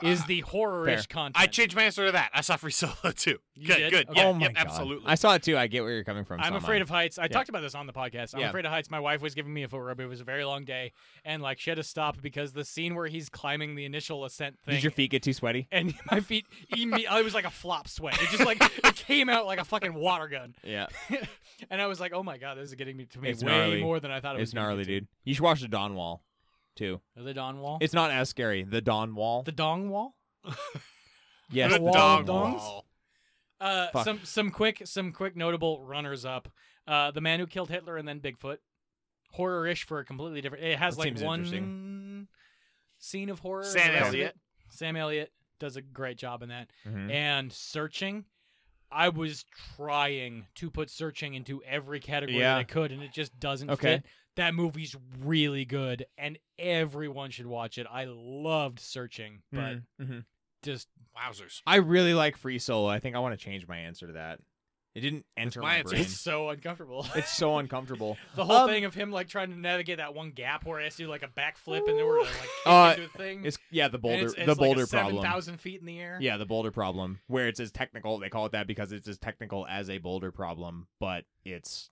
S3: Ah,
S1: is the horror-ish content.
S2: I changed my answer to that. I saw Free Solo too.
S1: You
S2: Good,
S1: did?
S2: good.
S1: Okay.
S2: Yeah,
S3: oh my
S2: yep,
S3: God.
S2: absolutely.
S3: I saw it too. I get where you're coming from.
S1: I'm
S3: It's not
S1: afraid
S3: mine.
S1: of heights. I talked about this on the podcast. I'm
S3: Yeah.
S1: afraid of heights. My wife was giving me a foot rub. It was a very long day, and like she had to stop because the scene where he's climbing the initial ascent thing.
S3: Did your feet get too sweaty?
S1: and my feet, imme- I was like a flop sweat. It just like it came out like a fucking water gun,
S3: Yeah.
S1: and I was like, "Oh my god, this is getting me to me
S3: It's
S1: way
S3: gnarly.
S1: more than I thought it was."
S3: It's gnarly, dude. You should watch the Dawn Wall, too.
S1: dude. The Don Wall,
S3: It's not as scary. The Dawn Wall.
S1: the Dong Wall.
S3: yes.
S1: The
S2: Good
S1: wall
S2: dog
S1: dongs?
S2: wall.
S1: Uh,
S3: Fuck.
S1: some some quick some quick notable runners up. Uh, the man who killed Hitler and then Bigfoot. Horror-ish for a completely different. It has
S3: That
S1: like
S3: seems
S1: one scene of horror. and
S2: Sam
S1: the rest of
S2: Elliott.
S1: it- Sam Elliott does a great job in that.
S2: Mm-hmm.
S3: Mhm.
S1: And searching, I was trying to put searching into every category
S3: Yeah.
S1: that I could, and it just doesn't
S3: Okay.
S1: fit. That movie's really good, and everyone should watch it. I loved searching, but
S2: Mm-hmm.
S3: Mhm. Mhm.
S1: just
S2: Wowzers.
S3: I really like Free Solo. I think I want to change my answer to that. It didn't enter
S2: my
S3: my,
S2: answer.
S3: brain.
S1: it's so uncomfortable.
S3: it's so uncomfortable.
S1: The whole
S3: Um,
S1: thing of him like trying to navigate that one gap where he has to do like a backflip and then we're like kick
S3: Uh,
S1: into a thing.
S3: It's yeah, the
S1: Mm. and
S3: boulder,
S1: it's-
S3: the
S1: it's like a
S3: boulder problem.
S1: 7,000 feet in the air.
S3: Yeah, the boulder problem, where it's as technical. They call it that because it's as technical as a boulder problem, but it's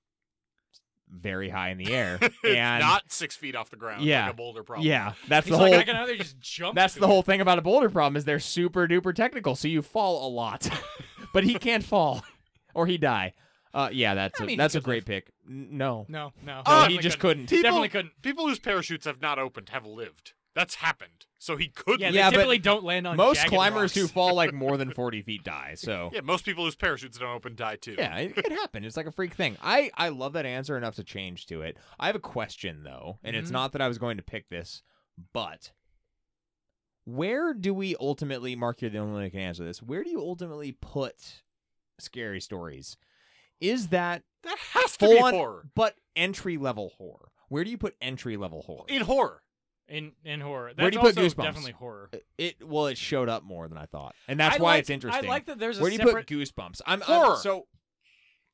S3: very high in the air.
S2: It's
S3: and
S2: not six feet off the ground.
S3: Yeah.
S2: Like a boulder problem.
S3: yeah, that's
S1: He's
S3: the
S1: like,
S3: whole.
S1: I can either just jump.
S3: That's
S1: to
S3: the
S1: it.
S3: whole thing about a boulder problem is they're super duper technical, so you fall a lot, but he can't fall, or he die. Uh, yeah, that's
S1: I
S3: a,
S1: mean, he
S3: that's a
S1: could
S3: great pick. N- No,
S1: No, no.
S3: no,
S2: Oh,
S3: he
S1: definitely
S3: just
S1: couldn't.
S3: couldn't.
S2: People,
S1: Definitely couldn't.
S2: People whose parachutes have not opened have lived. That's happened. So he could.
S1: Yeah,
S2: live.
S1: they
S3: Yeah, but
S1: typically don't land on
S3: Most
S1: jagged rocks.
S3: climbers who fall like more than forty feet die. So
S2: Yeah, most people whose parachutes don't open die too.
S3: Yeah, it could happen. It's like a freak thing. I I love that answer enough to change to it. I have a question though, and it's
S1: Mhm.
S3: not that I was going to pick this, but where do we ultimately mark? You're the only one who can answer this. Where do you ultimately put scary stories? Is that
S2: That has to
S3: full
S2: be
S3: on,
S2: horror.
S3: but entry level horror? Where do you put entry level horror?
S2: In horror.
S1: in in horror. That's
S3: Where do you put
S1: also
S3: Goosebumps?
S1: Definitely horror.
S3: it well, it showed up more than I thought, and that's
S1: I
S3: why
S1: like-
S3: it's interesting.
S1: I like that there's a
S3: Where do you
S1: separate
S3: put goosebumps? I'm I'm-
S2: Horror.
S3: so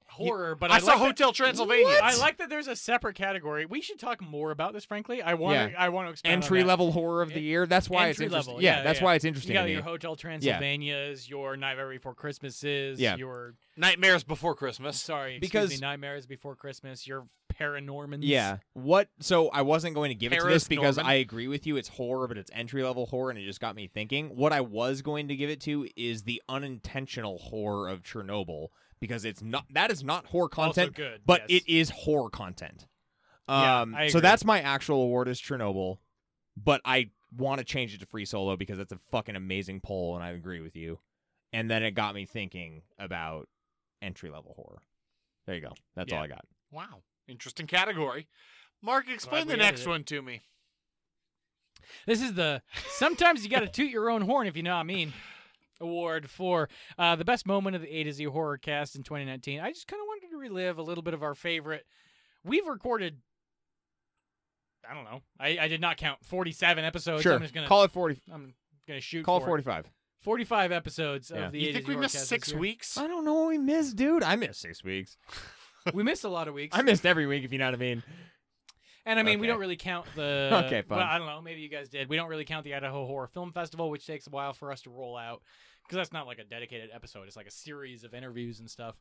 S1: horror, but
S2: I,
S1: I,
S2: saw
S1: like that-
S2: Hotel Transylvania.
S1: I like that there's a separate category. We should talk more about this. Frankly, I want to. I want to expand on
S3: entry
S1: that.
S3: level horror of the
S1: En-
S3: year. That's why it's
S1: entry
S3: interesting.
S1: level,
S3: Yeah,
S1: yeah,
S3: that's
S1: yeah.
S3: why it's interesting.
S1: You got
S3: to me.
S1: your Hotel Transylvanias, your Nightmare Before Christmases,
S3: Yeah.
S1: your
S2: Nightmares Before Christmas.
S1: sorry, excuse
S3: Because-
S1: me, Nightmares Before Christmas, your Paranormans.
S3: Yeah. What? So I wasn't going to give it to this
S2: Paris
S3: because
S2: Norman.
S3: I agree with you. It's horror, but it's entry level horror, and it just got me thinking. What I was going to give it to is the unintentional horror of Chernobyl because it's not that is not horror
S1: also
S3: content,
S1: good,
S3: but
S1: yes.
S3: it is horror content.
S1: Yeah,
S3: Um.
S1: I
S3: so
S1: agree.
S3: that's my actual award is Chernobyl, but I want to change it to Free Solo because that's a fucking amazing poll, and I agree with you. And then it got me thinking about entry level horror. There you go. That's
S1: Yeah.
S3: all I got.
S2: Wow. Interesting category. Mark, explain
S1: we
S2: the
S1: added
S2: next
S1: it.
S2: one to me.
S1: This is the sometimes you got to toot your own horn if you know what I mean. Award for uh, the best moment of the A to Z horror cast in 2019. I just kind of wanted to relive a little bit of our favorite. We've recorded. I don't know. I, I did not count 47 episodes.
S3: sure.
S1: I'm just Oh, gonna
S3: Call it forty.
S1: I'm gonna shoot.
S3: Call
S1: for it.
S3: 45.
S1: 45 episodes
S3: Yeah.
S1: of the.
S2: You
S1: A
S2: think
S1: to Z
S2: we
S1: horror
S2: missed
S1: cast this
S2: six
S1: year.
S2: weeks?
S3: I don't know what we missed, dude. I missed six weeks.
S1: We missed a lot of weeks.
S3: I missed every week, if you know what I mean.
S1: And I mean, we
S3: Okay.
S1: don't really count the.
S3: Okay, fine.
S1: Well, I don't know. Maybe you guys did. We don't really count the Idaho Horror Film Festival, which takes a while for us to roll out because that's not like a dedicated episode. It's like a series of interviews and stuff.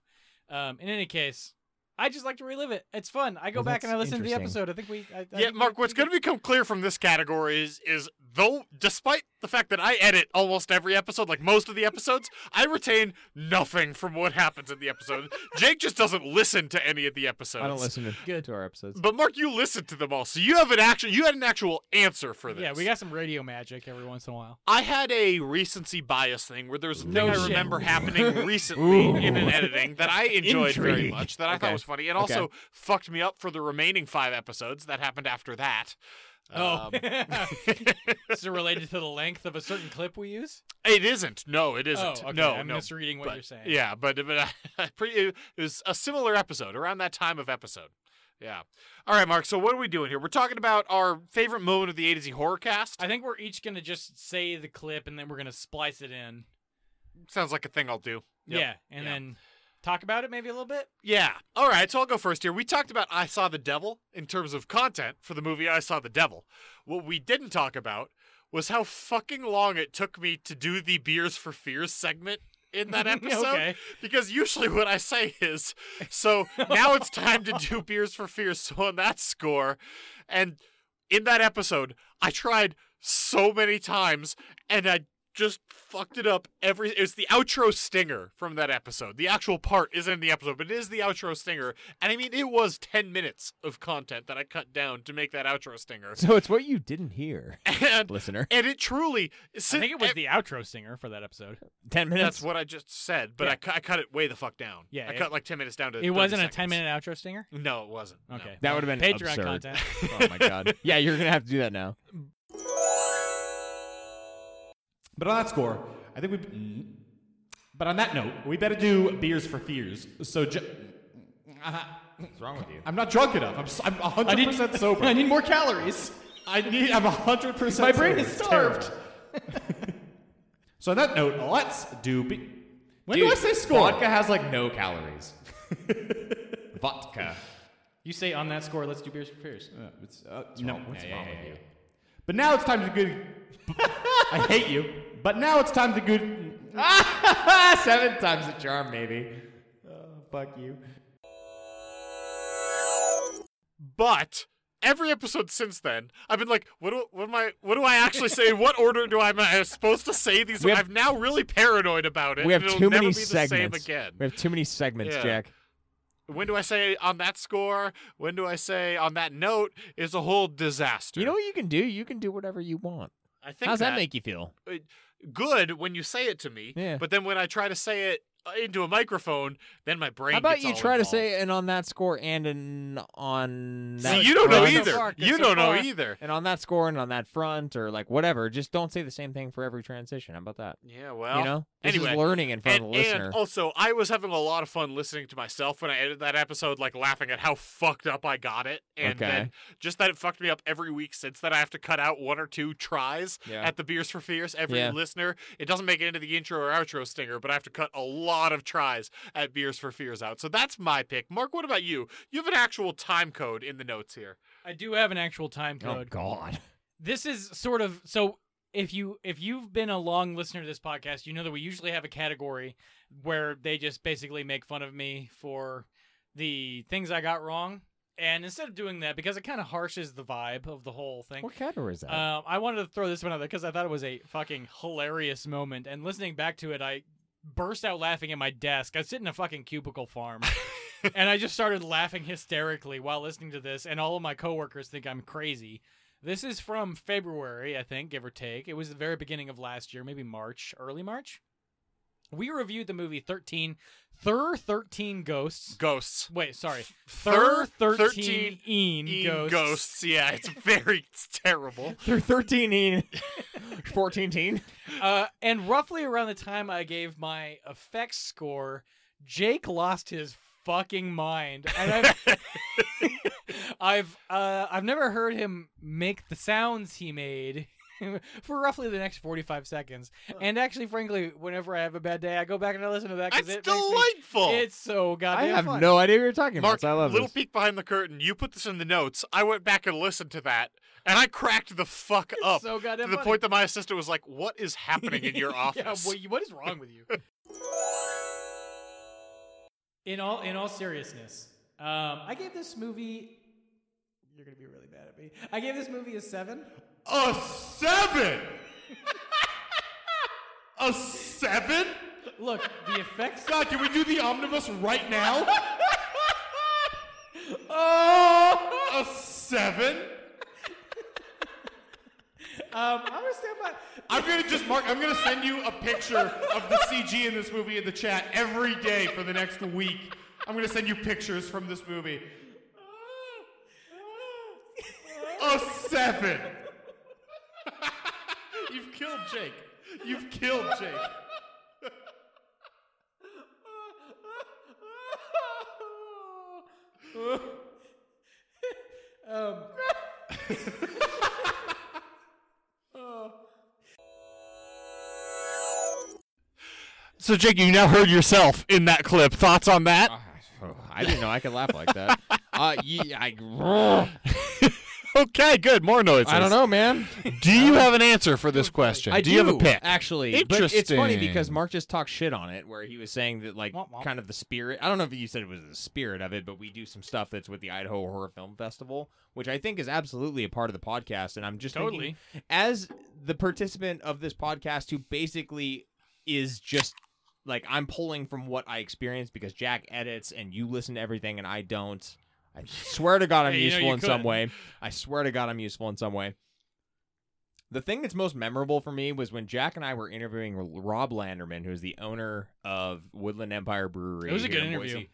S1: Um, in any case, I just like to relive it. It's fun. I go
S3: Well,
S1: back and I
S3: that's
S1: listen to the
S3: interesting.
S1: episode. I think we. I, I
S2: Yeah,
S1: think we-
S2: Mark, what's going to become clear from this category is, is though, despite the fact that I edit almost every episode, like most of the episodes, I retain nothing from what happens in the episode. Jake just doesn't listen to any of the episodes.
S3: I don't listen to,
S1: Good.
S3: to our episodes.
S2: But Mark, you listened to them all, so you have an actual, you had an actual answer for this.
S1: Yeah, we got some radio magic every once in a while.
S2: I had a recency bias thing where there was a thing
S1: No
S2: I
S1: shit.
S2: remember happening recently
S3: Ooh.
S2: in an editing that I enjoyed very
S3: Intrigue.
S2: much, that I
S3: Okay.
S2: thought was funny, and
S3: Okay.
S2: also fucked me up for the remaining five episodes that happened after that.
S1: oh,
S2: Um,
S1: is it related to the length of a certain clip we use?
S2: it isn't. No, it isn't.
S1: Oh, okay.
S2: No,
S1: I'm
S2: no.
S1: misreading what
S2: but-
S1: you're saying.
S2: Yeah, but but I, I pretty, it was a similar episode around that time of episode. Yeah. All right, Mark. So what are we doing here? We're talking about our favorite moment of the A to Z horror cast.
S1: I think we're each gonna just say the clip and then we're gonna splice it in.
S2: Sounds like a thing I'll do. Yep.
S1: Yeah, and
S2: Yeah.
S1: then talk about it maybe a little bit.
S2: Yeah. All right. So I'll go first here. We talked about I Saw the Devil in terms of content for the movie I Saw the Devil. What we didn't talk about was how fucking long it took me to do the Beers for Fears segment in that episode.
S1: okay.
S2: Because usually what I say is, so now it's time to do Beers for Fears. So on that score, and in that episode, I tried so many times and I just fucked it up every it's the outro stinger from that episode the actual part isn't in the episode but it is the outro stinger and i mean it was 10 minutes of content that i cut down to make that outro stinger
S3: So it's what you didn't hear,
S2: and
S3: listener.
S2: and it truly e,
S1: I think it was the outro singer for that episode.
S3: Ten minutes.
S2: that's what i just said but
S1: Yeah.
S2: I, cu- I cut it way the fuck down
S1: Yeah,
S2: i
S1: it-
S2: cut like 10 minutes down to
S1: It wasn't
S2: 30
S1: a 10
S2: seconds.
S1: minute outro stinger?
S2: no it wasn't no.
S1: Okay.
S3: That would've been
S1: Patreon
S3: absurd.
S1: content.
S3: oh my god. Yeah, you're gonna have to do that now.
S4: But on that score, I think we. mm. But on that note, we better do beers for fears. So, ju-
S3: What's wrong with you?
S4: I'm not drunk enough. I'm, s- I'm 100 percent sober.
S1: need more calories.
S4: I need. I'm 100 percent.
S1: My brain is starved.
S4: so on that note, let's do. Be- when do
S3: Dude,
S4: I say score?
S3: Vodka has like no calories. vodka.
S1: You say on that score, let's do beers for fears.
S4: Uh, it's, uh, no, what's
S3: yeah,
S4: wrong
S3: yeah,
S4: with
S3: yeah,
S4: you?
S3: yeah.
S4: But now it's time to good. I hate you. But now it's time to good.
S3: Seven times the charm, maybe.
S4: Oh,
S3: fuck you.
S2: but every episode since then i've been like what do, what am i what do i actually say what order do i am i supposed to say these
S3: We have-
S2: i'm now really paranoid about it
S3: We have
S2: and it'll
S3: too
S2: never
S3: many
S2: be the same
S3: segments.
S2: again
S3: We have too many segments,
S2: Yeah.
S3: Jack.
S2: when do I say on that score? When do I say on that note is a whole disaster.
S3: You know what you can do? You can do whatever you want.
S2: I think
S3: How's that,
S2: that,
S3: make you feel?
S2: good when you say it to me,
S3: Yeah.
S2: but then when I try to say it uh, into a microphone, then my brain.
S3: How about
S2: gets
S3: you
S2: all
S3: try to
S2: involved.
S3: say an on that score and an on
S2: See,
S3: that
S2: you don't know
S3: front,
S1: Marcus,
S2: either.
S1: Marcus,
S2: you don't know
S1: Marcus.
S2: either.
S3: and on that score and on that front or like whatever. Just don't say the same thing for every transition. How about that?
S2: Yeah, well,
S3: you know, this
S2: anyway.
S3: is learning in front
S2: and, oh,
S3: of the listener.
S2: and also, I was having a lot of fun listening to myself when I edited that episode, like laughing at how fucked up I got it, and
S3: Okay.
S2: then just that it fucked me up every week since that I have to cut out one or two tries
S3: Yeah.
S2: at the beers for fears. Every
S3: Yeah.
S2: listener, it doesn't make it into the intro or outro stinger, but I have to cut a lot of tries at beers for fears out. So that's my pick. Mark, what about you? You have an actual time code in the notes here.
S1: I do have an actual time
S3: oh
S1: code.
S3: God.
S1: this is sort of so if you if you've been a long listener to this podcast you know that we usually have a category where they just basically make fun of me for the things i got wrong and instead of doing that because it kind of harshes the vibe of the whole thing
S3: What category is that?
S2: Uh,
S1: um, i wanted to throw this one out there because i thought it was a fucking hilarious moment and listening back to it i burst out laughing at my desk i sit in a fucking cubicle farm and i just started laughing hysterically while listening to this and all of my coworkers think i'm crazy this is from February, I think, give or take. It was the very beginning of last year, maybe March, early March. We reviewed the movie 13, Thur 13 Ghosts.
S2: Ghosts.
S1: Wait, sorry.
S2: Thur
S1: Thur
S2: 13
S1: 13 Een
S2: Eating
S1: Ghosts.
S2: ghosts. Yeah, it's very it's terrible.
S3: They're 13 teen, 14 teen.
S1: Uh, and roughly around the time I gave my effects score, Jake lost his fucking mind. And I've I've, uh, I've never heard him make the sounds he made for roughly the next 45 seconds. And actually, frankly, whenever I have a bad day, I go back and I listen to that. 'cause it
S2: That's
S1: makes me-
S2: delightful.
S1: it's so
S3: I
S1: goddamn
S3: have
S1: fun.
S3: no idea what you're talking
S2: Mark,
S3: about. so I love
S2: little
S3: this.
S2: peek behind the curtain. You put this in the notes. I went back and listened to that, and I cracked the fuck up
S1: so
S2: to
S1: goddamn
S2: the
S1: funny.
S2: point that my assistant was like, "What is happening in your office?"
S1: yeah, well, you- what is wrong with you? in all in all seriousness, um, I gave this movie. You're gonna be really mad at me. I gave this movie a seven.
S4: A seven. a seven?
S1: Look, the effects. um,
S4: God, can we do the omnibus right now?
S1: Oh,
S4: A seven?
S1: um, I'm gonna stand by.
S4: I'm gonna just mark. I'm gonna send you a picture of the CG in this movie in the chat every day for the next week. I'm gonna send you pictures from this movie. A seven.
S2: You've killed Jake.
S4: You've killed Jake.
S1: Um,
S2: So, Jake, you now heard yourself in that clip. Thoughts on that?
S3: Oh, I didn't know I could laugh like that. Uh, ye- I,
S2: okay, good. More noises.
S3: I don't know, man.
S2: Do you have an answer for this question?
S3: I
S2: do, you have a pick?
S3: Actually, But it's funny because
S2: Interesting.
S3: Mark just talked shit on it, where he was saying that like
S1: Womp womp.
S3: kind of the spirit. I don't know if you said it was the spirit of it, but we do some stuff that's with the Idaho Horror Film Festival, which I think is absolutely a part of the podcast. And I'm just thinking,
S1: Totally.
S3: as the participant of this podcast, who basically is just like I'm pulling from what I experienced because Jack edits and you listen to everything and I don't. I swear to God, I'm
S1: Hey, you know
S3: useful
S1: you
S3: in some
S1: could.
S3: way. I swear to God, I'm useful in some way. The thing that's most memorable for me was when Jack and I were interviewing Rob Landerman, who's the owner of Woodland Empire Brewery.
S1: It was a
S3: here
S1: good
S3: in
S1: interview.
S3: Boise.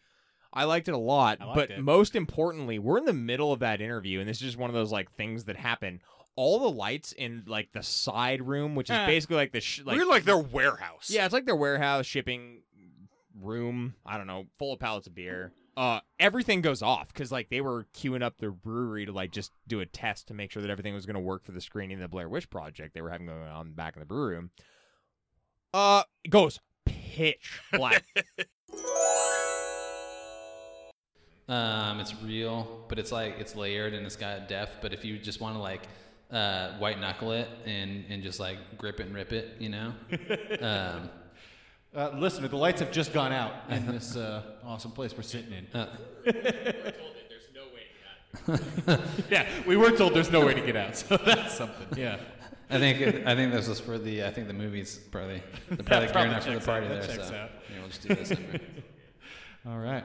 S3: I liked it a lot,
S1: I liked
S3: but
S1: it.
S3: most importantly, we're in the middle of that interview, and this is just one of those like things that happen. All the lights in like the side room, which is
S1: Eh.
S3: basically like the sh- like
S2: We're like their warehouse.
S3: yeah, it's like their warehouse shipping room. I don't know, full of pallets of beer. Uh, everything goes off because like they were queuing up their brewery to like just do a test to make sure that everything was going to work for the screening of the Blair Witch Project they were having going on back in the brew room. Uh, it goes pitch black.
S5: Um, it's real, but it's like it's layered and it's got depth. But if you just want to like uh, white knuckle it and and just like grip it and rip it, you know. um,
S4: Uh, listener, the lights have just gone out in this uh, awesome place we're sitting in.
S3: Uh.
S4: yeah, we were told there's no way to get out, so that's something. Yeah.
S5: I think it, I think this was for the I think the movie's probably the probably gearing up for the party there. So yeah, we'll just do this. over.
S4: All right.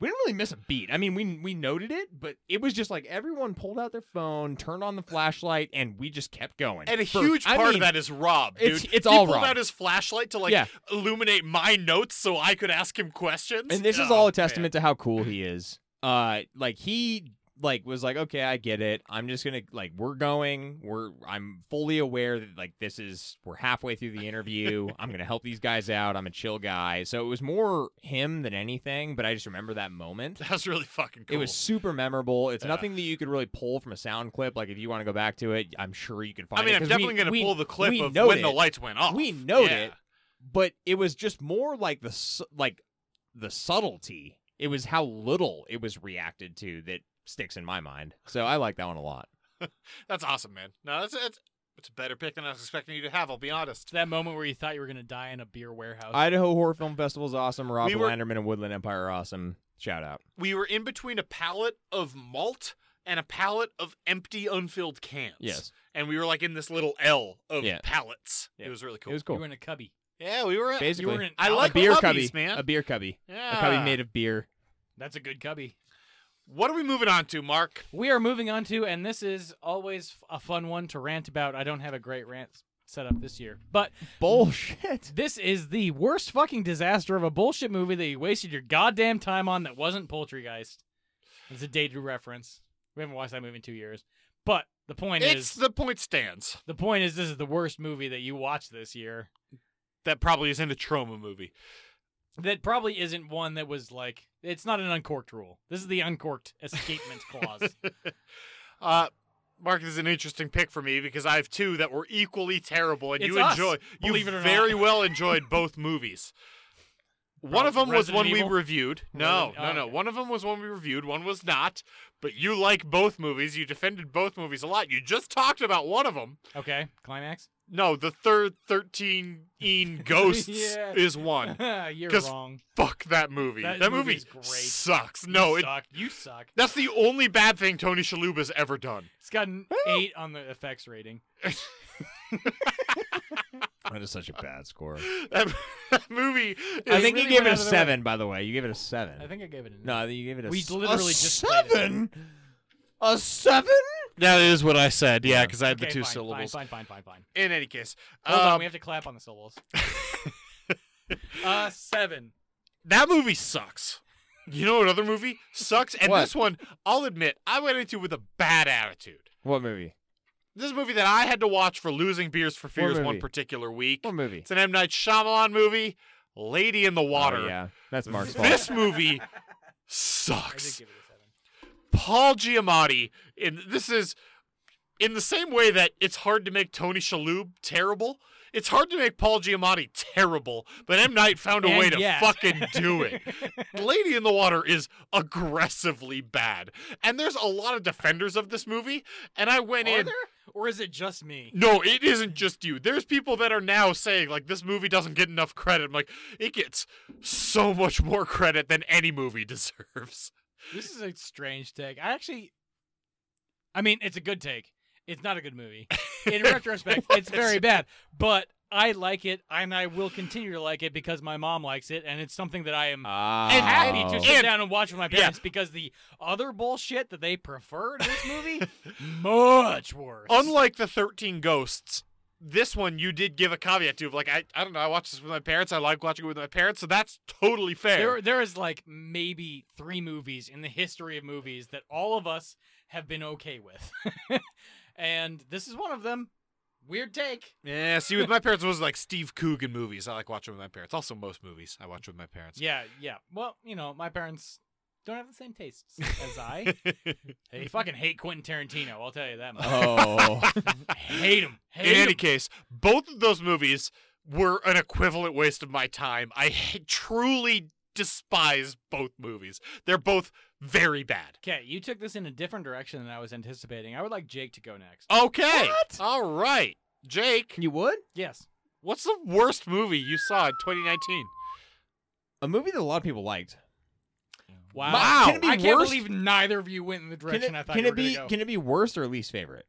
S3: we didn't really miss a beat. I mean, we we noted it, but it was just like everyone pulled out their phone, turned on the flashlight, and we just kept going.
S2: And a
S3: For-
S2: huge
S3: I
S2: part
S3: mean,
S2: of that is Rob, dude.
S3: it's- it's
S2: he
S3: all
S2: pulled
S3: Rob.
S2: out his flashlight to like
S3: Yeah.
S2: illuminate my notes so I could ask him questions.
S3: And this is
S2: Oh,
S3: all a
S2: man.
S3: testament to how cool he is. Uh, like he like was like, okay, I get it. I'm just gonna like we're going. We're I'm fully aware that like this is we're halfway through the interview. I'm gonna help these guys out. I'm a chill guy. So it was more him than anything. But I just remember that moment.
S2: That was really fucking cool.
S3: It was super memorable. It's
S2: Yeah.
S3: nothing that you could really pull from a sound clip. Like if you want to go back to it, I'm sure you could find.
S2: I mean,
S3: it,
S2: I'm
S3: 'cause
S2: definitely
S3: we-
S2: gonna
S3: we-
S2: pull the clip
S3: we
S2: of
S3: note
S2: when the
S3: it.
S2: lights went off.
S3: We note
S2: Yeah.
S3: it, but it was just more like the s- like the subtlety. It was how little it was reacted to that sticks in my mind. So I like that one a lot.
S2: That's awesome, man. No, that's it's it's a better pick than I was expecting you to have. I'll be honest.
S1: It's that moment where you thought you were gonna die in a beer warehouse.
S3: Idaho Horror Film Festival is awesome. Rob
S2: We were-
S3: Landerman and Woodland Empire are awesome. Shout out.
S2: We were in between a pallet of malt and a pallet of empty, unfilled cans.
S3: Yes,
S2: and we were like in this little L of
S3: Yeah.
S2: pallets.
S3: Yeah.
S2: It was really
S3: it
S2: cool.
S3: was
S1: You
S3: cool.
S1: were in a cubby.
S2: yeah, we were.
S3: Basically,
S1: in an
S2: I
S1: alley.
S2: like
S3: a beer
S2: hubbies,
S3: cubby,
S2: man.
S3: a beer cubby,
S2: yeah.
S3: a cubby made of beer.
S1: That's a good cubby.
S2: What are we moving on to, Mark?
S1: We are moving on to, and this is always f- a fun one to rant about. I don't have a great rant s- set up this year, but
S3: Bullshit.
S1: this is the worst fucking disaster of a bullshit movie that you wasted your goddamn time on that wasn't Poultrygeist. It's a dated reference. We haven't watched that movie in two years, but the point
S2: It's
S1: is,
S2: the point stands.
S1: the point is, this is the worst movie that you watched this year.
S2: That probably is in a trauma movie.
S1: That probably isn't one that was like, it's not an uncorked rule. This is the uncorked escapement clause.
S2: Uh, Mark this is an interesting pick for me because I have two that were equally terrible, and
S1: It's
S2: you
S1: us,
S2: enjoy. You
S1: believe it or not.
S2: very well enjoyed both movies. One
S1: Pro-
S2: of them was
S1: Resident
S2: one
S1: Evil?
S2: we reviewed. No,
S1: Resident-
S2: no,
S1: oh,
S2: no.
S1: okay.
S2: One of them was one we reviewed. One was not. But you like both movies. You defended both movies a lot. You just talked about one of them.
S1: Okay, climax.
S2: No, the third thirteen een ghosts
S1: Yeah.
S2: is one.
S1: You're
S2: 'Cause
S1: wrong.
S2: Fuck that movie.
S1: That
S2: movie
S1: movie's great.
S2: sucks. No,
S1: you
S2: it,
S1: suck. You suck.
S2: that's the only bad thing Tony Shalhoub's ever done.
S1: It's got an eight on the effects rating.
S3: That is such a bad score.
S2: That, that movie.
S3: I
S2: is
S3: think
S1: really
S3: you gave
S1: went out of
S3: it a
S1: their way.
S3: seven, by the way. You gave it a seven.
S1: I think I gave it an.
S3: no, I think you gave it a
S1: We
S3: s-
S1: literally
S3: a
S1: just played it.
S3: seven. A seven?
S2: That is what I said. Yeah, because I had
S1: Okay,
S2: the two
S1: fine,
S2: syllables.
S1: Fine, fine, fine, fine, fine.
S2: In any case,
S1: Hold
S2: um,
S1: on, we have to clap on the syllables. uh, seven.
S2: that movie sucks. You know another movie sucks, and
S3: What?
S2: this one, I'll admit, I went into with a bad attitude.
S3: What movie?
S2: This is a movie that I had to watch for losing beers for fears one
S3: movie?
S2: particular week.
S3: What movie?
S2: It's an M Night Shyamalan movie, Lady in the Water.
S3: Oh, yeah, that's Mark's fault.
S2: This movie
S1: I did
S2: sucks.
S1: give it a seven.
S2: Paul Giamatti, and this is in the same way that it's hard to make Tony Shalhoub terrible. It's hard to make Paul Giamatti terrible, but M Night found a
S1: And
S2: way to
S1: yet.
S2: fucking do it. Lady in the Water is aggressively bad, and there's a lot of defenders of this movie. And I went
S1: Are
S2: in.
S1: there? Or is it just me?
S2: No, it isn't just you. There's people that are now saying like this movie doesn't get enough credit. I'm like, it gets so much more credit than any movie deserves.
S1: This is a strange take. I actually, I mean, it's a good take. It's not a good movie. In retrospect, it's very bad. But I like it, and I will continue to like it because my mom likes it, and it's something that I am
S3: Ah.
S1: happy to sit
S2: Oh. And-
S1: down and watch with my
S2: yeah.
S1: parents because the other bullshit that they prefer to this movie, much worse.
S2: Unlike the 13 Ghosts, this one you did give a caveat to of like I, I don't know, I watched this with my parents, I like watching it with my parents, so that's totally fair.
S1: There, there is like maybe three movies in the history of movies that all of us have been okay with, and this is one of them. Weird take.
S2: yeah, see with my parents it was like Steve Coogan movies. I like watching with my parents. Also most movies I watch with my parents.
S1: Yeah, yeah. Well, you know, my parents don't have the same tastes as I. they fucking hate Quentin Tarantino. I'll tell you that much.
S3: Oh.
S1: hate him. Hate
S2: In any
S1: him.
S2: case, both of those movies were an equivalent waste of my time. I h- truly despise both movies. They're both very bad.
S1: Okay, you took this in a different direction than I was anticipating. I would like Jake to go next.
S2: Okay. All right. Jake,
S3: you would?
S1: Yes.
S2: what's the worst movie you saw in 2019?
S3: A movie that a lot of people liked.
S1: Wow.
S2: Wow. Can it
S3: be
S1: I can't
S3: worse?
S1: believe neither of you went in the
S3: Can
S1: direction
S3: it,
S1: I thought
S3: can
S1: you
S3: it
S1: were
S3: be
S1: gonna go.
S3: can it be worst or least favorite?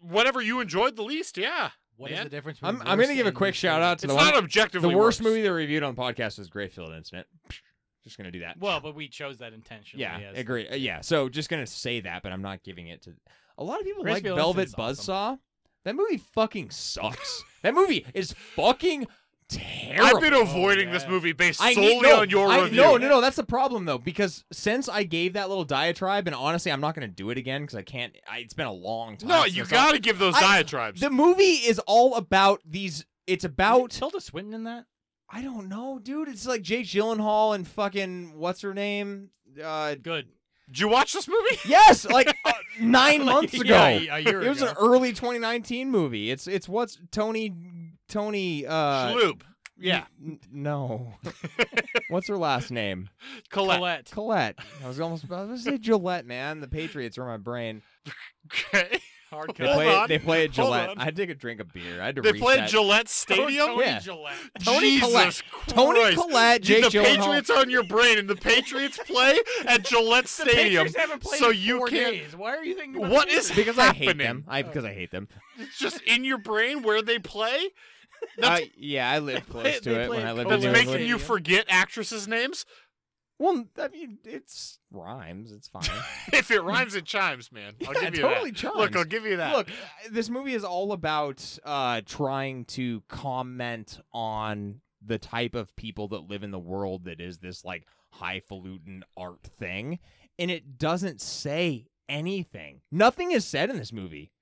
S2: Whatever you enjoyed the least, yeah.
S1: What is
S2: Man.
S1: the difference?
S3: I'm
S1: Between
S3: I'm
S1: worst
S3: gonna give a
S1: and
S3: quick
S1: least
S3: shout out to
S2: it's
S3: the
S2: not
S3: one
S2: objectively
S3: the worst
S2: worse.
S3: movie they reviewed on the podcast was Grayfield Incident. Just gonna do that.
S1: favorite? Well, but we chose that intentionally.
S3: yeah,
S1: yes.
S3: agree. Uh, yeah, so just gonna say that, but I'm not giving it to. A lot of people
S1: Grace
S3: like
S1: Fields
S3: Velvet
S1: is
S3: Buzzsaw.
S1: awesome.
S3: That movie fucking sucks. that movie is fucking terrible.
S2: I've been avoiding this
S1: yeah.
S2: movie based
S3: I
S2: solely
S3: need, no,
S2: on your
S3: I-
S2: review.
S3: No, no, no. That's the problem though, because since I gave that little diatribe, and honestly, I'm not gonna do it again because I can't. I, it's been a long time.
S2: No,
S3: since
S2: you
S3: I saw-
S2: got to give those
S3: I-
S2: diatribes.
S3: The movie is all about these. It's
S1: Out.
S3: about
S1: Tilda Swinton in that?
S3: I don't know, dude. It's like Jake Gyllenhaal and fucking what's her name? Uh,
S1: Good.
S2: Did you watch this movie?
S3: yes, like uh, nine
S1: Like,
S3: months ago.
S1: yeah, a year
S3: It was
S1: ago.
S3: an early 2019 movie. It's it's what's Tony Tony uh
S2: Shloop. Yeah.
S3: n- no. what's her last name?
S2: Collect.
S1: Colette.
S3: Colette. I was almost about to say Gillette, man. The Patriots are in my brain.
S2: Okay.
S1: Hard
S3: They
S2: Hold
S3: play
S2: on.
S3: they play at
S2: Hold
S3: Gillette.
S2: on.
S3: I had to take a drink of beer. I had to
S2: They
S3: reset.
S2: played Gillette Stadium?
S1: Tony
S3: Yeah.
S1: Gillette.
S3: Tony
S2: Jesus
S3: Collette.
S2: Christ.
S3: Tony Collette, Jake
S2: the
S3: Gyllenhaal.
S2: Patriots are on your brain, and the Patriots play at Gillette Stadium.
S1: Patriots haven't played
S2: so
S1: in
S2: you
S1: four
S2: can't.
S1: days. Why are you thinking about
S2: What
S1: the
S2: is
S3: because I
S2: happening?
S3: hate them. I because I hate them.
S2: It's just in your brain where they play.
S3: Uh,
S2: That's,
S3: yeah, I lived
S1: play-
S3: close
S1: they
S3: to it
S1: play
S3: when
S1: at
S3: I lived in
S2: that's
S3: New
S1: Colette
S2: making
S3: England.
S1: Stadium.
S2: you forget actresses' names.
S3: Well, I mean, it's rhymes. It's fine.
S2: If it rhymes, it chimes, man. I'll
S3: Yeah,
S2: give you
S3: totally
S2: that.
S3: chimes.
S2: Look, I'll give you that.
S3: Look, uh, this movie is all about uh, trying to comment on the type of people that live in the world that is this like highfalutin art thing, and it doesn't say anything. Nothing is said in this movie.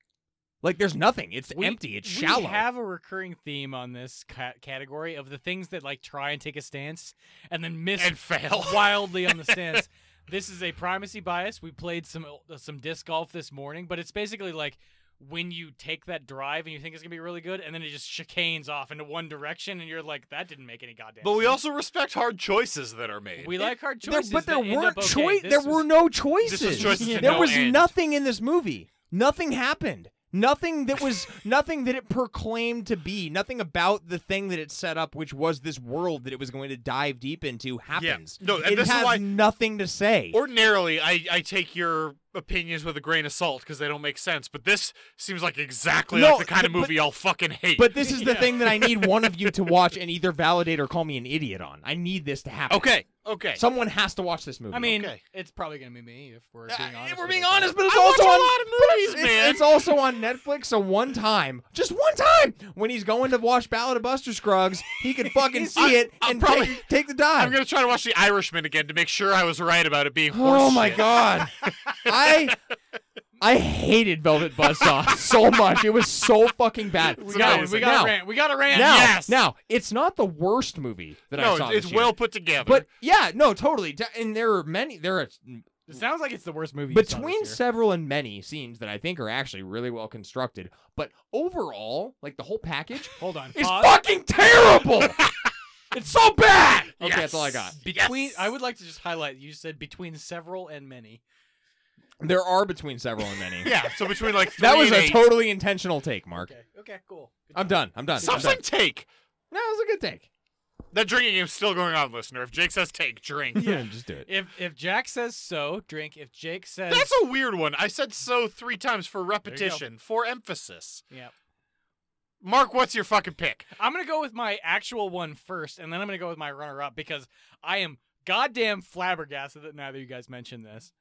S3: Like, there's nothing. It's
S1: We-
S3: empty. It's shallow.
S1: We have a recurring theme on this ca- category of the things that like try and take a stance and then miss
S2: and fail.
S1: wildly on the stance. this is a primacy bias. We played some uh, some disc golf this morning, but it's basically like when you take that drive and you think it's gonna be really good, and then it just chicanes off into one direction, and you're like, that didn't make any goddamn.
S2: But we
S1: sense."
S2: also respect hard choices that are made.
S1: we like hard
S3: There-
S1: choices,
S3: but there
S1: that end up
S3: weren't
S1: okay.
S3: choi-
S1: This
S3: There
S1: was-
S3: were no choices.
S2: choices to
S3: there
S2: no
S3: was
S2: end.
S3: nothing in this movie. Nothing happened. Nothing that was nothing that it proclaimed to be. Nothing about the thing that it set up, which was this world that it was going to dive deep into, happens.
S2: No, and
S3: it
S2: this is
S3: has
S2: why-
S3: nothing to say.
S2: Ordinarily, I, I take your opinions with a grain of salt because they don't make sense. But this seems like exactly
S3: No,
S2: like the kind of
S3: but-
S2: movie I'll fucking hate.
S3: but this is the thing that I need one of you to watch and either validate or call me an idiot on. I need this to happen.
S2: okay, okay.
S3: Someone has to watch this movie.
S1: I mean,
S2: Okay.
S1: it's probably gonna be me if we're
S2: Uh,
S1: being honest.
S2: we're
S1: with
S2: being
S1: ourselves.
S2: honest,
S3: but it's
S2: I
S3: also
S2: watch a
S3: on
S2: lot of
S3: but it's-
S2: movies,
S3: it's,
S2: man.
S3: It's also on Netflix. So one time, just one time, when he's going to watch Ballad of Buster Scruggs, he could fucking see
S2: I'm-
S3: it
S2: I'm
S3: and
S2: probably-
S3: take, take the dive.
S2: I'm gonna try to watch The Irishman again to make sure I was right about it being horse
S3: oh my
S2: shit.
S3: god, I I hated Velvet Buzzsaw so much. It was so fucking bad.
S1: We got,
S2: amazing.
S1: we got
S3: now,
S1: a rant. We got a rant.
S3: Now,
S2: Yes.
S3: now, it's not the worst movie that I
S2: No,
S3: saw.
S2: it's, it's
S3: this year.
S2: well put together.
S3: But yeah, no, totally. D- And there are many. There are
S1: It sounds like it's the worst movie. you saw this
S3: between
S1: year.
S3: several and many scenes that I think are actually really well constructed. But overall, like the whole package,
S1: hold on,
S3: It's
S1: pause.
S3: fucking terrible. it's so bad. Okay, that's all I
S2: Yes.
S3: got.
S1: Between,
S2: Yes.
S1: I would like to just highlight. You said between several and many.
S3: There are between several and many.
S2: yeah, so between like three
S3: that was
S2: and
S3: a
S2: eight.
S3: totally intentional take, Mark.
S1: Okay. Okay. Cool. Good
S3: I'm
S1: job.
S3: done. I'm done.
S2: Stop
S3: I'm
S2: saying
S3: done.
S2: take.
S3: No, it was a good take.
S2: That drinking game's still going on, listener. If Jake says take, drink.
S3: just do it.
S1: If if Jack says so, drink. If Jake says
S2: That's a weird one. I said so three times for repetition, for emphasis.
S1: yeah,
S2: Mark, what's your fucking pick?
S1: I'm gonna go with my actual one first, and then I'm gonna go with my runner-up because I am goddamn flabbergasted that neither of you guys mentioned this.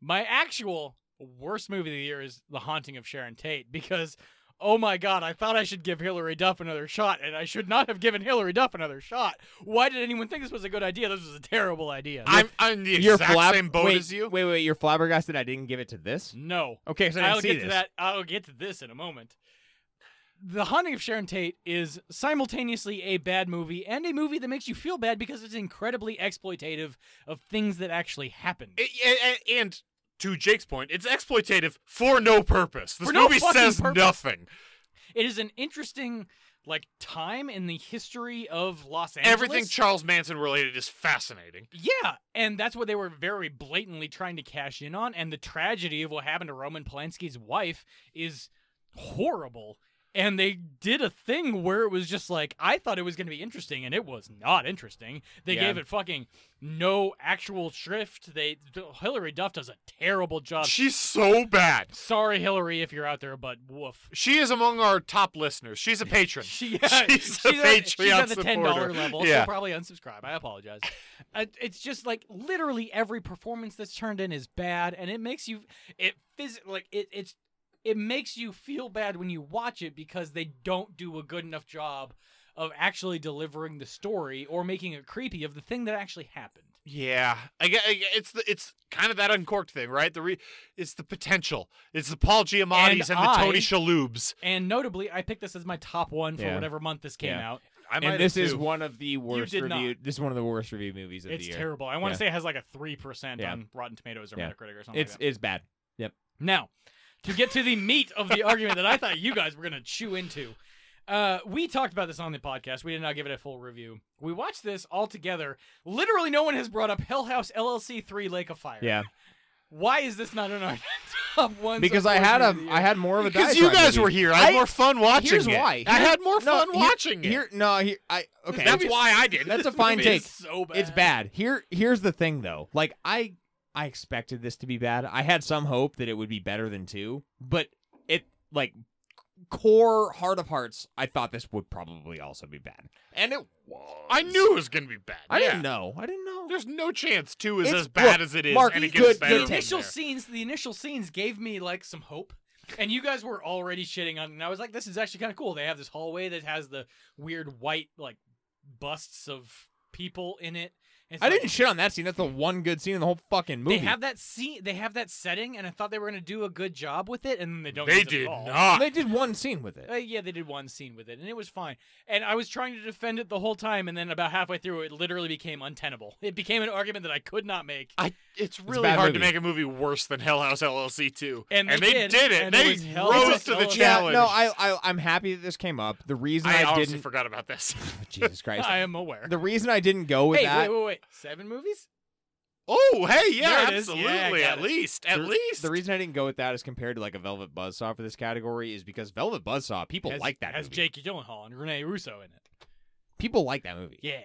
S1: My actual worst movie of the year is The Haunting of Sharon Tate because. Oh my god, I thought I should give Hillary Duff another shot, and I should not have given Hillary Duff another shot. Why did anyone think this was a good idea? This was a terrible idea.
S2: I'm, I'm the
S3: You're
S2: exact
S3: flab-
S2: same boat
S3: wait,
S2: as you.
S3: Wait, wait, you're flabbergasted. I didn't give it to this.
S1: no.
S3: Okay, so I didn't
S1: I'll
S3: see
S1: get
S3: this.
S1: to that. I'll get to this in a moment. The Haunting of Sharon Tate is simultaneously a bad movie and a movie that makes you feel bad because it's incredibly exploitative of things that actually happened.
S2: It- a- a- and to Jake's point, it's exploitative for no purpose. This
S1: For no
S2: movie
S1: fucking
S2: says
S1: purpose.
S2: nothing.
S1: it is an interesting like time in the history of Los Angeles.
S2: Everything Charles Manson related is fascinating.
S1: Yeah, and that's what they were very blatantly trying to cash in on. And the tragedy of what happened to Roman Polanski's wife is horrible. And they did a thing where it was just like, I thought it was going to be interesting, and it was not interesting. They
S3: Yeah.
S1: gave it fucking no actual shrift. They Hillary Duff does a terrible job.
S2: She's so bad.
S1: Sorry, Hillary, if you're out there, but woof.
S2: She is among our top listeners. She's a patron.
S1: She,
S2: She's a
S1: at- she's
S2: Patreon
S1: at the ten dollar
S2: supporter.
S1: level.
S2: Yeah.
S1: She'll probably unsubscribe. I apologize. Uh, it's just like literally every performance that's turned in is bad, and it makes you it phys- like it it's it makes you feel bad when you watch it because they don't do a good enough job of actually delivering the story or making it creepy of the thing that actually happened.
S2: Yeah, I, gue- I, gue- it's the, it's kind of that uncorked thing, right? The re, it's the potential. It's the Paul Giamatti's and,
S1: And
S2: the
S1: I-
S2: Tony Shalhoubs.
S1: And notably, I picked this as my top one for
S3: Yeah.
S1: whatever month this came
S3: Yeah.
S1: out.
S2: I might have
S3: And this is
S2: too.
S3: one of the worst
S1: did not.
S3: reviewed. This is one of the worst reviewed movies of
S1: It's
S3: the year.
S1: terrible. I want to say
S3: Yeah.
S1: it has like a three percent
S3: Yeah.
S1: on Rotten Tomatoes or
S3: Yeah.
S1: Metacritic or something.
S3: It's
S1: like that.
S3: it's bad. Yep.
S1: Now, to get to the meat of the argument that I thought you guys were going to chew into, uh, we talked about this on the podcast. We did not give it a full review. We watched this all together. Literally, no one has brought up Hell House LLC 3 Lake of Fire.
S3: Yeah.
S1: Why is this not in our top one?
S3: Because I had a
S1: a,
S3: I had more of a
S2: because you
S3: diatribe
S2: guys
S3: with
S2: were here. I had
S3: I-
S2: more fun watching
S3: Here's
S2: it.
S3: why.
S2: I had more
S3: No,
S2: fun
S3: here-
S2: watching
S3: Here, no, here I okay.
S2: it. That's why I did.
S3: That's a fine take.
S1: So bad.
S3: It's bad. Here here's the thing though. Like I I expected this to be bad. I had some hope that it would be better than 2, but it like core heart of hearts, I thought this would probably also be bad. And it was.
S2: I knew it was gonna be bad.
S3: I
S2: yeah.
S3: didn't know. I didn't know.
S2: There's no chance two is
S3: It's-
S2: as bad
S3: look,
S2: as it is,
S3: Mark,
S2: and it gets
S3: good- good
S2: better.
S1: the
S3: take.
S2: from
S1: initial
S2: there.
S1: scenes the initial scenes gave me like some hope and you guys were already shitting on it and i was like this is actually kind of cool they have this hallway that has the weird white like busts of people in it It's
S3: I
S1: like-
S3: didn't shit on that scene. That's the one good scene in the whole fucking movie.
S1: They have that scene. They have that setting, and I thought they were gonna do a good job with it, and then they don't.
S2: They
S1: use it at
S2: did
S1: all.
S2: not.
S3: They did one scene with
S1: Uh,
S3: it.
S1: yeah, they did one scene with it, and it was fine. And I was trying to defend it the whole time, and then about halfway through, it literally became untenable. It became an argument that I could not make.
S2: I, it's really
S3: bad
S2: hard to
S3: movie.
S2: make a movie worse than Hell House LLC 2.
S1: And they did,
S2: it.
S1: and it
S2: they
S1: was Hell
S2: rose
S1: House
S2: to the
S1: LLC.
S3: Yeah,
S2: challenge.
S3: no, I, I I'm happy that this came up. The reason
S2: I,
S3: I,
S2: honestly
S3: didn't
S2: forgot about this.
S3: Jesus Christ.
S1: I am aware.
S3: the reason I didn't go with
S1: hey,
S3: that
S1: wait, wait, wait! Seven movies?
S2: Oh, hey, yeah,
S1: There it is. Yeah, I
S2: absolutely.
S1: got
S2: at
S1: it.
S2: least, at
S3: the,
S2: least.
S3: the reason I didn't go with that as compared to like a Velvet Buzzsaw for this category is because Velvet Buzzsaw people
S1: has,
S3: like that
S1: Has
S3: movie.
S1: Jake Gyllenhaal and Renee Russo in it?
S3: people like that movie.
S1: Yeah,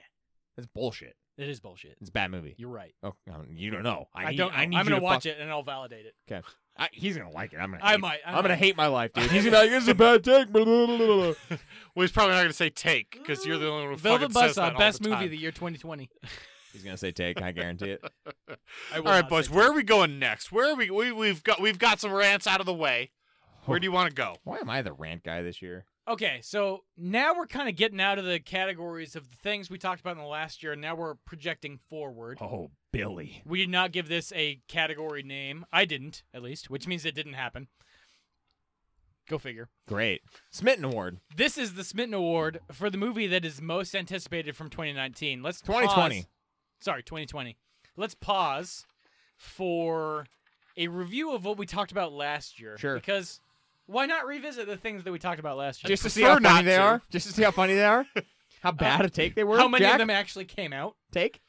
S3: That's bullshit.
S1: it is bullshit.
S3: It's a bad movie.
S1: You're right.
S3: Oh, no, you don't know. I,
S1: I,
S3: need-
S1: don't.
S3: I need
S1: am
S3: you
S1: gonna
S3: to
S1: watch
S3: fuck-
S1: it, and I'll validate it.
S3: Okay. I, he's gonna like it. I'm gonna.
S1: I
S3: hate-
S1: might, I
S3: I'm gonna
S1: might.
S3: hate my life, dude. He's gonna be like, "This is a bad take." blah, blah, blah, blah, blah."
S2: well, he's probably not going to say take because you're the only one who
S1: Velvet
S2: fucking says uh, that
S1: Buzzsaw,
S2: all
S1: best
S2: the
S1: movie
S2: time.
S1: of the year 2020.
S3: He's gonna say take. I guarantee it.
S1: I will
S2: All right,
S1: not
S2: boys,
S1: say
S2: where are we going next? Where are we? we we've got we've got some rants out of the way. Where do you want to go?
S3: Why am I the rant guy this year?
S1: Okay, so now we're kind of getting out of the categories of the things we talked about in the last year, and now we're projecting forward.
S3: Oh, Billy.
S1: We did not give this a category name. I didn't, at least, which means it didn't happen. Go figure.
S3: Great. Smitten Award.
S1: This is the Smitten Award for the movie that is most anticipated from 2019. Let's
S3: 2020.
S1: pause- Sorry, 2020. Let's pause for a review of what we talked about last year.
S3: Sure.
S1: Because why not revisit the things that we talked about last year?
S3: Just to see
S2: prefer
S3: how funny
S2: not
S3: they
S2: to.
S3: are. Just to see how funny they are. How bad a take they were.
S1: How many
S3: Jack?
S1: of them actually came out?
S3: take?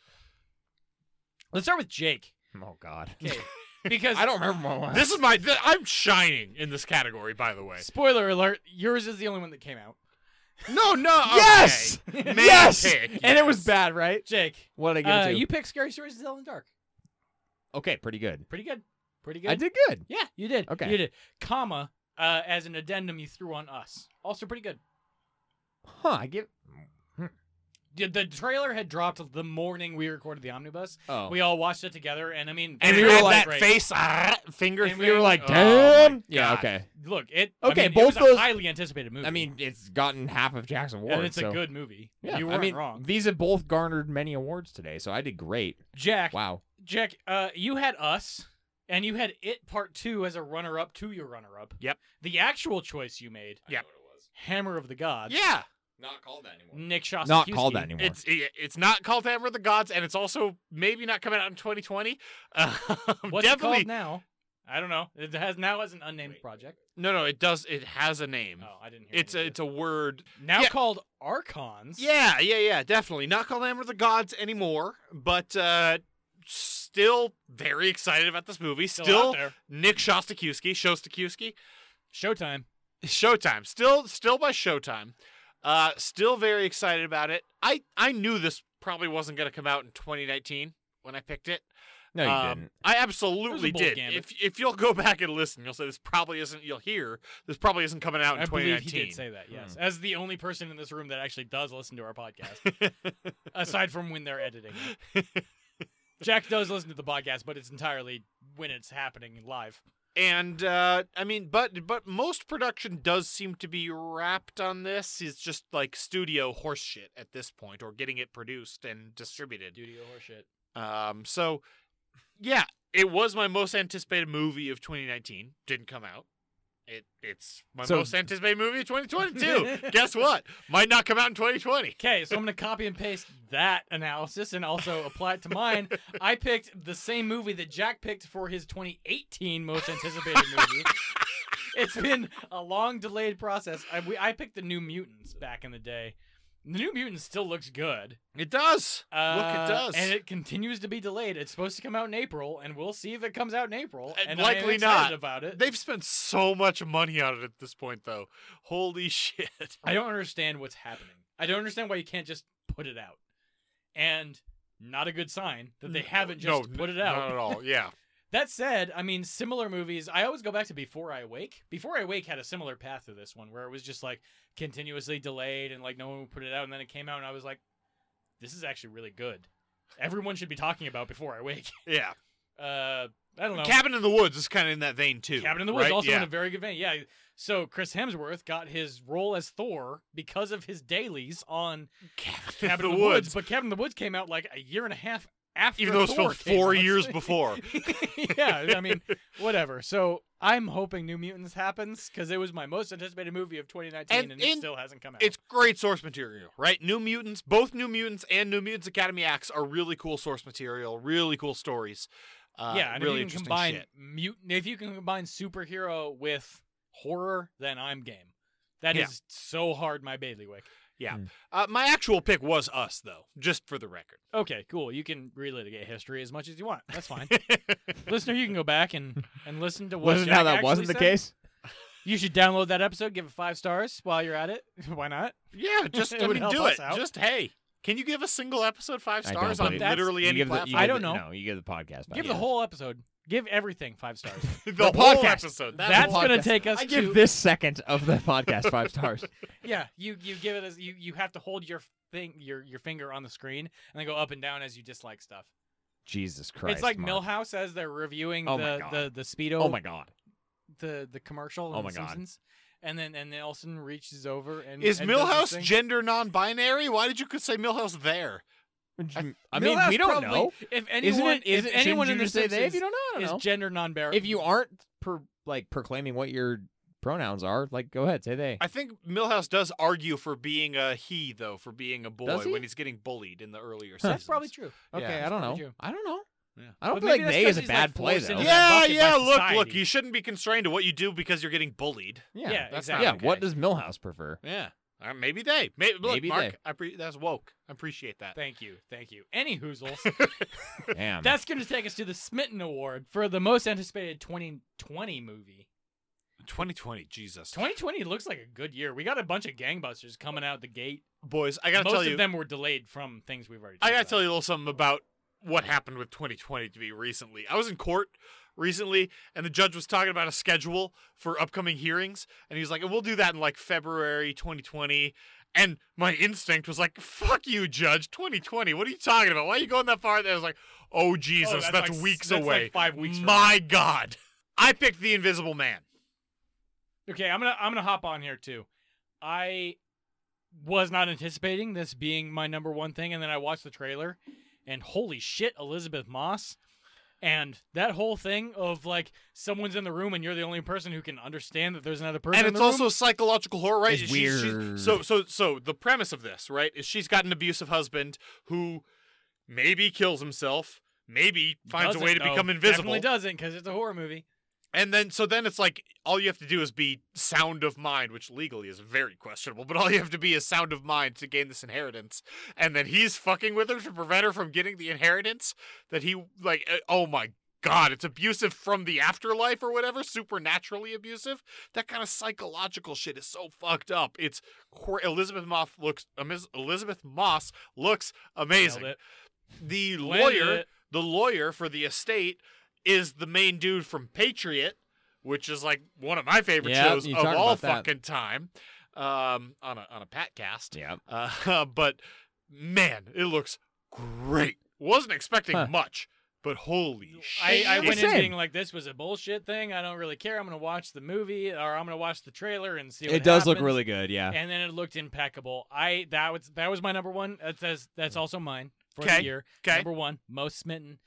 S1: Let's start with Jake.
S3: Oh God.
S1: Okay. Because
S3: I don't remember my last.
S2: This is my. Th- I'm shining in this category, by the way.
S1: spoiler alert, yours is the only one that came out.
S2: No, no. okay.
S3: Yes.
S2: Man
S3: yes.
S2: pick,
S3: And it was
S2: yes.
S3: bad, right?
S1: Jake,
S3: What did I get
S1: uh,
S3: it to?
S1: you picked Scary Stories to Tell in the Dark.
S3: Okay, pretty good.
S1: Pretty good. Pretty good.
S3: I did good.
S1: Yeah, you did.
S3: Okay.
S1: You did. Comma, uh, as an addendum you threw on us. Also pretty good.
S3: Huh? I give.
S1: The, the trailer had dropped the morning we recorded the omnibus.
S3: Oh.
S1: We all watched it together, and I mean,
S2: And
S1: we
S2: you
S1: were
S2: had
S1: like,
S2: that face ah, finger.
S1: And we
S2: thing.
S1: were like,
S2: Oh, my
S3: Damn. yeah.
S2: God.
S3: Okay.
S1: Look, it.
S3: Okay,
S1: I mean,
S3: both
S1: it was
S3: those-
S1: a highly anticipated movie.
S3: I mean, it's gotten half of Jack's award.
S1: and it's
S3: so-
S1: a good movie.
S3: Yeah,
S1: you
S3: I
S1: weren't
S3: mean,
S1: wrong.
S3: These have both garnered many awards today, so I did great.
S1: Jack,
S3: Wow.
S1: Jack, uh, you had us, and you had it part two as a runner up to your runner up.
S2: Yep.
S1: The actual choice you made,
S2: Yep.
S1: Hammer of the Gods.
S2: Yeah.
S3: Not called that anymore.
S1: Nick Shostakovich.
S3: Not called that anymore.
S2: It's it- it's not called Hammer of the Gods, and it's also maybe not coming out in 2020. Um,
S1: What's it
S2: definitely
S1: called now? I don't know. It has now as an unnamed project.
S2: no, no. It does. It has a
S3: Mm.
S2: name.
S1: Oh, I didn't hear.
S2: It's a it's a word.
S1: now
S2: yeah.
S1: called Archons.
S2: Yeah, yeah, yeah. Definitely not called Hammer of the Gods anymore, but uh, still very excited about this movie.
S1: Still,
S2: Still,
S1: out there.
S2: Nick Shostakovsky, Shostakovsky,
S1: Showtime.
S2: Showtime. Still, still by Showtime. Uh, still very excited about it. I I knew this probably wasn't going to come out in 2019 when I picked it.
S3: No, you
S2: Um,
S3: didn't.
S2: I absolutely
S1: bold
S2: did.
S1: gambit.
S2: If if you'll go back and listen, you'll say this probably isn't. You'll hear this probably isn't coming out in
S1: I believe
S2: 2019.
S1: he did say that.
S3: Hmm.
S1: Yes, as the only person in this room that actually does listen to our podcast, aside from when they're editing. it. Jack does listen to the podcast, but it's entirely when it's happening live.
S2: and uh, I mean, but but most production does seem to be wrapped on this. It's just like studio horseshit at this point, or getting it produced and distributed.
S1: Duty or shit.
S2: Um, so yeah, it was my most anticipated movie of 2019. Didn't come out. It it's my
S3: So-
S2: most anticipated movie of 2022. Guess what? Might not come out in 2020.
S1: Okay, so I'm going to copy and paste that analysis and also apply it to mine. I picked the same movie that Jack picked for his 2018 most anticipated movie. it's been a long delayed process. I, we, I picked the New Mutants back in the day. The New Mutants still looks good.
S2: It does. Look,
S1: Uh,
S2: it does.
S1: and it continues to be delayed. It's supposed to come out in April, and we'll see if it comes out in April.
S2: Uh,
S1: And I am
S2: likely
S1: excited
S2: not.
S1: about it.
S2: They've spent so much money on it at this point, though. Holy shit!
S1: I don't understand what's happening. I don't understand why you can't just put it out. And not a good sign that they haven't
S2: no,
S1: just
S2: n-
S1: put it out.
S2: Not at all. Yeah.
S1: That said, I mean, similar movies. I always go back to Before I Awake. Before I Awake had a similar path to this one, where it was just like continuously delayed and like no one would put it out, and then it came out, and I was like, "This is actually really good. Everyone should be talking about Before I Awake."
S2: Yeah.
S1: Uh, I don't know.
S2: Cabin in the Woods is kind of in that vein too.
S1: Cabin in the Woods,
S2: right?
S1: also
S2: yeah.
S1: in a very good vein. Yeah. So Chris Hemsworth got his role as Thor because of his dailies on Cabin in the Woods. but Cabin in the Woods came out like a year and a half after.
S2: even though it's
S1: Thor
S2: filmed
S1: came
S2: four
S1: out.
S2: years before.
S1: yeah, I mean, whatever. So I'm hoping New Mutants happens because it was my most anticipated movie of 2019, and,
S2: And
S1: it
S2: in-
S1: still hasn't come out.
S2: It's great source material, right? New Mutants, both New Mutants and New Mutants Academy Acts are really cool source material, really cool stories. Uh,
S1: yeah, and
S2: really
S1: if you can
S2: interesting
S1: combine
S2: shit.
S1: mutant, if you can combine superhero with horror, then I'm game. That is
S2: Yeah.
S1: so hard, my bailiwick.
S2: Yeah. Uh, my actual pick was Us, though, just for the record.
S1: Okay, cool. You can relitigate history as much as you want. That's fine. Listener, you can go back and, and listen to what
S3: Wasn't
S1: Jack
S3: how that
S1: actually
S3: wasn't the
S1: said.
S3: case?
S1: You should download that episode, give it five stars while you're at it. Why not?
S2: Yeah, just
S1: It
S2: I
S1: would
S2: mean,
S1: help
S2: do
S1: us
S2: it.
S1: out.
S2: Just hey, can you give a single episode five
S3: I don't
S2: stars on
S3: believe-
S2: literally
S3: You
S2: any
S3: give the- you
S2: platform?
S3: give
S1: I don't
S3: the-
S1: know.
S3: No, you give the podcast. back.
S1: Give the
S3: Yeah.
S1: whole episode. Give everything five stars.
S2: the,
S3: the
S2: whole
S3: podcast.
S2: episode. That's,
S1: That's
S2: what-
S1: gonna
S3: podcast.
S1: take us
S3: I
S1: to-
S3: give this second of the podcast five stars.
S1: yeah, you you give it as you you have to hold your thing your your finger on the screen and then go up and down as you dislike stuff.
S3: Jesus Christ!
S1: it's like
S3: Mark.
S1: Millhouse as they're reviewing
S3: Oh my
S1: the,
S3: God.
S1: the the speedo
S3: Oh my God!
S1: the the commercial.
S3: Oh
S1: in
S3: my
S1: the
S3: God.
S1: Simpsons. And then and then Nelson reaches over and
S2: is
S1: and does this
S2: Millhouse
S1: thing.
S2: gender non-binary? Why did you could say Millhouse there?
S3: I mean,
S1: Millhouse
S3: we don't
S1: probably-
S3: know.
S1: If
S3: Isn't
S1: anyone,
S3: it? Isn't,
S1: if anyone in
S3: shouldn't you
S1: the
S3: just say they?
S1: Simpsons
S3: If you don't know, I
S1: is
S3: don't know.
S1: gender non-bearing,
S3: if you aren't per, like proclaiming what your pronouns are, like go ahead, say they.
S2: I think Millhouse does argue for being a he, though, for being a boy
S3: Does he?
S2: when he's getting bullied in the earlier seasons.
S1: that's probably true.
S3: okay,
S2: yeah,
S3: I don't
S1: probably
S3: know.
S1: true.
S3: I don't know.
S2: Yeah.
S3: I don't
S1: But
S3: feel
S1: maybe
S3: like
S1: that's
S3: they
S1: 'cause
S3: is a
S1: he's, like,
S3: bad play
S1: forced
S3: though.
S1: into that
S3: yeah,
S2: Yeah,
S1: bucket by
S2: yeah. Look, look.
S1: society.
S2: You shouldn't be constrained to what you do because you're getting bullied.
S1: Yeah,
S2: that's not
S1: exactly.
S3: yeah. What
S2: okay.
S3: does Millhouse prefer?
S2: Yeah. Uh, maybe they. Maybe, look,
S3: Maybe
S2: Mark.
S3: they.
S2: I pre- that's woke. I appreciate that.
S1: Thank you, thank you. Any hoozles.
S3: Damn.
S1: that's going to take us to the Smitten Award for the most anticipated 2020 movie.
S2: 2020, Jesus.
S1: 2020 looks like a good year. We got a bunch of gangbusters coming out the gate.
S2: Boys, I gotta
S1: Most
S2: tell
S1: of
S2: you,
S1: them were delayed from things we've already.
S2: I gotta
S1: talked
S2: tell
S1: about.
S2: you a little something about what happened with 2020 to me recently. I was in court recently, and the judge was talking about a schedule for upcoming hearings, and he was like, "We'll do that in like February 2020." And my instinct was like, "Fuck you, judge! 2020. What are you talking about? Why are you going that far?" And I was like, "Oh Jesus,
S1: that's
S2: that's,
S1: like-
S2: weeks
S1: that's like
S2: away.
S1: five weeks from
S2: My God, I picked the Invisible Man.
S1: Okay, I'm gonna I'm gonna hop on here too. I was not anticipating this being my number one thing, and then I watched the trailer, and holy shit, Elizabeth Moss, and that whole thing of like someone's in the room and you're the only person who can understand that there's another person.
S2: and
S1: in
S2: it's
S1: the
S2: also
S1: room.
S2: psychological horror, right?
S3: It's
S2: She- she's-
S3: weird.
S2: so, so, so the premise of this, right, is she's got an abusive husband who maybe kills himself, maybe finds a way
S1: Doesn't,
S2: to become
S1: though.
S2: invisible,
S1: Definitely doesn't because it's a horror movie.
S2: and then so then it's like all you have to do is be sound of mind, which legally is very questionable, but all you have to be is sound of mind to gain this inheritance, and then he's fucking with her to prevent her from getting the inheritance that he like. uh, Oh my. God, it's abusive from the afterlife or whatever, supernaturally abusive. That kind of psychological shit is so fucked up. It's cor- Elizabeth Moss looks Amiz- Elizabeth Moss looks amazing.
S1: Nailed it.
S2: The
S1: Landed
S2: lawyer,
S1: it.
S2: the lawyer for the estate is the main dude from Patriot, which is like one of my favorite
S3: Yeah,
S2: shows
S3: you
S2: of
S3: talked
S2: all
S3: about that.
S2: fucking time. Um, on a on a Patcast.
S3: Yeah.
S2: Uh, but man, it looks great. Wasn't expecting
S3: Huh.
S2: much, but holy
S1: I,
S2: shit!
S1: I went in
S3: Same.
S1: being like, this was a bullshit thing. I don't really care. I'm gonna watch the movie or I'm gonna watch the trailer and see. What
S3: It does look
S1: happens."
S3: really good. Yeah.
S1: and then it looked impeccable. I that was that was my number one. That says that's also mine for the
S2: Okay,
S1: year.
S2: okay.
S1: Number one, most smitten.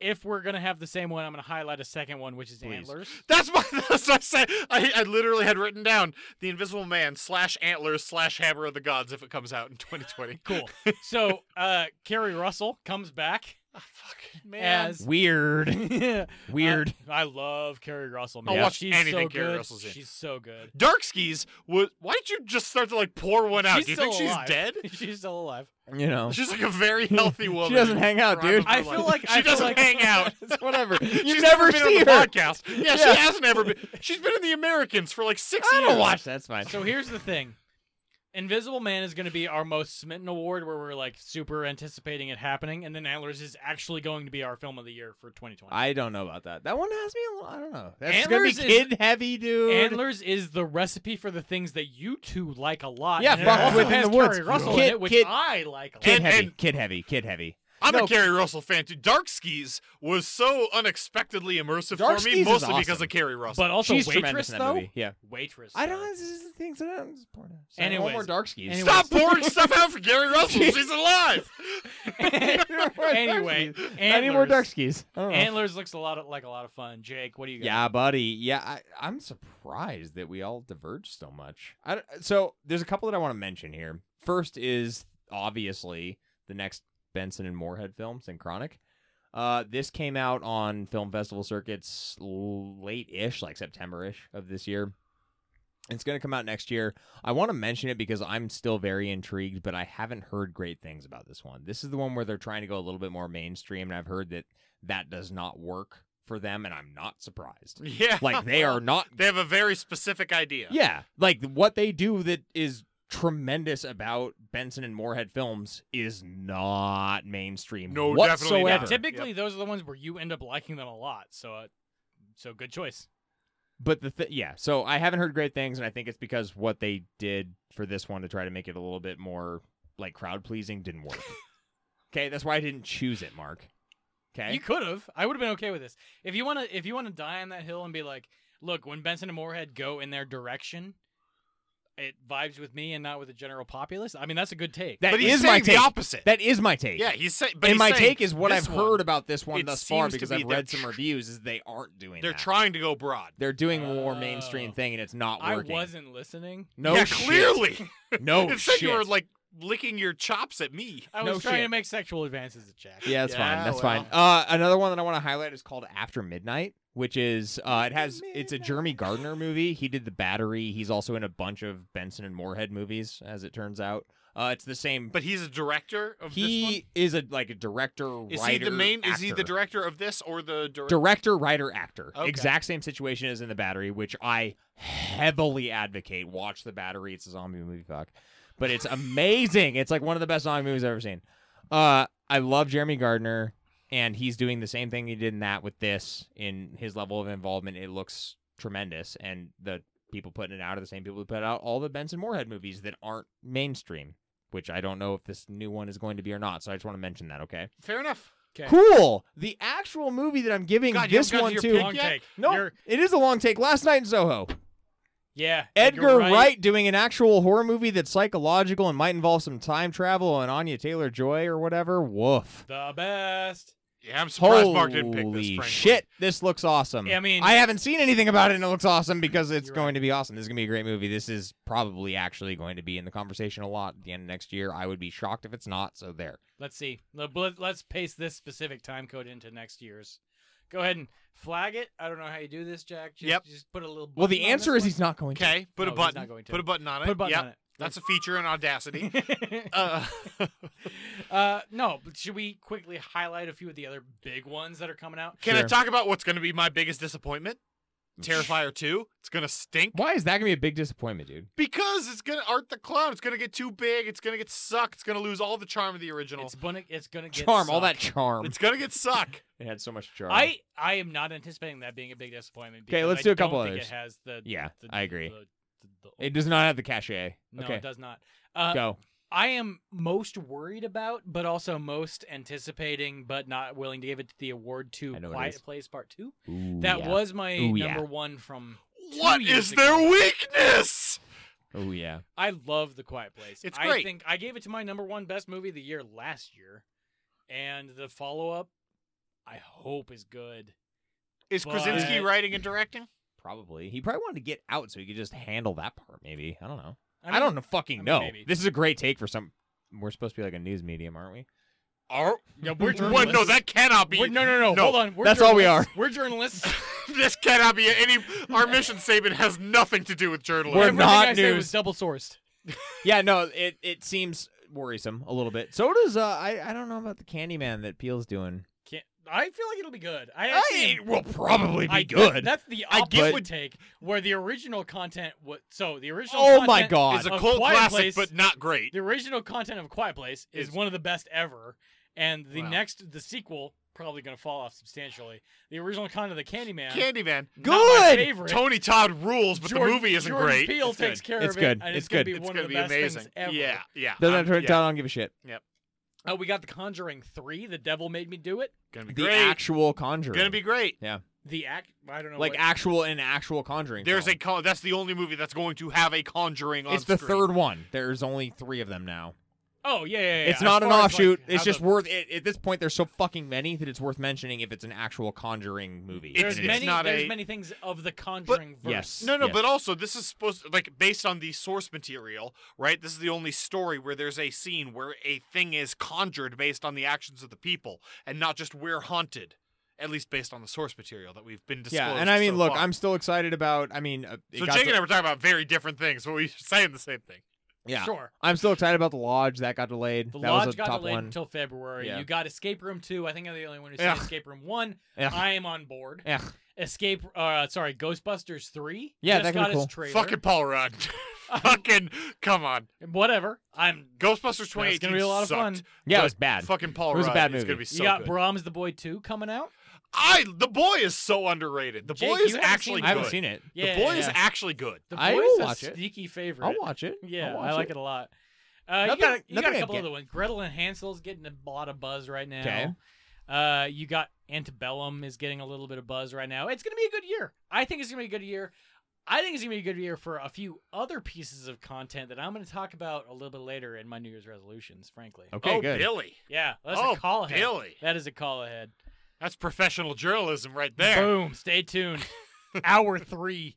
S1: If we're gonna have the same one, I'm gonna highlight a second one, which is
S2: Please.
S1: antlers.
S2: That's what, that's what I said. I, I literally had written down the Invisible Man slash antlers slash Hammer of the Gods if it comes out in 2020.
S1: Cool. so uh Carrie Russell comes back
S2: Ah, fucking man.
S1: as
S3: Weird. Weird.
S1: I, I love Carrie Russell. Man.
S2: I'll watch
S1: She's so
S2: anything Kerry
S1: good.
S2: Russell's in.
S1: She's so good.
S2: Dark Skis was. Why did you just start to like pour one out?
S1: She's
S2: Do you
S1: still
S2: think she's
S1: alive.
S2: dead?
S1: She's still alive.
S3: You know.
S2: She's like a very healthy woman.
S3: doesn't hang out,
S2: Prime
S3: dude.
S2: of her
S1: I feel
S2: life.
S1: like
S2: she
S1: I feel
S2: doesn't
S1: like-
S2: hang out.
S3: Whatever.
S2: She's
S3: You've
S2: never,
S3: never
S2: been
S3: see
S2: on the
S3: her.
S2: podcast. Yeah,
S3: Yeah.
S2: she has never been. She's been in the Americans for like six
S3: I
S2: years.
S3: don't watch. That's fine.
S1: So here's the thing. Invisible Man is going to be our most smitten award where we're like super anticipating it happening and then Antlers is actually going to be our film of the year for 2020.
S3: I don't know about that. That one has me a little. I don't know. That's gonna be
S1: Antlers is-
S3: kid heavy, dude.
S1: Antlers is the recipe for the things that you two like a lot.
S3: Yeah,
S1: and it
S3: fuck
S1: also
S3: within
S1: has
S3: the woods.
S1: Kerry Russell in
S3: Kid-
S1: it, which
S3: kid-
S1: I like a
S3: Kid
S1: lot.
S2: And-
S3: heavy.
S2: and-
S3: kid heavy. Kid heavy.
S2: I'm
S1: No.
S2: a Carrie Russell fan too. Dark Skis was so unexpectally immersive
S3: Dark
S2: for me,
S3: Skis is
S2: mostly because
S3: awesome.
S2: of Carrie Russell.
S1: But also
S3: She's
S1: waitress
S3: tremendous in that
S1: though.
S3: movie. Yeah.
S1: Waitress.
S3: I
S1: though.
S3: don't. This is the thing. So I don't- it's porn. So I want
S1: Anyways.
S3: more dark skis.
S1: Anyways.
S2: Stop pouring stuff out for Carrie Russell. She's alive.
S1: anyway, antlers.
S3: I need more dark skis. I don't know.
S1: Antlers looks a lot of, like a lot of fun. Jake, what do you got?
S3: Yeah, buddy. Yeah, I, I'm surprised that we all diverged so much. I, don't- so there's a couple that I want to mention here. First is obviously the next Benson and Moorhead film, Synchronic. Uh, this came out on film festival circuits l- late-ish, like September-ish of this year. It's going to come out next year. I want to mention it because I'm still very intrigued, but I haven't heard great things about this one. This is the one where they're trying to go a little bit more mainstream, and I've heard that that does not work for them, and I'm not surprised.
S2: Yeah.
S3: Like they are not.
S2: They have a very specific idea.
S3: Yeah, like what they do that is tremendous about Benson and Moorhead films is not mainstream.
S2: No,
S3: whatsoever.
S2: definitely not.
S1: Yeah, typically those are the ones where you end up liking them a lot. So, uh, so good choice.
S3: But the th- yeah, so I haven't heard great things, and I think it's because what they did for this one to try to make it a little bit more like crowd pleasing didn't work. okay, that's why I didn't choose it, Mark. Okay,
S1: You could have. I would have been okay with this. If you want to, if you want to die on that hill and be like, look, when Benson and Moorhead go in their direction, it vibes with me and not with the general populace. I mean, that's a good take.
S3: that
S2: But he's
S3: is my
S2: saying the
S3: take.
S2: opposite.
S3: That is my take.
S2: Yeah, he's saying. But
S3: and
S2: he's
S3: my
S2: saying
S3: take is what
S2: this
S3: I've
S2: one,
S3: heard about this one
S2: it
S3: thus far
S2: seems to
S3: because
S2: be
S3: I've
S2: they're
S3: read some
S2: tr-
S3: reviews is they aren't doing
S2: They're
S3: that.
S2: trying to go broad.
S3: They're doing more
S1: Oh.
S3: mainstream thing and it's not
S1: I
S3: working.
S1: wasn't listening.
S3: No
S2: yeah,
S3: shit.
S2: clearly.
S3: No
S2: it said
S3: shit.
S2: you were like licking your chops at me.
S1: I
S3: No
S1: was trying to
S3: shit.
S1: make sexual advances at Jack.
S3: Yeah, that's
S2: Yeah,
S3: fine. That's
S2: well.
S3: fine. Uh, another one that I want to highlight is called After Midnight, which is uh, it has it's a Jeremy Gardner movie. He did The Battery. He's also in a bunch of Benson and Moorhead movies, as it turns out. Uh, it's the same.
S2: But he's a director of
S3: he is a like a director.
S2: this one. Is he
S3: writer,
S2: the main? Is he the
S3: actor.
S2: director of this or the director?
S3: director, writer, actor.
S2: Okay.
S3: Exact same situation as in The Battery, which I heavily advocate. Watch The Battery. It's a zombie movie, fuck. But it's amazing. it's like one of the best zombie movies I've ever seen. Uh, I love Jeremy Gardner, and he's doing the same thing he did in that with this. In his level of involvement, it looks tremendous. And the people putting it out are the same people who put out all the Benson Moorhead movies that aren't mainstream. Which I don't know if this new one is going to be or not, so I just want to mention that. Okay,
S2: Fair enough.
S3: cool. The actual movie that I'm giving
S2: God, you
S3: this
S2: haven't
S3: one
S2: gotten to
S3: to
S2: your
S1: Long
S2: pick yet?
S1: take.
S3: no,
S1: You're-
S3: it is a long take. Last night in Soho,
S1: yeah.
S3: Edgar
S1: Wright.
S3: Wright. doing an actual horror movie that's psychological and might involve some time travel and Anya Taylor Joy or whatever. Woof.
S1: the best.
S2: Yeah, I'm surprised
S3: Holy
S2: Mark didn't pick this. frankly.
S3: shit! This looks awesome.
S1: Yeah, I mean-
S3: I haven't seen anything about it, and it looks awesome because it's
S1: You're
S3: going to be awesome. This is gonna be a great movie. This is probably actually going to be in the conversation a lot at the end of next year. I would be shocked if it's not. So there.
S1: Let's see. Le- let- Let's paste this specific time code into next year's. Go ahead and flag it. I don't know how you do this, Jack. Just,
S2: Yep.
S1: Just put a little.
S3: Well, the
S1: button on
S3: answer
S1: this
S3: is he's not going. to.
S2: Okay, put
S1: No,
S2: a
S1: he's
S2: button.
S1: not going to.
S2: Put a button on it.
S1: Put a button
S2: yep.
S1: on it.
S2: That's a feature in Audacity.
S1: one.
S2: uh,
S1: uh, no, but should we quickly highlight a few of the other big ones that are coming out?
S2: can I
S3: Sure.
S2: talk about what's going to be my biggest disappointment? Terrifier 2. It's going to stink.
S3: Why is that gonna be a big disappointment, dude?
S2: Because it's going to art the clown. It's going to get too big. It's going to get sucked. It's going to lose all the charm of the original.
S1: It's gonna. It's gonna get
S3: Oh. charm, all that
S1: sucked.
S3: charm.
S2: It's going to get suck.
S3: It had so much charm.
S1: I I am not anticipating that being a big disappointment.
S3: 'Kay,
S1: because
S3: let's
S1: I
S3: do a
S1: don't
S3: couple
S1: think
S3: others.
S1: It has the.
S3: Yeah,
S1: the-
S3: I agree.
S1: the- the- the-
S3: It does not have the cachet.
S1: no,
S3: okay,
S1: it does not. Uh,
S3: go.
S1: I am most worried about, but also most anticipating, but not willing to give it the award to
S3: I know what it
S1: Quiet
S3: is.
S1: Place Part Two. That was my
S3: Ooh, yeah.
S1: number one from. two
S2: What
S1: years
S2: is
S1: ago.
S2: their weakness?
S3: Oh yeah.
S1: I love The Quiet Place.
S2: It's
S1: I
S2: great.
S1: think I gave it to my number one best movie of the year last year, and the follow up, I hope is good.
S2: Is Krasinski
S1: But-
S2: writing and directing?
S3: Probably. He probably wanted to get out so he could just handle that part. Maybe. I don't know. I,
S1: mean,
S3: don't know,
S1: I
S3: fucking
S1: mean,
S3: know.
S1: maybe.
S3: This is a great take for some. We're supposed to be like a news medium, aren't we?
S2: Are
S1: Yeah, we're
S2: what, no,
S1: journalists.
S2: that cannot be.
S1: We're- no, no, no,
S2: No,
S1: Hold on. We're
S3: that's all we
S1: journalists. We're journalists.
S2: this cannot be any. Our mission statement has nothing to do with journalism.
S3: We're
S1: Everything
S3: not
S1: I say was
S3: news.
S1: double sourced.
S3: yeah. No. It it seems worrisome a little bit. So does uh. I I don't know about the Candyman that Peel's doing.
S1: Can't, I feel like it'll be good. I actually am
S3: will probably
S1: I- that- that's the
S2: I
S1: opposite
S2: get what-
S1: take where the original content was so the original.
S3: Oh my
S1: content
S3: God.
S2: It's a
S1: of
S2: cult
S1: Quiet
S2: classic,
S1: Place,
S2: but not great.
S1: the original content of Quiet Place is
S2: It's-
S1: one of the best ever, and the
S2: Wow.
S1: next the sequel probably going to fall off substantially. The original content of the Candyman,
S2: Candyman.
S1: not my
S3: Good!
S1: favorite.
S2: Tony Todd rules, but
S1: Jordan-
S2: the movie isn't
S1: Jordan
S2: great.
S1: Peele
S3: It's
S1: takes
S3: good.
S1: care
S3: It's
S1: of it,
S3: good.
S1: and
S3: It's
S1: it's, going to
S3: good.
S1: be
S2: It's
S1: one
S2: gonna
S1: of the
S2: be
S1: best
S2: amazing.
S1: things ever.
S2: Yeah, yeah.
S3: Doesn't
S2: I'm-
S3: have to
S2: yeah.
S3: I don't give a shit.
S1: Oh, we got The Conjuring Three. The Devil Made Me Do It.
S2: Gonna be
S3: The
S2: great.
S3: actual Conjuring.
S2: Gonna be great.
S3: yeah,
S1: The act. I don't know.
S3: like
S1: what-
S3: actual and actual Conjuring.
S2: There's a
S3: film.
S2: con- that's the only movie that's going to have a Conjuring on
S3: It's the
S2: screen.
S3: third one. There's only three of them now.
S1: Oh yeah, yeah, yeah.
S3: it's
S1: as
S3: not an
S1: far as, like,
S3: offshoot.
S1: how
S3: it's just
S1: the-
S3: worth it. At this point, there's so fucking many that it's worth mentioning if it's an actual Conjuring movie.
S2: It's-
S1: There's
S3: And it is.
S1: many.
S2: not
S1: there's
S2: a-
S1: many things of the Conjuring verse.
S3: yes.
S2: No, no,
S3: Yes.
S2: but also this is supposed like based on the source material, right? This is the only story where there's a scene where a thing is conjured based on the actions of the people and not just we're haunted, at least based on the source material that we've been disclosed.
S3: yeah, and I mean,
S2: so
S3: look,
S2: far.
S3: I'm still excited about. I mean, uh, it
S2: so
S3: got
S2: Jake
S3: the-
S2: and I were talking about very different things, but we were saying the same thing.
S3: yeah,
S1: Sure.
S3: I'm still excited about the lodge that got delayed.
S1: The
S3: that
S1: Lodge
S3: was a
S1: got
S3: top
S1: delayed
S3: one.
S1: until February.
S3: Yeah.
S1: You got Escape Room Two. I think I'm the only one who's
S2: Ugh.
S1: seen Escape Room One.
S3: Ugh.
S1: I am on board.
S3: Ugh.
S1: Escape. Uh, sorry, Ghostbusters Three.
S3: Yeah,
S1: just
S3: that could be
S1: got its
S3: cool.
S1: trailer.
S2: Fucking Paul Rudd. Fucking come on.
S1: whatever. I'm.
S2: Ghostbusters 2018
S1: That's gonna be a lot of
S2: sucked,
S1: fun.
S3: Yeah, it
S2: but
S3: was bad.
S2: Fucking Paul
S3: It was a
S2: Rudd.
S3: bad
S2: is gonna
S3: movie.
S2: be
S1: You
S2: so
S1: got
S2: good.
S1: Brahms the Boy Two coming out.
S2: I the boy is so underrated. The
S1: Jake,
S2: boy
S1: you
S2: is
S1: haven't
S2: actually
S1: seen
S3: I
S2: good.
S3: haven't seen it.
S1: Yeah,
S2: the boy
S1: yeah,
S2: is
S1: yeah.
S2: actually good.
S1: The
S3: I
S1: boy
S3: will
S1: is a
S3: watch it.
S1: sneaky favorite.
S3: I'll watch it.
S1: Yeah,
S3: I'll watch
S1: I like it,
S3: it.
S1: a lot. Uh,
S3: Nothing-
S1: you got, you got
S3: nothing
S1: a
S3: I
S1: couple
S3: get.
S1: other ones. Gretel and Hansel's getting a lot of buzz right now.
S3: 'Kay.
S1: Uh, you got Antebellum is getting a little bit of buzz right now. It's gonna be a good year. I think it's gonna be a good year. I think it's gonna be a good year for a few other pieces of content that I'm gonna talk about a little bit later in my New Year's resolutions. Frankly,
S3: Okay,
S2: oh,
S3: good.
S2: Billy.
S1: yeah, that's
S2: oh,
S1: a call ahead.
S2: Billy.
S1: That is a call ahead.
S2: That's professional journalism right there.
S1: Boom. Stay tuned. Hour three.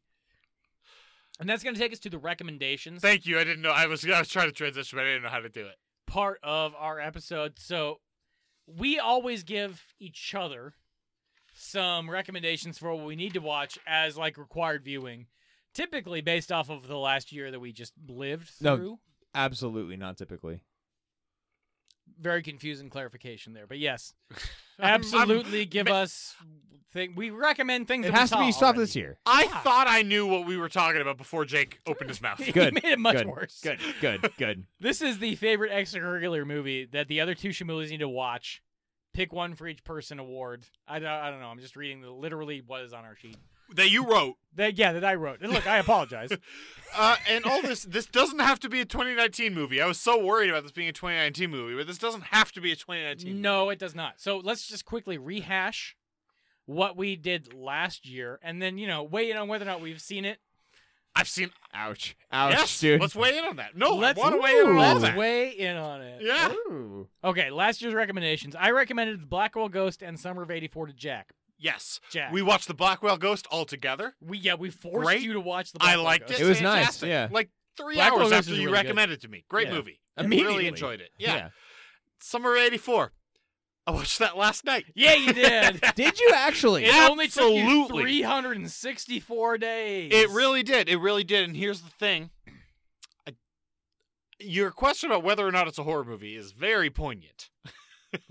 S1: And that's going to take us to the recommendations
S2: Thank you. I didn't know. I was I was trying to transition, but I didn't know how to do it.
S1: part of our episode. So we always give each other some recommendations for what we need to watch as like required viewing, typically based off of the last year that we just lived
S3: No.
S1: through.
S3: Absolutely not typically.
S1: Very confusing clarification there, but yes,
S2: I'm- I'm-
S1: absolutely give us thing. We recommend things.
S3: It
S1: that we
S3: has to
S1: saw
S3: be stuff this
S1: already.
S3: year.
S2: I thought I knew what we were talking about before Jake opened his mouth.
S3: Good.
S1: made it much
S3: good,
S1: worse.
S3: Good. Good. Good.
S1: This is the favorite extracurricular movie that the other two Shamulis need to watch. Pick one for each person award. I don't, I don't know. I'm just reading the literally what is on our sheet.
S2: that you wrote.
S1: That yeah, that I wrote. And look, I apologize.
S2: Uh, and all this this doesn't have to be a 2019 movie. I was so worried about this being a 2019 movie, but this doesn't have to be a 2019. movie.
S1: no, it does not. So let's just quickly rehash what we did last year, and then you know weigh in on whether or not we've seen it.
S2: I've seen.
S3: Ouch. Ouch,
S2: yes,
S3: dude.
S2: let's weigh in on that. No,
S1: let's
S2: I want to weigh in on all
S1: let's
S2: that.
S1: weigh in on it.
S2: yeah.
S3: Ooh.
S1: Okay, last year's recommendations. I recommended The Blackwell Ghost and Summer of '84 to Jack.
S2: Yes.
S1: Jack,
S2: We watched the Blackwell Ghost all together.
S1: we yeah we forced
S2: Great.
S1: you to watch the.
S2: I
S1: Blackwell
S2: liked
S1: Ghost.
S2: it.
S3: It was nice,
S2: Fantastic.
S3: yeah.
S2: Like three
S1: Black
S2: hours
S1: Rose
S2: after
S1: is really
S2: you
S1: good.
S2: recommended it to me. Great
S3: Yeah.
S2: movie.
S3: Immediately.
S2: Really enjoyed it. Yeah.
S3: Yeah.
S2: Summer of 84. I watched that last night.
S1: Yeah, you did.
S3: Did you actually?
S1: It only took you
S2: Absolutely.
S1: 364 days.
S2: It really did. It really did. And here's the thing. I- Your question about whether or not it's a horror movie is very poignant.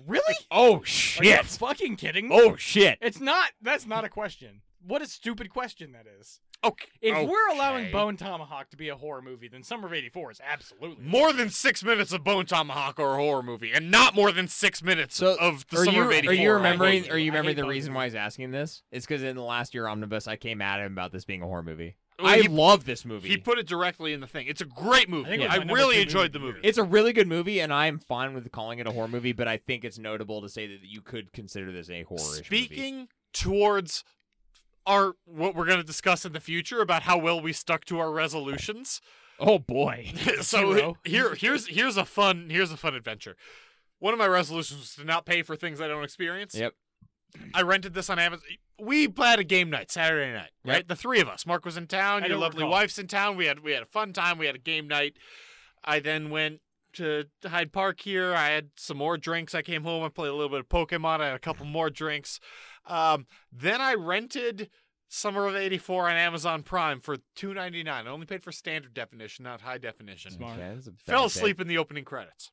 S1: Really?
S3: Oh
S1: Are you
S3: shit.
S1: fucking kidding me?
S3: Oh shit.
S1: It's not. That's not a question. What a stupid question that is.
S2: Okay.
S1: If we're allowing
S2: Okay.
S1: Bone Tomahawk to be a horror movie, then Summer of 84 is absolutely. a
S2: more than six minutes of Bone Tomahawk or a horror movie, and not more than six minutes
S3: So,
S2: of the
S3: are
S2: summer
S3: you
S2: of '84.
S3: are you remembering
S1: you.
S3: are
S1: I
S3: you
S1: hate
S3: remembering the
S1: both of
S3: reason
S1: you.
S3: why he's asking this? It's because in the last year omnibus, I came at him about this being a horror movie.
S2: Well,
S3: I
S2: he-
S3: love this movie.
S2: He put it directly in the thing. It's a great
S1: I
S2: movie.
S1: think it was
S2: I,
S1: my number
S2: really
S1: two
S2: enjoyed
S1: movie
S2: the movie.
S3: It's a really good movie, and I'm fine with calling it a horror movie. But I think it's notable to say that you could consider this a horror.
S2: Speaking towards our what we're going to discuss in the future about how well we stuck to our resolutions.
S3: Oh boy.
S2: so
S1: Hero.
S2: here here's here's a fun here's a fun adventure. One of my resolutions was to not pay for things I don't experience.
S3: Yep.
S2: I rented this on Amazon. We had a game night Saturday night,
S3: Yep.
S2: right? The three of us. Mark was in town.
S1: I
S2: your
S1: don't
S2: lovely
S1: recall.
S2: wife's in town. We had we had a fun time. We had a game night. I then went to Hyde Park here. I had some more drinks. I came home. I played a little bit of Pokemon. I had a couple more drinks. Um, then I rented Summer of '84 on Amazon Prime for two ninety nine. I only paid for standard definition, not high definition.
S1: Smart.
S3: Okay, that's a
S2: Fell
S3: bad take.
S2: asleep in the opening credits.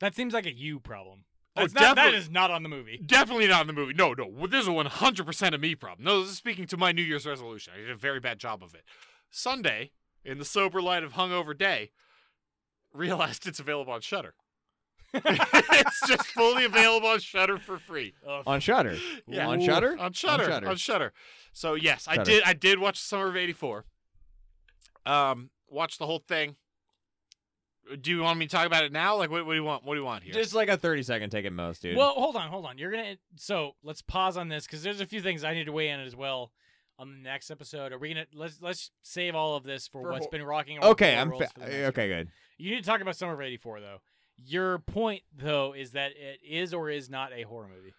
S1: That seems like a you problem.
S2: Oh,
S1: That's not, that
S2: definitely.
S1: is not on the movie.
S2: Definitely not in the movie. No, no. Well, This is 100% of me problem. No, this is speaking to my New Year's resolution. I did a very bad job of it. Sunday, in the sober light of hungover day, realized it's available on Shutter. it's just fully available on Shutter for free.
S1: Oh,
S3: on Shutter.
S2: Yeah.
S3: On Shutter.
S2: On Shutter. On Shutter. So yes, I
S3: Shudder.
S2: did I did watch Summer of 84. Um watched the whole thing. do you want me to talk about it now? Like, what, what do you want? What do you want here?
S3: Just like a 30 second take at most, dude.
S1: Well, hold on, hold on. You're gonna so let's pause on this because there's a few things I need to weigh in as well on the next episode. Are we gonna let's let's save all of this for,
S3: For
S1: what's
S3: wh-
S1: been rocking? our
S3: okay,
S1: world
S3: I'm
S1: rolls
S3: fa-
S1: for the next
S3: okay, good.
S1: You need to talk about Summer of '84 though. Your point though is that it is or is not a horror movie.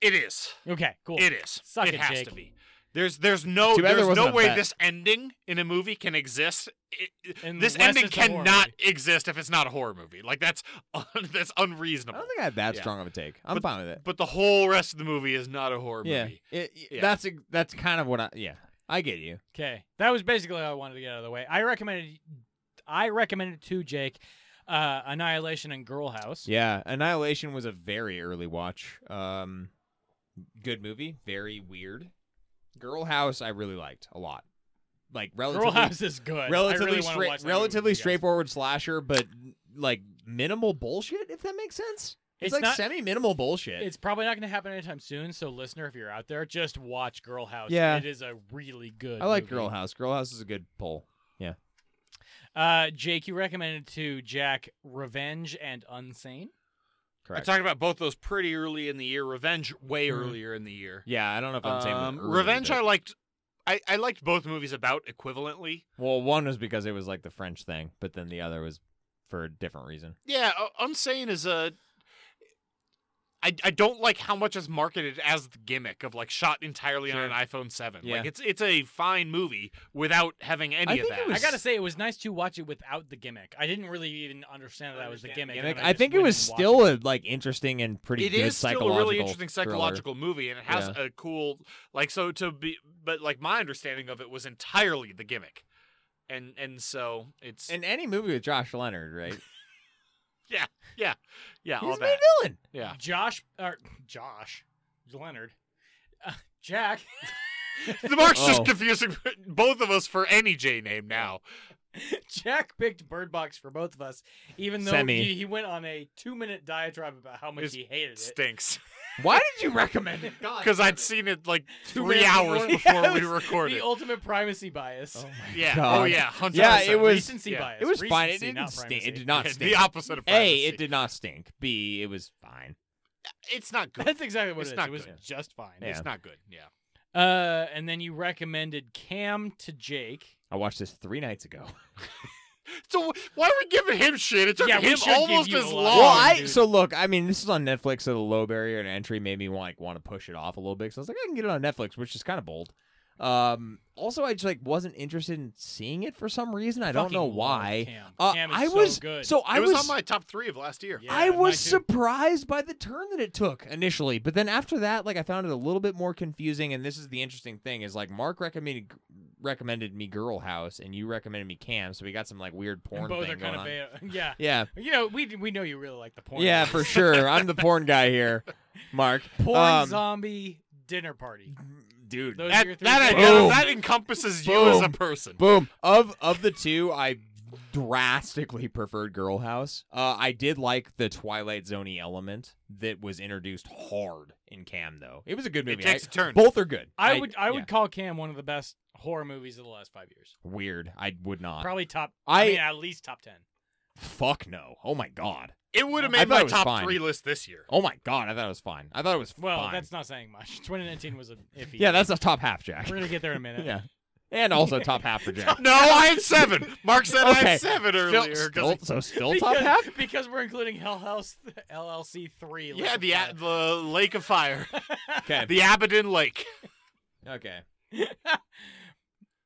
S2: it is.
S1: Okay, cool.
S2: It is.
S1: Suck
S2: it
S1: it,
S2: has
S1: Jake.
S2: to be. There's there's no
S3: Too bad there
S2: there's
S3: wasn't
S2: no
S3: a
S2: way
S3: bet.
S2: this ending in a movie can exist. It- it- this
S1: Unless
S2: ending
S1: it's a horror
S2: cannot exist if it's not a horror movie. Like that's un- that's
S3: I
S2: unreasonable.
S3: don't think I had that
S2: Yeah.
S3: strong of a take. I'm
S2: But-
S3: fine with it.
S2: but the whole rest of the movie is not a horror
S3: Yeah,
S2: movie.
S3: It- it-
S2: Yeah.
S3: that's ex- that's kind of what I. Yeah, I get you.
S1: Okay, that was basically all I wanted to get out of the way. I recommended, I recommended to Jake, uh, Annihilation and Girl House.
S3: Yeah, Annihilation was a very early watch. Um, good movie, very weird. Girl House, I really liked a lot. Like relatively,
S1: Girl House is good.
S3: relatively
S1: I really wanna
S3: straight,
S1: watch that movie
S3: relatively
S1: with you guys.
S3: straightforward slasher, but like minimal bullshit. If that makes sense, it's,
S1: It's
S3: like
S1: not-
S3: semi-minimal bullshit.
S1: It's probably not going to happen anytime soon. So, listener, if you're out there, just watch Girl House.
S3: Yeah.
S1: it is a really good.
S3: I like
S1: movie.
S3: Girl House. Girl House is a good pull.
S1: Uh, Jake, you recommended to Jack Revenge and Unsane.
S2: I
S3: Correct.
S2: talked about both those pretty early in the year. Revenge way
S3: Mm-hmm.
S2: earlier in the year.
S3: yeah, I don't know if I'm saying
S2: Um, Revenge, I liked. I, I liked both movies about equivalently.
S3: Well, one was because it was like the French thing, but then the other was for a different reason.
S2: Yeah, uh, Unsane is a. I, I don't like how much it's marketed as the gimmick of like shot entirely on an iPhone seven.
S3: Yeah.
S2: Like it's it's a fine movie without having any
S3: I
S2: of
S3: think it
S2: that.
S3: was-
S1: I gotta say, it was nice to watch it without the gimmick. I didn't really even understand that, that was the gimmick. and
S3: Gimmick.
S1: then
S3: I
S1: just
S3: think it
S1: went
S3: was
S1: and watched
S3: still a like interesting and pretty
S2: It
S3: good
S2: is still
S3: psychological
S2: a really interesting
S3: thriller.
S2: psychological movie, and it has a cool like so to be. But like my understanding of it was entirely the gimmick, and and so it's
S3: in any movie with Josh Leonard, right?
S2: yeah all
S3: He's
S2: that
S3: main villain.
S2: yeah.
S1: Josh or Josh Leonard, uh, Jack.
S2: The Mark's just
S3: Oh.
S2: confusing both of us for any J name now.
S1: Jack picked Bird Box for both of us, even though
S3: Semi.
S1: he, he went on a two-minute diatribe about how much
S2: It's-
S1: he hated it.
S2: Stinks
S3: Why did you recommend it? God.
S2: because I'd seen it like three
S1: minutes
S2: hours
S1: before-
S2: before
S1: Yeah,
S2: we
S1: it was
S2: recorded.
S1: The ultimate primacy bias.
S2: Yeah.
S3: God.
S2: Oh yeah. 100%.
S3: Yeah, it was-
S1: Recency
S2: yeah.
S1: bias.
S3: It was fine. It
S1: Recency,
S3: didn't
S1: not
S3: stink.
S1: primacy.
S3: It did not
S2: Yeah,
S3: stink.
S2: the opposite of privacy.
S3: A, it did not stink. B, it was fine.
S2: It's not good.
S1: That's exactly what
S2: It's
S1: it is.
S2: not
S1: it was
S2: good.
S1: just fine.
S3: Yeah.
S2: It's not good. Yeah.
S1: Uh, and then you recommended Cam to Jake.
S3: I watched this three nights ago.
S2: So wh- why are we giving him shit? It took
S1: Yeah, we
S2: him
S1: should give
S2: almost
S1: you
S2: as
S1: a
S2: long.
S1: lot.
S3: well,
S1: Oh,
S3: I
S1: dude.
S3: so look. I mean, this is on Netflix, so the low barrier to entry made me like want to push it off a little bit. So I was like, I can get it on Netflix, which is kind of bold. Um, also, I just like wasn't interested in seeing it for some reason. I don't
S1: Fucking
S3: know
S1: love
S3: why.
S1: Cam.
S3: Uh,
S1: Cam is
S3: I
S1: so
S3: was
S1: good.
S3: so I
S2: it was, on my top three of last year.
S1: Yeah,
S3: I
S1: mine
S3: was
S1: too.
S3: surprised by the turn that it took initially, but then after that, like I found it a little bit more confusing. And this is the interesting thing: is like Mark recommended recommended me Girl House, and you recommended me Cam, so we got some like weird porn
S1: And both
S3: thing
S1: are
S3: going
S1: kind
S3: on.
S1: of bad. Yeah.
S3: Yeah,
S1: You know, we we know you really like the porn.
S3: yeah, for sure. I'm the porn guy here, Mark.
S1: porn
S3: Um,
S1: zombie dinner party.
S3: dude.
S1: Those are your three
S2: That that,
S1: choices.
S2: identi-
S3: Boom.
S2: that encompasses you as a
S3: Boom.
S2: person.
S3: Boom. Of of the two, I drastically preferred Girl House. Uh, I did like the Twilight Zoney element that was introduced hard in Cam, though. It was a good
S2: It
S3: movie.
S2: takes
S3: I-
S2: a turn.
S3: both are good.
S1: I would I would
S3: yeah.
S1: call Cam one of the best horror movies of the last five years.
S3: weird. I would not.
S1: Probably top. I,
S3: I-
S1: mean, at least top ten.
S3: Fuck no. Oh my god.
S2: It would have
S3: I
S2: made
S3: thought
S2: my
S3: it was
S2: top
S3: fine.
S2: three list this year.
S3: Oh my god. I thought it was fine. I thought it was
S1: Well,
S3: fine.
S1: that's not saying much. 2019 was a iffy.
S3: yeah. That's the top half, Jack.
S1: We're gonna get there in a minute.
S3: yeah. And also top half for Jack.
S2: No, I had seven. Mark said I
S3: Okay.
S2: had seven
S3: Still-
S2: earlier. 'cause
S3: still, so still top
S1: Because,
S3: half.
S1: because we're including Hell House LLC three.
S2: he- yeah,
S1: Lake
S2: the a-
S1: of
S2: the Lake of Fire,
S3: Okay.
S2: the Abaddon Lake.
S3: Okay.
S1: Fire.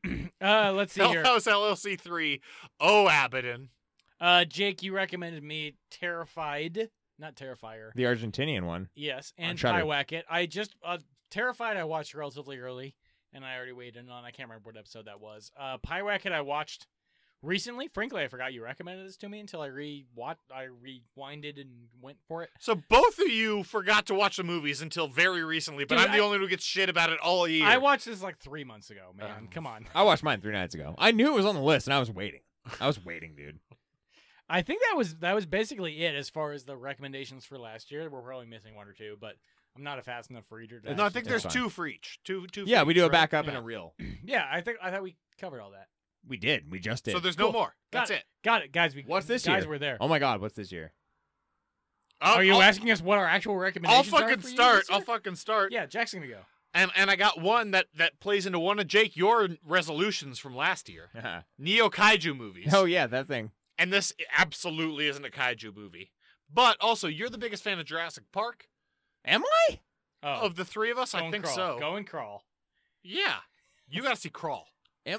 S1: Uh, let's see
S2: Hell
S1: here.
S2: House LLC three. Oh, Abaddon.
S1: Uh, Jake, you recommended me Terrified, not Terrifier.
S3: The Argentinian one.
S1: Yes, and
S3: Shudder.
S1: I whack it. I just uh, terrified. I watched relatively early, and I already weighed in on. I can't remember what episode that was. Uh, Pie Whack it. I watched recently. Frankly, I forgot you recommended this to me until I re I rewinded and went for it.
S2: So both of you forgot to watch the movies until very recently, but
S1: Dude,
S2: I'm the
S1: I-
S2: only one who gets shit about it all year.
S1: I watched this like three months ago, man.
S2: Um.
S1: Come on.
S3: I watched mine three nights ago. I knew it was on the list, and I was waiting. I was waiting, dude.
S1: I think that was that was basically it as far as the recommendations for last year. We're probably missing one or two, but I'm not a fast enough reader. To
S2: no, I
S1: actually
S2: think
S1: tell.
S2: there's
S3: fine.
S2: two for each. Two, two.
S3: Yeah,
S2: for
S3: we
S2: each,
S3: do a
S2: right?
S3: backup
S2: Yeah.
S3: and a reel.
S1: Yeah, I think I thought we covered all that.
S3: We did. We just did.
S2: So there's no
S1: Cool.
S2: more.
S1: Got
S2: That's it.
S1: Got it, guys. We
S3: what's this
S1: guys
S3: year?
S1: were there.
S3: Oh my god, what's this year?
S2: I'll-
S1: Are you
S2: Oh, I'll,
S1: asking us what our actual
S2: I'll
S1: recommendations are
S2: fucking
S1: for you
S2: start.
S1: this
S2: I'll
S1: year?
S2: fucking start.
S1: yeah, Jack's gonna go.
S2: And and I got one that that plays into one of Jake your resolutions from last year. Neo kaiju movies.
S3: oh yeah, that thing.
S2: And this absolutely isn't a kaiju movie. But also, you're the biggest fan of Jurassic Park
S3: Am I?
S1: Oh,
S2: of the three of us.
S1: go
S2: I
S1: and
S2: think
S1: crawl.
S2: so.
S1: Go and crawl.
S2: Yeah. You got to see Crawl.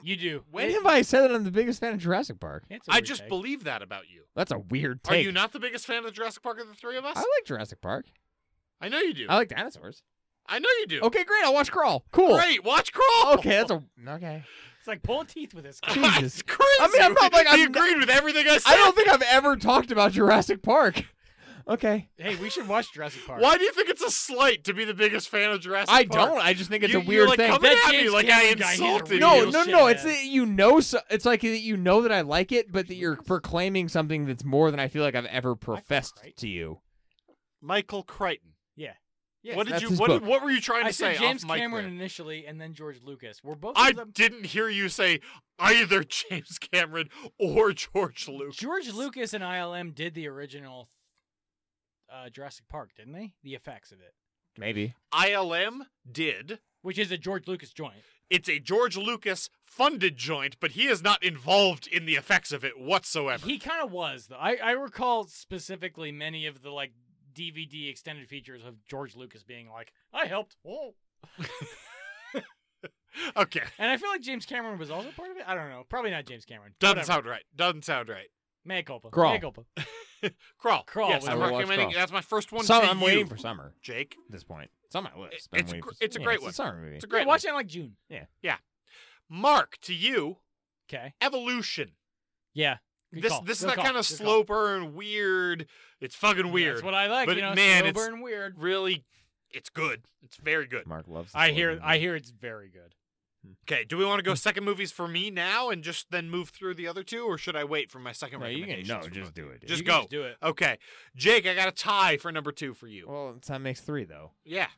S1: You do.
S3: When
S1: It-
S3: have I said that I'm the biggest fan of Jurassic Park?
S1: it's a
S2: I
S1: weird
S2: just
S1: take.
S2: believe that about you.
S3: That's a weird
S2: Are
S3: take.
S2: you not the biggest fan of Jurassic Park of the three of us?
S3: I like Jurassic Park.
S2: I know you do.
S3: I like dinosaurs.
S2: I know you do.
S3: Oh. Okay, great. I'll watch Crawl. Cool.
S2: Great. Watch Crawl.
S3: Okay, that's a okay.
S1: It's like pulling teeth with this. guy.
S3: Jesus.
S2: it's crazy.
S3: I mean, I'm not like-
S2: you
S3: I'm not-
S2: agreed with everything I said.
S3: I don't think I've ever talked about Jurassic Park. Okay.
S1: hey, we should watch Jurassic Park.
S2: Why do you think it's a slight to be the biggest fan of Jurassic
S3: I
S2: Park?
S3: don't. I just think it's
S2: You-
S3: a
S2: you're,
S3: weird
S2: like,
S3: thing.
S2: Coming
S1: That
S2: at me
S1: James
S2: like I
S1: Cameron guy is a
S2: insulted
S1: real
S3: no,
S2: you.
S3: no,
S1: shit,
S3: no. It's
S1: man.
S3: that you know. So, it's like that you know that I like it, but that you're proclaiming something that's more than I feel like I've ever professed
S1: Crichton.
S3: to you.
S2: Michael Crichton.
S1: Yeah.
S2: what did
S3: that's
S2: you?
S3: his
S2: What,
S3: book.
S2: did- what were you trying
S1: I
S2: to say?
S1: said James
S2: off mic
S1: Cameron
S2: there?
S1: initially, and then George Lucas. We're both.
S2: I
S1: of them-
S2: didn't hear you say either James Cameron or George Lucas.
S1: George Lucas and ILM did the original uh, Jurassic Park, didn't they? The effects of it,
S3: Maybe.
S2: ILM did.
S1: which is a George Lucas joint.
S2: It's a George Lucas funded joint, but he is not involved in the effects of it whatsoever.
S1: He kind of was though. I, I recall specifically many of the like DVD extended features of George Lucas being like, "I helped," oh.
S2: okay,
S1: and I feel like James Cameron was also part of it. I don't know. Probably not James Cameron.
S2: doesn't
S1: Whatever.
S2: sound right. Doesn't sound right.
S1: Mea culpa.
S3: Crawl.
S1: Mea culpa.
S2: Crawl.
S1: Crawl
S2: Yes,
S1: was
S2: I'm
S1: the- I will
S3: watch
S2: recommending.
S3: Crawl.
S2: That's my first one.
S3: Summer,
S2: to
S3: I'm
S2: you,
S3: waiting for summer
S2: Jake.
S3: at this point. It's on my list. but I'm
S2: It's a
S3: waiting
S2: gr-
S3: for-
S2: it's a
S3: yeah,
S2: great
S3: It's
S2: one.
S3: a summer movie.
S2: It's a great
S1: Watch it in like June.
S2: one. Mark to you.
S1: Okay.
S2: Evolution.
S1: Yeah. Good
S2: This
S1: call.
S2: this is
S1: Good
S2: that
S1: call.
S2: kind of
S1: Good call.
S2: slow burn, weird. It's fucking weird.
S1: That's what I like.
S2: But
S1: you know,
S2: man,
S1: slow
S2: it's-
S1: burn weird.
S2: really, it's good. It's very good.
S3: Mark loves.
S1: I hear. I hear it's very good.
S2: Okay, do we want to
S3: Hmm.
S2: go second movies for me now and just then move through the other two, or should I wait for my second
S3: No, you can.
S2: recommendations?
S3: No,
S2: for
S3: just
S2: both?
S3: do it. dude.
S2: Just
S1: You
S2: go.
S1: can just do it.
S2: Okay, Jake, I got a tie for number two for you.
S3: Well, that makes three though.
S2: yeah,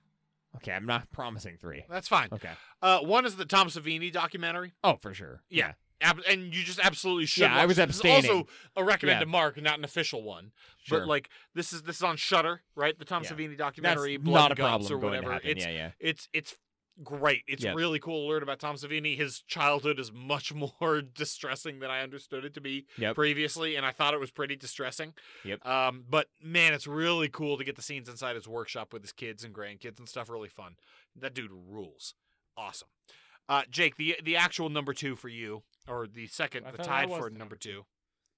S3: Okay, I'm not promising three.
S2: that's fine.
S3: Okay.
S2: Uh, one is the Tom Savini documentary.
S3: Oh, for sure.
S2: Yeah. Ab- and you just absolutely should.
S3: Yeah, I
S2: watch
S3: was
S2: it. This is
S3: abstaining.
S2: also a recommend
S3: Yeah.
S2: to Mark, not an official one.
S3: Sure.
S2: But like this is this is on Shutter, right? The Tom
S3: Yeah.
S2: Savini
S3: that's
S2: documentary, Blood
S3: not
S2: and
S3: a
S2: Guts
S3: problem
S2: or
S3: going
S2: whatever.
S3: to happen.
S2: It's
S3: yeah, yeah.
S2: it's it's great. It's
S3: Yeah.
S2: really cool to learn about Tom Savini. His childhood is much more distressing than I understood it to be
S3: Yep.
S2: previously, and I thought it was pretty distressing.
S3: Yep.
S2: Um, but man, it's really cool to get the scenes inside his workshop with his kids and grandkids and stuff. Really fun. That dude rules. Awesome. Uh, Jake, the the actual number two for you, or the second,
S1: I
S2: the
S1: thought that
S2: tied
S1: was
S2: for
S1: the number
S2: number two.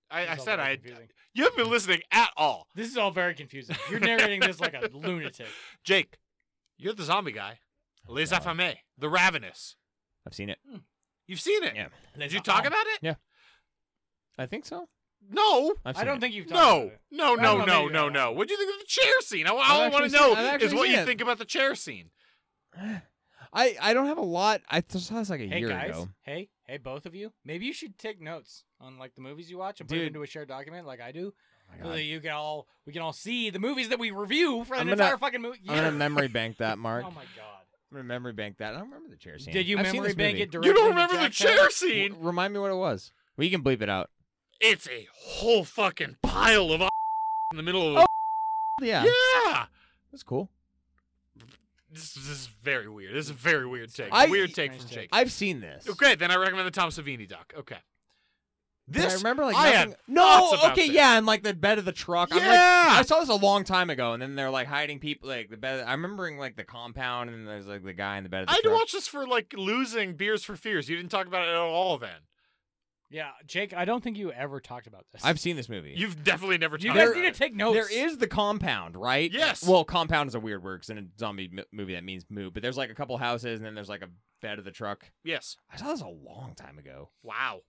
S2: I,
S1: This
S2: I
S1: is all
S2: said
S1: very
S2: I.
S1: confusing.
S2: You haven't been listening at all,
S1: This is all very confusing. You're narrating this like a lunatic.
S2: Jake. You're the zombie guy. Les
S3: Oh, God.
S2: Affamés, the ravenous.
S3: I've seen it.
S2: You've seen it.
S3: Yeah.
S2: Did you talk about it?
S3: Yeah. I think so.
S2: No.
S3: I've
S1: I
S3: seen
S1: don't
S3: it.
S1: think you've talked
S2: No,
S1: about it.
S2: no,
S1: I
S2: no,
S1: don't know,
S2: no,
S1: maybe
S2: no,
S1: I
S2: no. What do you think of the chair scene? I, all I want
S3: I've
S2: to
S3: actually seen-
S2: know
S3: I've
S2: is
S3: actually
S2: what you
S3: seen it.
S2: think about the chair scene.
S3: I I don't have a lot. I th- saw this like a
S1: Hey
S3: year
S1: guys,
S3: ago.
S1: hey, hey, both of you. Maybe you should take notes on like the movies you watch and put
S3: Dude.
S1: them into a shared document, like I do,
S3: Oh my
S1: so
S3: God.
S1: that you can all we can all see the movies that we review for an
S3: I'm gonna-
S1: entire fucking movie.
S3: I'm gonna memory bank that, Mark.
S1: Oh my god!
S3: I'm gonna memory bank that. I don't remember the chair scene.
S1: Did you
S3: I've seen
S1: memory
S3: this
S1: bank
S3: movie.
S1: it directly?
S2: You don't
S1: into
S2: remember the
S1: Jack's
S2: chair
S1: head?
S2: scene?
S3: W- Remind me what it was. We can bleep it out.
S2: It's a whole fucking pile of in the middle of. a-
S3: Yeah,
S2: Yeah.
S3: that's cool.
S2: This, this is very weird. This is a very weird take.
S3: I-
S2: weird take
S1: Nice
S2: from Jake.
S1: take.
S3: I've seen this.
S2: Okay, then I recommend the Tom Savini doc. Okay.
S3: But
S2: This
S3: I remember like
S2: I
S3: nothing-
S2: had
S3: no.
S2: thoughts about
S3: Okay,
S2: this.
S3: yeah, and like the bed of the truck. I'm like,
S2: Yeah.
S3: I saw this a long time ago, and then they're like hiding people, like the bed. I'm remembering like the compound, and then there's like the guy in the bed. Of the
S2: I had to
S3: truck.
S2: watch this for like losing beers for fears. You didn't talk about it at all then.
S1: Yeah, Jake, I don't think you ever talked about this.
S3: I've seen this movie.
S2: You've definitely never
S1: You
S2: talked
S1: guys
S2: about
S1: need to
S2: it.
S1: take notes.
S3: there is the compound, right?
S2: Yes.
S3: Well, compound is a weird word 'cause in a zombie m- movie that means move. But there's like a couple houses, and then there's like a bed of the truck.
S2: yes.
S3: I saw this a long time ago.
S2: Wow.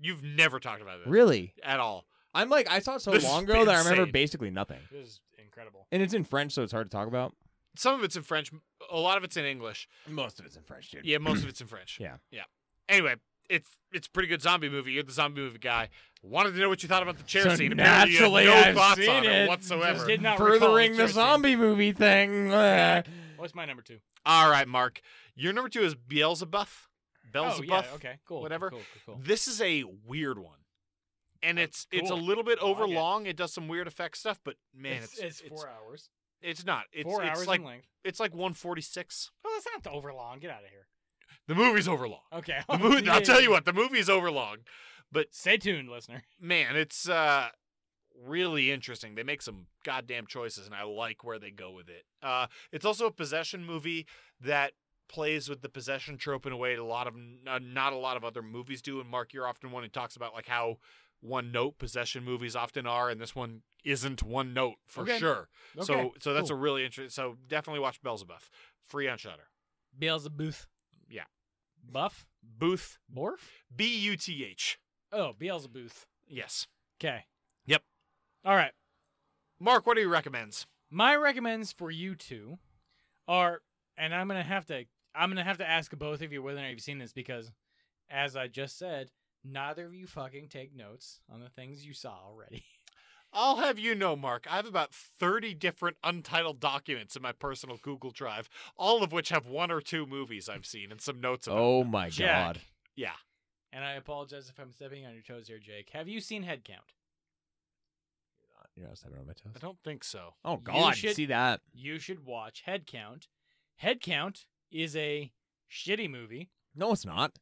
S2: You've never talked about it
S3: Really?
S2: at all.
S3: I'm like, I saw it so
S2: This has
S3: long
S2: been
S3: ago that I remember
S2: insane.
S3: basically nothing.
S1: This is incredible.
S3: And it's in French, so it's hard to talk about.
S2: Some of it's in French. A lot of it's in English.
S3: Most of it's in French, dude.
S2: Yeah, most of it's in French.
S3: Yeah.
S2: Yeah. Anyway, it's it's a pretty good zombie movie. You're the zombie movie guy. Wanted to know what you thought about the chair
S3: So
S2: scene. Apparently you had
S3: naturally,
S2: no
S3: I've
S2: thoughts
S3: seen
S2: on it,
S3: it.
S2: whatsoever.
S1: Just did not recall
S3: Furthering the
S1: interesting.
S3: zombie movie thing.
S1: What's my number two?
S2: All right, Mark. Your number two is Beelzebub.
S1: Oh,
S2: Beelzebub.
S1: yeah, okay, cool.
S2: Whatever.
S1: Cool, cool, cool.
S2: This is a weird one. And it's it's a
S1: cool. Oh,
S2: little bit
S1: I like
S2: over
S1: it.
S2: long. It. does some weird effect stuff, but man, it's
S1: it's, it's four hours.
S2: it's not. It's
S1: four
S2: it's
S1: hours
S2: like
S1: in length.
S2: it's like 146.
S1: Well, that's not the overlong. Get out of here.
S2: The movie's overlong.
S1: Okay.
S2: The movie, I'll
S1: Yeah,
S2: tell
S1: yeah.
S2: you what, the movie's overlong. But
S1: Stay tuned, listener.
S2: man, it's uh really interesting. They make some goddamn choices and I like where they go with it. Uh it's also a possession movie that plays with the possession trope in a way that a lot of uh, not a lot of other movies do and Mark you're often one who talks about like how one note possession movies often are and this one isn't one note for
S1: Okay.
S2: sure.
S1: Okay,
S2: so so that's
S1: cool.
S2: a really interesting so definitely watch Beelzebub. Free on Shutter.
S1: Beelzebub.
S2: Yeah.
S1: Buff?
S2: Booth
S1: Borf?
S2: B U T H.
S1: Oh, Beelzebub.
S2: Yes.
S1: Okay.
S2: Yep.
S1: All right.
S2: Mark, what do you recommends?
S1: My recommends for you two are, and I'm gonna have to, I'm gonna have to ask both of you whether or not you've seen this because, as I just said, neither of you fucking take notes on the things you saw already.
S2: I'll have you know, Mark, I have about 30 different untitled documents in my personal Google Drive, all of which have one or two movies I've seen and some notes about.
S3: Oh my
S1: Jack.
S3: god.
S2: Yeah.
S1: And I apologize if I'm stepping on your toes here, Jake. Have you seen Headcount?
S3: You're not stepping on my toes.
S2: I don't think so.
S3: Oh
S1: You
S3: god,
S1: should-
S3: see that.
S1: You should watch Headcount. Headcount is a shitty movie,
S3: No, it's not.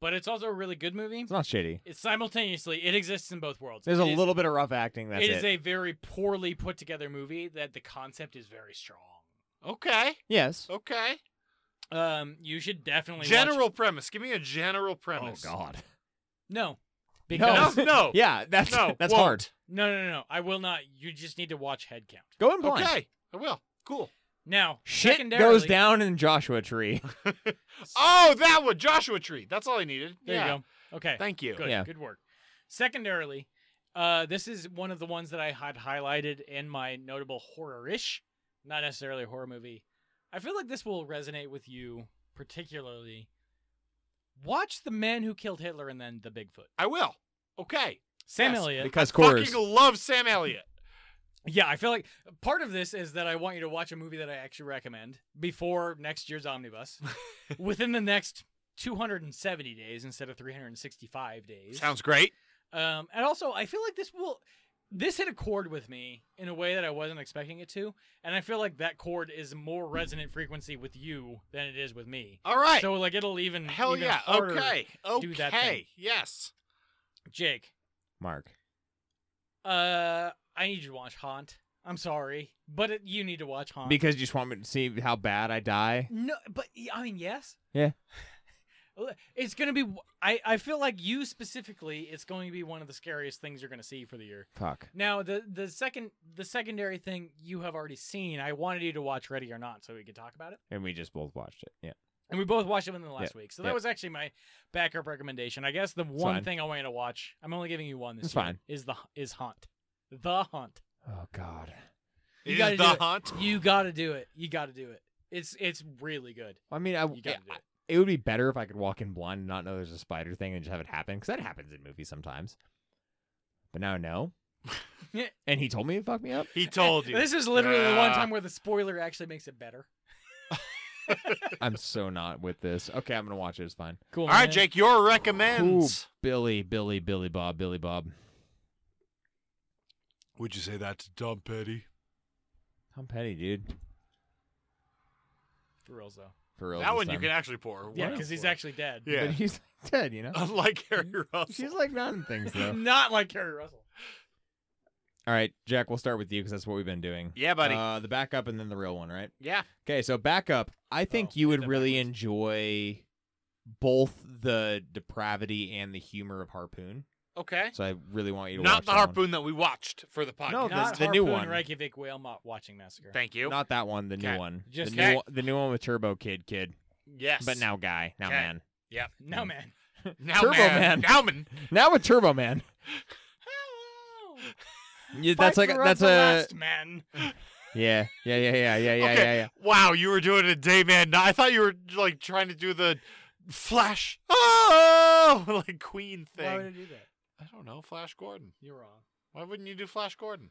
S1: but it's also a really good movie.
S3: It's not shitty.
S1: It's simultaneously it exists in both worlds.
S3: There's a
S1: It is-
S3: little bit of rough acting. That's
S1: it is a very poorly put together movie that the concept is very strong.
S2: Okay.
S3: yes.
S2: Okay.
S1: Um, you should definitely watch-
S2: General premise. Give me a general
S3: Oh
S2: premise.
S3: god.
S1: no,
S2: No,
S1: because no.
S2: no.
S3: Yeah, that's
S2: No,
S3: that's
S2: won't.
S3: hard.
S1: no, no, no, I will not. You just need to watch Headcount
S3: Go in blind.
S2: Okay. I will. Cool.
S1: now.
S3: Shit
S1: secondarily,
S3: goes down in Joshua Tree.
S2: Oh, that one. Joshua Tree. That's all I needed.
S1: There
S2: yeah.
S1: you go. Okay,
S2: Thank you.
S1: good,
S3: Yeah.
S1: good work. Secondarily, uh, this is one of the ones that I had highlighted in my notable horror-ish, not necessarily a horror movie. I feel like this will resonate with you particularly. Watch the man who killed Hitler and then the Bigfoot.
S2: I will. Okay.
S1: Sam
S2: Yes,
S1: Elliott.
S3: Because course.
S2: Fucking love Sam Elliott.
S1: Yeah, I feel like part of this is that I want you to watch a movie that I actually recommend before next year's omnibus within the next 270 days instead of 365 days.
S2: Sounds great.
S1: Um, and also, I feel like this will this hit a chord with me in a way that I wasn't expecting it to, and I feel like that chord is more resonant frequency with you than it is with me.
S2: All right.
S1: So like it'll even
S2: Hell
S1: even
S2: yeah.
S1: harder.
S2: Okay.
S1: do that thing.
S2: Okay. Yes.
S1: Jake.
S3: Mark.
S1: Uh, I need you to watch Haunt. I'm sorry, but it, you need to watch Haunt
S3: Because you just want me to see how bad I die.
S1: No, but y- I mean, yes.
S3: Yeah.
S1: Well, It's gonna be. I I feel like you specifically, it's going to be one of the scariest things you're gonna see for the year.
S3: Fuck.
S1: Now, the the second the secondary thing you have already seen, I wanted you to watch Ready or Not so we could talk about it,
S3: And we just both watched it. Yeah.
S1: and we both watched it within the last
S3: Yeah,
S1: week. So that
S3: yeah.
S1: was actually my backup recommendation. I guess the one
S3: fine.
S1: thing I wanted to watch, I'm only giving you one this
S3: It's
S1: year,
S3: fine.
S1: is the is Haunt, the Haunt.
S3: Oh god.
S1: You
S2: It
S1: gotta
S2: is
S1: do
S2: the
S1: it.
S2: hunt.
S1: You got to do it. You got to do it. It's it's really good.
S3: I mean, I,
S1: You got to do it.
S3: it would be better if I could walk in blind and not know there's a spider thing and just have it happen because that happens in movies sometimes. But now I know.
S1: Yeah.
S3: and he told Ah. me it fucked me up.
S2: He told you.
S1: This is literally the one
S2: Yeah.
S1: time where the spoiler actually makes it better.
S3: I'm so not with this. Okay, I'm gonna watch it. It's fine.
S1: Cool.
S2: All right, Jake, your recommends.
S3: Billy, Billy, Billy Bob, Billy Bob.
S2: Would you say that's dumb, Petty?
S3: Tom Petty, dude.
S1: For reals though.
S3: For real.
S2: That
S3: this
S2: one you
S3: time.
S2: can actually pour.
S1: Yeah,
S2: Wow.
S1: because he's actually dead.
S3: But
S2: yeah.
S3: he's dead, you know.
S2: Unlike Harry Russell.
S3: She's like not in things though.
S1: Not like Carrie Russell.
S3: All right, Jack. We'll start with you because that's what we've been doing.
S2: yeah, buddy.
S3: Uh, the backup and then the real one, right?
S2: yeah.
S3: Okay, so backup. I think
S1: Oh,
S3: you
S1: we
S3: would
S1: did
S3: really
S1: backwards.
S3: enjoy both the depravity and the humor of Harpoon.
S2: Okay.
S3: So I really want you to watch
S2: Not the
S3: that one.
S2: harpoon that we watched for the podcast.
S3: No, Oh,
S1: Not
S3: the- the new
S1: Harpoon
S3: one.
S1: Reykjavik whale mo- watching massacre.
S2: Thank you.
S3: Not that one. The
S2: Okay.
S3: new one.
S1: Just-
S3: the
S2: Okay.
S3: new one, the new one with Turbo Kid, kid,
S2: yes.
S3: but now guy, now
S2: Okay.
S3: man,
S2: Yep.
S1: no man.
S2: Now
S3: Turbo
S2: man.
S3: Man.
S2: Now man.
S3: now with Turbo Man. Yeah, that's
S1: Fight
S3: like a,
S1: for us
S3: that's a
S1: the last man.
S3: yeah yeah yeah yeah yeah yeah
S2: okay.
S3: yeah yeah.
S2: Wow, you were doing a day man. I thought you were like trying to do the Flash. Oh, like Queen thing.
S1: Why would I do that?
S2: I don't know. Flash Gordon.
S1: You're wrong.
S2: Why wouldn't you do Flash Gordon?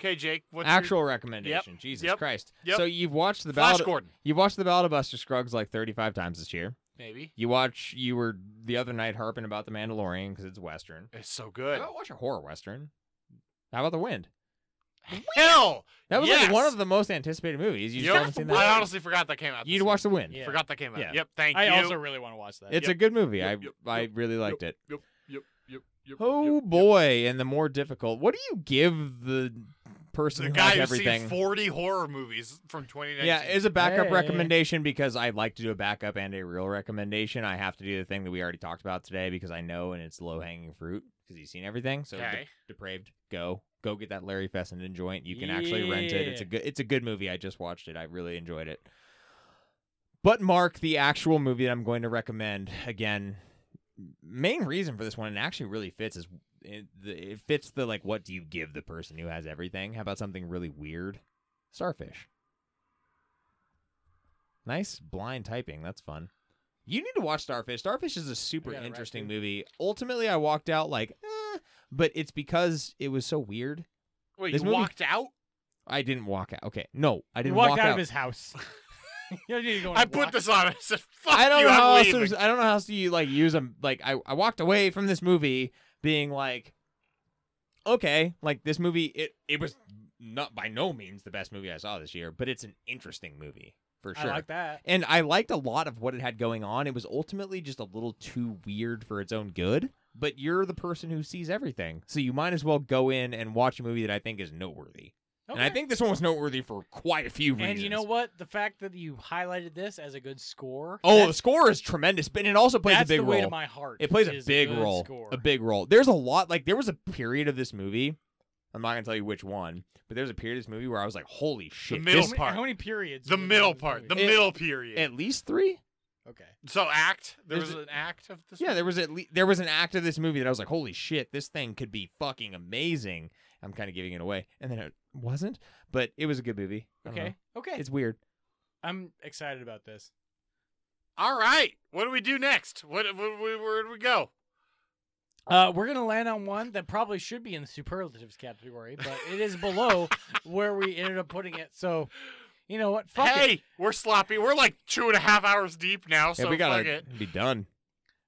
S2: Okay, Jake. What's your-
S3: Actual recommendation. Jesus
S2: Yep.
S3: Christ.
S2: Yep.
S3: So you've watched the
S2: Flash
S3: ballad.
S2: Gordon.
S3: You've watched the Ballad of Buster Scruggs like 35 times this year.
S2: Maybe.
S3: You watch. You were the other night harping about the Mandalorian because it's western.
S2: It's so
S3: I
S2: good.
S1: Oh,
S3: don't watch a horror western. How about the Wind?
S2: Hell!
S3: That was like one
S2: Yes!
S3: of the most anticipated movies. You
S2: Yep.
S3: still haven't seen that.
S2: I honestly forgot that came out.
S3: You'd
S2: this
S3: watch the Wind.
S1: Yeah.
S2: Forgot that came out.
S3: Yeah.
S2: Yep. Thank
S1: I
S2: you.
S1: also really want to watch that.
S3: It's
S2: Yep.
S3: a good movie.
S2: Yep,
S3: I
S2: yep,
S3: I
S2: yep,
S3: really liked it.
S2: Yep. Yep. Yep. Yep.
S3: Oh
S2: yep.
S3: boy! And the more difficult. What do you give the person
S2: The
S3: who
S2: guy
S3: has
S2: who's
S3: everything?
S2: seen 40 horror movies from 2019.
S3: yeah, as a backup
S1: Hey.
S3: recommendation because I like to do a backup and a real recommendation. I have to do the thing that we already talked about today because I know and it's low hanging fruit because you've seen everything. So de-
S2: Okay.
S3: depraved, go go get that Larry Fessenden joint. You can actually rent it. It's a
S1: Yeah.
S3: good it's a good movie. I just watched it. I really enjoyed it. But Mark, the actual movie that I'm going to recommend again, main reason for this one and it actually really fits is it, the- it fits the like what do you give the person who has everything? How about something really weird? Starfish. Nice blind typing. That's fun. You need to watch Starfish. Starfish is a super
S1: got it right,
S3: interesting
S1: dude.
S3: movie. Ultimately, I walked out like, eh, but it's because it was so weird.
S2: Wait,
S3: this
S2: you
S3: movie-
S2: walked out?
S3: I didn't walk out. Okay, no, I
S1: He
S3: didn't
S1: walked
S3: walk
S1: out, of his house. you don't need to go on a
S2: I put
S1: walk.
S2: this on. I said, fuck
S3: I don't
S2: you.
S3: know
S2: I'm
S3: how else
S2: leaving.
S3: to, I don't know how else to you like use them. Like I, I walked away from this movie being like, okay, like this movie it it was not by no means the best movie I saw this year, but it's an interesting movie for
S1: I
S3: sure.
S1: like that.
S3: and I liked a lot of what it had going on. It was ultimately just a little too weird for its own good. But you're the person who sees everything, so you might as well go in and watch a movie that I think is noteworthy. And I
S1: Okay.
S3: think this one was noteworthy for quite a few reasons.
S1: And you know what? The fact that you highlighted this as a good score.
S3: Oh, the
S1: that's,
S3: score is tremendous, but it also plays a
S1: that's
S3: big
S1: the
S3: role.
S1: way to my heart.
S3: it plays a
S1: is
S3: big
S1: good
S3: role,
S1: Score.
S3: a big role. There's a lot. Like there was a period of this movie. I'm not gonna tell you which one, but there's a period of this movie where I was like, "Holy shit!"
S2: middle
S3: this-
S1: How many-
S2: part.
S1: How many periods?
S2: The
S1: do you have
S2: middle
S1: in this
S2: part. The
S1: movie?
S3: It-
S2: middle period.
S3: at least three.
S1: okay.
S2: so act. There
S3: There's
S2: was an act of this.
S3: Yeah, there was at least there was an act of this movie that I was like, "Holy shit! This thing could be fucking amazing." I'm kind of giving it away, and then it wasn't, but it was a good movie. I don't
S1: Okay. Okay.
S3: know. it's weird.
S1: I'm excited about this.
S2: All right. What do we do next? What, what, where, where do we go?
S1: Uh, we're gonna land on one that probably should be in the superlatives category, but it is below where we ended up putting it. So, you know what? Fuck
S2: hey,
S1: it.
S2: we're sloppy. We're like two and a half hours deep now. So
S3: yeah, we
S2: fuck
S3: gotta
S2: it.
S3: be done.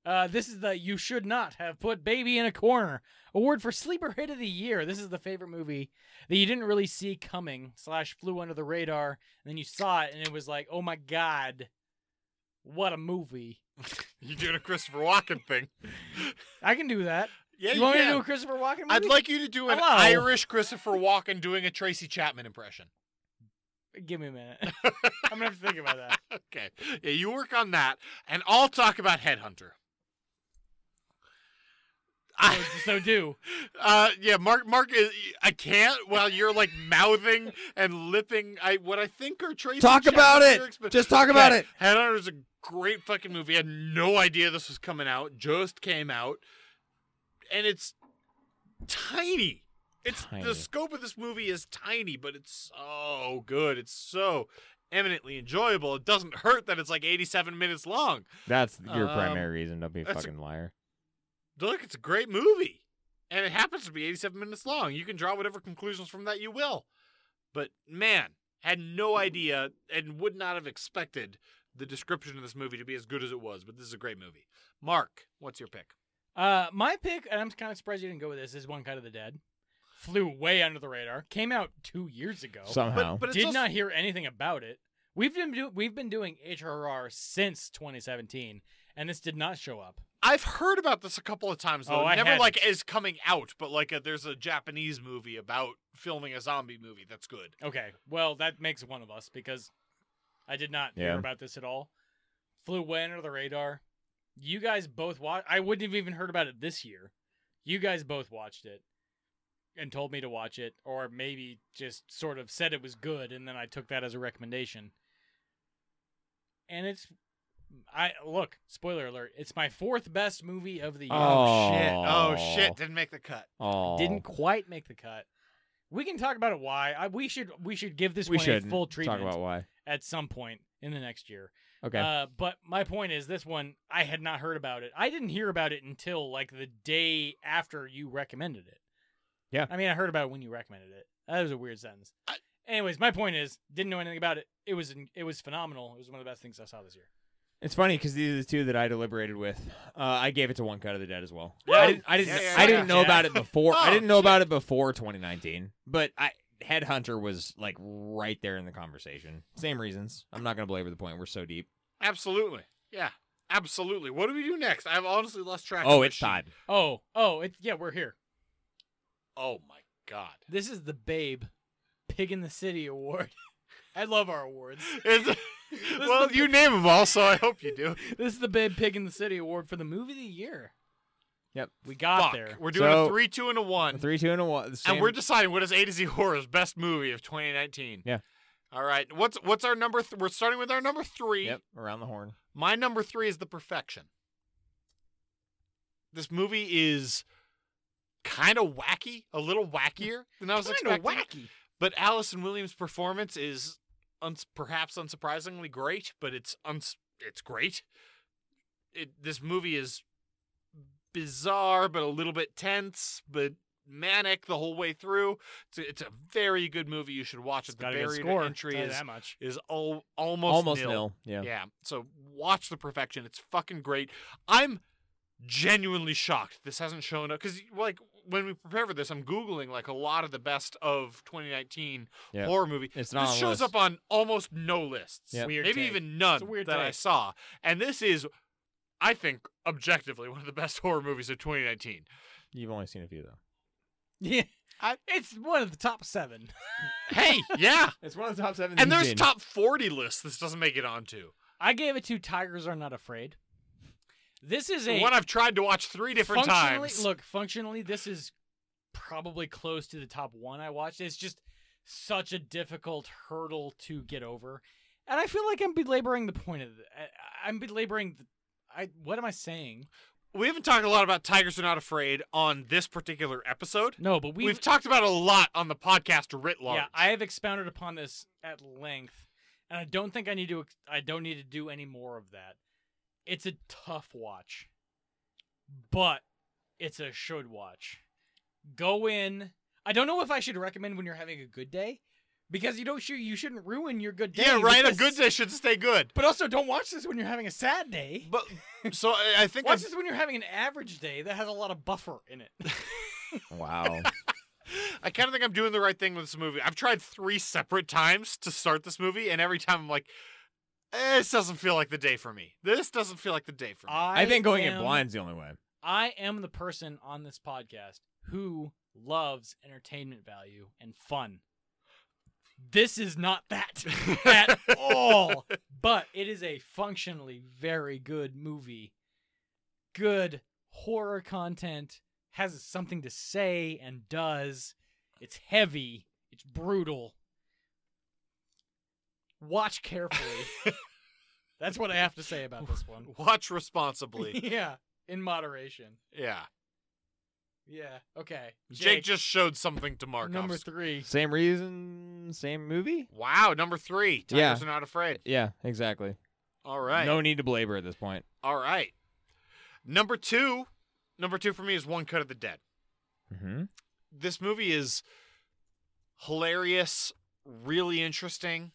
S1: Uh, this is the you should not have put baby in a corner award for sleeper hit of the year. This is the favorite movie that you didn't really see coming slash flew under the radar, and then you saw it and it was like, oh my god, what a movie!
S2: You doing a Christopher Walken thing?
S1: I can do that.
S2: Yeah,
S1: you want me
S2: can.
S1: to do a Christopher Walken? Movie?
S2: I'd like you to do an
S1: Hello.
S2: Irish Christopher Walken doing a Tracy Chapman impression.
S1: Give me a minute. I'm gonna have to think about that.
S2: Okay. Yeah, you work on that, and I'll talk about Headhunter. I,
S1: So do.
S2: uh, yeah, Mark. Mark, is, I can't. While you're like mouthing and lipping, I what I think are Tracy.
S3: Talk
S2: Chapman
S3: about it.
S2: lyrics, but-
S3: Just talk about
S2: Okay,
S3: it.
S2: Headhunter is a great fucking movie. I had no idea this was coming out. Just came out, and it's tiny. It's
S3: Tiny.
S2: the scope of this movie is tiny, but it's so good. It's so eminently enjoyable. It doesn't hurt that it's like 87 minutes long.
S3: That's your
S2: Um,
S3: primary reason. Don't be a
S2: that's a-
S3: fucking liar.
S2: Look, it's a great movie, and it happens to be 87 minutes long. You can draw whatever conclusions from that you will. But man, had no idea and would not have expected the description of this movie to be as good as it was. But this is a great movie. Mark, what's your pick?
S1: Uh, my pick, and I'm kind of surprised you didn't go with this. Is One Cut of the Dead. Flew way under the radar. Came out two years ago.
S3: Somehow,
S2: But, but it's
S1: did
S2: also-
S1: not hear anything about it. We've been do- we've been doing HRR since 2017, and this did not show up.
S2: I've heard about this a couple of times though.
S1: Oh, I
S2: Never
S1: hadn't.
S2: like is coming out, but like a, there's a Japanese movie about filming a zombie movie that's good.
S1: Okay, well that makes one of us because I did not
S3: Yeah.
S1: hear about this at all. Flew way under the radar. You guys both watched. I wouldn't have even heard about it this year. You guys both watched it and told me to watch it, or maybe just sort of said it was good, and then I took that as a recommendation. And it's, I look. Spoiler alert! It's my fourth best movie of the year.
S2: Shit. Oh
S3: Aw.
S2: shit, didn't make the cut.
S3: Aw.
S1: didn't quite make the cut. We can talk about it why. I, we should we should give this
S3: we
S1: one
S3: should
S1: a full treatment
S3: talk about why?
S1: at some point in the next year.
S3: Okay,
S1: Uh, but my point is, this one I had not heard about it. I didn't hear about it until like the day after you recommended it.
S3: Yeah.
S1: I mean, I heard about it when you recommended it. That was a weird sentence.
S2: I-
S1: Anyways, my point is, didn't know anything about it. It was it was phenomenal. It was one of the best things I saw this year.
S3: It's funny because these are the two that I deliberated with. Uh, I gave it to One Cut of the Dead as well.
S2: Yeah.
S3: I didn't. I didn't,
S2: Yeah, yeah,
S3: I didn't
S2: yeah.
S3: know about it before. I
S2: Oh,
S3: didn't know about it before 2019. But I Headhunter was like right there in the conversation. Same reasons. I'm not gonna belabor the point. We're so deep.
S2: Absolutely. Yeah. Absolutely. What do we do next? I've honestly lost track. of
S3: Oh,
S2: this
S3: it's
S2: shit.
S3: Todd.
S1: Oh, oh, it, yeah, we're here.
S2: Oh my god.
S1: This is the Babe Pig in the City Award. I love our awards.
S2: It's, well, you name them all, so I hope you do.
S1: This is the Babe Pig in the City Award for the movie of the year.
S3: Yep.
S1: We got
S2: Fuck.
S1: there.
S2: We're doing
S3: So-
S2: a three, two, and a one,
S3: A three, two, and a one.
S2: and
S3: same-
S2: we're deciding what is A to Z horror's best movie of 2019.
S3: Yeah.
S2: All right. What's what's our number? Th- we're starting with our number three.
S3: yep around the horn.
S2: My number three is The Perfection. This movie is kind of wacky, a little wackier than I was
S1: Kinda
S2: expecting. But Allison Williams' performance is uns- perhaps unsurprisingly great, but it's uns- it's great. It, this movie is bizarre, but a little bit tense, but manic the whole way through. It's a, it's a very good movie. You should watch
S1: It's
S2: it. The
S1: got a good
S2: barrier
S1: score.
S2: to entry
S1: tell you
S2: is
S1: that much.
S2: is all, almost
S3: Almost
S2: nil.
S3: nil. Yeah.
S2: Yeah. So watch the perfection. It's fucking great. I'm genuinely shocked this hasn't shown up because like when we prepare for this, I'm googling like a lot of the best of 2019
S3: Yeah.
S2: horror movie.
S3: It's not
S2: this
S3: on the
S2: shows
S3: list.
S2: up on almost no lists.
S3: Yeah.
S1: Weird
S2: Maybe
S1: take.
S2: even none
S1: It's a weird
S2: that I
S1: take.
S2: saw. And this is, I think, objectively one of the best horror movies of 2019.
S3: You've only seen a few though.
S1: Yeah.
S2: I-
S1: it's one of the top seven.
S2: Hey, yeah.
S3: It's one of the top seven.
S2: and there's top 40 lists this doesn't make it onto.
S1: I gave it to Tigers Are Not Afraid. This is a
S2: One I've tried to watch three different
S1: functionally,
S2: times.
S1: Look, functionally, this is probably close to the top one I watched. It's just such a difficult hurdle to get over, and I feel like I'm belaboring the point of. The, I, I'm belaboring. The, I what am I saying?
S2: we haven't talked a lot about Tigers Are Not Afraid on this particular episode.
S1: No, but
S2: We've,
S1: we've,
S2: talked about it a lot on the podcast writ large.
S1: yeah, I have expounded upon this at length, and I don't think I need to. ex- I don't need to do any more of that. It's a tough watch, but it's a should watch. Go in. I don't know if I should recommend when you're having a good day, because you don't. Sh- you shouldn't ruin your good day.
S2: yeah,
S1: with
S2: right. A
S1: this.
S2: good day should stay good.
S1: But also, don't watch this when you're having a sad day.
S2: But so I, I think
S1: watch
S2: I-
S1: this when you're having an average day that has a lot of buffer in it.
S3: Wow.
S2: I kind of think I'm doing the right thing with this movie. I've tried three separate times to start this movie, and every time I'm like, eh, "This doesn't feel like the day for me. This doesn't feel like the day for me."
S1: I,
S3: I think going in
S1: am-
S3: blind's the only way.
S1: I am the person on this podcast who loves entertainment value and fun. This is not that at all, but it is a functionally very good movie. Good horror content, has something to say and does. It's heavy, it's brutal. Watch carefully. That's what I have to say about this one.
S2: Watch responsibly.
S1: yeah, in moderation.
S2: yeah.
S1: Yeah. Okay.
S2: Jake, just showed something to Mark.
S1: number three.
S3: Same reason. Same movie.
S2: Wow, number three. Tigers
S3: Yeah.
S2: are not afraid.
S3: Yeah. Exactly.
S2: All right.
S3: No need to belabor at this point.
S2: All right. Number two, number two for me is One Cut of the Dead.
S3: Mm-hmm.
S2: This movie is hilarious, really interesting.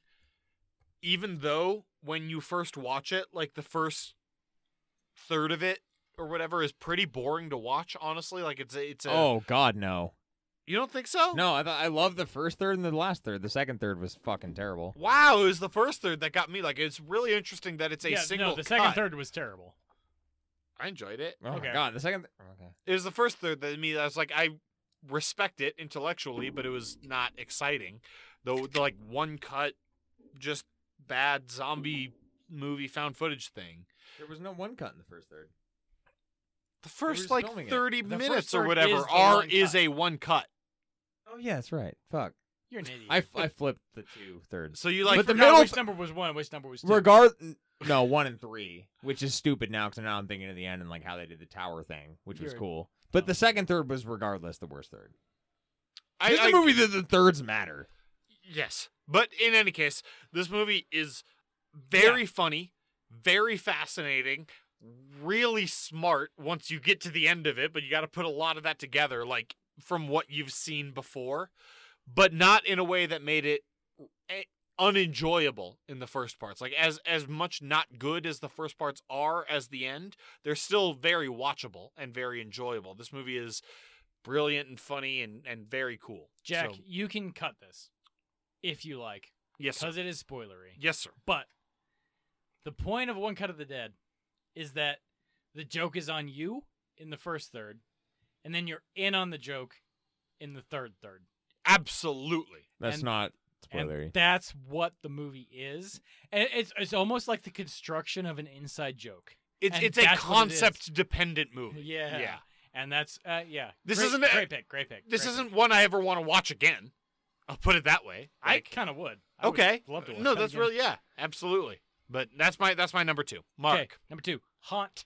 S2: Even though when you first watch it, like the first third of it or whatever is pretty boring to watch. Honestly, like it's a, it's a
S3: Oh God, no.
S2: you don't think so?
S3: No, I thought I loved the first third and the last third. The second third was fucking terrible.
S2: Wow, it was the first third that got me. Like it's really interesting that it's a
S1: yeah,
S2: single.
S1: no, the second
S2: cut.
S1: third was terrible.
S2: I enjoyed it.
S3: Oh
S1: Okay.
S3: my god, the second. okay.
S2: It was the first third that me that I was like I respect it intellectually, but it was not exciting. Though the like one cut, just bad zombie movie found footage thing.
S3: There was no one cut in the first third.
S2: The
S3: just
S2: first like
S3: filming it.
S2: thirty
S3: The first
S2: minutes or
S1: third
S2: whatever
S1: is the
S2: are
S1: one
S2: is
S1: cut.
S2: a one cut.
S3: Oh yeah, that's right. Fuck.
S1: You're an idiot.
S3: I, f- I flipped the two thirds.
S2: So you like
S3: But the
S1: Forgot
S3: middle
S1: which
S3: th-
S1: number was one, which number was two.
S3: Regard. No, one and three, which is stupid now because now I'm thinking of the end and like how they did the tower thing, which was
S1: You're-
S3: cool. But
S1: Oh.
S3: the second third was regardless the worst third.
S2: I,
S3: This is
S2: I-
S3: a movie that the thirds matter.
S2: Yes. But in any case, this movie is very funny, very fascinating, really smart once you get to the end of it, but you got to put a lot of that together like from what you've seen before, but not in a way that made it eh, unenjoyable in the first parts. Like as as much not good as the first parts are as the end, they're still very watchable and very enjoyable. This movie is brilliant and funny and and very cool.
S1: Jack,
S2: So,
S1: you can cut this if you like,
S2: yes, sir.
S1: because it is spoilery.
S2: Yes, sir.
S1: But the point of One Cut of the Dead is that the joke is on you in the first third, and then you're in on the joke in the third third.
S2: Absolutely.
S3: That's
S1: And-
S3: not
S1: And
S3: spoilery.
S1: that's what the movie is. And it's it's almost like the construction of an inside joke.
S2: It's
S1: And
S2: it's a
S1: that's what it is.
S2: concept dependent movie.
S1: Yeah.
S2: Yeah.
S1: And that's uh, yeah.
S2: This
S1: Great-
S2: isn't a-
S1: great pick. Great pick.
S2: This
S1: great
S2: isn't one I ever want to watch again. I'll put it that way.
S1: Pick. I
S2: I
S1: kind of would. I would
S2: okay.
S1: Love to. Watch
S2: no,
S1: that
S2: that's
S1: again.
S2: really yeah, absolutely. But that's my that's my number two.
S1: okay.
S2: Mark.
S1: Number two, Haunt.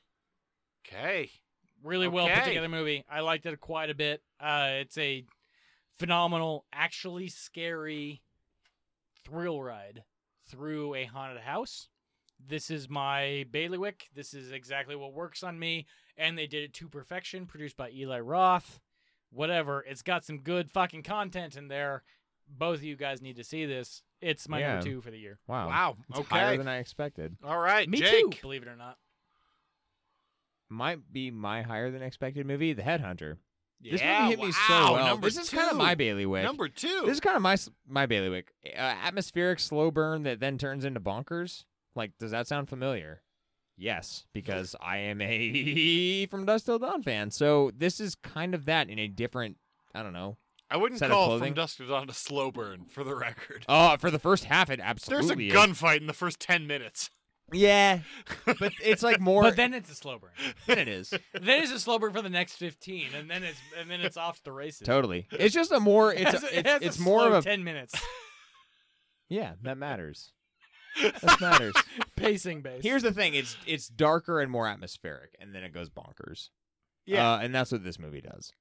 S2: Okay.
S1: really well put
S2: Okay.
S1: together movie. I liked it quite a bit. Uh, it's a phenomenal, actually scary thrill ride through a haunted house. This is my bailiwick. This is exactly what works on me. And they did it to perfection, produced by Eli Roth. Whatever. It's got some good fucking content in there. Both of you guys need to see this. It's my
S3: Yeah.
S1: number two for the year.
S3: wow.
S2: Wow.
S3: Oh, It's
S2: okay.
S3: higher than I expected.
S2: All right,
S1: Me
S2: Jake.
S1: too, believe it or not.
S3: Might be my higher than expected movie, The Headhunter. This
S2: Yeah,
S3: movie hit me
S2: wow,
S3: so well.
S2: number
S3: This is kind of
S2: two.
S3: my bailiwick.
S2: Number two.
S3: This is kind of my s- my bailiwick. Uh, atmospheric slow burn that then turns into bonkers. Like, does that sound familiar? Yes, because I am a from Dust Till Dawn fan. So this is kind of that in a different. I don't know.
S2: I wouldn't
S3: set of
S2: call From
S3: clothing.
S2: Dusk to Dawn a slow burn, for the record.
S3: Oh, for the first half, it
S2: There's a
S3: absolutely. is.
S2: gunfight in the first 10 minutes.
S3: Yeah, but it's like more
S1: But then it's a slow burn.
S3: than it is.
S1: then it's a slow burn for the next fifteen, and then it's and then it's off to the races.
S3: Totally. It's just a more. It's
S1: Has
S3: a-
S1: a-
S3: it's,
S1: has a
S3: it's more
S1: slow
S3: of a.
S1: ten minutes
S3: yeah, that matters. That matters.
S1: pacing base.
S3: Here's the thing: it's it's darker and more atmospheric, and then it goes bonkers.
S2: Yeah.
S3: uh, and that's what this movie does.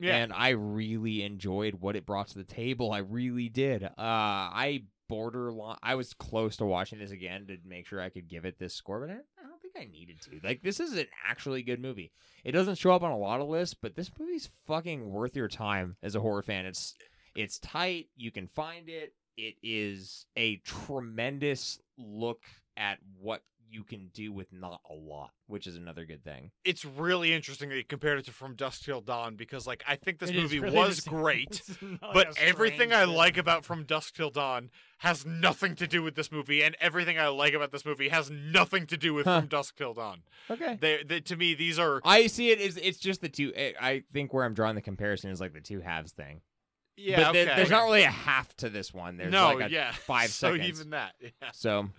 S2: Yeah.
S3: and I really enjoyed what it brought to the table. I really did. Uh, I borderline, I was close to watching this again to make sure I could give it this score, but I, I don't think I needed to. Like, this is an actually good movie. It doesn't show up on a lot of lists, but this movie's fucking worth your time as a horror fan. It's it's tight. You can find it. It is a tremendous look at what you can do with not a lot, which is another good thing.
S2: It's really interesting that you compared it to From Dusk Till Dawn because, like, I think this
S1: It is
S2: movie
S1: really
S2: was
S1: interesting.
S2: great,
S1: It's not like
S2: but
S1: a
S2: everything
S1: strange
S2: I
S1: thing.
S2: like about From Dusk Till Dawn has nothing to do with this movie, and everything I like about this movie has nothing to do with
S3: Huh.
S2: From Dusk Till Dawn.
S3: Okay.
S2: They, they, to me, these are,
S3: I see it as it's just the two. I- I think where I'm drawing the comparison is like the two halves thing.
S2: yeah,
S3: but
S2: okay.
S3: there- there's not really a half to this one. There's
S2: no,
S3: like a
S2: yeah,
S3: five
S2: so
S3: seconds.
S2: even that, yeah,
S3: So,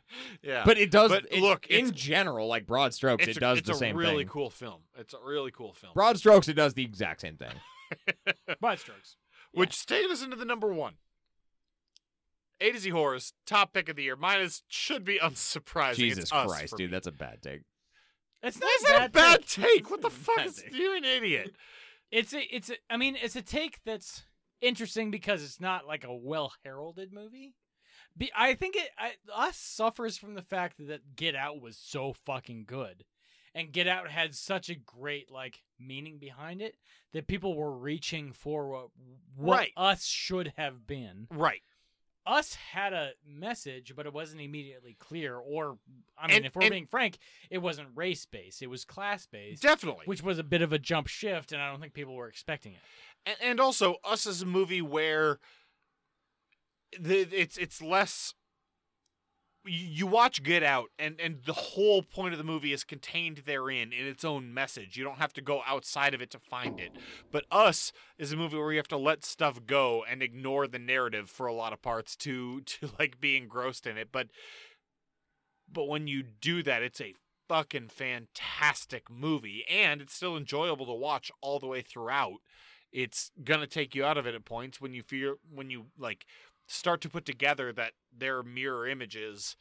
S2: yeah.
S3: but it does.
S2: But
S3: it-
S2: look, it's-
S3: in general, like broad strokes,
S2: it's
S3: it
S2: a-
S3: does
S2: it's
S3: the
S2: a
S3: same
S2: really
S3: thing.
S2: cool film. It's a really cool film.
S3: Broad strokes, it does the exact same thing.
S1: Broad strokes.
S2: which stayed us into the number one. A to Z horrors, top pick of the year. Mine is should be unsurprising.
S3: Jesus
S2: it's us
S3: Christ,
S2: for
S3: dude,
S2: me.
S3: that's a bad take.
S1: It's not
S2: Why is that a bad take? What the
S1: It's a
S2: fuck
S1: bad
S2: is
S1: take.
S2: you're an idiot?
S1: It's a, it's a, I mean, it's a take that's interesting because it's not like a well heralded movie. Be, I think it I, us suffers from the fact that Get Out was so fucking good, and Get Out had such a great like meaning behind it that people were reaching for what what
S2: Right.
S1: us should have been.
S2: Right.
S1: us had a message, but it wasn't immediately clear. Or, I mean,
S2: And-
S1: if we're
S2: and-
S1: being frank, it wasn't race based; it was class based,
S2: Definitely.
S1: which was a bit of a jump shift, and I don't think people were expecting it.
S2: and, and also us is a movie where the it's it's less you- you watch Get Out and and the whole point of the movie is contained therein in its own message. You don't have to go outside of it to find it. But Us is a movie where you have to let stuff go and ignore the narrative for a lot of parts to to like be engrossed in it. But but when you do that, it's a fucking fantastic movie and it's still enjoyable to watch all the way throughout it's gonna take you out of it at points when you fear when you like start to put together that their mirror images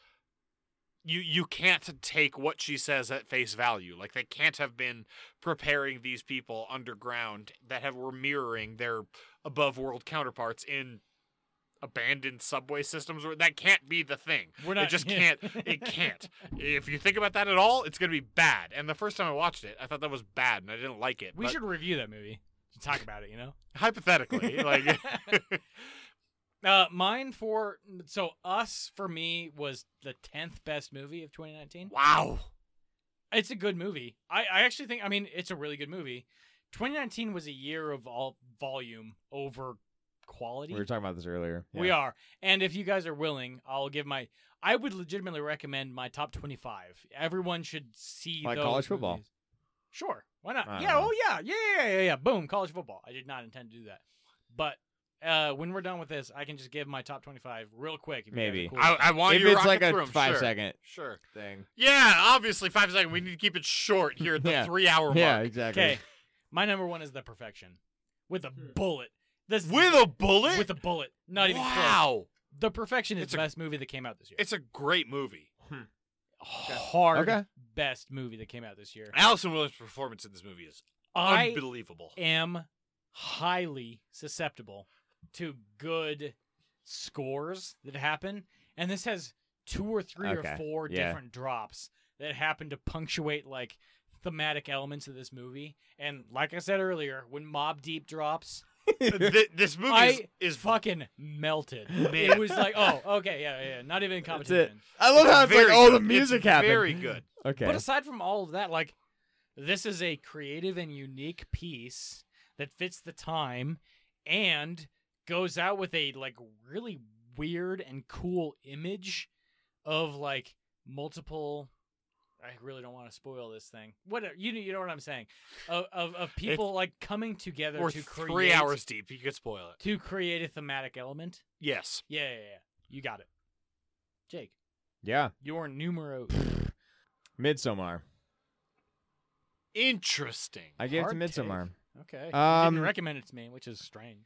S2: you you can't take what she says at face value like they can't have been preparing these people underground that have were mirroring their above world counterparts in abandoned subway systems or that can't be the thing
S1: We're not-
S2: it just can't it can't if you think about that at all it's gonna be bad and the first time i watched it i thought that was bad and i didn't like it
S1: We
S2: but-
S1: should review that movie. to Talk about it, you know.
S2: hypothetically like
S1: Uh, mine for so us for me was the tenth best movie of 2019.
S2: Wow.
S1: It's a good movie. I, I actually think I mean it's a really good movie. 2019 was a year of all volume over quality.
S3: We were talking about this earlier.
S1: We are. And if you guys are willing, I'll give my I would legitimately recommend my top 25. Everyone should see
S3: Like
S1: those
S3: college football.
S1: movies. Sure. Why not?
S3: I
S1: yeah,
S3: dunno.
S1: oh yeah. Yeah, yeah, yeah, yeah, yeah. Boom, college football. I did not intend to do that. But uh, when we're done with this, I can just give my top 25 real quick. if you guys are
S3: Maybe.
S1: cool with
S2: I,
S1: that.
S2: I want
S3: if
S2: you to
S3: it's
S2: rock
S3: like
S2: it
S3: a
S2: through 'em,
S3: five
S2: sure.
S3: second
S2: Sure.
S3: thing.
S2: Yeah, obviously five second. We need to keep it short here at the
S3: Yeah.
S2: three hour
S3: Yeah,
S2: mark.
S3: exactly.
S1: Okay. My number 1 is The Perfection with a bullet. This
S2: With a bullet.
S1: with a bullet. Not even close.
S2: wow.
S1: The Perfection is
S2: It's
S1: the
S2: a-
S1: best movie that came out this year.
S2: It's a great movie.
S1: hard
S3: Okay.
S1: best movie that came out this year.
S2: Allison Williams' performance in this movie is
S1: I
S2: unbelievable.
S1: am highly susceptible to good scores that happen, and this has two or three
S3: Okay,
S1: or four
S3: yeah.
S1: different drops that happen to punctuate like thematic elements of this movie. And like I said earlier, when Mob Deep drops,
S2: Th- this movie is,
S1: I
S2: is
S1: fucking melted. It was like, oh, okay, yeah, yeah, yeah, not even in
S3: That's
S1: competition.
S3: it. I love how it's like,
S2: very
S3: oh, the
S2: good.
S3: music
S2: It's
S3: happened.
S2: Very good.
S3: Okay.
S1: But aside from all of that, like this is a creative and unique piece that fits the time and goes out with a like really weird and cool image of like multiple I really don't want to spoil this thing. What you you know what I'm saying? Of of, of people like coming together
S2: We're
S1: to create
S2: three hours deep. You could spoil it.
S1: to create a thematic element.
S2: Yes.
S1: Yeah, yeah, yeah. You got it. Jake,
S3: yeah.
S1: your numero
S3: Midsommar.
S2: Interesting.
S3: I gave it to
S1: Hard take.
S3: Midsommar.
S1: Okay. you
S3: Um,
S1: didn't recommend it to me, which is strange.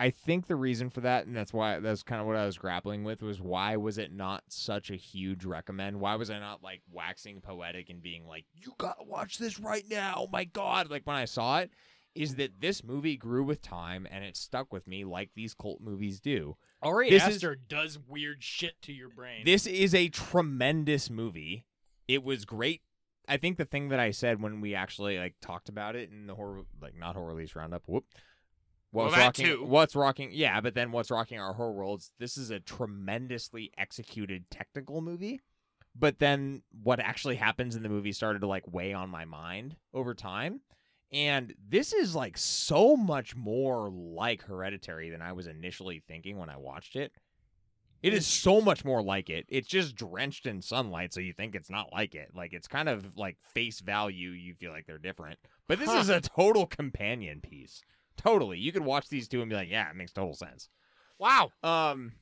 S3: I think the reason for that, and that's why that's kind of what I was grappling with, was why was it not such a huge recommend? Why was I not like waxing poetic and being like, "You gotta watch this right now!" Oh my god! Like when I saw it, is that this movie grew with time and it stuck with me like these cult movies do.
S1: Ari
S3: This is-
S1: Aster does weird shit to your brain.
S3: This is a tremendous movie. It was great. I think the thing that I said when we actually like talked about it in the horror, like not horror release roundup. Whoop.
S2: Well,
S3: What's
S2: that
S3: rocking?
S2: too.
S3: What's rocking? Yeah, but then what's rocking our horror worlds? This is a tremendously executed technical movie. But then what actually happens in the movie started to like weigh on my mind over time. And this is like so much more like Hereditary than I was initially thinking when I watched it. It is so much more like it. It's just drenched in sunlight, so you think it's not like it. Like it's kind of like face value, you feel like they're different. But this
S2: Huh.
S3: is a total companion piece. Totally. You could watch these two and be like, yeah, it makes total sense.
S2: Wow.
S3: Um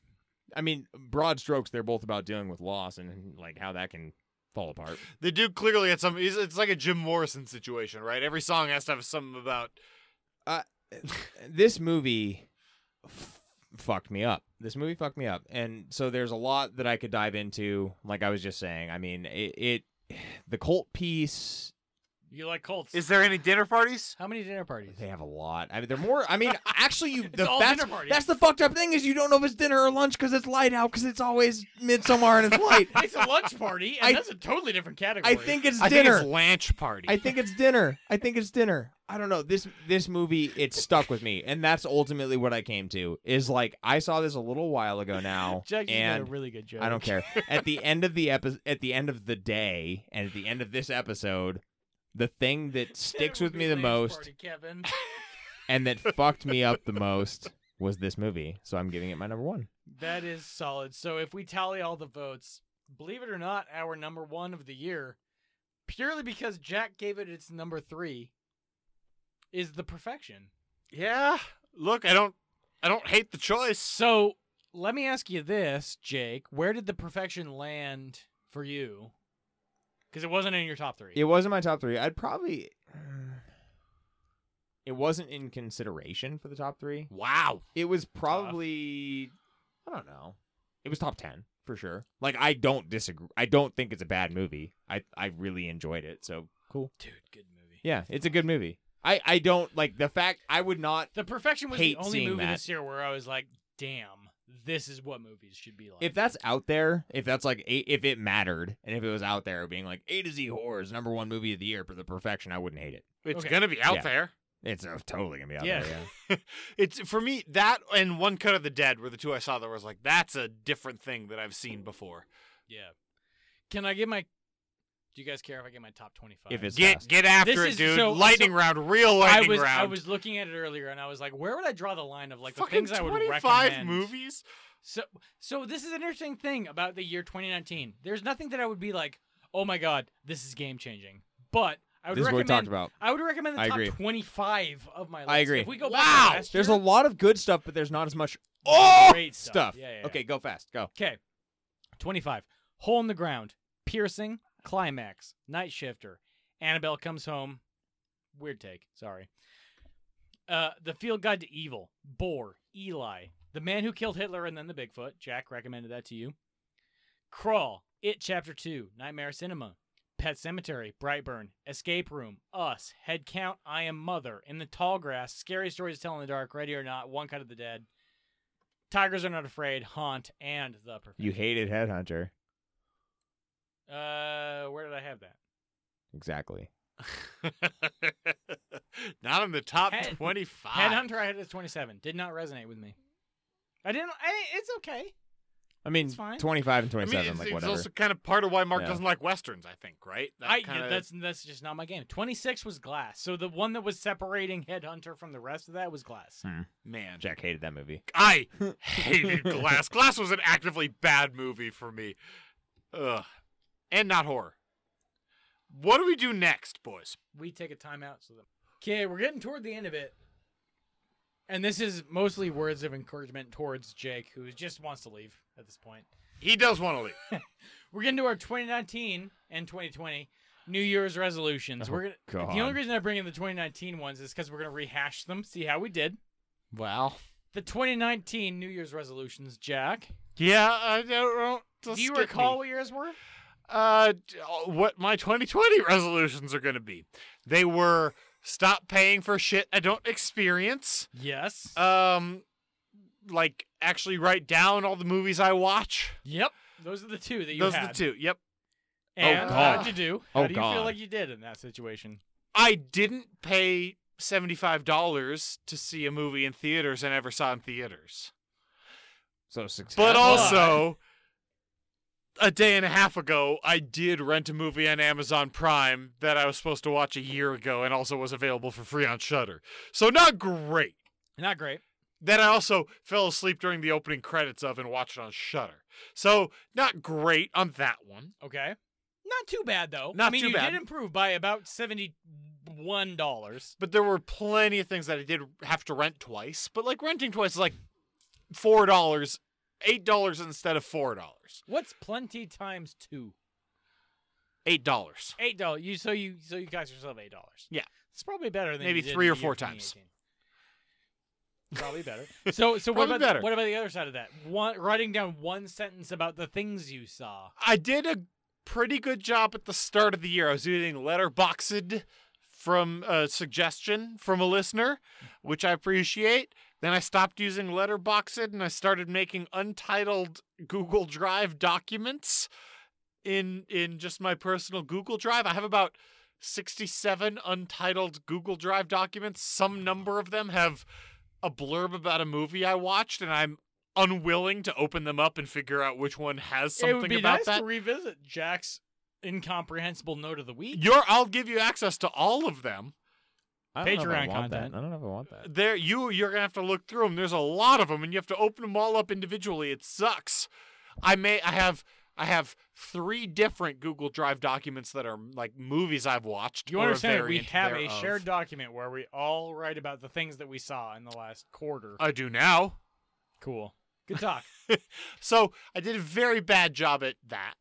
S3: I mean, broad strokes, they're both about dealing with loss and like how that can fall apart.
S2: The dude clearly had some. It's, it's like a Jim Morrison situation, right? Every song has to have something about.
S3: this movie f- fucked me up. This movie fucked me up, and so there's a lot that I could dive into. Like I was just saying, I mean, it, it the cult piece.
S1: you like Colts.
S2: Is there any dinner parties?
S1: How many dinner parties?
S3: They have a lot. I mean, they're more. I mean, actually, you the,
S1: all
S3: that's,
S1: dinner parties.
S3: that's the fucked up thing is you don't know if it's dinner or lunch because it's light out because it's always midsummer and it's light.
S1: It's a lunch party, and
S3: I-
S1: that's a totally different category.
S3: I think it's
S2: I think
S3: dinner.
S2: it's lunch party.
S3: I think it's dinner. I think it's dinner. I don't know. This this movie it stuck with me and that's ultimately what I came to is like I saw this a little while ago now
S1: Jackson
S3: and
S1: did a really good joke.
S3: I don't care. at the end of the epi- at the end of the day and at the end of this episode, the thing that sticks with me the most
S1: Party, Kevin.
S3: and that fucked me up the most was this movie. So I'm giving it my number 1.
S1: That is solid. So if we tally all the votes, believe it or not, our number one of the year, purely because Jack gave it its number three, is the perfection.
S2: Yeah. Look, I don't. I don't hate the choice.
S1: So let me ask you this, Jake: Where did the perfection land for you? Because it wasn't in your top three.
S3: It wasn't my top 3. I'd probably uh, it wasn't in consideration for the top 3.
S2: Wow.
S3: It was probably I don't know. It was top ten for sure. Like I don't disagree. I don't think it's a bad movie. I I really enjoyed it. So cool.
S1: Dude, good movie.
S3: Yeah, it's a good movie. I I don't like the fact I would not.
S1: The Perfection was
S3: Hate
S1: the only
S3: seeing
S1: movie
S3: that.
S1: this year where I was like, "Damn, this is what movies should be like."
S3: If that's out there, if that's like a, if it mattered, and if it was out there being like A to Z horrors number one movie of the year for the perfection, I wouldn't hate it.
S2: It's
S1: Okay.
S2: gonna be out
S3: Yeah.
S2: there.
S3: It's uh, totally gonna be out
S1: Yeah.
S3: there. Yeah.
S2: It's for me that and One Cut of the Dead were the two I saw that was like that's a different thing that I've seen before.
S1: Yeah. Can I get my? Do you guys care if I get my top twenty-five?
S3: If it's
S2: Get
S3: fast.
S2: get after
S1: This
S2: it,
S1: is-
S2: dude!
S1: so-
S2: lightning
S1: so-
S2: round, real
S1: I
S2: lightning
S1: was
S2: round.
S1: I was looking at it earlier and I was like, where would I draw the line of like the
S2: fucking
S1: things I would
S2: twenty-five
S1: recommend?
S2: movies.
S1: So so this is an interesting thing about the year 2019. There's nothing that I would be like, oh my god, this is game changing. But I would
S3: This is what we
S1: recommend.
S3: talked about.
S1: I would recommend the
S3: I
S1: top
S3: agree.
S1: 25 of my list.
S3: I agree.
S1: If we go
S2: Wow!
S1: back to last
S3: There's a
S1: year,
S3: lot of good stuff, but there's not as much
S2: Oh,
S1: great stuff.
S3: stuff.
S1: Yeah, yeah, yeah.
S3: Okay, go fast. Go.
S1: Okay. 25. Hole in the Ground. Piercing. Climax. Night Shifter. Annabelle Comes Home. Weird take. Sorry. Uh, the Field Guide to Evil. Boar. Eli. The Man Who Killed Hitler and Then the Bigfoot. Jack recommended that to you. Crawl. It Chapter 2. Nightmare Cinema. Pet Cemetery. Brightburn. Escape Room. Us. Head Count. I Am Mother. In the Tall Grass. Scary Stories to Tell in the Dark. Ready or Not. One Cut of the Dead. Tigers Are Not Afraid. Haunt. And The Perfect.
S3: You hated Headhunter.
S1: Uh, where did I have that?
S3: Exactly.
S2: not in the top
S1: Head-
S2: twenty-five.
S1: Headhunter, I had it as 27. Did not resonate with me. I didn't. I, it's okay.
S3: I mean,
S1: It's fine.
S3: 25 and
S2: I
S3: 27,
S2: mean, it's,
S3: like
S2: it's
S3: whatever.
S2: also kind of part of why Mark
S3: Yeah.
S2: doesn't like westerns. I think, right? That
S1: I yeah,
S2: kinda-
S1: that's that's just not my game. 26 was Glass. So the one that was separating Headhunter from the rest of that was
S2: Hmm.
S1: Glass.
S2: man.
S3: Jack hated that movie.
S2: I hated Glass. Glass was an actively bad movie for me. Ugh. And not horror. What do we do next, boys?
S1: We take a timeout. So that... okay, we're getting toward the end of it, and this is mostly words of encouragement towards Jake, who just wants to leave at this point.
S2: He does want to leave.
S1: We're getting to our 2019 and 2020 New Year's resolutions.
S2: Oh,
S1: we're gonna.
S3: God.
S1: The only reason I bring in the 2019 ones is because we're gonna rehash them, see how we did.
S2: Wow.
S1: The 2019 New Year's resolutions, Jack.
S2: Yeah, I don't. don't
S1: Do you
S2: stick
S1: recall
S2: me.
S1: what yours were?
S2: uh, d- uh, what my 2020 resolutions are going to be? They were stop paying for shit I don't experience.
S1: Yes.
S2: Um, like actually write down all the movies I watch.
S1: yep. Those are the two that you
S2: Those
S1: had.
S2: are the two. Oh, Yep.
S1: And
S3: God.
S1: how'd you do?
S3: Oh,
S1: How do you feel
S3: God.
S1: like you did in that situation?
S2: I didn't pay seventy-five dollars to see a movie in theaters I never saw in theaters.
S3: So successful.
S2: But also, a day and a half ago, I did rent a movie on Amazon Prime that I was supposed to watch a year ago, and also was available for free on Shutter. So not great.
S1: Not great.
S2: Then I also fell asleep during the opening credits of and watched it on Shutter. So not great on that one.
S1: Okay. Not too bad though. I
S2: Not
S1: mean,
S2: too
S1: you
S2: bad.
S1: did improve by about seventy-one dollars.
S2: But there were plenty of things that I did have to rent twice. But like renting twice is like four dollars, eight dollars instead of four dollars,
S1: What's plenty times two?
S2: eight dollars.
S1: Eight dollars. You so you so you cost yourself eight dollars.
S2: Yeah.
S1: It's probably better than
S2: Maybe
S1: you did
S2: three
S1: in
S2: or
S1: the
S2: four
S1: year
S2: times.
S1: 2018. Probably better. So so what
S2: Probably
S1: about
S2: better.
S1: what about the other side of that? One writing down one sentence about the things you saw.
S2: I did a pretty good job at the start of the year. I was using Letterboxd from a suggestion from a listener, which I appreciate. Then I stopped using Letterboxd and I started making untitled Google Drive documents in in just my personal Google Drive. I have about 67 untitled Google Drive documents. Some number of them have a blurb about a movie I watched and I'm unwilling to open them up and figure out which one has something
S1: it would be
S2: about
S1: nice
S2: that.
S1: to revisit Jack's incomprehensible note of the week.
S2: Your, I'll give you access to all of them.
S3: I don't know if I
S1: Patreon
S3: want that.
S1: content.
S3: I don't know if I want that.
S2: There, you, you're gonna have to look through them. There's a lot of them, and you have to open them all up individually. It sucks. I may, I have, I have three different Google Drive documents that are like movies I've watched.
S1: Do you
S2: or a
S1: understand that we
S2: variant
S1: have a
S2: thereof.
S1: shared document where we all write about the things that we saw in the last quarter.
S2: I do now.
S1: cool. Good talk.
S2: So I did a very bad job at that.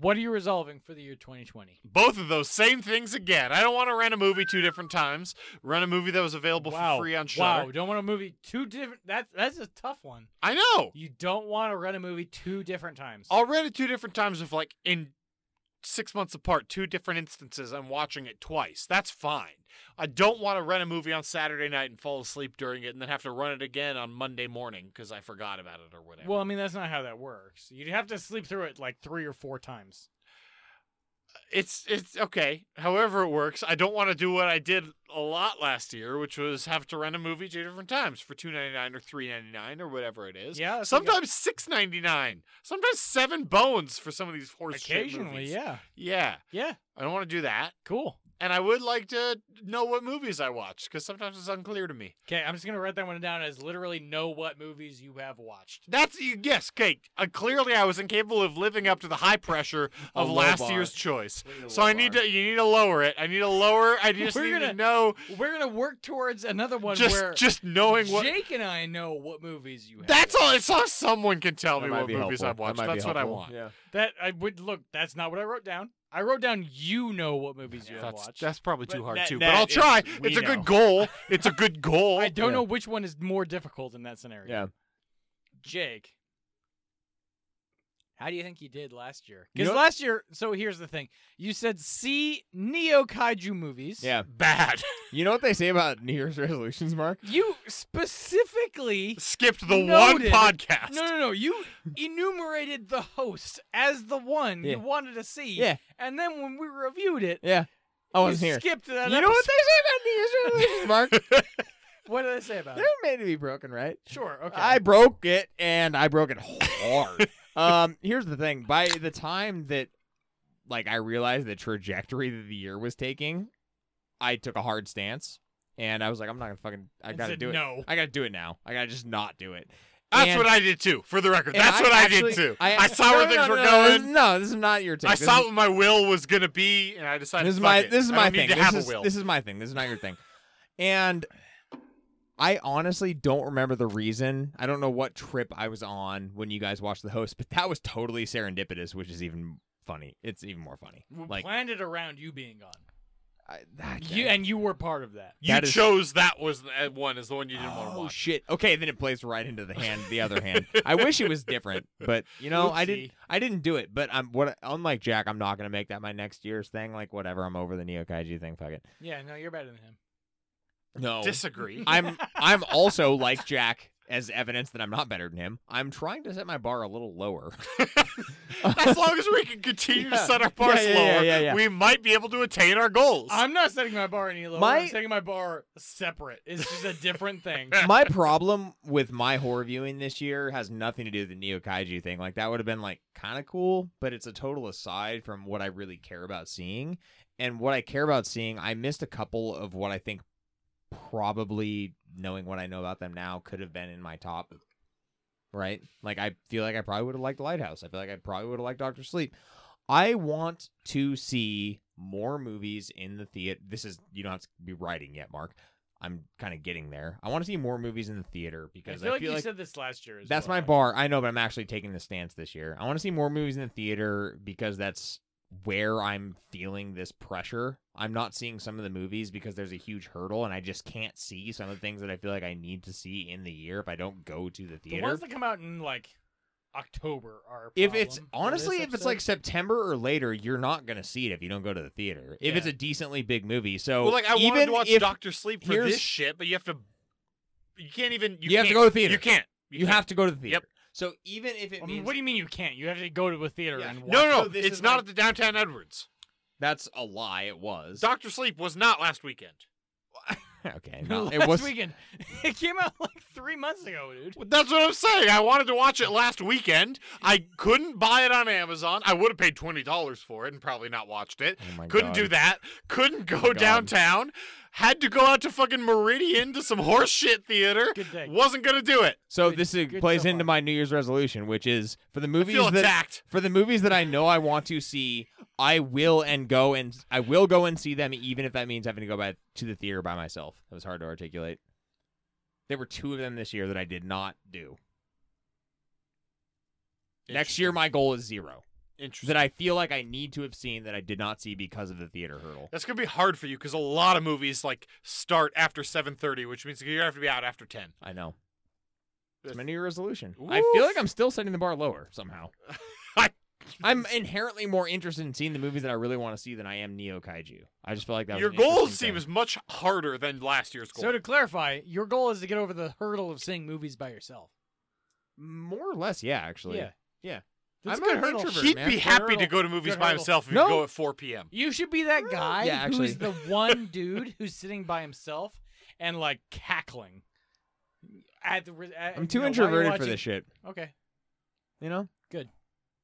S1: what are you resolving for the year 2020?
S2: Both of those same things again. I don't want to rent a movie two different times. Rent a movie that was available
S1: wow.
S2: for free on Shutter.
S1: wow. Don't want a movie two different. That's that's a tough one.
S2: I know.
S1: You don't want to rent a movie two different times.
S2: already two different times of like in six months apart, two different instances. I'm watching it twice. That's fine. I don't want to rent a movie on Saturday night and fall asleep during it, and then have to run it again on Monday morning because I forgot about it or whatever.
S1: well, I mean that's not how that works. You'd have to sleep through it like three or four times.
S2: it's it's okay. However it works, I don't want to do what I did a lot last year, which was have to rent a movie two different times for two ninety nine or three ninety nine or whatever it is.
S1: Yeah, that's what we got.
S2: sometimes six ninety nine, sometimes seven bones for some of these horse shit
S1: Occasionally,
S2: movies.
S1: yeah.
S2: yeah.
S1: Yeah.
S2: I don't want to do that,
S1: Cool.
S2: and I would like to know what movies I watch because sometimes it's unclear to me.
S1: Okay, I'm just gonna write that one down as literally know what movies you have watched.
S2: That's you- yes, Kate. Uh, clearly, I was incapable of living up to the high pressure of
S3: low
S2: last
S3: bar.
S2: year's choice.
S3: We need a
S2: So
S3: low
S2: I need
S3: bar.
S2: to. You need to lower it. I need to lower. I just
S1: We're
S2: need
S1: gonna-
S2: to know.
S1: We're gonna work towards another one
S2: Just
S1: where
S2: just knowing what.
S1: Jake and I know what movies you have.
S2: That's
S1: watched.
S2: all. It's all someone can tell
S3: That
S2: me
S3: might
S2: what
S3: be
S2: movies
S3: helpful.
S2: I've watched.
S3: That might be
S2: That's what I
S3: helpful.
S2: want.
S3: Yeah.
S1: that I would look. That's not what I wrote down. I wrote down you know what movies you have
S2: That's
S1: watched.
S2: that's probably too
S4: But
S2: hard
S4: that-
S2: too. But
S4: that
S2: I'll
S4: is-
S2: try.
S4: we
S2: It's a
S4: know.
S2: good goal. It's a good goal.
S1: I don't
S3: Yeah.
S1: know which one is more difficult in that scenario.
S3: Yeah.
S1: Jake, how do you think you did last year?
S3: You
S1: Because
S3: know-
S1: last year, so here's the thing: you said see Neo Kaiju movies.
S3: Yeah.
S2: Bad.
S3: You know what they say about New Year's resolutions, Mark?
S1: You specifically.
S2: Skipped the
S1: Noted.
S2: one podcast.
S1: No, no, no. You enumerated the host as the one
S3: Yeah.
S1: you wanted to see.
S3: Yeah.
S1: And then when we reviewed it,
S3: Yeah. I
S1: you
S3: wasn't here.
S1: skipped that.
S3: You know what they say about New Year's resolutions, Mark?
S1: episode. What did I say about
S3: They're
S1: it?
S3: made to be broken, right?
S1: Sure. Okay.
S3: I broke it, and I broke it hard. um, here's the thing: by the time that, like, I realized the trajectory that the year was taking, I took a hard stance, and I was like, I'm not gonna fucking. I
S1: And
S3: gotta
S1: said
S3: do it.
S1: no.
S3: I gotta do it now. I gotta just not do it.
S2: That's
S3: And-
S2: what I did too. For the record,
S3: and
S2: that's what I
S3: actually-
S2: did too. I, saw
S3: no,
S2: where
S3: no,
S2: things
S3: no,
S2: were
S3: no, no,
S2: going.
S3: this- No, this is not your take.
S2: I
S3: this
S2: saw
S3: is-
S2: what my will was gonna be, and I decided.
S3: this is
S2: fuck
S3: my
S2: it.
S3: this is
S2: I
S3: my
S2: don't
S3: thing.
S2: Need to
S3: this,
S2: have
S3: is,
S2: a will.
S3: this is my thing. This is not your thing. And I honestly don't remember the reason. I don't know what trip I was on when you guys watched the host, but that was totally serendipitous, which is even funny. It's even more funny.
S1: We
S3: Like
S1: planned it around you being on.
S3: I, that,
S1: You and you were part of that.
S2: you
S3: that is-
S2: chose that was that one is the one you didn't want to
S3: Oh
S2: watch.
S3: shit. Okay, then it plays right into the hand, the other hand. I wish it was different, but you know, I didn't
S1: Oopsie.
S3: I didn't do it, but I'm what unlike Jack, I'm not going to make that my next year's thing. Like whatever, I'm over the Neo Kaiju thing, fuck it.
S1: Yeah, no, you're better than him.
S3: No.
S2: Disagree.
S3: I'm I'm also like Jack as evidence that I'm not better than him. I'm trying to set my bar a little lower.
S2: as long as we can continue to
S3: Yeah.
S2: set our bars
S3: Yeah, yeah, yeah,
S2: lower,
S3: yeah, yeah.
S2: we might be able to attain our goals.
S1: I'm not setting my bar any lower.
S3: My-
S1: I'm setting my bar separate. It's just a different thing.
S3: my problem with my horror viewing this year has nothing to do with the Neo Kaiju thing. Like that would have been like kind of cool, but it's a total aside from what I really care about seeing. And what I care about seeing, I missed a couple of what I think probably knowing what I know about them now could have been in my top. Right? Like I feel like I probably would have liked Lighthouse. I feel like I probably would have liked Doctor Sleep. I want to see more movies in the theater. This is you don't have to be writing yet, Mark. I'm kind of getting there. I want to see more movies in the theater
S1: I
S3: because
S1: feel like you said this last year. As
S3: that's
S1: well,
S3: my
S1: right?
S3: bar. I know, but I'm actually taking the stance this year. I want to see more movies in the theater because that's where I'm feeling this pressure. I'm not seeing some of the movies because there's a huge hurdle and I just can't see some of the things that I feel like I need to see in the year if I don't go to the
S1: The
S3: theater.
S1: ones that come out in like October are. a
S3: if it's
S1: problem for
S3: honestly,
S1: this
S3: if it's
S1: episode.
S3: like September or later, you're not gonna see it if you don't go to the theater. If it's
S1: Yeah.
S3: a decently big movie, so
S2: well, like I
S3: even
S2: wanted to watch
S3: if
S2: Doctor Sleep for
S3: here's-
S2: this shit, but you have to. You can't even. You,
S3: You have to
S2: can't-
S3: go to theater.
S2: You can't.
S3: you have to go to the theater.
S2: Yep.
S3: So even if it
S1: I mean,
S3: means
S1: Um, what do you mean you can't? You have to go to a theater
S3: Yeah.
S1: and watch.
S2: No, no,
S3: So
S2: no.
S3: this
S2: It's
S3: is
S2: not
S3: like-
S2: at the downtown Edwards.
S3: that's a lie, it was.
S2: Doctor Sleep was not last weekend.
S3: okay, no,
S1: last
S3: it was
S1: weekend. It came out like three months ago, dude.
S2: Well, That's what I'm saying. I wanted to watch it last weekend. I couldn't buy it on Amazon. I would have paid twenty dollars for it and probably not watched it.
S3: Oh my
S2: couldn't
S3: God. Oh
S2: do that. Couldn't go
S3: God.
S2: downtown. Had to go out to fucking Meridian to some horse shit theater.
S1: Good day.
S2: Wasn't gonna do it.
S3: So
S1: Good-
S3: this is,
S1: good
S3: plays
S1: so
S3: into
S1: far.
S3: my New Year's resolution, which is for the
S2: I
S3: movies
S2: feel
S3: that
S2: attacked.
S3: for the movies that I know I want to see, I will and go and I will go and see them, even if that means having to go by, to the theater by myself. That was hard to articulate. There were two of them this year that I did not do. Next year, my goal is zero
S2: Interesting.
S3: that I feel like I need to have seen that I did not see because of the theater hurdle.
S2: That's gonna be hard for you because a lot of movies like start after seven thirty, which means you have to be out after ten.
S3: I know. It's
S2: That's-
S3: my New Year resolution. I feel like I'm still setting the bar lower somehow.
S2: I-
S3: I'm inherently more interested in seeing the movies that I really want to see than I am Neo Kaiju. I just feel like that was
S2: Your
S3: an
S2: goal
S3: interesting
S2: seems
S3: thing.
S2: much harder than last year's goal.
S1: So to clarify, your goal is to get over the hurdle of seeing movies by yourself.
S3: more or less, yeah, actually.
S1: yeah. That's
S3: I'm
S1: a good
S3: an
S1: hurdle.
S3: introvert,
S2: He'd
S3: man.
S2: be happy to go to movies
S1: Good
S2: by
S1: hurdle.
S2: himself if
S3: No.
S2: you go at 4 p.m.
S1: You should be that guy
S3: Yeah,
S1: who's
S3: actually.
S1: the one dude who's sitting by himself and like cackling. At the, re- at,
S3: I'm too
S1: you know, while you're
S3: introverted for
S1: watching-
S3: this shit.
S1: Okay,
S3: You know,
S1: good.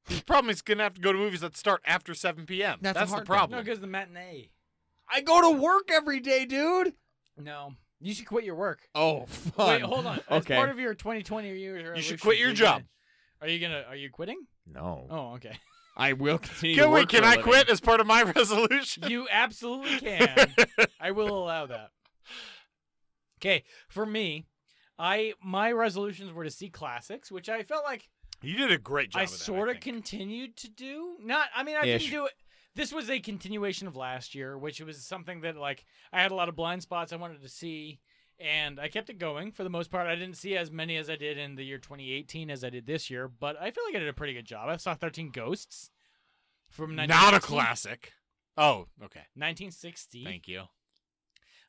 S2: The problem is going to have to go to movies that start after 7 p.m.
S3: That's
S2: That's, the
S3: a hard thing.
S1: No,
S2: problem.
S1: because the matinee.
S3: I go to work every day, dude.
S1: No, you should quit your work.
S3: Oh, fuck.
S1: Wait, hold on. As
S3: Okay.
S1: part of your 2020 year,
S2: You
S1: resolutions,
S2: should quit your
S1: are you
S2: job.
S1: gonna- are you gonna? Are you quitting?
S3: no,
S1: Oh, okay.
S3: I will continue. to
S2: Can, wait,
S3: work
S2: can
S3: for a
S2: I
S3: living.
S2: quit as part of my resolution?
S1: You absolutely can. I will allow that. Okay, for me, I my resolutions were to see classics, which I felt like
S2: You did a great job.
S1: I
S2: of that,
S1: sort of
S2: think.
S1: continued to do. Not, I mean, I
S3: Ish.
S1: didn't do it. This was a continuation of last year, which was something that like I had a lot of blind spots I wanted to see, and I kept it going for the most part. I didn't see as many as I did in the year 2018 as I did this year, but I feel like I did a pretty good job. I saw 13 Ghosts from
S2: Not a
S1: 1916
S2: classic. Oh, okay.
S1: 1960.
S2: Thank you.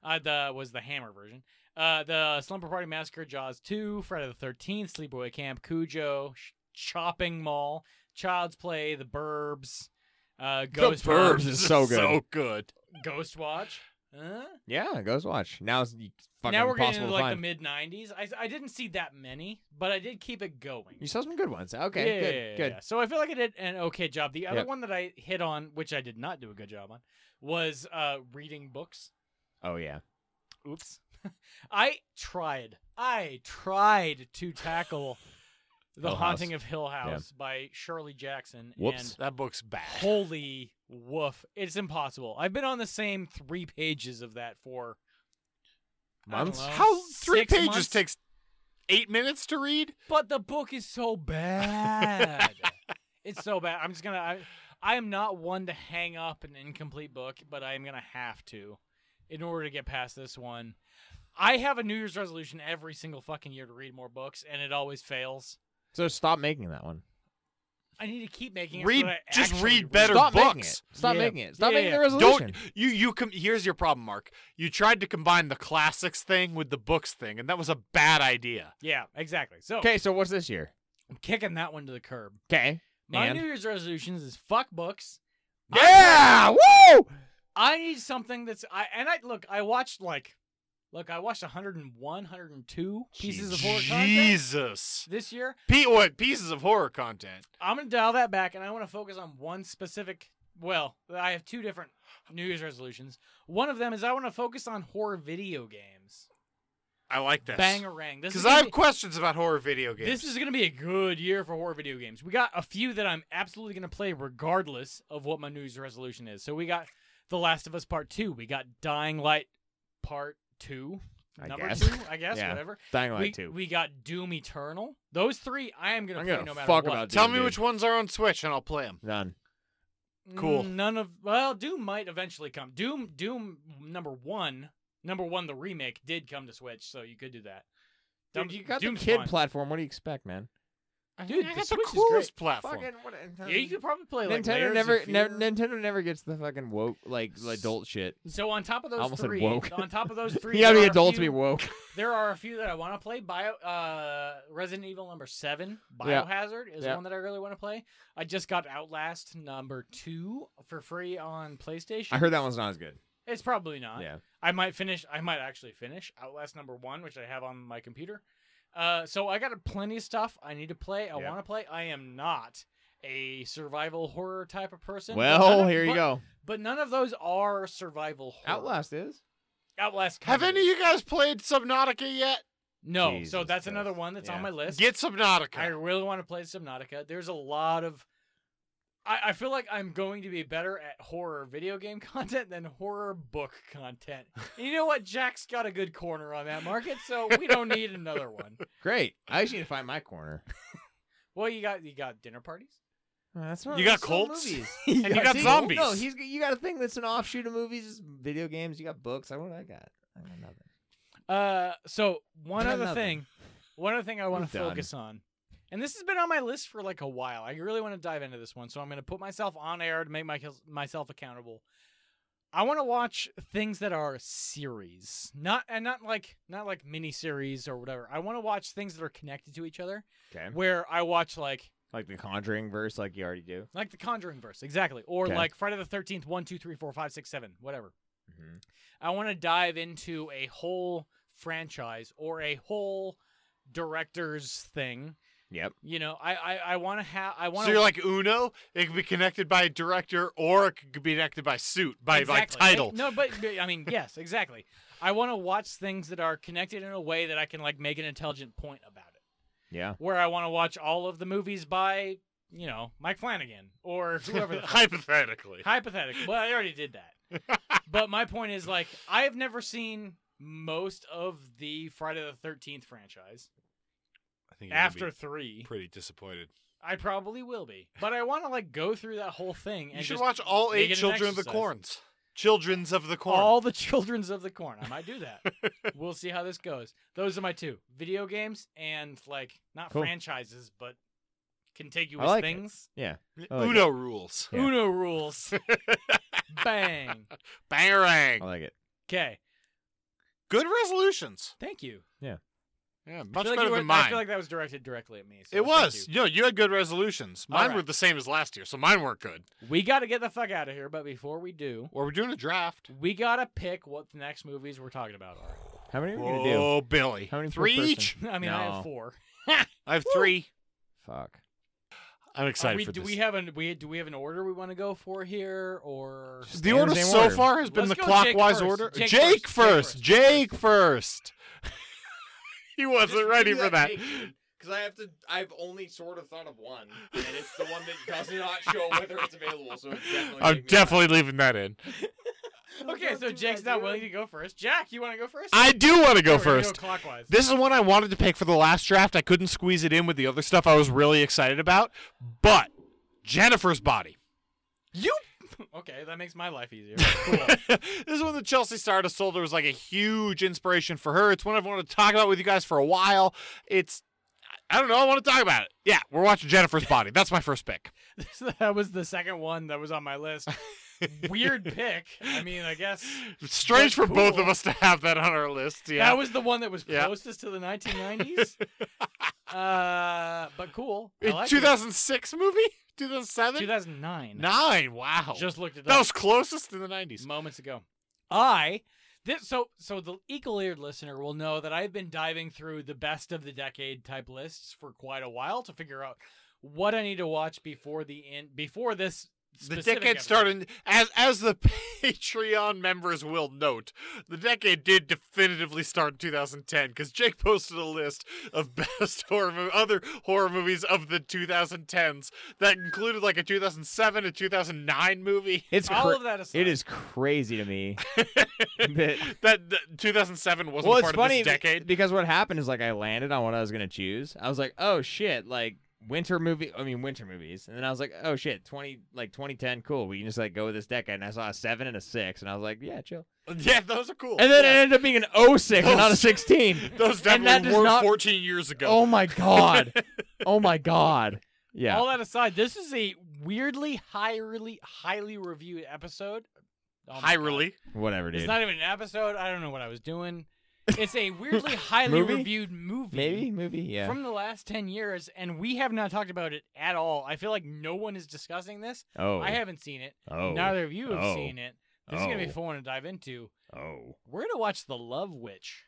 S1: Uh, the was the Hammer version. Uh, the Slumber Party Massacre, Jaws 2, Friday the 13th, Sleepaway Camp, Cujo, Sh- Chopping Mall, Child's Play, The Burbs, uh, Ghost
S2: the
S1: Watch,
S3: Burbs is so good.
S2: So good.
S1: Ghost Watch. Huh?
S3: Yeah, Ghost Watch. Now it's fucking
S1: Now we're getting
S3: impossible
S1: into
S3: to
S1: like the
S3: find.
S1: mid 90s. I, I didn't see that many, but I did keep it going.
S3: you saw some good ones. Okay,
S1: Yeah,
S3: good,
S1: yeah, yeah,
S3: good.
S1: yeah. So I feel like I did an okay job. The other
S3: Yep.
S1: one that I hit on, which I did not do a good job on, was uh, reading books.
S3: Oh yeah.
S1: Oops. I tried. I tried to tackle The
S3: Hill House.
S1: Haunting of Hill House by Shirley Jackson.
S3: Whoops.
S1: And
S2: That book's bad.
S1: holy woof. It's impossible. I've been on the same three pages of that for I don't
S3: Months?
S1: know,
S2: How three
S1: six
S2: pages
S1: months?
S2: takes eight minutes to read?
S1: But the book is so bad. it's so bad. I'm just gonna. I, I am not one to hang up an incomplete book, but I am gonna have to, in order to get past this one. I have a New Year's resolution every single fucking year to read more books, and it always fails.
S3: So stop making that one.
S1: I need to keep making it. so
S2: Read
S1: that I
S2: just
S1: actually
S2: read better
S3: stop making it.
S2: books.
S3: Stop
S1: Yeah.
S3: making it. Stop
S1: Yeah,
S3: making the
S1: yeah.
S3: resolution.
S2: Don't you you com- here's your problem, Mark. You tried to combine the classics thing with the books thing, and that was a bad idea.
S1: Yeah, exactly. So
S3: Okay, so what's this year?
S1: I'm kicking that one to the curb.
S3: Okay.
S1: My
S3: And?
S1: New Year's resolutions is fuck books.
S3: Yeah! Woo!
S1: I need something that's I and I look, I watched like look, I watched 101, 102 pieces of horror content
S2: Jesus,
S1: this year.
S2: Pete, what pieces of horror content?
S1: I'm going to dial that back and I want to focus on one specific well, I have two different New Year's resolutions. One of them is I want to focus on horror video games.
S2: I like this
S1: Bangarang. This is
S2: because
S1: gonna
S2: I have
S1: be-
S2: questions about horror video games.
S1: This is going to be a good year for horror video games. We got a few that I'm absolutely going to play regardless of what my New Year's resolution is. So we got The Last of Us Part 2. We got Dying Light Part 2.
S3: I
S1: number
S3: guess.
S1: 2, I guess,
S3: Yeah.
S1: whatever.
S3: Dying Light
S1: we,
S3: 2.
S1: we got Doom Eternal. Those three I am going to
S3: I'm
S1: play
S3: gonna
S1: no matter
S3: fuck
S1: what.
S3: about
S2: Tell
S3: Dude,
S2: me
S3: dude.
S2: which ones are on Switch, and I'll play them.
S3: None.
S2: Cool.
S1: Mm, None of well, Doom might eventually come. Doom Doom number 1, number 1 the remake did come to Switch, so you could do that. Dum-
S3: Dude, you got
S1: Doom's
S3: the kid
S1: fun.
S3: platform. What do you expect, man?
S1: Dude,
S2: I
S1: the Switch
S2: got the
S1: is great.
S2: coolest platform.
S1: Yeah, you could probably play like Layers
S3: Nintendo
S1: of
S3: never,
S1: Fear.
S3: never Nintendo never gets the fucking woke like adult shit.
S1: So on top of those
S3: almost said
S1: three,
S3: woke.
S1: on top of those three,
S3: You gotta
S1: there
S3: be
S1: are a
S3: adult to
S1: few-
S3: be woke.
S1: There are a few that I want to play. Bio, uh, Resident Evil number seven,
S3: Yeah.
S1: Biohazard is
S3: Yeah.
S1: one that I really want to play. I just got Outlast number two for free on PlayStation.
S3: I heard that one's not as good.
S1: it's probably not.
S3: Yeah.
S1: I might finish. I might actually finish Outlast number one, which I have on my computer. Uh, so I got a plenty of stuff I need to play. I
S3: Yeah.
S1: want to play. I am not a survival horror type of person. but none
S3: Well,
S1: of-
S3: here you
S1: but-
S3: go.
S1: But none of those are survival horror.
S3: Outlast is.
S1: Outlast. kind
S2: Have
S1: of
S2: any
S1: is.
S2: of you guys played Subnautica yet?
S1: No, so
S3: Jesus
S1: that's
S3: Christ.
S1: another one that's on
S3: Yeah.
S1: my list.
S2: Get
S1: I
S2: Subnautica.
S1: really want to play Subnautica. There's a lot of. I, I feel like I'm going to be better at horror video game content than horror book content. And you know what? Jack's got a good corner on that market, so we don't need another one.
S3: Great. I just need to find my corner.
S1: Well, you got you got dinner parties.
S3: That's not,
S2: You got
S3: that's not
S2: Colts?
S3: movies.
S2: And you got
S3: see,
S2: zombies.
S3: No, he's you got a thing that's an offshoot of movies, is video games. You got books. I what do I got? I got nothing.
S1: Uh, so one
S3: Got
S1: other
S3: nothing.
S1: thing, one other thing I want
S3: I'm
S1: to
S3: done.
S1: focus on, and this has been on my list for like a while. I really want to dive into this one, so I'm going to put myself on air to make my, myself accountable. I want to watch things that are series, not and not like not like miniseries or whatever. I want to watch things that are connected to each other,
S3: Okay.
S1: where I watch like
S3: Like the Conjuring verse, like you already do.
S1: Like the Conjuring verse, exactly. Or
S3: Okay.
S1: like Friday the 13th, 1, 2, 3, 4, 5, 6, 7, whatever.
S3: Mm-hmm.
S1: I want to dive into a whole franchise or a whole director's thing.
S3: Yep.
S1: You know, I I, I want to have I want
S2: So you're like Uno. It could be connected by director, or it could be connected by suit, by
S1: exactly.
S2: by title.
S1: No, but, but, I mean, yes, exactly. I want to watch things that are connected in a way that I can like make an intelligent point about it.
S3: Yeah.
S1: Where I want to watch all of the movies by, you know, Mike Flanagan or whoever the
S2: Hypothetically,
S1: Hypothetically. Well, I already did that. but my point is like I have never seen most of the Friday the 13th franchise
S2: I think
S1: after 3.
S2: pretty disappointed.
S1: I probably will be. But I want to like go through that whole thing and
S2: You should
S1: just
S2: watch all
S1: make it
S2: eight
S1: an
S2: Children of the
S1: exercise.
S2: Corns. Childrens of the Corn.
S1: All the children's of the corn. I might do that. we'll see how this goes. Those are my two video games and like not
S3: Cool.
S1: franchises, but contiguous
S3: like it.
S1: things.
S3: Yeah. I like
S2: Uno rules.
S3: Yeah.
S1: Uno rules. Bang.
S2: Bangarang.
S3: I like it.
S1: Okay.
S2: Good resolutions.
S1: Thank you.
S2: Yeah,
S1: I
S2: much
S1: feel like
S2: better
S1: you were-
S2: than mine.
S1: I feel like that was directed directly at me. so
S2: it
S1: thank
S2: was.
S1: you.
S2: No, you had good resolutions. Mine
S1: right.
S2: were the same as last year, so mine weren't good.
S1: We got to get the fuck out of here, but before we do,
S2: Or we're doing a draft.
S1: we got to pick what the next movies we're talking about are.
S3: How many are we gonna do?
S2: Oh, Billy.
S3: How many per
S2: three
S3: person?
S2: each?
S1: I mean, I have
S3: No.
S1: four.
S2: I have three.
S3: Fuck.
S2: I'm
S1: Are
S2: excited
S1: Uh, we,
S2: for
S1: do
S2: this.
S1: we have an we do we have an order we want to go for here or
S2: the order
S3: Same
S2: so
S3: order.
S2: far has been
S1: Let's
S2: the
S1: go Jake
S2: clockwise
S1: first.
S2: order.
S1: Jake
S2: Jake
S1: first.
S2: first.
S1: Jake
S2: Jake first. he wasn't ready for that.
S3: Because I have to. I've only sort of thought of one, and it's the one that does not show whether it's available. So it's definitely.
S2: I'm definitely leaving that in.
S1: Okay, so Jake's not willing to go first. Jack, you want to go first?
S2: I do want to go
S1: Sure, we're gonna
S2: first.
S1: clockwise.
S2: This is one I wanted to pick for the last draft. I couldn't squeeze it in with the other stuff I was really excited about, but Jennifer's body.
S1: you okay? That makes my life easier. Cool.
S2: this is one that Chelsea Stardust sold. There was like a huge inspiration for her. It's one I've wanted to talk about with you guys for a while. It's I don't know. I want to talk about it. Yeah, we're watching Jennifer's body. That's my first pick.
S1: This- that was the second one that was on my list. Weird pick. I mean, I guess
S2: It's strange for
S1: But
S2: both of
S1: cool.
S2: us to have that on our list. Yeah.
S1: that was the one that was
S2: Yeah.
S1: closest to the 1990s. uh, but cool. I
S2: A
S1: like it.
S2: 2006 movie? 2007?
S1: 2009.
S2: Nine. Wow.
S1: Just looked it
S2: that
S1: up
S2: was closest to the 90s.
S1: moments ago. I this so so the eagle-eared listener will know that I've been diving through the best of the decade type lists for quite a while to figure out what I need to watch before the end before this.
S2: The
S1: specific
S2: decade
S1: episode.
S2: started as as the Patreon members will note, the decade did definitively start in 2010 because Jake posted a list of best horror mo- other horror movies of the 2010s that included like a 2007 a 2009 movie.
S3: It's
S1: All
S3: cra-
S1: of that aside.
S3: It is crazy to me. that,
S2: That, that 2007 wasn't
S3: well, it's
S2: part
S3: funny
S2: of this decade.
S3: because what happened is like I landed on what I was gonna choose. I was like, oh shit, like winter movie. I mean winter movies, and then I was like, oh shit, twenty like 2010, cool. We can just like go with this decade. And I saw a seven and a six, and I was like, yeah, chill.
S2: yeah, those are cool.
S3: And then
S2: Yeah.
S3: it ended up being an 06 and not a 16.
S2: Those
S3: And that
S2: definitely
S3: does
S2: were
S3: not-
S2: 14 years ago.
S3: Oh my god. Oh my god. Yeah.
S1: All that aside, this is a weirdly highly highly reviewed episode. Oh my God.
S2: Hyrule.
S3: Whatever, dude.
S1: It's not even an episode. I don't know what I was doing. It's a weirdly highly
S3: Movie?
S1: reviewed movie.
S3: Maybe movie. Yeah.
S1: From the last 10 years, and we have not talked about it at all. I feel like no one is discussing this.
S3: oh.
S1: I haven't seen it.
S3: Oh.
S1: Neither of you have
S3: Oh.
S1: seen it. This is gonna be
S3: Oh.
S1: fun to dive into.
S3: Oh.
S1: We're gonna watch The Love Witch.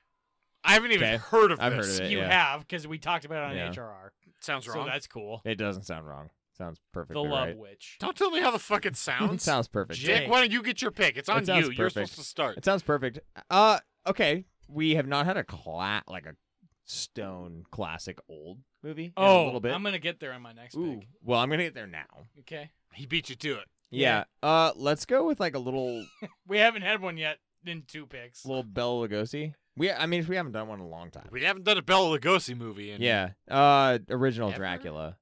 S2: I haven't even
S3: Okay.
S2: heard of
S3: I've
S2: this.
S3: heard of it.
S1: You
S3: Uh, yeah.
S1: have because we talked about it on
S3: Yeah.
S1: HRR,
S2: Sounds
S1: so
S2: wrong.
S1: that's cool.
S3: It doesn't sound wrong. Sounds perfect.
S1: the Love
S3: right.
S1: Witch.
S2: Don't tell me how the fuck it
S3: It
S2: sounds.
S3: sounds perfect.
S1: Jake.
S2: Jake, why don't you get your pick? It's on you.
S3: sounds
S2: You're
S3: perfect.
S2: supposed to start.
S3: It sounds perfect. Uh okay. We have not had a cla- like a stone classic old movie in
S1: Oh,
S3: a little bit.
S1: I'm gonna get there on my next
S3: Ooh.
S1: pick.
S3: Well, I'm going to get there now.
S1: Okay,
S2: He beat you to it.
S3: Yeah. Uh let's go with like a little
S1: we haven't had one yet in two picks.
S3: little Bella Lugosi. We I mean we haven't done one in a long time.
S2: We haven't done a Bela Lugosi movie in.
S3: Yeah. Uh original
S2: Ever?
S3: Dracula.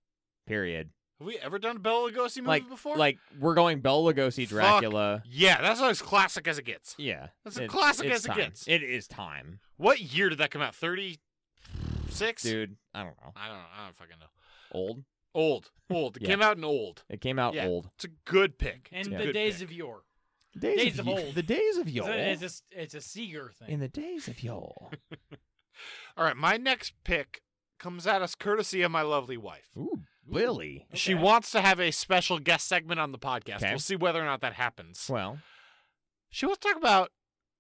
S3: Period.
S2: Have we ever done a Bela Lugosi movie
S3: like
S2: before?
S3: like we're going Bela Lugosi
S2: Fuck.
S3: Dracula.
S2: Yeah, that's as classic as it gets.
S3: Yeah.
S2: That's a
S3: It's-
S2: classic
S3: it's
S2: as it
S3: time.
S2: gets.
S3: It is time.
S2: What year did that come out? 36?
S3: Dude, I don't know.
S2: I don't know. I don't fucking know.
S3: Old.
S2: Old. Old. It
S3: Yeah.
S2: came out in old.
S3: It came out
S2: Yeah.
S3: old.
S2: It's a good pick.
S1: And
S3: Yeah.
S1: the
S2: Good
S1: days
S2: pick.
S1: of yore. Days of
S3: ye-
S1: old.
S3: The days of
S1: It's
S3: yore.
S1: a, it's a it's a Seeger thing.
S3: In the days of yore.
S2: All right, my next pick comes at us courtesy of my lovely wife.
S3: Ooh, Lily.
S2: She wants to have a special guest segment on the podcast.
S3: Okay.
S2: We'll see whether or not that happens.
S3: Well,
S2: She wants to talk about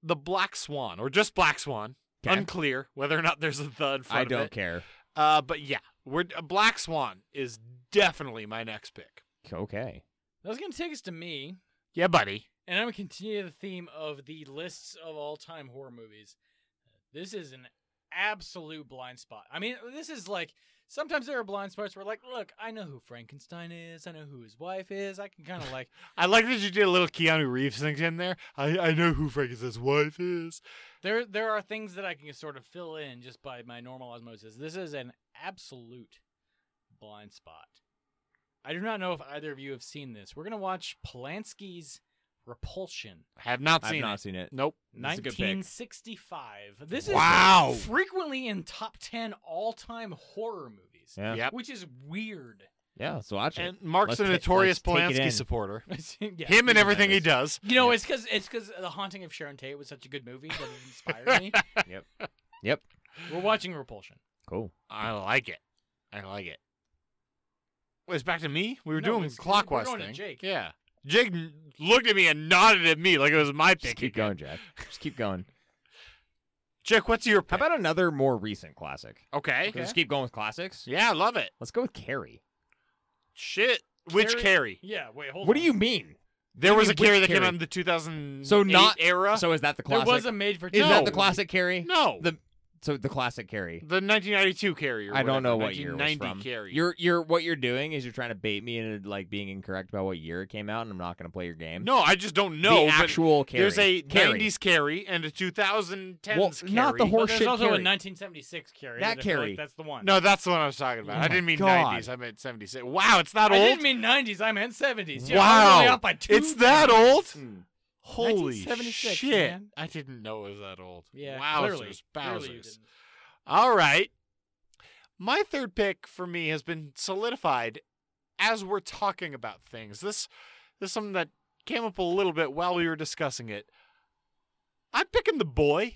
S2: the Black Swan, or just Black Swan.
S3: Okay.
S2: Unclear whether or not there's a the in front
S3: I
S2: of
S3: don't
S2: it.
S3: care.
S2: Uh, but yeah, we're uh, Black Swan is definitely my next pick.
S3: Okay.
S1: That's gonna take us to me,
S2: Yeah, buddy.
S1: and I'm gonna continue the theme of the lists of all-time horror movies. This is an absolute blind spot. I mean, this is like sometimes there are blind spots where, like, look, I know who Frankenstein is, I know who his wife is, I can kind of like,
S2: I like that you did a little Keanu Reeves thing in there. I, I know who Frankenstein's wife is.
S1: There, there are things that I can sort of fill in just by my normal osmosis. This is an absolute blind spot. I do not know if either of you have seen this. We're gonna watch Polanski's Repulsion,
S2: Have not
S3: I've
S2: seen
S3: not
S2: it.
S3: seen it.
S2: Nope.
S3: That's a good pick.
S1: 1965. This is
S2: Wow.
S1: frequently in top ten all-time horror movies,
S3: Yeah.
S2: Yep.
S1: which is weird.
S3: Yeah. So watch it.
S2: And Mark's
S3: Let's
S2: a
S3: ta-
S2: notorious
S3: let's take it in.
S2: Polanski supporter.
S1: Yeah.
S2: Him and everything he
S3: is.
S2: does.
S1: You know, it's because it's because The Haunting of Sharon Tate was such a good movie that it inspired me.
S3: Yep.
S1: We're watching Repulsion.
S3: Cool.
S2: I like it. I like it. Well, it's back to me. We were
S1: No,
S2: doing
S1: it's- we're
S2: clockwise
S1: going to
S2: thing.
S1: Jake.
S2: Yeah. Jake n- looked at me and nodded at me like it was my
S3: Just
S2: pick.
S3: keep
S2: again.
S3: going, Jack. Just keep going.
S2: Jake, what's your
S3: How
S2: pick?
S3: about another more recent classic?
S2: okay.
S3: Let's keep going with classics.
S2: Yeah, I love it.
S3: Let's go with Carrie.
S2: Shit. Which Carrie?
S1: Yeah, wait, hold on.
S3: What do you mean?
S2: There
S3: do you
S2: was a
S3: mean, which
S2: Carrie that came
S3: Carrie?
S2: out in the 2000
S3: So not
S2: era.
S3: So is that the
S1: There
S3: classic?
S1: was a made for
S3: is that
S2: Uh, No.
S3: the classic Carrie?
S2: no, the,
S3: The so the classic Carrie.
S2: the 1992 Carrie. or
S3: I don't
S2: whatever,
S3: know what year it was
S2: 1990
S3: from.
S2: Carrie.
S3: You're you're what you're doing is you're trying to bait me into like being incorrect about what year it came out, and I'm not going to play your game.
S2: no, I just don't know.
S3: the
S2: but
S3: actual Carrie.
S2: There's a
S3: Carrie.
S2: 90s Carrie and a 2010s
S3: Well,
S2: Carrie.
S3: not the
S1: Well,
S3: horse
S1: there's
S3: shit
S1: also a
S3: Carrie.
S1: 1976 Carrie.
S3: That
S1: I feel like
S3: Carrie.
S1: that's the one.
S2: No, that's the one I was talking about.
S3: Oh
S2: I
S3: my
S2: didn't mean
S3: God.
S2: 90s. I meant 76. Wow, it's that
S1: I
S2: old.
S1: didn't mean 90s. I meant 70s. Yeah, I was
S2: wow,
S1: only off by two.
S2: it's that old.
S3: Mm.
S2: Holy
S1: 1976,
S2: shit!
S1: man.
S2: I didn't know it was that old.
S1: Yeah,
S2: wow,
S1: clearly, clearly you
S2: Bowser's.
S1: didn't.
S2: All right, my third pick for me has been solidified as we're talking about things. This, this is something that came up a little bit while we were discussing it. I'm picking the boy.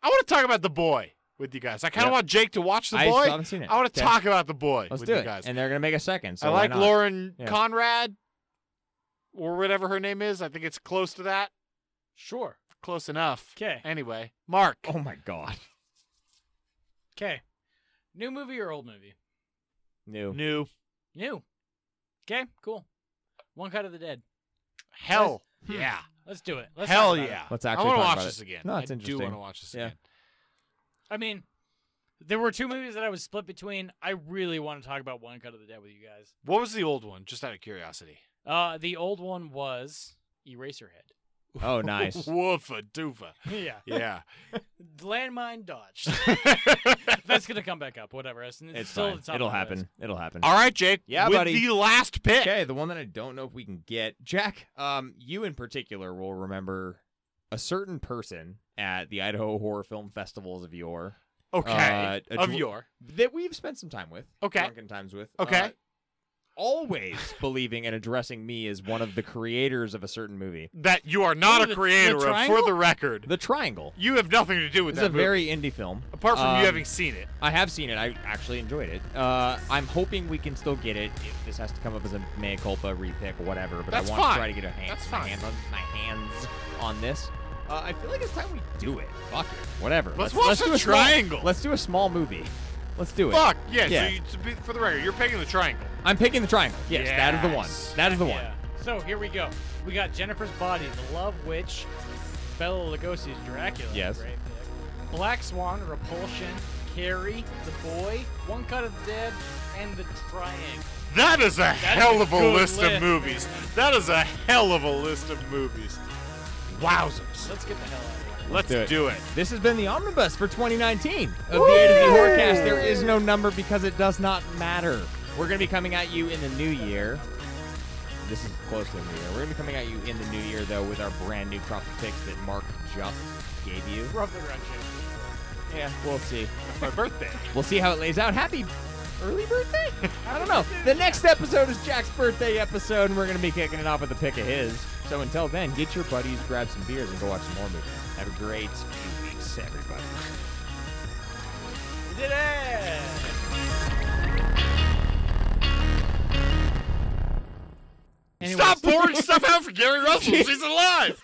S2: I want to talk about the boy with you guys. I kind of
S3: Yep.
S2: want Jake to watch the
S3: I
S2: boy.
S3: still haven't seen it.
S2: I want to
S3: Okay.
S2: talk about the boy
S3: Let's
S2: with
S3: do
S2: you
S3: it.
S2: guys.
S3: And they're going to make a second. So
S2: I
S3: why
S2: like
S3: not?
S2: Lauren
S3: Yeah.
S2: Conrad or whatever her name is. I think it's close to that.
S1: Sure.
S2: Close enough.
S1: 'Kay.
S2: Anyway, Mark.
S3: Oh my god.
S1: Okay. New movie or old movie?
S3: New.
S2: New.
S1: New. Okay, cool. One Cut of the Dead.
S2: Hell.
S3: Hmm.
S2: Yeah.
S1: Let's do it. Let's
S2: Hell
S1: talk about
S2: yeah.
S1: it.
S3: Let's
S2: I
S3: actually
S2: want to
S3: talk
S2: watch
S3: about
S2: this
S3: it.
S2: again.
S3: No, it's
S2: I do
S3: interesting.
S2: want to watch this
S3: Yeah.
S2: again.
S1: I mean, there were two movies that I was split between. I really want to talk about One Cut of the Dead with you guys.
S2: What was the old one? Just out of curiosity.
S1: Uh, the old one was Eraserhead.
S3: Oh, nice.
S2: Woofa doofa.
S1: yeah.
S2: Yeah.
S1: Landmine dodged. That's gonna come back up. Whatever. It's, it's
S3: It's
S1: still at
S3: fine.
S1: the top
S3: It'll
S1: of my
S3: happen.
S1: list.
S3: It'll happen.
S2: All right, Jake.
S3: Yeah,
S2: with
S3: buddy.
S2: the last pick.
S3: Okay, the one that I don't know if we can get, Jack. Um, you in particular will remember a certain person at the Idaho Horror Film Festivals of yore
S2: Okay.
S3: Uh, a
S2: of
S3: dr-
S2: your.
S3: that we've spent some time with.
S2: Okay.
S3: Drunken times with.
S2: Okay.
S3: uh, always believing and addressing me as one of the creators of a certain movie,
S2: That you are not
S1: Oh,
S2: a
S1: the- the
S2: creator of, for
S1: triangle?
S2: the record.
S3: The Triangle.
S2: You have nothing to do with
S3: It's
S2: that
S3: a
S2: movie.
S3: very indie film.
S2: Apart from you
S3: Um,
S2: having seen it.
S3: I have seen it. I actually enjoyed it. Uh, I'm hoping we can still get it. If this has to come up as a mea culpa repick or whatever, but
S2: That's
S3: I want
S2: fine.
S3: to try to get a hand,
S2: That's
S3: my,
S2: fine.
S3: hands on, my hands on this. Uh, I feel like it's time we do it. Fuck it. Whatever.
S2: Let's watch
S3: let's
S2: The
S3: do a small-
S2: Triangle.
S3: let's do a small movie. Let's do it.
S2: Fuck. Yeah.
S3: Yeah.
S2: So you, to be, for the record, you're picking the triangle.
S3: I'm picking the triangle. Yes, that is the one.
S2: Yes.
S3: That is the one.
S1: Yeah. So here we go. We got Jennifer's Body, The Love Witch, Bela Lugosi's Dracula.
S3: Yes.
S1: Great pick. Black Swan, Repulsion, Carrie, The Boy, One Cut of the Dead, and The Triangle.
S2: That is a hell
S1: a
S2: of a
S1: good
S2: list of
S1: list,
S2: movies. That is a hell of a list of movies. Wowzers.
S1: Let's get the hell out of here.
S2: Let's
S3: do
S2: do
S3: it.
S2: it.
S3: This has been the omnibus for 2019 of the A to Z Horrorcast. There is no number because it does not matter. We're going to be coming at you in the new year. This is close to the new year. We're going to be coming at you in the new year, though, with our brand new crop of picks that Mark just gave you.
S1: Roughly around January.
S3: Yeah, we'll see.
S2: It's my birthday.
S3: We'll see how it lays out. Happy early birthday? I don't know. The next episode is Jack's birthday episode, and we're going to be kicking it off with a pick of his. So until then, get your buddies, grab some beers, and go watch some more movies. Have a great few weeks, everybody.
S1: We did it! Anyways,
S2: Stop pouring stuff out for Gary Russell. She's alive.